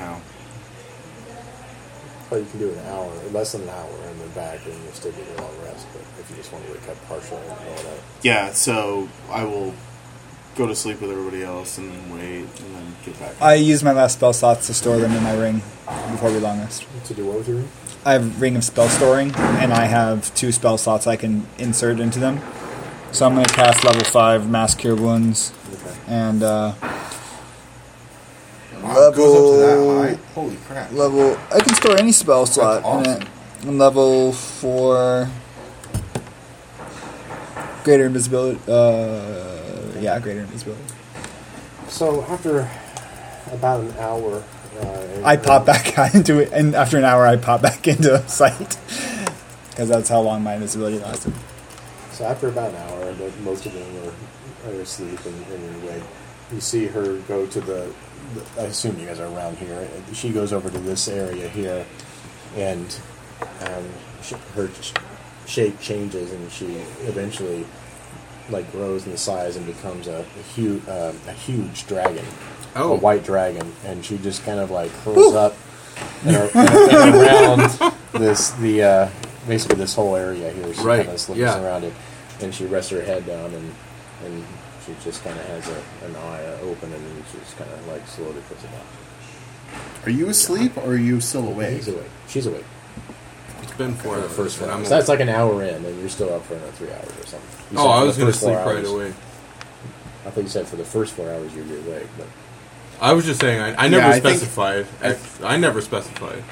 S1: Well, Oh, you can do an hour, less than an hour, and then back, and you'll still get a long rest. But if you just want to wake up partially and all that,
S2: Yeah, so I will go to sleep with everybody else and then wait and then get back
S6: I use my last spell slots to store them in my ring before we long rest.
S1: to do what with your room?
S6: I have ring of spell storing, and I have two spell slots I can insert into them. So I'm going to cast level five mass cure wounds,
S1: Okay.
S6: and uh,
S4: Wow, it goes up to that high. Holy crap!
S6: level I can store any spell slot.
S4: awesome.
S6: And level four, greater invisibility. Uh, yeah, greater invisibility.
S1: So after about an hour Uh, and-
S6: I pop back out into it, and after an hour, I pop back into sight because that's how long my invisibility lasted.
S1: So after about an hour, the, most of them are, are asleep and, and you're awake. You see her go to the, the. I assume you guys are around here. She goes over to this area here, and um, sh- her sh- shape changes, and she eventually like grows in size and becomes a, a huge uh, a huge dragon.
S4: Oh.
S1: a white dragon, and she just kind of like curls up and, ar- and around this the uh, basically this whole area here. She
S4: Right,
S1: kind of slips
S4: yeah.
S1: around it, and she rests her head down, and and she just kind of has a, an eye open, and then she just kind of like slowly puts it up.
S2: Are you asleep or are you still awake?
S1: She's awake. She's awake.
S4: It's been four
S1: For the
S4: hours.
S1: first four
S4: and I'm
S1: hours.
S4: awake.
S1: That's like an hour in, and you're still up for another three hours or something. You
S4: oh,
S1: said
S4: I
S1: for
S4: was
S1: the
S4: going to
S1: first four
S4: sleep right
S1: hours.
S4: away.
S1: I thought you said for the first four hours you'd be awake, but
S4: I was just saying, I, I never
S2: I think-
S4: specified. I, I never specified.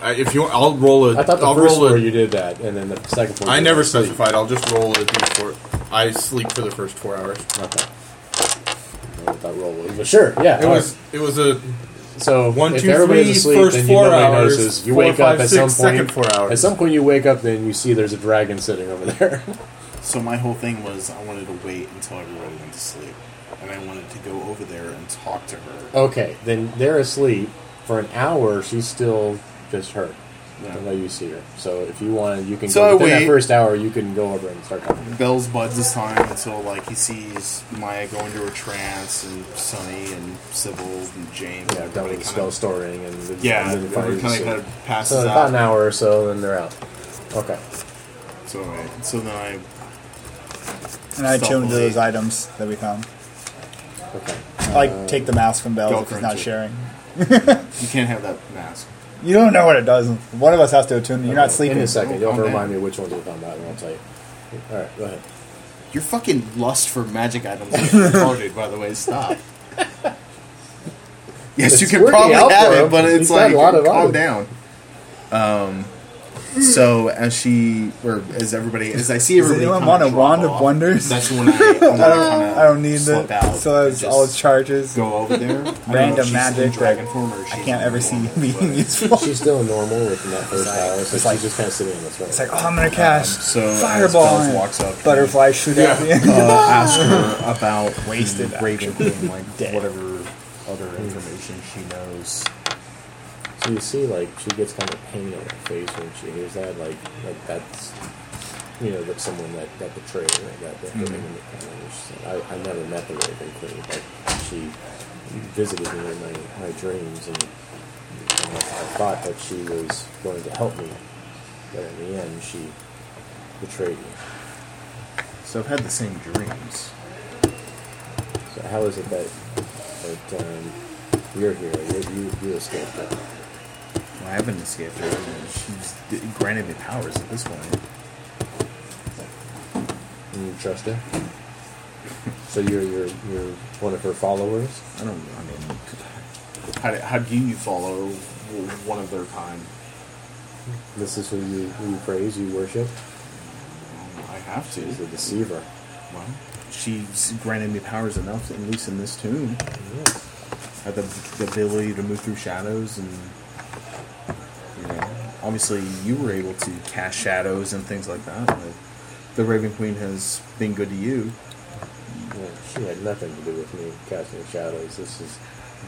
S4: I, if you, want- I'll roll a.
S1: I thought the
S4: will
S1: first
S4: roll
S1: four
S4: a,
S1: you did that, and then the second four.
S4: I
S1: you
S4: never
S1: didn't sleep.
S4: specified. I'll just roll a d4. I sleep for the first four hours.
S1: Okay. I don't know what that roll was, but sure, yeah.
S4: It was. It was a.
S1: so
S4: one,
S1: if
S4: two,
S1: everybody's
S4: three,
S1: asleep,
S4: first
S1: then
S4: four
S1: nobody
S4: hours,
S1: notices. You
S4: four,
S1: wake
S4: five,
S1: up at
S4: six,
S1: some point.
S4: second four hours.
S1: At some point, you wake up, then you see there's a dragon sitting over there.
S2: So my whole thing was I wanted to wait until everybody went to sleep, and I wanted to go over there and talk to her.
S1: okay, then they're asleep for an hour. She's still just her.
S2: Yeah.
S1: Until you see her. So if you want, you can.
S2: So I
S1: go, within that
S2: wait.
S1: first hour, you can go over and start talking. to her.
S2: Bell's buds this time until like he sees Maya go into a trance and Sonny and Sybil and James.
S1: Yeah,
S2: and
S1: done
S2: everybody
S1: with the
S2: kinda-
S1: spell storing and the,
S2: Yeah,
S1: and the
S2: everybody
S1: fires,
S2: kind of kind of
S1: so,
S2: passes
S1: so about
S2: out.
S1: an hour or so, then they're out. Okay.
S2: So I, so then I
S6: And I tuned
S2: Stealthily.
S6: to those items that we found.
S1: Okay.
S6: Like, take the mask from Bell
S2: Uh, Go
S6: if he's
S2: for
S6: not
S2: it.
S6: sharing.
S2: you can't have that mask.
S6: You don't know what it does. One of us has to attune. You're not sleeping.
S1: In a second, you'll have to
S2: Oh,
S1: remind me which ones we're talking about, and I'll tell you. All right, go ahead.
S2: Your fucking lust for magic items is retarded. by the way, stop. Yes,
S1: It's
S2: you can
S1: working
S2: probably
S1: out
S2: have
S1: for
S2: it,
S1: him.
S2: but it's
S1: He's got
S2: like
S1: a lot of
S2: calm
S1: items.
S2: down. Um, so as she or as everybody as I see
S6: Does
S2: everybody,
S6: anyone
S2: kinda
S6: want a
S2: drop
S6: wand of
S2: off,
S6: wonders?
S2: That's when I, when I, kinda
S6: I don't need
S2: slip
S6: that.
S2: out
S6: So
S2: and
S6: that's all its
S2: just
S6: charges.
S2: Go over there. I don't know
S6: Random
S2: if she's in
S6: magic
S2: dragon
S6: that
S2: form or
S6: I
S2: she's
S6: can't
S2: in
S6: ever see
S2: normal,
S6: being
S2: but-
S6: useful.
S1: She's still normal within that first hour, so
S6: it's
S1: she's
S6: like-
S1: just kind of sitting in this room.
S6: It's like, oh, I'm gonna cast
S2: Um, so as
S6: fireball.
S2: Bells
S6: and
S2: walks up,
S6: Butterfly shoot at me.
S2: uh, ask her about wasted
S6: Wasted
S2: the Raven Queen, like
S6: Dead.
S2: whatever other information she knows.
S1: So you see, like she gets kind of pain on her face when she hears that, like like that's you know that someone that that betrayed her, that got the mm
S6: Mm-hmm.
S1: I, I never met the Raven Queen, but she visited me in my, my dreams, and, and I thought that she was going to help me, but in the end, she betrayed me.
S2: So I've had the same dreams.
S1: So how is it that that um, you're here? You you, you escaped that.
S2: Well, I haven't escaped her. and She's d- granted me powers at this point.
S1: And you trust her? so you're you're you're one of her followers?
S2: I don't. I mean, how do, how do you follow one of their kind?
S1: This is who you who you praise, you worship.
S2: Um, I have to.
S1: She's a deceiver.
S2: Well, she's granted me powers enough, at least in this tomb. I have the, the ability to move through shadows, and you know, obviously, you were able to cast shadows and things like that. But the Raven Queen has been good to you.
S1: Yeah, she had nothing to do with me casting shadows. This is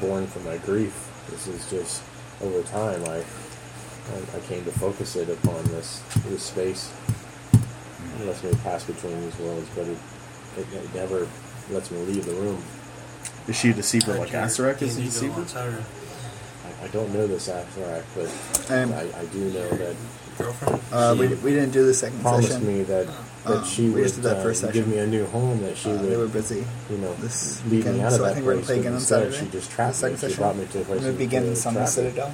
S1: born from my grief. This is just over time. I I, I came to focus it upon this this space. It lets me pass between these worlds, but it, it, it never lets me leave the room.
S2: Is she a deceiver like Azarek is a deceiver?
S3: Indigo on Tyra.
S1: I, I don't know this Azarak, but
S6: Um,
S1: I, I do know that
S3: Girlfriend?
S6: Uh, we,
S1: She
S6: we didn't do the second
S1: promised
S6: session.
S1: me that that
S6: Um,
S1: she
S6: we
S1: would
S6: just did that
S1: uh,
S6: first
S1: give
S6: session.
S1: me a new home. That she
S6: Uh,
S1: would,
S6: they were busy.
S1: you know,
S6: this
S1: lead me
S6: weekend,
S1: out of
S6: so I
S1: that
S6: think we're
S1: place.
S6: playing
S1: but
S6: again on
S1: instead
S6: Saturday.
S1: She just
S6: The
S1: trapped me.
S6: second
S1: She
S6: session.
S1: brought me to a place.
S6: I'm gonna
S1: and
S6: begin
S1: trapped
S6: Summon
S1: me.
S6: Citadel,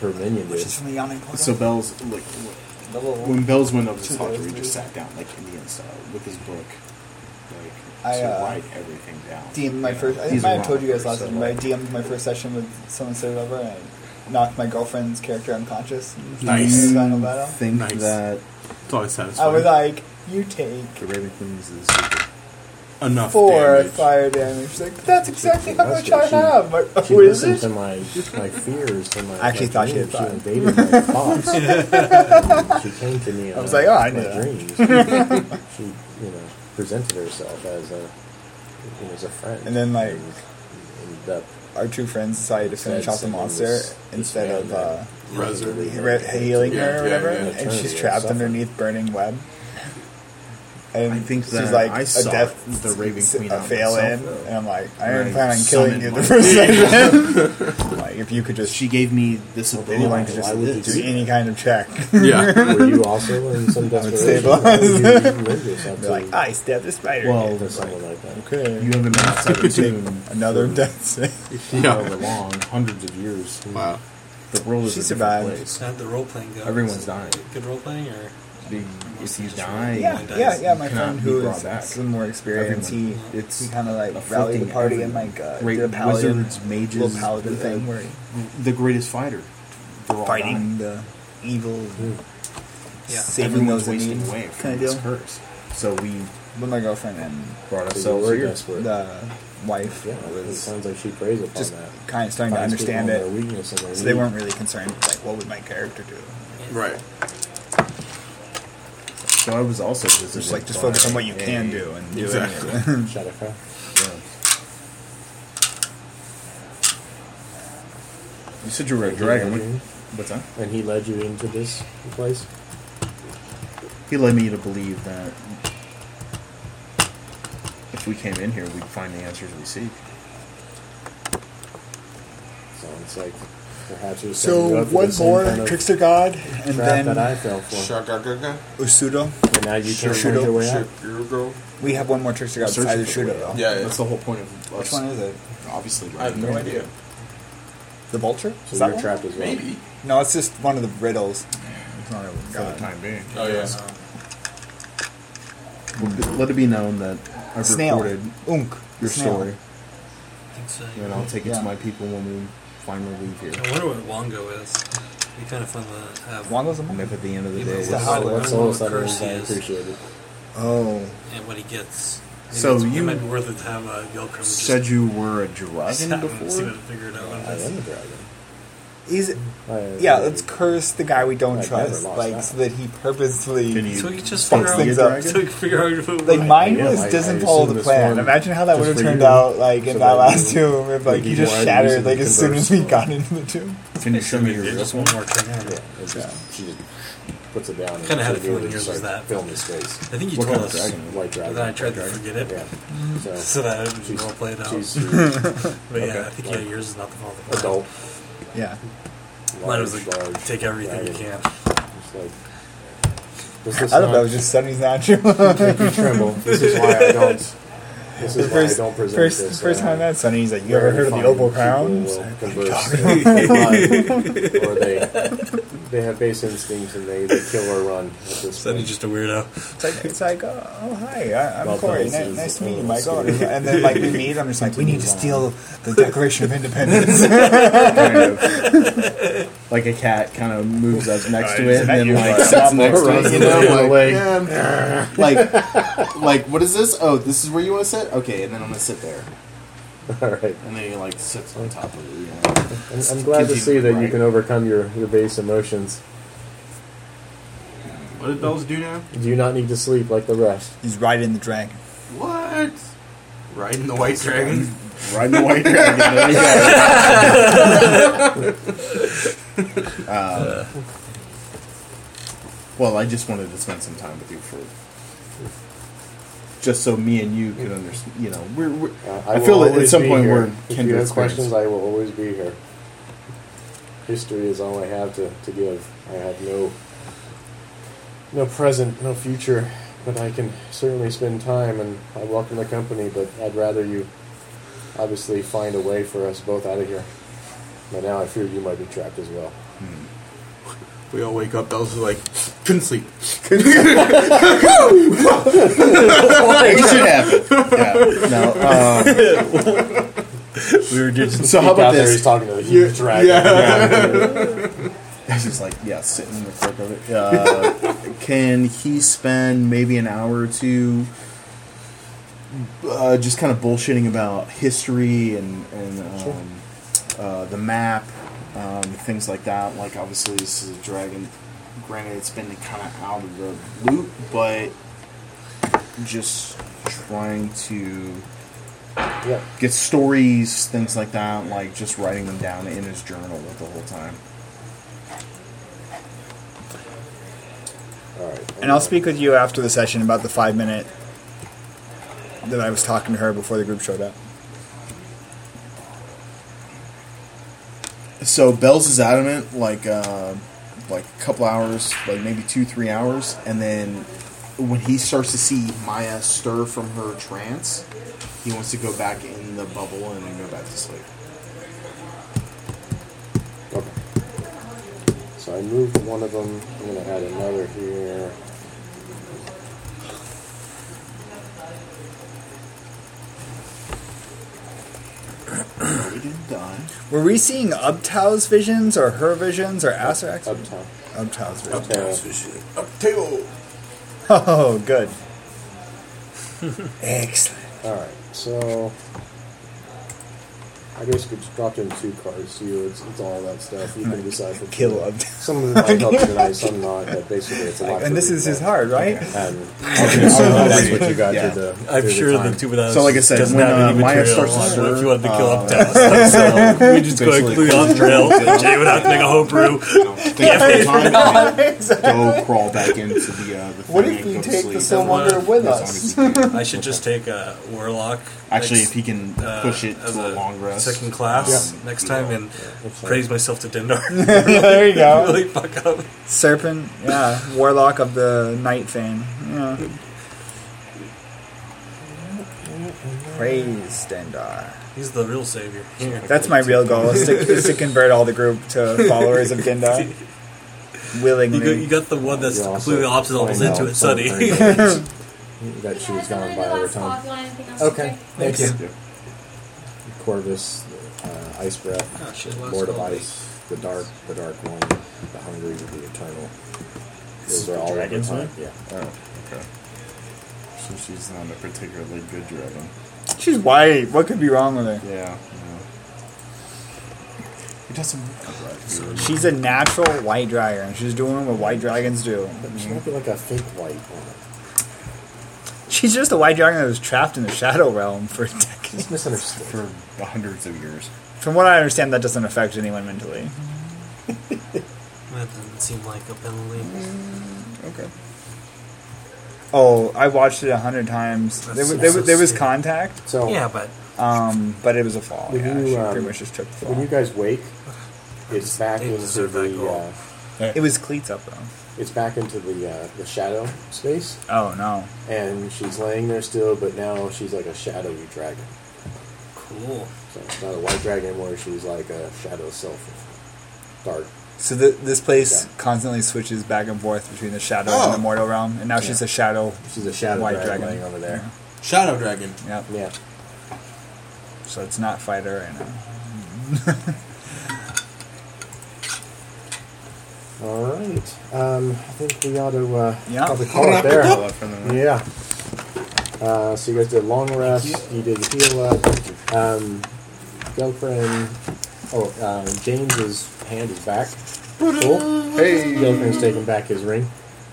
S1: Her minion
S6: which
S1: did.
S6: is from the Yawning Portal.
S2: So Bells, like when Bells went up to talk to her, he just sat down like Indian style with his book, like
S6: I,
S2: to
S6: uh,
S2: write everything down.
S6: DM'd my
S2: You know,
S6: first. I
S2: he's
S6: think
S2: a
S6: I told you
S2: writer,
S6: guys last
S2: so,
S6: time. but I
S2: like,
S6: DM'd my first session with someone said over and I knocked my girlfriend's character unconscious. in
S4: Nice.
S6: the Final battle.
S2: Think
S4: Nice.
S2: that
S4: It's always satisfying.
S6: I was like, "You take."
S2: the Raven Queen is a deceiver.
S4: enough
S34: Four
S4: damage.
S34: fire damage. Like that's exactly how
S1: That's
S34: much I
S1: what she-
S34: have. But
S1: She
S34: oh, is
S1: listened to
S34: it?
S1: my my fears and my.
S6: I actually
S1: my
S6: thought she
S1: dreams.
S6: had five.
S1: invaded my thoughts. she came to me.
S6: I was like, oh, I
S1: my
S6: knew that.
S1: dreams. she, you know, presented herself as a you know, as a friend,
S6: And then, like,
S1: and, and that
S6: Our two friends decided to finish
S1: Said
S6: off the
S1: something
S6: monster
S1: was-
S6: instead
S1: was
S6: of
S1: bad,
S6: uh,
S4: Resurrect.
S6: re- healing
S4: Yeah,
S6: her or
S4: yeah,
S6: whatever,
S4: yeah.
S6: and she's
S1: Eternity,
S6: trapped
S1: yeah,
S6: underneath burning web. And
S2: I think
S6: she's
S2: that
S6: like
S2: I
S6: a
S2: saw
S6: death,
S2: the Raven
S6: s-
S2: Queen
S6: a
S2: on
S6: fail
S2: myself,
S6: in,
S2: though.
S6: and I'm like, I
S2: Right.
S6: didn't plan on killing
S2: Summoned
S6: you the
S2: my-
S6: first session. like, if you could just
S2: She gave me this ability.
S6: anyone
S2: to
S6: could just
S2: just
S1: would you
S2: live.
S6: do any kind of check,
S4: Yeah.
S1: were you also in some desperation?
S6: stabilize.
S1: Why would you even lend yourself
S6: be
S1: to,
S6: like, I stabbed the spider.
S2: Well,
S1: to someone like that?
S6: okay,
S2: you have an outside platoon.
S6: another death save.
S4: Yeah.
S1: However long, hundreds of years.
S4: Wow.
S2: The world is
S6: She
S2: a different
S6: survived.
S2: place.
S3: How'd the role playing go?
S2: Everyone's
S3: Is it
S2: dying.
S3: Good role playing, or
S2: Big- If you die,
S6: Yeah,
S3: Dies.
S6: yeah, yeah.
S2: you
S6: My
S2: cannot
S6: friend
S2: be
S6: who
S2: brought
S6: is
S2: back.
S6: some more experience, he
S2: Everyone. It's
S6: he kind of like rallied
S2: afflicting
S6: the party and
S2: everyone.
S6: like uh,
S2: Great
S6: did a paladin,
S2: wizards, mages,
S6: little paladin
S2: uh,
S6: thing where he
S2: the greatest fighter. They're all dying.
S6: fighting the evil,
S3: Yeah.
S6: saving
S2: Everyone's
S6: those in
S2: wasting
S6: need
S2: away
S6: kind
S2: from
S6: of
S2: this
S6: deal.
S2: curse. So we
S6: But my girlfriend and
S2: brought
S1: So
S2: ourselves
S1: we're
S2: here.
S1: desperate.
S6: the wife
S1: Yeah, it
S6: was
S1: sounds like she preys upon
S6: just
S1: that.
S6: kind of starting to
S1: Finds
S6: understand
S1: people on
S6: it,
S1: their weakness and their
S6: so they
S1: need.
S6: weren't really concerned with like what would my character do.
S4: Right.
S2: So I was also visited
S6: Just like just
S2: by
S6: focus on what you
S2: a-
S6: can do and do
S4: Exactly.
S6: it.
S1: Shadaka.
S2: You said you were a dragon. What, what's that?
S1: And he led you into this place.
S2: He led me to believe that if we came in here, we'd find the answers we seek.
S1: Sounds like perhaps it was setting you
S6: So
S1: up for the
S6: one
S1: same
S6: more
S1: kind of
S6: trickster god,
S1: trap
S6: and
S1: that
S6: then
S1: I fell for.
S4: Shagaga.
S6: Usudo.
S1: And now you can't
S6: Sure.
S1: find your way out.
S4: Shagaga.
S6: We have one more trickster god
S2: Searching
S6: besides
S2: for the
S6: Usudo
S2: way
S6: though.
S2: out.
S4: Yeah, yeah.
S2: That's the whole point of us.
S6: Which one is it?
S2: Obviously,
S4: I have
S2: dragon.
S4: no idea.
S6: The vulture?
S1: So
S6: Is that
S1: you're
S6: one?
S1: trapped as well.
S4: Maybe.
S6: No, it's just one of the riddles. It's not a
S2: For the
S6: god.
S2: time being.
S4: Oh yeah.
S2: Let it be known that I've
S6: Snail.
S2: recorded
S6: Unk.
S2: your
S6: Snail.
S2: story,
S3: I think so.
S2: and I'll take it
S6: Yeah.
S2: to my people when we finally leave here.
S3: I wonder what Wongo is. It'd be kind of fun to have.
S6: Wango's a
S2: And
S6: monkey.
S2: if at the end of the
S3: Even
S2: day,
S3: if
S2: it's
S3: the
S6: howl-
S3: I
S1: That's
S3: don't know
S1: all
S3: what
S1: sudden
S3: curse he
S1: I
S3: is.
S1: appreciate it.
S6: Oh.
S3: and what he gets. Maybe
S2: So
S3: it's- it
S2: you-
S3: might be worth it to have a Yelcrum just
S2: said you were a
S3: sit
S2: dragon
S3: down and see what
S2: before.
S3: it figured out.
S1: I am a dragon.
S6: He's,
S1: I-
S6: yeah, let's curse the guy we don't
S1: I've
S6: trust,
S1: Uh, never lost
S6: like,
S1: that.
S6: so that he
S2: Can
S6: purposely.
S2: you
S3: So we could just figure
S6: Fucks
S3: out.
S6: things up.
S3: So we could figure out who.
S6: Like, mine
S1: I am.
S6: was
S1: I-
S6: doesn't
S1: I
S6: follow
S1: assume
S6: the
S1: this
S6: plan.
S1: one-
S6: Imagine how that
S1: just
S6: would have
S1: for
S6: turned
S1: you,
S6: out, like, in
S1: so
S6: that
S1: that
S6: last
S1: you
S6: tomb, if, like,
S1: would
S6: you
S1: be
S6: just
S1: wise
S6: shattered,
S1: and
S6: like, as soon as we
S1: conversant.
S6: got into the tomb.
S2: Can you show me your real
S3: just
S2: one?
S3: one more thing.
S1: Yeah, it's just, she just puts it down. and
S3: Kinda had a
S1: she'll do it
S3: feeling
S1: and
S3: yours
S1: start
S3: was that.
S1: Film his face.
S3: I think you
S2: What
S3: told
S2: kind of
S3: us.
S2: dragon?
S1: White dragon.
S3: Then I tried to forget it,
S1: Yeah.
S3: so
S1: So,
S3: that it was
S1: she's,
S3: all played out.
S1: she's
S3: but yeah,
S1: okay.
S3: I think yeah, yours is not the fault of the plan.
S1: adult.
S6: Yeah.
S3: Mine was
S1: large,
S3: like
S1: large
S3: take everything you
S1: dragon.
S3: can.
S1: It's like, does this
S6: I don't
S1: not
S6: know, it was just Sunny's natural.
S1: make you tremble? This is why I don't. This is why I
S6: first,
S1: don't present
S6: first,
S1: this.
S6: first
S1: uh,
S6: time I met Sunny, he's like, You
S1: very
S6: ever heard of the
S1: fine
S6: Opal
S1: people
S6: Crown?
S1: will
S6: It's like,
S1: converse and fly, or they they have base instincts and they, they kill or run at this
S3: Then he's
S1: point.
S3: just a weirdo.
S6: It's like, it's like oh, oh, hi, I, I'm
S1: Well,
S6: Corey.
S1: this
S6: Ni-
S1: is-
S6: nice to
S1: oh,
S6: meet you,
S1: that's
S6: Michael.
S1: good.
S6: And then, like, we meet, I'm just like, we need to steal the Declaration of Independence.
S2: kind of like a cat kind of moves up next to it and then like sits next to it, you know, like,
S35: like, like, what is this? Oh, this is where you want to sit? Okay, and then I'm gonna sit there,
S1: All right.
S35: and then he like sits on top of it. You know?
S1: I'm, I'm glad to
S35: Gives you-
S1: see that you
S35: right.
S1: can overcome your, your base emotions.
S4: What did bells do now?
S1: Do you not need to sleep like the rest?
S6: he's riding the dragon.
S4: What? Riding the white dragon.
S2: riding the white dragon. There you go. Um, well, I just wanted to spend some time with you for just so me and you could understand. You know, we're, we're
S1: Uh,
S2: I
S1: will
S2: feel that at
S1: always
S2: some
S1: be
S2: point
S1: here.
S2: we're
S1: If you
S2: kindred
S1: have
S2: spirits.
S1: questions, I will always be here. History is all I have to, to give. I have no no present, no future, but I can certainly spend time, and I welcome the company. But I'd rather you obviously find a way for us both out of here. But now I fear you might be trapped as well.
S4: We all wake up. Bells are like, couldn't sleep.
S2: it should happen. Yeah. No. Um, we were just um, so. How
S1: Peek
S2: about
S1: out there,
S2: this?
S1: he's talking to the huge dragon.
S2: He's just like, yeah, sitting in the front of it. Uh, can he spend maybe an hour or two uh, just kind of bullshitting about history and and um,
S36: Sure.
S2: uh, the map, um, things like that. Like obviously, this is a dragon. Granted, it's been kind of out of the loop, but just trying to
S1: Yeah.
S2: get stories, things like that. Like just writing them down in his journal the whole time.
S1: All right.
S6: And I'll speak with you after the session about the five minute that I was talking to her before the group showed up.
S2: So Bells is adamant, like uh, like a couple hours, like maybe two, three hours, and then when he starts to see Maya stir from her trance, he wants to go back in the bubble and then go back to sleep.
S1: Okay. So I moved one of them. I'm gonna add another here.
S2: We didn't die.
S6: Were we seeing Uptow's visions or her visions or Asarak's?
S1: Up top.
S6: Uptow's visions.
S1: Uh,
S4: Table.
S6: Oh, good. Excellent.
S1: All right. So I guess we could just drop in two cards. to You, it's, it's all that stuff. You can decide for
S6: Kill Uptow.
S1: Some of them might help tonight. Some not. But basically, it's a lot.
S6: And this is his heart, right?
S1: And
S36: I'll read what you got
S2: Yeah.
S36: through the.
S3: I'm
S36: through
S3: sure
S36: the
S3: the,
S36: time.
S3: two without
S2: So,
S3: us
S2: like I said,
S3: doesn't
S2: when,
S3: have
S2: uh,
S3: any
S2: Maya
S3: material
S2: starts to
S3: on what
S2: stir,
S3: you wanted to kill
S2: uh,
S3: up to us. So we just go completely off trail. Jay would have to make a whole brew.
S2: Go crawl back into the. Uh, the thing
S37: What if
S2: and
S37: you
S2: go to
S37: take
S2: sleep.
S37: the Silmander with us?
S3: I should just take a warlock.
S2: Actually,
S3: next,
S2: if he can
S3: uh,
S2: push it
S3: as
S2: to a long rest,
S3: second class next time, and praise myself to Dindar.
S6: there you go.
S3: really fuck up.
S6: Serpent, yeah. Warlock of the Night fame. Yeah. Praise Dendar.
S3: He's the real savior. Here.
S6: That's my real goal is to, is to convert all the group to followers of Dendar.
S3: You got,
S6: Willingly.
S3: you got the one that's
S36: You're also
S3: completely opposite almost
S36: pointing
S3: into
S36: out
S3: it, Sonny.
S36: something
S1: that she was gone
S38: Really
S1: by
S38: the
S1: over
S38: last
S1: time.
S38: log line, anything else
S36: Okay.
S38: okay.
S36: Thank you. Corvus, uh, Ice Breath, Lord of Ice, the Dark, the Dark One, the Hungry, the Eternal. Those are all
S2: dragon's
S36: over time.
S2: one?
S36: Yeah.
S2: Oh, okay. So she's not a particularly good dragon.
S6: She's white. What could be wrong with her?
S2: Yeah. It doesn't look right.
S6: She's a natural white dragon. She's doing what white dragons do.
S36: But she might be like a fake white on
S6: She's just a white dragon that was trapped in the shadow realm for
S36: it.
S6: decades.
S36: It's misunderstood.
S2: For hundreds of years.
S6: From what I understand, that doesn't affect anyone mentally.
S39: That doesn't seem like a penalty.
S2: Okay.
S6: Oh, I watched it a hundred times. There
S39: That's
S6: was, there,
S39: so
S6: was, there was
S39: stupid.
S6: contact,
S2: Oh.
S1: So
S39: Yeah, but
S6: um, but it was a fall.
S1: When
S6: yeah,
S1: you,
S6: she
S1: um,
S6: pretty much just took the
S1: when
S6: fall.
S1: you guys wake, it's back
S39: They
S1: into
S39: deserve that
S1: the
S39: goal.
S1: uh,
S6: it was cleats up though.
S1: it's back into the uh, the shadow space,
S6: Oh no!
S1: and she's laying there still, but now she's like a shadowy dragon.
S39: cool.
S1: So it's not a white dragon anymore. She's like a shadow self, dark.
S6: So the, this place
S1: Yeah.
S6: constantly switches back and forth between the shadow
S4: Oh.
S6: and the mortal realm, and now she's a shadow.
S1: She's a shadow
S6: White
S1: dragon,
S6: dragon.
S1: laying over there.
S4: Shadow Dragon.
S6: Yep.
S1: Yeah.
S6: So it's not fighter uh, right now.
S1: All right. Um, I think we ought to uh,
S6: Yeah.
S1: probably call it there.
S2: Yeah.
S1: Yeah. Uh, so you guys did long rest. You. did heal up. Um, girlfriend. Oh, um, James's hand is back. Cool.
S40: Hey,
S1: Girlfriend's taking back his ring.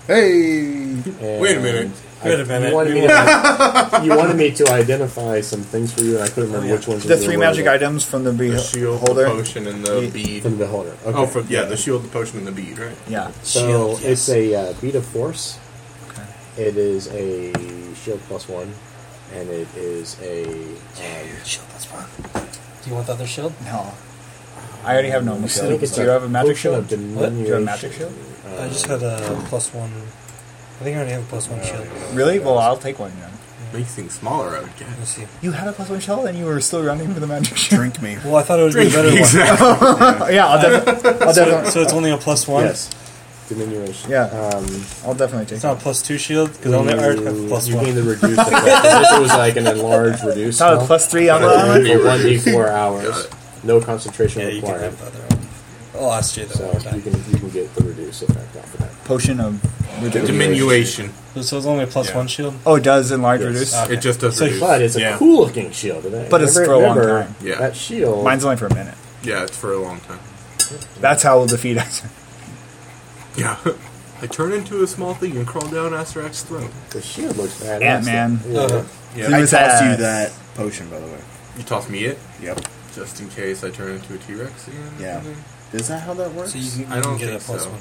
S40: hey.
S1: And
S4: Wait a minute.
S1: I-
S3: Wait a minute.
S1: You wanted, me to, you wanted me to identify some things for you, and I couldn't remember which ones.
S6: Oh, The
S1: were
S6: three
S1: were
S6: magic items from the
S4: The shield, the
S6: beholder.
S4: potion, and the
S6: Ye-
S4: bead.
S1: from the beholder. Okay.
S4: Oh, for, yeah, the shield, the potion, and the bead, right?
S6: Yeah.
S1: So it's a uh, beat of force. It is a shield plus one, and it is a. Um,
S39: Shield, that's fun. Do you want the other shield?
S6: No. I already have normal
S1: I think
S6: shield.
S1: it's
S6: Do you have a magic
S1: potion
S6: shield?
S1: of
S6: Do you have a magic shield?
S1: diminution.
S39: I
S2: Uh,
S39: just had a plus one. I think I already have a plus one shield.
S6: Really? Well, I'll take one then.
S4: Makes things smaller, I would guess.
S39: Let's see.
S6: You had a plus one shield and you were still running for the magic shield.
S2: Drink me.
S39: Well, I thought it would be better. One.
S4: Exactly.
S6: yeah, I'll, defi- I'll, defi-
S39: So it's only a plus one.
S1: Yes. Diminution.
S6: Yeah.
S1: Um,
S6: I'll definitely take
S39: It's
S6: it.
S39: not a plus two shield because I only I already have
S1: you-
S39: plus
S1: you
S39: one.
S1: gain the reduced effect. This was like an enlarged reduced.
S6: It's not a
S1: spell
S6: plus three on the island?
S1: for one d four hours.
S4: it.
S1: No concentration
S39: yeah, you can
S1: required.
S3: Oh,
S39: have the other one. I'll ask you that
S1: So
S39: one
S1: you
S39: time.
S1: can you can get the reduced effect off of that.
S6: Potion of
S4: Diminution.
S3: So it's only a plus
S4: Yeah.
S3: one shield.
S6: Oh, it does enlarge
S1: Yes.
S6: reduce?
S3: Okay.
S4: It just doesn't.
S3: So-
S4: reduce.
S1: But it's a
S4: yeah.
S1: cool looking shield. And I
S6: But it's
S1: never-
S6: for a long
S1: remember
S6: time.
S4: Yeah.
S1: That shield.
S6: Mine's only for a minute.
S4: Yeah, it's for a long time.
S6: That's how we'll defeat us.
S4: Yeah. I turn into a small thing and crawl down Asterak's throat.
S1: the shield looks bad.
S6: Ant-Man.
S1: Yeah.
S4: Uh-huh. Yeah.
S6: He
S2: I
S6: was
S2: tossed you
S6: ass.
S2: that potion, by the way.
S4: You toss me it
S2: Yep.
S4: just in case I turn into a T Rex again. or
S2: Yeah.
S4: something?
S2: Is that how that works?
S3: So
S2: So,
S3: you can, you
S4: I
S3: can
S4: don't
S3: get a
S4: think
S3: plus
S4: so.
S3: one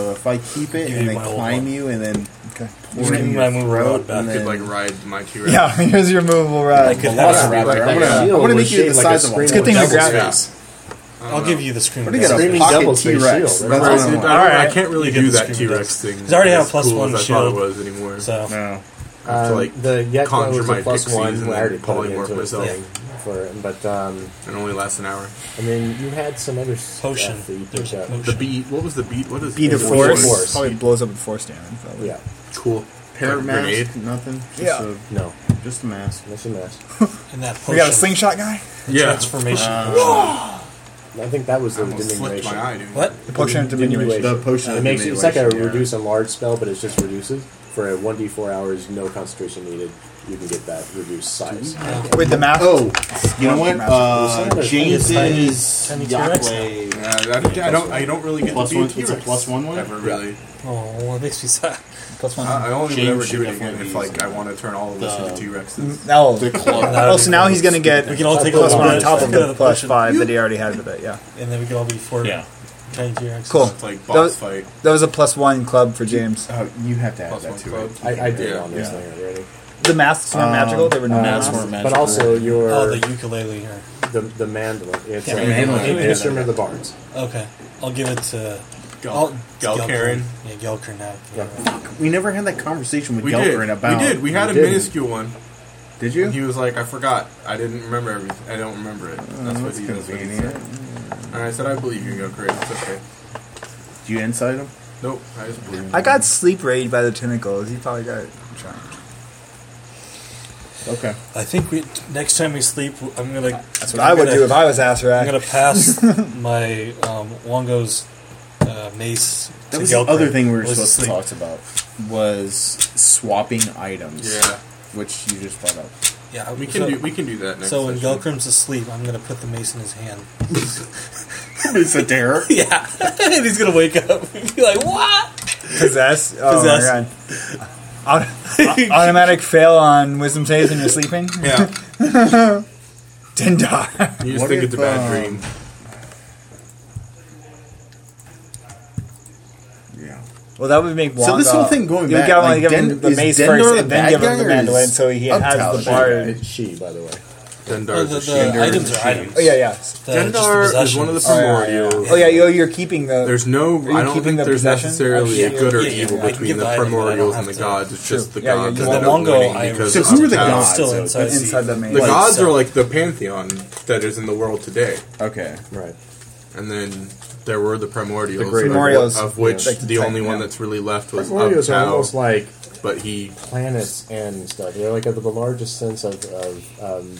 S3: shield.
S2: if I keep it
S3: Give
S2: and
S3: you
S2: then
S3: my old
S2: climb
S3: one.
S2: you and then
S6: Okay.
S2: pour it in
S3: Give me
S2: your
S3: my move
S2: throat
S3: rod back.
S2: and
S4: I could
S2: then
S4: like ride my T Rex.
S6: Yeah, here's your movable rod.
S3: could
S2: Velociraptor.
S3: have-
S2: I'm
S1: Like
S2: gonna,
S1: that
S2: I'm
S1: shield
S2: gonna
S1: was
S2: make you the
S1: shaped like
S2: size
S1: a
S2: of one.
S1: screen
S6: Good thing we
S1: Devil's
S6: grabbed
S1: Face.
S6: these.
S3: I'll give you the screen.
S2: What do you got? A
S1: Screaming
S2: pocket
S1: Devil's
S2: T
S1: Face
S2: Rex.
S1: shield.
S2: That's
S1: That's
S2: what I
S4: I,
S2: want.
S4: don't- I
S3: Alright.
S4: can't really
S3: You get
S4: do
S3: the
S4: that
S3: screen
S4: T
S3: dice.
S4: Rex thing.
S3: Because I already have
S4: as
S3: a plus
S4: cool
S3: one
S4: as I thought it
S3: shield.
S4: was anymore.
S3: So
S2: No.
S4: I have to
S1: Um,
S4: like
S1: the Yetla
S4: conjure
S1: was
S4: my
S1: a plus
S4: pixies
S1: one.
S4: and
S1: I already
S4: then
S1: put it
S4: polymorph
S1: into a
S4: myself.
S1: thing for it, but um,
S4: and only lasts an hour.
S1: and then you had some other stuff
S3: Potion.
S1: that you
S3: There's a
S1: picked up.
S3: potion.
S4: The beat. What was the beat? What is
S6: Beat of
S4: it?
S6: force.
S1: force.
S6: Probably blows up with force damage. Probably.
S1: Yeah,
S4: Cool.
S2: Parrot
S4: Like
S2: mask?
S4: grenade.
S2: Nothing. Just
S6: Yeah.
S2: A,
S1: no,
S2: just a mask.
S1: that's a mess.
S3: in that potion,
S6: We got a slingshot guy?
S4: Yeah. Uh,
S3: transformation.
S1: I think that was
S4: I
S1: the
S4: almost slipped
S1: diminution.
S4: my eye, dude.
S3: what?
S6: The potion of diminution.
S2: The potion
S1: It
S2: of
S1: makes it's like a
S2: diminution, yeah.
S1: reduce and large spell, but it just reduces for a one d four hours, no concentration needed. You can get that reduced size.
S6: With the mask.
S2: Oh, you know what?
S6: Mask.
S2: Uh, James
S3: Tiny-
S2: is
S3: tiny T-Rex?
S2: Yakway.
S4: Uh, I, don't- I don't. I don't really get
S2: Plus
S4: to be a
S2: one.
S4: T
S2: It's a
S4: Rex.
S2: plus one one.
S4: Ever really.
S3: Oh, it makes me sad.
S6: Plus one.
S4: I I only would
S2: James
S4: ever
S2: should
S4: do it again
S2: definitely use
S4: if like I want to turn all of us
S2: the-
S4: into T Rexes.
S6: oh.
S2: The club.
S6: oh, so now he's going to get
S3: We can all take a
S6: plus
S3: little
S6: one on
S3: bit
S6: top of
S3: instead
S6: the
S3: of
S6: plus
S3: potion.
S6: five that he already had with it, yeah.
S3: and then we can all be four
S2: Yeah.
S3: tiny T-Rexes.
S6: Cool.
S4: It's like
S6: That
S4: boss
S6: was-
S4: fight.
S6: That was a plus one club for James.
S2: Oh, you have to add
S4: Plus
S2: that
S4: one
S2: to
S4: club.
S2: it.
S1: I, I did
S4: Yeah.
S1: on this
S2: Yeah.
S1: thing already,
S6: The masks weren't
S2: Um,
S6: magical. They were no
S2: masks
S6: masks.
S2: weren't magical.
S1: but also your
S3: Oh, the ukulele. Or,
S1: the the mandolin. It's
S3: Yeah,
S1: a-
S3: mandolin.
S1: an instrument of the bards.
S3: okay, I'll give it to
S4: Gal-
S3: I'll- it's
S4: Galcarin.
S3: Yeah, Gelkern now.
S1: Yeah.
S2: We never had that conversation with
S4: We did.
S2: Gelgrin about.
S4: We did. We had a
S1: didn't.
S4: minuscule one.
S2: Did
S4: And he
S2: you?
S4: was like, I forgot. I didn't remember everything. I don't remember it. That's what
S2: Oh, That's
S4: he that's what he
S2: convenient.
S4: said. And I said, I believe you, Goku. It's okay.
S2: Do you inside him?
S4: Nope. I just believe you.
S6: I got sleep raid by the tentacles. He probably got trapped.
S2: Okay.
S3: I think we next time we sleep, I'm gonna.
S6: That's what i would do if I was
S3: I'm gonna
S6: Asarak.
S3: pass my um, Wongo's uh, mace to
S2: That was the
S3: Gelkern.
S2: other thing we were
S3: while he's
S2: supposed to
S3: asleep.
S2: talk about was swapping items.
S4: Yeah.
S2: Which you just brought up.
S3: Yeah,
S4: We can do. We can do that next.
S3: So when
S4: session.
S3: Gelkrim's asleep, I'm gonna put the mace in his hand.
S2: it's a terror.
S3: yeah, and he's gonna wake up and be like, "What?"
S6: Possess. Oh
S3: Possess.
S6: my god. Auto- automatic fail on wisdom saves when you're sleeping.
S4: Yeah.
S6: Dindar.
S4: You just
S2: What
S4: think it's
S2: if,
S4: a bad
S2: um,
S4: dream.
S2: Yeah.
S6: Well, that would make Wonga.
S2: So this whole thing going
S6: you
S2: back,
S6: gotta
S2: like,
S6: give him
S2: Den-
S6: the
S2: is
S6: mace
S2: Dendar
S6: first
S2: the
S6: and then
S2: bad
S6: give him
S2: guy
S6: the
S2: or
S6: mandolin,
S2: is
S6: so he
S2: Uptal
S6: has
S2: the
S6: the bard.
S1: It's she, by the way.
S3: Oh,
S4: Dendar's
S3: the, the
S4: a she.
S3: items are items.
S6: Oh yeah, yeah.
S3: The- just the
S4: Dendar is one of the
S3: possessions.
S4: primordial.
S6: Oh yeah, you- you're keeping the.
S4: There's no.
S6: you
S4: I don't
S6: keeping
S4: think
S6: the
S4: there's
S6: possession?
S4: necessarily a
S6: Actually,
S4: good or
S3: yeah, yeah,
S4: evil
S3: yeah, I can
S4: between
S3: give
S4: the
S3: the item, but I
S4: primordials
S3: don't
S4: and the
S3: have to-
S4: gods. It's just the
S6: Yeah, yeah,
S4: gods
S6: you
S4: that
S6: want-
S4: end
S3: The
S4: up
S3: Mongo
S4: winning
S3: I-
S4: because
S2: So
S4: it's
S2: who are the
S4: power.
S2: gods?
S3: Still
S2: So
S3: inside,
S6: that's inside the main-
S4: The
S2: What?
S4: gods
S3: So-
S4: are like the pantheon that is in the world today.
S2: Okay.
S1: Right.
S4: And then there were the primordials,
S1: The great
S6: Primordials.
S4: of which
S6: Yeah.
S4: the only one
S6: Yeah.
S4: that's really left was
S1: Primordials are almost
S4: Uptow,
S1: like
S4: but he
S1: planets and stuff. They're like of the largest sense of, of um,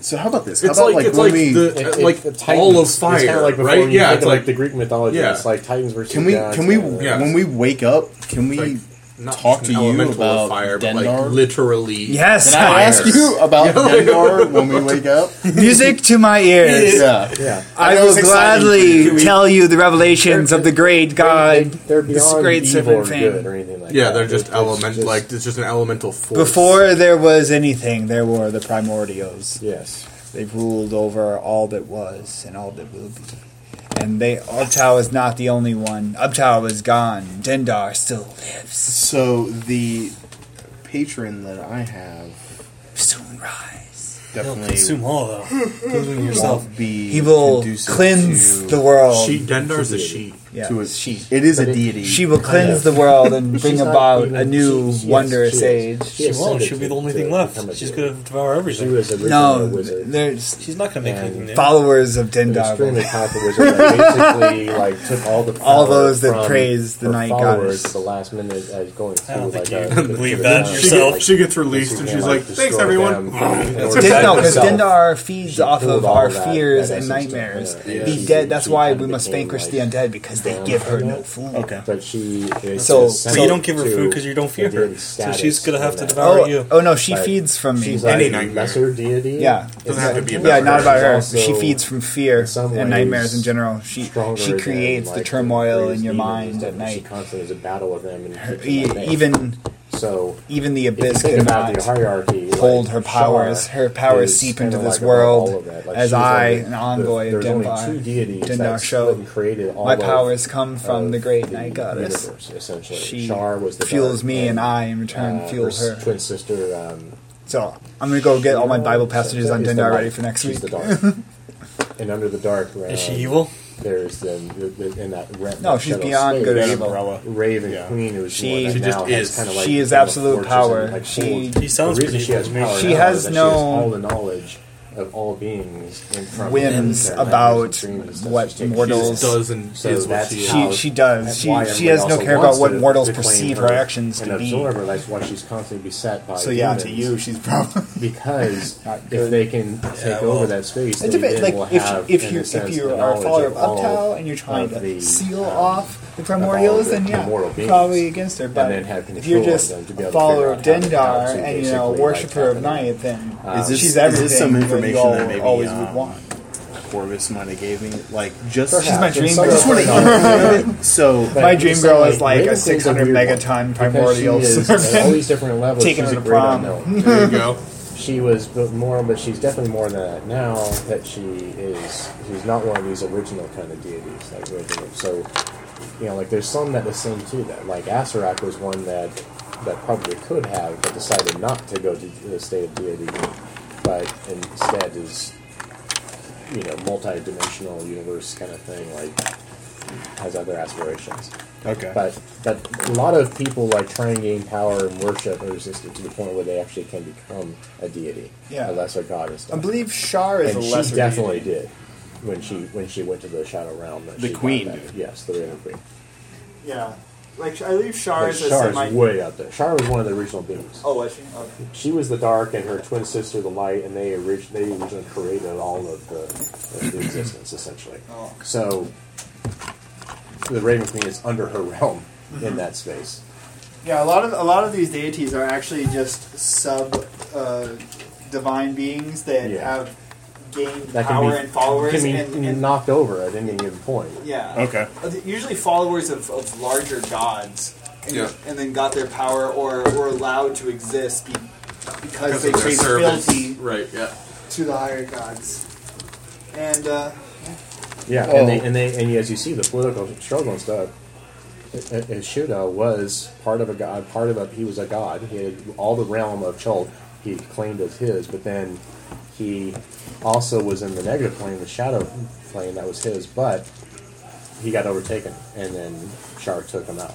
S2: So how about this? How
S4: It's
S2: about
S4: like-
S2: like,
S4: it's
S2: when
S4: like
S2: we
S4: the-
S1: it- it-
S4: Uh, like
S1: the
S4: all of
S1: It's kinda
S4: fire,
S1: like before
S4: right?
S1: when you
S4: Yeah,
S1: think
S4: it's
S1: of, like,
S4: like-
S1: the Greek mythology.
S4: yeah.
S1: It's like Titans versus
S2: can we
S1: gods
S2: can we
S1: and, uh,
S4: Yeah.
S2: when we wake up can we
S4: like, not
S2: talk
S4: just
S2: to
S4: an
S2: you
S4: elemental
S2: about
S4: of fire, but like
S2: Dendar?
S4: literally.
S6: Yes,
S2: Can I ask you about Dendar when we wake up?
S6: music to my ears.
S2: Yeah.
S1: Yeah.
S2: I
S6: I
S2: know
S6: will
S2: it's exciting for you.
S6: gladly tell you the revelations of the great
S1: They-
S6: god,
S1: They're
S6: this
S1: beyond
S6: great
S1: evil or
S6: serpent
S1: good or
S6: thing.
S1: anything like
S4: Yeah,
S1: that.
S4: they're just
S1: It's
S4: element
S1: just-
S4: like it's just an elemental force.
S6: Before there was anything, there were the primordials.
S1: Yes.
S6: They ruled over all that was and all that will be. And they Uptow is not the only one. Uptow is gone. Dendar still lives.
S2: So the patron that I have
S6: Soon rise.
S3: He'll
S2: definitely
S3: consume all though, including yourself.
S2: won't be
S6: He will
S2: conducive
S6: cleanse
S2: to,
S6: the world.
S4: she Dendar's a she.
S6: yeah.
S2: to a,
S6: she.
S2: It is a
S1: But it-
S2: deity.
S6: She will
S1: Kind
S6: cleanse
S1: of.
S6: the world and bring
S1: She's not
S6: about a
S1: even-
S6: new
S1: she- she is-
S6: wondrous
S1: she is.
S6: age.
S3: She won't.
S1: ascended
S3: She'll be
S1: to-
S3: the only
S1: to
S3: thing left.
S1: become a
S3: She's
S1: druid.
S3: gonna devour
S1: She
S3: everything.
S1: was originally a
S6: No,
S1: wizard.
S6: there's
S3: She's not gonna make
S1: And
S3: anything new.
S6: followers of
S1: An
S6: Dendar. will
S1: extremely powerful wizard that basically like took all the
S6: All
S1: power
S6: those that
S1: from
S6: praise the
S1: her
S6: night
S1: followers
S6: goddess.
S1: at the last minute as going through
S3: I don't
S1: like
S3: think
S1: a-
S3: you
S1: the-
S3: believe
S1: the-
S3: that
S1: the-
S4: She,
S3: yourself.
S4: gets, she gets released and
S1: basically,
S4: she's like, "Thanks
S1: destroy
S4: everyone."
S1: them in order
S6: Den-
S1: to
S6: no, because
S1: herself.
S6: Dendar feeds
S1: She
S6: off
S1: pulled
S6: of
S1: all
S6: our
S1: that-
S6: fears
S1: that
S6: and
S1: essence to
S6: nightmares.
S1: her. Yeah.
S6: The
S1: She-
S6: dead. That's
S1: she
S6: why
S1: kinda
S6: we must
S1: became
S6: vanquish
S1: like
S6: the undead because
S15: damn.
S13: give her no food.
S2: Okay.
S1: But she is
S13: So-
S1: just
S13: so
S1: sent
S13: you
S3: don't give her
S1: to
S3: food 'cause you don't fear
S1: the
S3: her.
S1: daily
S3: So she's
S1: status
S3: gonna have
S1: of
S3: to
S1: that.
S3: devour
S6: Oh,
S3: you.
S6: oh no, she
S1: Like,
S6: feeds from me.
S1: She's like
S4: Any
S1: any
S4: nightmare.
S1: lesser deity.
S6: yeah,
S4: Doesn't have to be about
S6: yeah,
S4: her.
S6: not about her.
S1: She's
S6: She
S1: also
S6: feeds from fear
S1: in some
S6: and
S1: ways
S6: nightmares in general. She
S1: stronger
S6: she
S1: than,
S6: creates the
S1: like,
S6: turmoil in
S1: greatest
S6: your
S1: demons
S6: mind
S1: that
S6: at
S1: She
S6: night.
S1: constantly is a battle with them, and
S6: Her,
S1: keeps them
S6: e-
S1: at bay.
S6: even
S1: so.
S6: even the
S1: If you
S6: abyss
S1: think about the
S6: cannot
S1: hierarchy,
S6: hold
S1: like,
S6: her powers.
S1: Shar
S6: Her powers
S1: is
S6: seep
S1: kinda
S6: into this
S1: like above
S6: world
S1: all of that. Like,
S6: as
S1: she's
S6: I,
S1: only-
S6: an envoy
S1: there-
S6: of
S1: There's only
S6: Denbar,
S1: two deities
S6: Dendar
S1: that
S6: show.
S1: split and created all
S6: My
S1: of
S6: powers come from
S1: of
S6: the great night goddess.
S1: universe, essentially,
S6: She
S1: Shar was the
S6: fuels
S1: dark,
S6: me, and I, in return,
S1: uh,
S6: fuel
S1: s-
S6: her.
S1: Twin sister. Um,
S6: So I'm gonna go get all my
S1: Nora,
S6: Bible
S1: so
S6: passages
S1: that
S6: on
S1: is the
S6: Dendar
S1: light.
S6: ready for next
S1: She's
S6: week.
S1: the dark. and under the dark realm,
S3: Is she evil?
S1: There's then the, the, in that realm.
S6: No, she's beyond good and evil.
S2: Umbrella.
S1: Raven
S2: Yeah.
S1: Queen, who's
S6: She-
S1: the one that
S6: She
S4: just
S1: now has
S4: is.
S1: Kind of like
S6: She is
S1: become a
S6: absolute
S1: fortress
S6: power.
S1: And, like,
S6: She-
S1: holds-
S3: He sounds
S1: the reason
S3: pretty
S1: she has
S3: evil to me.
S1: power
S6: She
S1: now
S6: has
S1: is that
S6: no
S1: she has all the knowledge of all beings and from
S6: Whims
S1: their nightmares
S6: about
S1: and dreams and stuff.
S6: what
S1: She takes-
S4: She
S6: mortals-
S4: just does and
S1: So
S4: is what
S1: that's
S4: she is.
S6: She she does.
S1: That's
S6: She
S1: why
S6: she has no
S1: everybody
S6: care about
S1: also
S6: what
S1: wants
S6: mortals
S1: to claim
S6: perceive her actions to
S1: and
S6: be.
S1: absorb her. That's why she's constantly beset by.
S6: So yeah, to
S1: demons,
S6: you she's probably.
S1: because
S6: Not
S1: if
S6: good.
S1: they can take over that space,
S6: It's
S1: they
S6: a bit
S1: then
S6: like
S1: will
S6: if
S1: have,
S6: if
S1: in
S6: you
S1: a sense,
S6: if you
S1: the
S6: are a
S1: knowledge
S6: follower of
S1: of all
S6: Uptow and you're trying
S1: of
S6: to
S1: the,
S6: seal
S1: um,
S6: off
S1: all
S6: the
S1: of
S6: primordials,
S1: the
S6: then yeah,
S1: immortal beings.
S6: probably against her. But
S1: then have
S6: if you're
S1: control of
S6: just
S1: them to be
S6: a
S1: able to
S6: follower of
S1: figure out how
S6: Dendar
S1: to
S6: and you
S1: basically,
S6: know
S1: like,
S6: worshiper of
S1: happen.
S6: night, then
S1: Uh,
S2: Is this,
S6: she's
S2: is
S6: everything.
S2: this some
S6: that you
S2: information
S6: all
S2: that maybe
S6: always
S2: um,
S6: would want.
S2: Corvus might have gave me? Like just
S6: She's my dream
S1: I
S2: I
S6: girl.
S2: just want to. so
S6: My dream girl is like a
S1: Raven's a
S6: 600
S1: weird one.
S6: megaton
S1: Because she
S6: primordial
S1: is at all
S6: serpent.
S1: these different levels.
S6: Taking
S1: she's
S6: her
S1: a
S6: to
S1: great
S6: prom.
S1: unknown.
S4: There you go.
S1: She was built more, but she's definitely more than that now. That she is, she's not one of these original kind of deities. Like original. so, you know, like there's some that ascend to that. Like Asarak was one that that probably could have, but decided not to go to the state of deity, but instead is, you know, multi-dimensional universe kind of thing. Like has other aspirations.
S2: okay.
S1: But but a lot of people like try and gain power and worship or resist it to the point where they actually can become a deity,
S6: Yeah.
S1: a lesser god and
S6: I
S1: stuff.
S6: believe Shar is
S1: and
S6: a
S1: she
S6: lesser.
S1: definitely
S6: deity.
S1: did when she when she went to the shadow realm. that
S2: The
S1: she got
S2: queen
S1: that-
S2: did.
S1: yes, the Raven Queen.
S6: Yeah, like I believe Shar
S1: But
S6: is a
S1: Shar
S6: semi.
S1: is way up there. Shar was one of the original beings.
S6: Oh, was she? Okay.
S1: She was the dark, and her twin sister, the light, and they orig- they originally created all of the, of the existence essentially.
S6: Oh, okay.
S1: So the Raven Queen is under her realm in that space.
S6: Yeah, a lot of a lot of these deities are actually just sub uh, divine beings that
S1: Yeah.
S6: have gained
S1: that can
S6: power
S1: be,
S6: and followers
S1: can be
S6: and, and
S1: knocked over at any given point.
S6: yeah,
S2: Okay.
S6: Uh, th- usually followers of, of larger gods, and,
S4: Yeah.
S6: and then got their power or were allowed to exist be,
S4: Because
S6: because they
S4: of their
S6: paid
S4: service.
S6: fealty
S4: Right, yeah.
S6: to the higher gods, and uh,
S1: Yeah,
S2: Oh.
S1: and they, and they and as you see the political struggle and stuff, I- I- Shuda was part of a god, part of a he was a god. He had all the realm of Chult he claimed as his, but then he also was in the negative plane, the shadow plane that was his, but he got overtaken, and then Shar took him out.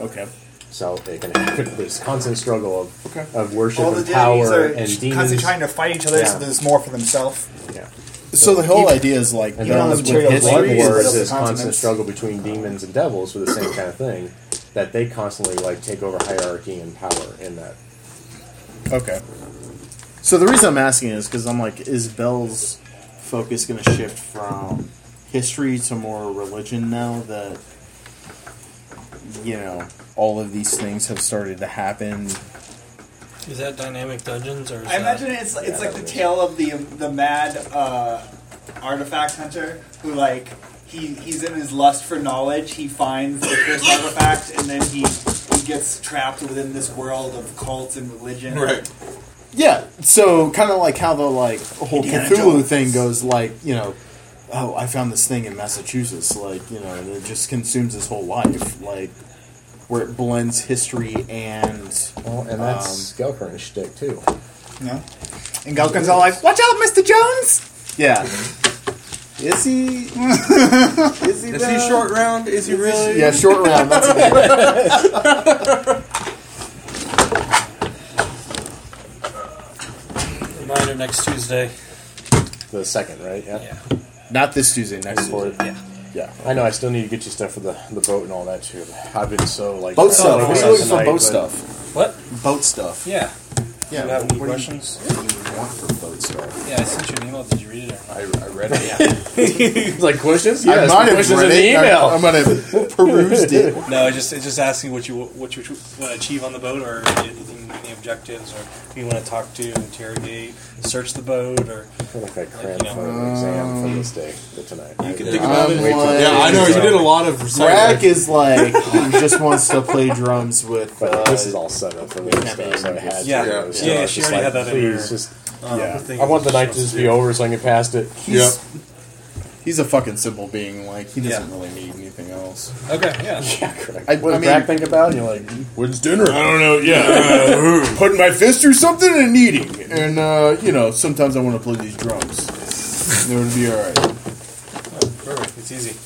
S2: Okay.
S1: So it can happen. This constant struggle of
S2: Okay.
S1: of worship
S6: all the
S1: and
S6: deities
S1: power
S6: are
S1: and demons.
S6: constantly trying to fight each other, so
S1: Yeah.
S6: there's more for themselves.
S1: yeah.
S2: So the whole idea is like
S1: And
S2: you know,
S1: then
S2: with
S1: the material blood
S2: history,
S6: is-
S1: war
S6: is
S1: is this
S6: the
S1: constant
S6: continents.
S1: struggle between demons and devils for the same kind of thing, that they constantly like take over hierarchy and power in that.
S2: Okay. So the reason I'm asking is because I'm like, is Bell's focus going to shift from history to more religion now that you know all of these things have started to happen?
S20: Is that dynamic dungeons or? Is
S6: I
S20: that-
S6: imagine it's
S1: Yeah,
S6: it's like the
S1: that
S6: tale of the the mad uh, artifact hunter who like he he's in his lust for knowledge. He finds the first artifact and then he he gets trapped within this world of cults and religion.
S4: Right.
S2: Yeah. So kind of like how the like whole Cthulhu thing goes, like you know, oh, I found this thing in Massachusetts, like you know, and it just consumes his whole life, like where it blends history and
S1: Well, and that's um, Gelkern's shtick too.
S6: Yeah. And Galkin's all like, "Watch out, Mister Jones!" Mm-hmm.
S2: yeah. Is he? is he?
S4: Is he short round? Is he really?
S2: Yeah, short round. That's it.
S20: Reminder next Tuesday.
S1: The second, right? Yeah.
S20: Yeah.
S2: Not this Tuesday, next
S1: Or-
S2: Tuesday.
S20: Yeah.
S1: yeah. I know. I still need to get you stuff for the, the boat and all that too. I've been so like
S2: Boat stuff.
S1: like,
S2: We're
S1: tonight,
S2: looking for boat
S1: but-
S2: stuff.
S20: What?
S2: Boat stuff.
S20: Yeah.
S2: Yeah,
S41: you have any
S2: what do you-
S41: questions?
S2: What do you want from Boatstar?
S3: Yeah, I sent you an email. Did you read it or
S2: I, I read it.
S1: It's like questions?
S2: I
S1: Yes,
S2: might have
S1: questions
S2: read
S1: in the
S2: it.
S1: email.
S2: I, I might have perused it.
S3: not? No, it just it just asking what you what you want to achieve on the boat, or anything, any objectives, or who you want to talk to, interrogate, search the boat, or
S1: I feel like I cramped
S3: you know.
S1: for an exam from this day to tonight.
S3: You can
S1: I-
S3: think
S1: I'm
S2: about it.
S1: way too-
S2: Yeah,
S4: Yeah, I know. You did a lot of
S2: Rack
S4: research.
S2: is like he just wants to play drums with.
S1: But
S2: Uh,
S1: this is all set up for
S2: we
S1: me. so
S2: haven't
S1: I
S2: even
S1: just-
S2: had-
S3: Yeah.
S1: you know,
S4: Yeah,
S1: so
S3: yeah,
S1: I
S3: she
S1: just
S3: already
S1: like,
S3: had that in
S1: please,
S3: her-
S1: just-
S3: um,
S1: yeah.
S3: thing
S1: I want the
S3: she's
S1: night to
S3: supposed
S1: just
S3: to
S1: be
S3: do.
S1: over so I can get past it.
S2: He's, he's a fucking simple being. Like he doesn't
S3: Yeah.
S2: really need anything else.
S3: Okay, yeah.
S1: Yeah, correct.
S2: I-
S1: what
S2: I
S1: does Brack
S2: mean-
S1: think about? it? You're like,
S2: When's dinner? I don't know. Yeah, uh, putting my fist through something and eating. And uh, you know, sometimes I want to play these drums. It would be all right.
S3: Perfect. It's easy.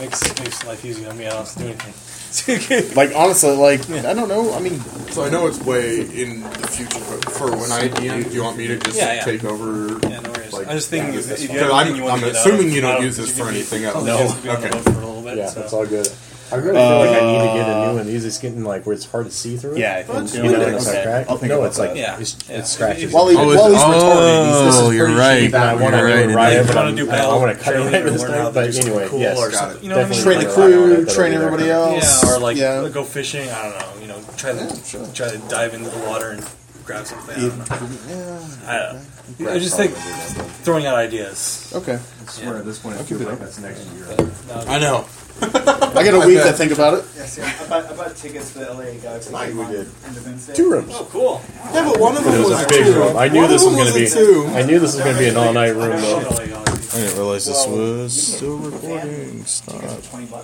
S3: Makes makes life easy. I mean, I don't have to do anything.
S2: Like honestly, like I don't know. I mean,
S4: So I know it's way in the future, but for when I DM, do you want me to just
S3: Yeah, yeah.
S4: take over?
S3: yeah, no worries.
S4: Like,
S3: I was thinking if, if you
S4: So
S3: have
S4: I'm-
S3: anything you want
S4: I'm
S3: to get out
S4: assuming
S3: of-
S4: you don't
S3: out of-
S4: use this
S3: you
S4: for
S3: can be-
S4: anything else.
S3: I'll
S4: No.
S3: just be on the
S4: Okay.
S3: boat for a little bit,
S1: yeah,
S3: so.
S1: it's all good. I really feel like I need to get a new one. These it's getting like where it's hard to see through.
S2: yeah. I
S1: It's
S2: think,
S1: you know, it's like
S2: okay.
S1: crack.
S2: I'll think
S1: no,
S2: about
S1: it's like
S3: that. Yeah.
S1: it's,
S3: Yeah.
S1: it scratches.
S2: While, he,
S1: you.
S4: Oh, it's-
S2: while he's
S1: retarded. He's- this is
S4: oh,
S1: pretty
S4: you're right.
S1: cheap, and I
S4: You're
S1: want to do
S4: right.
S1: it right,
S3: If
S1: but
S3: you wanna
S1: I'm,
S3: do
S1: I
S3: battle
S1: want to cut it right
S3: training or
S1: this
S3: learn
S1: thing.
S3: how to do
S1: But
S3: something
S1: anyway,
S3: cool
S1: yes,
S3: or
S1: got
S3: something.
S1: it.
S3: You know what I mean?
S1: Definitely
S2: train the
S1: rely on
S2: crew,
S1: it, that'll
S2: train
S1: be there.
S2: everybody else.
S3: Yeah, or like
S2: yeah.
S3: go fishing. I don't know. You know, try to try to dive into the water and grab something. I don't know. I, don't know. I just think throwing out ideas.
S2: Okay.
S42: I swear at this point, I
S2: could
S42: feel
S2: do
S42: like
S2: that.
S42: that's next year.
S4: I know.
S2: I got a week to think about it.
S6: Yes, yeah. I bought, I bought tickets for the LA Galaxy.
S2: Tonight we did.
S6: And the Wednesday.
S2: Two rooms.
S3: Oh, cool.
S4: Yeah, but one of them
S1: It was a big room. I knew
S4: One
S1: this
S4: of
S1: was
S4: them
S1: going to
S4: was a
S1: be.
S4: two.
S1: I knew this was going to be an all-night room. though.
S2: I didn't realize this was still recording. Stop.
S6: Twenty bucks.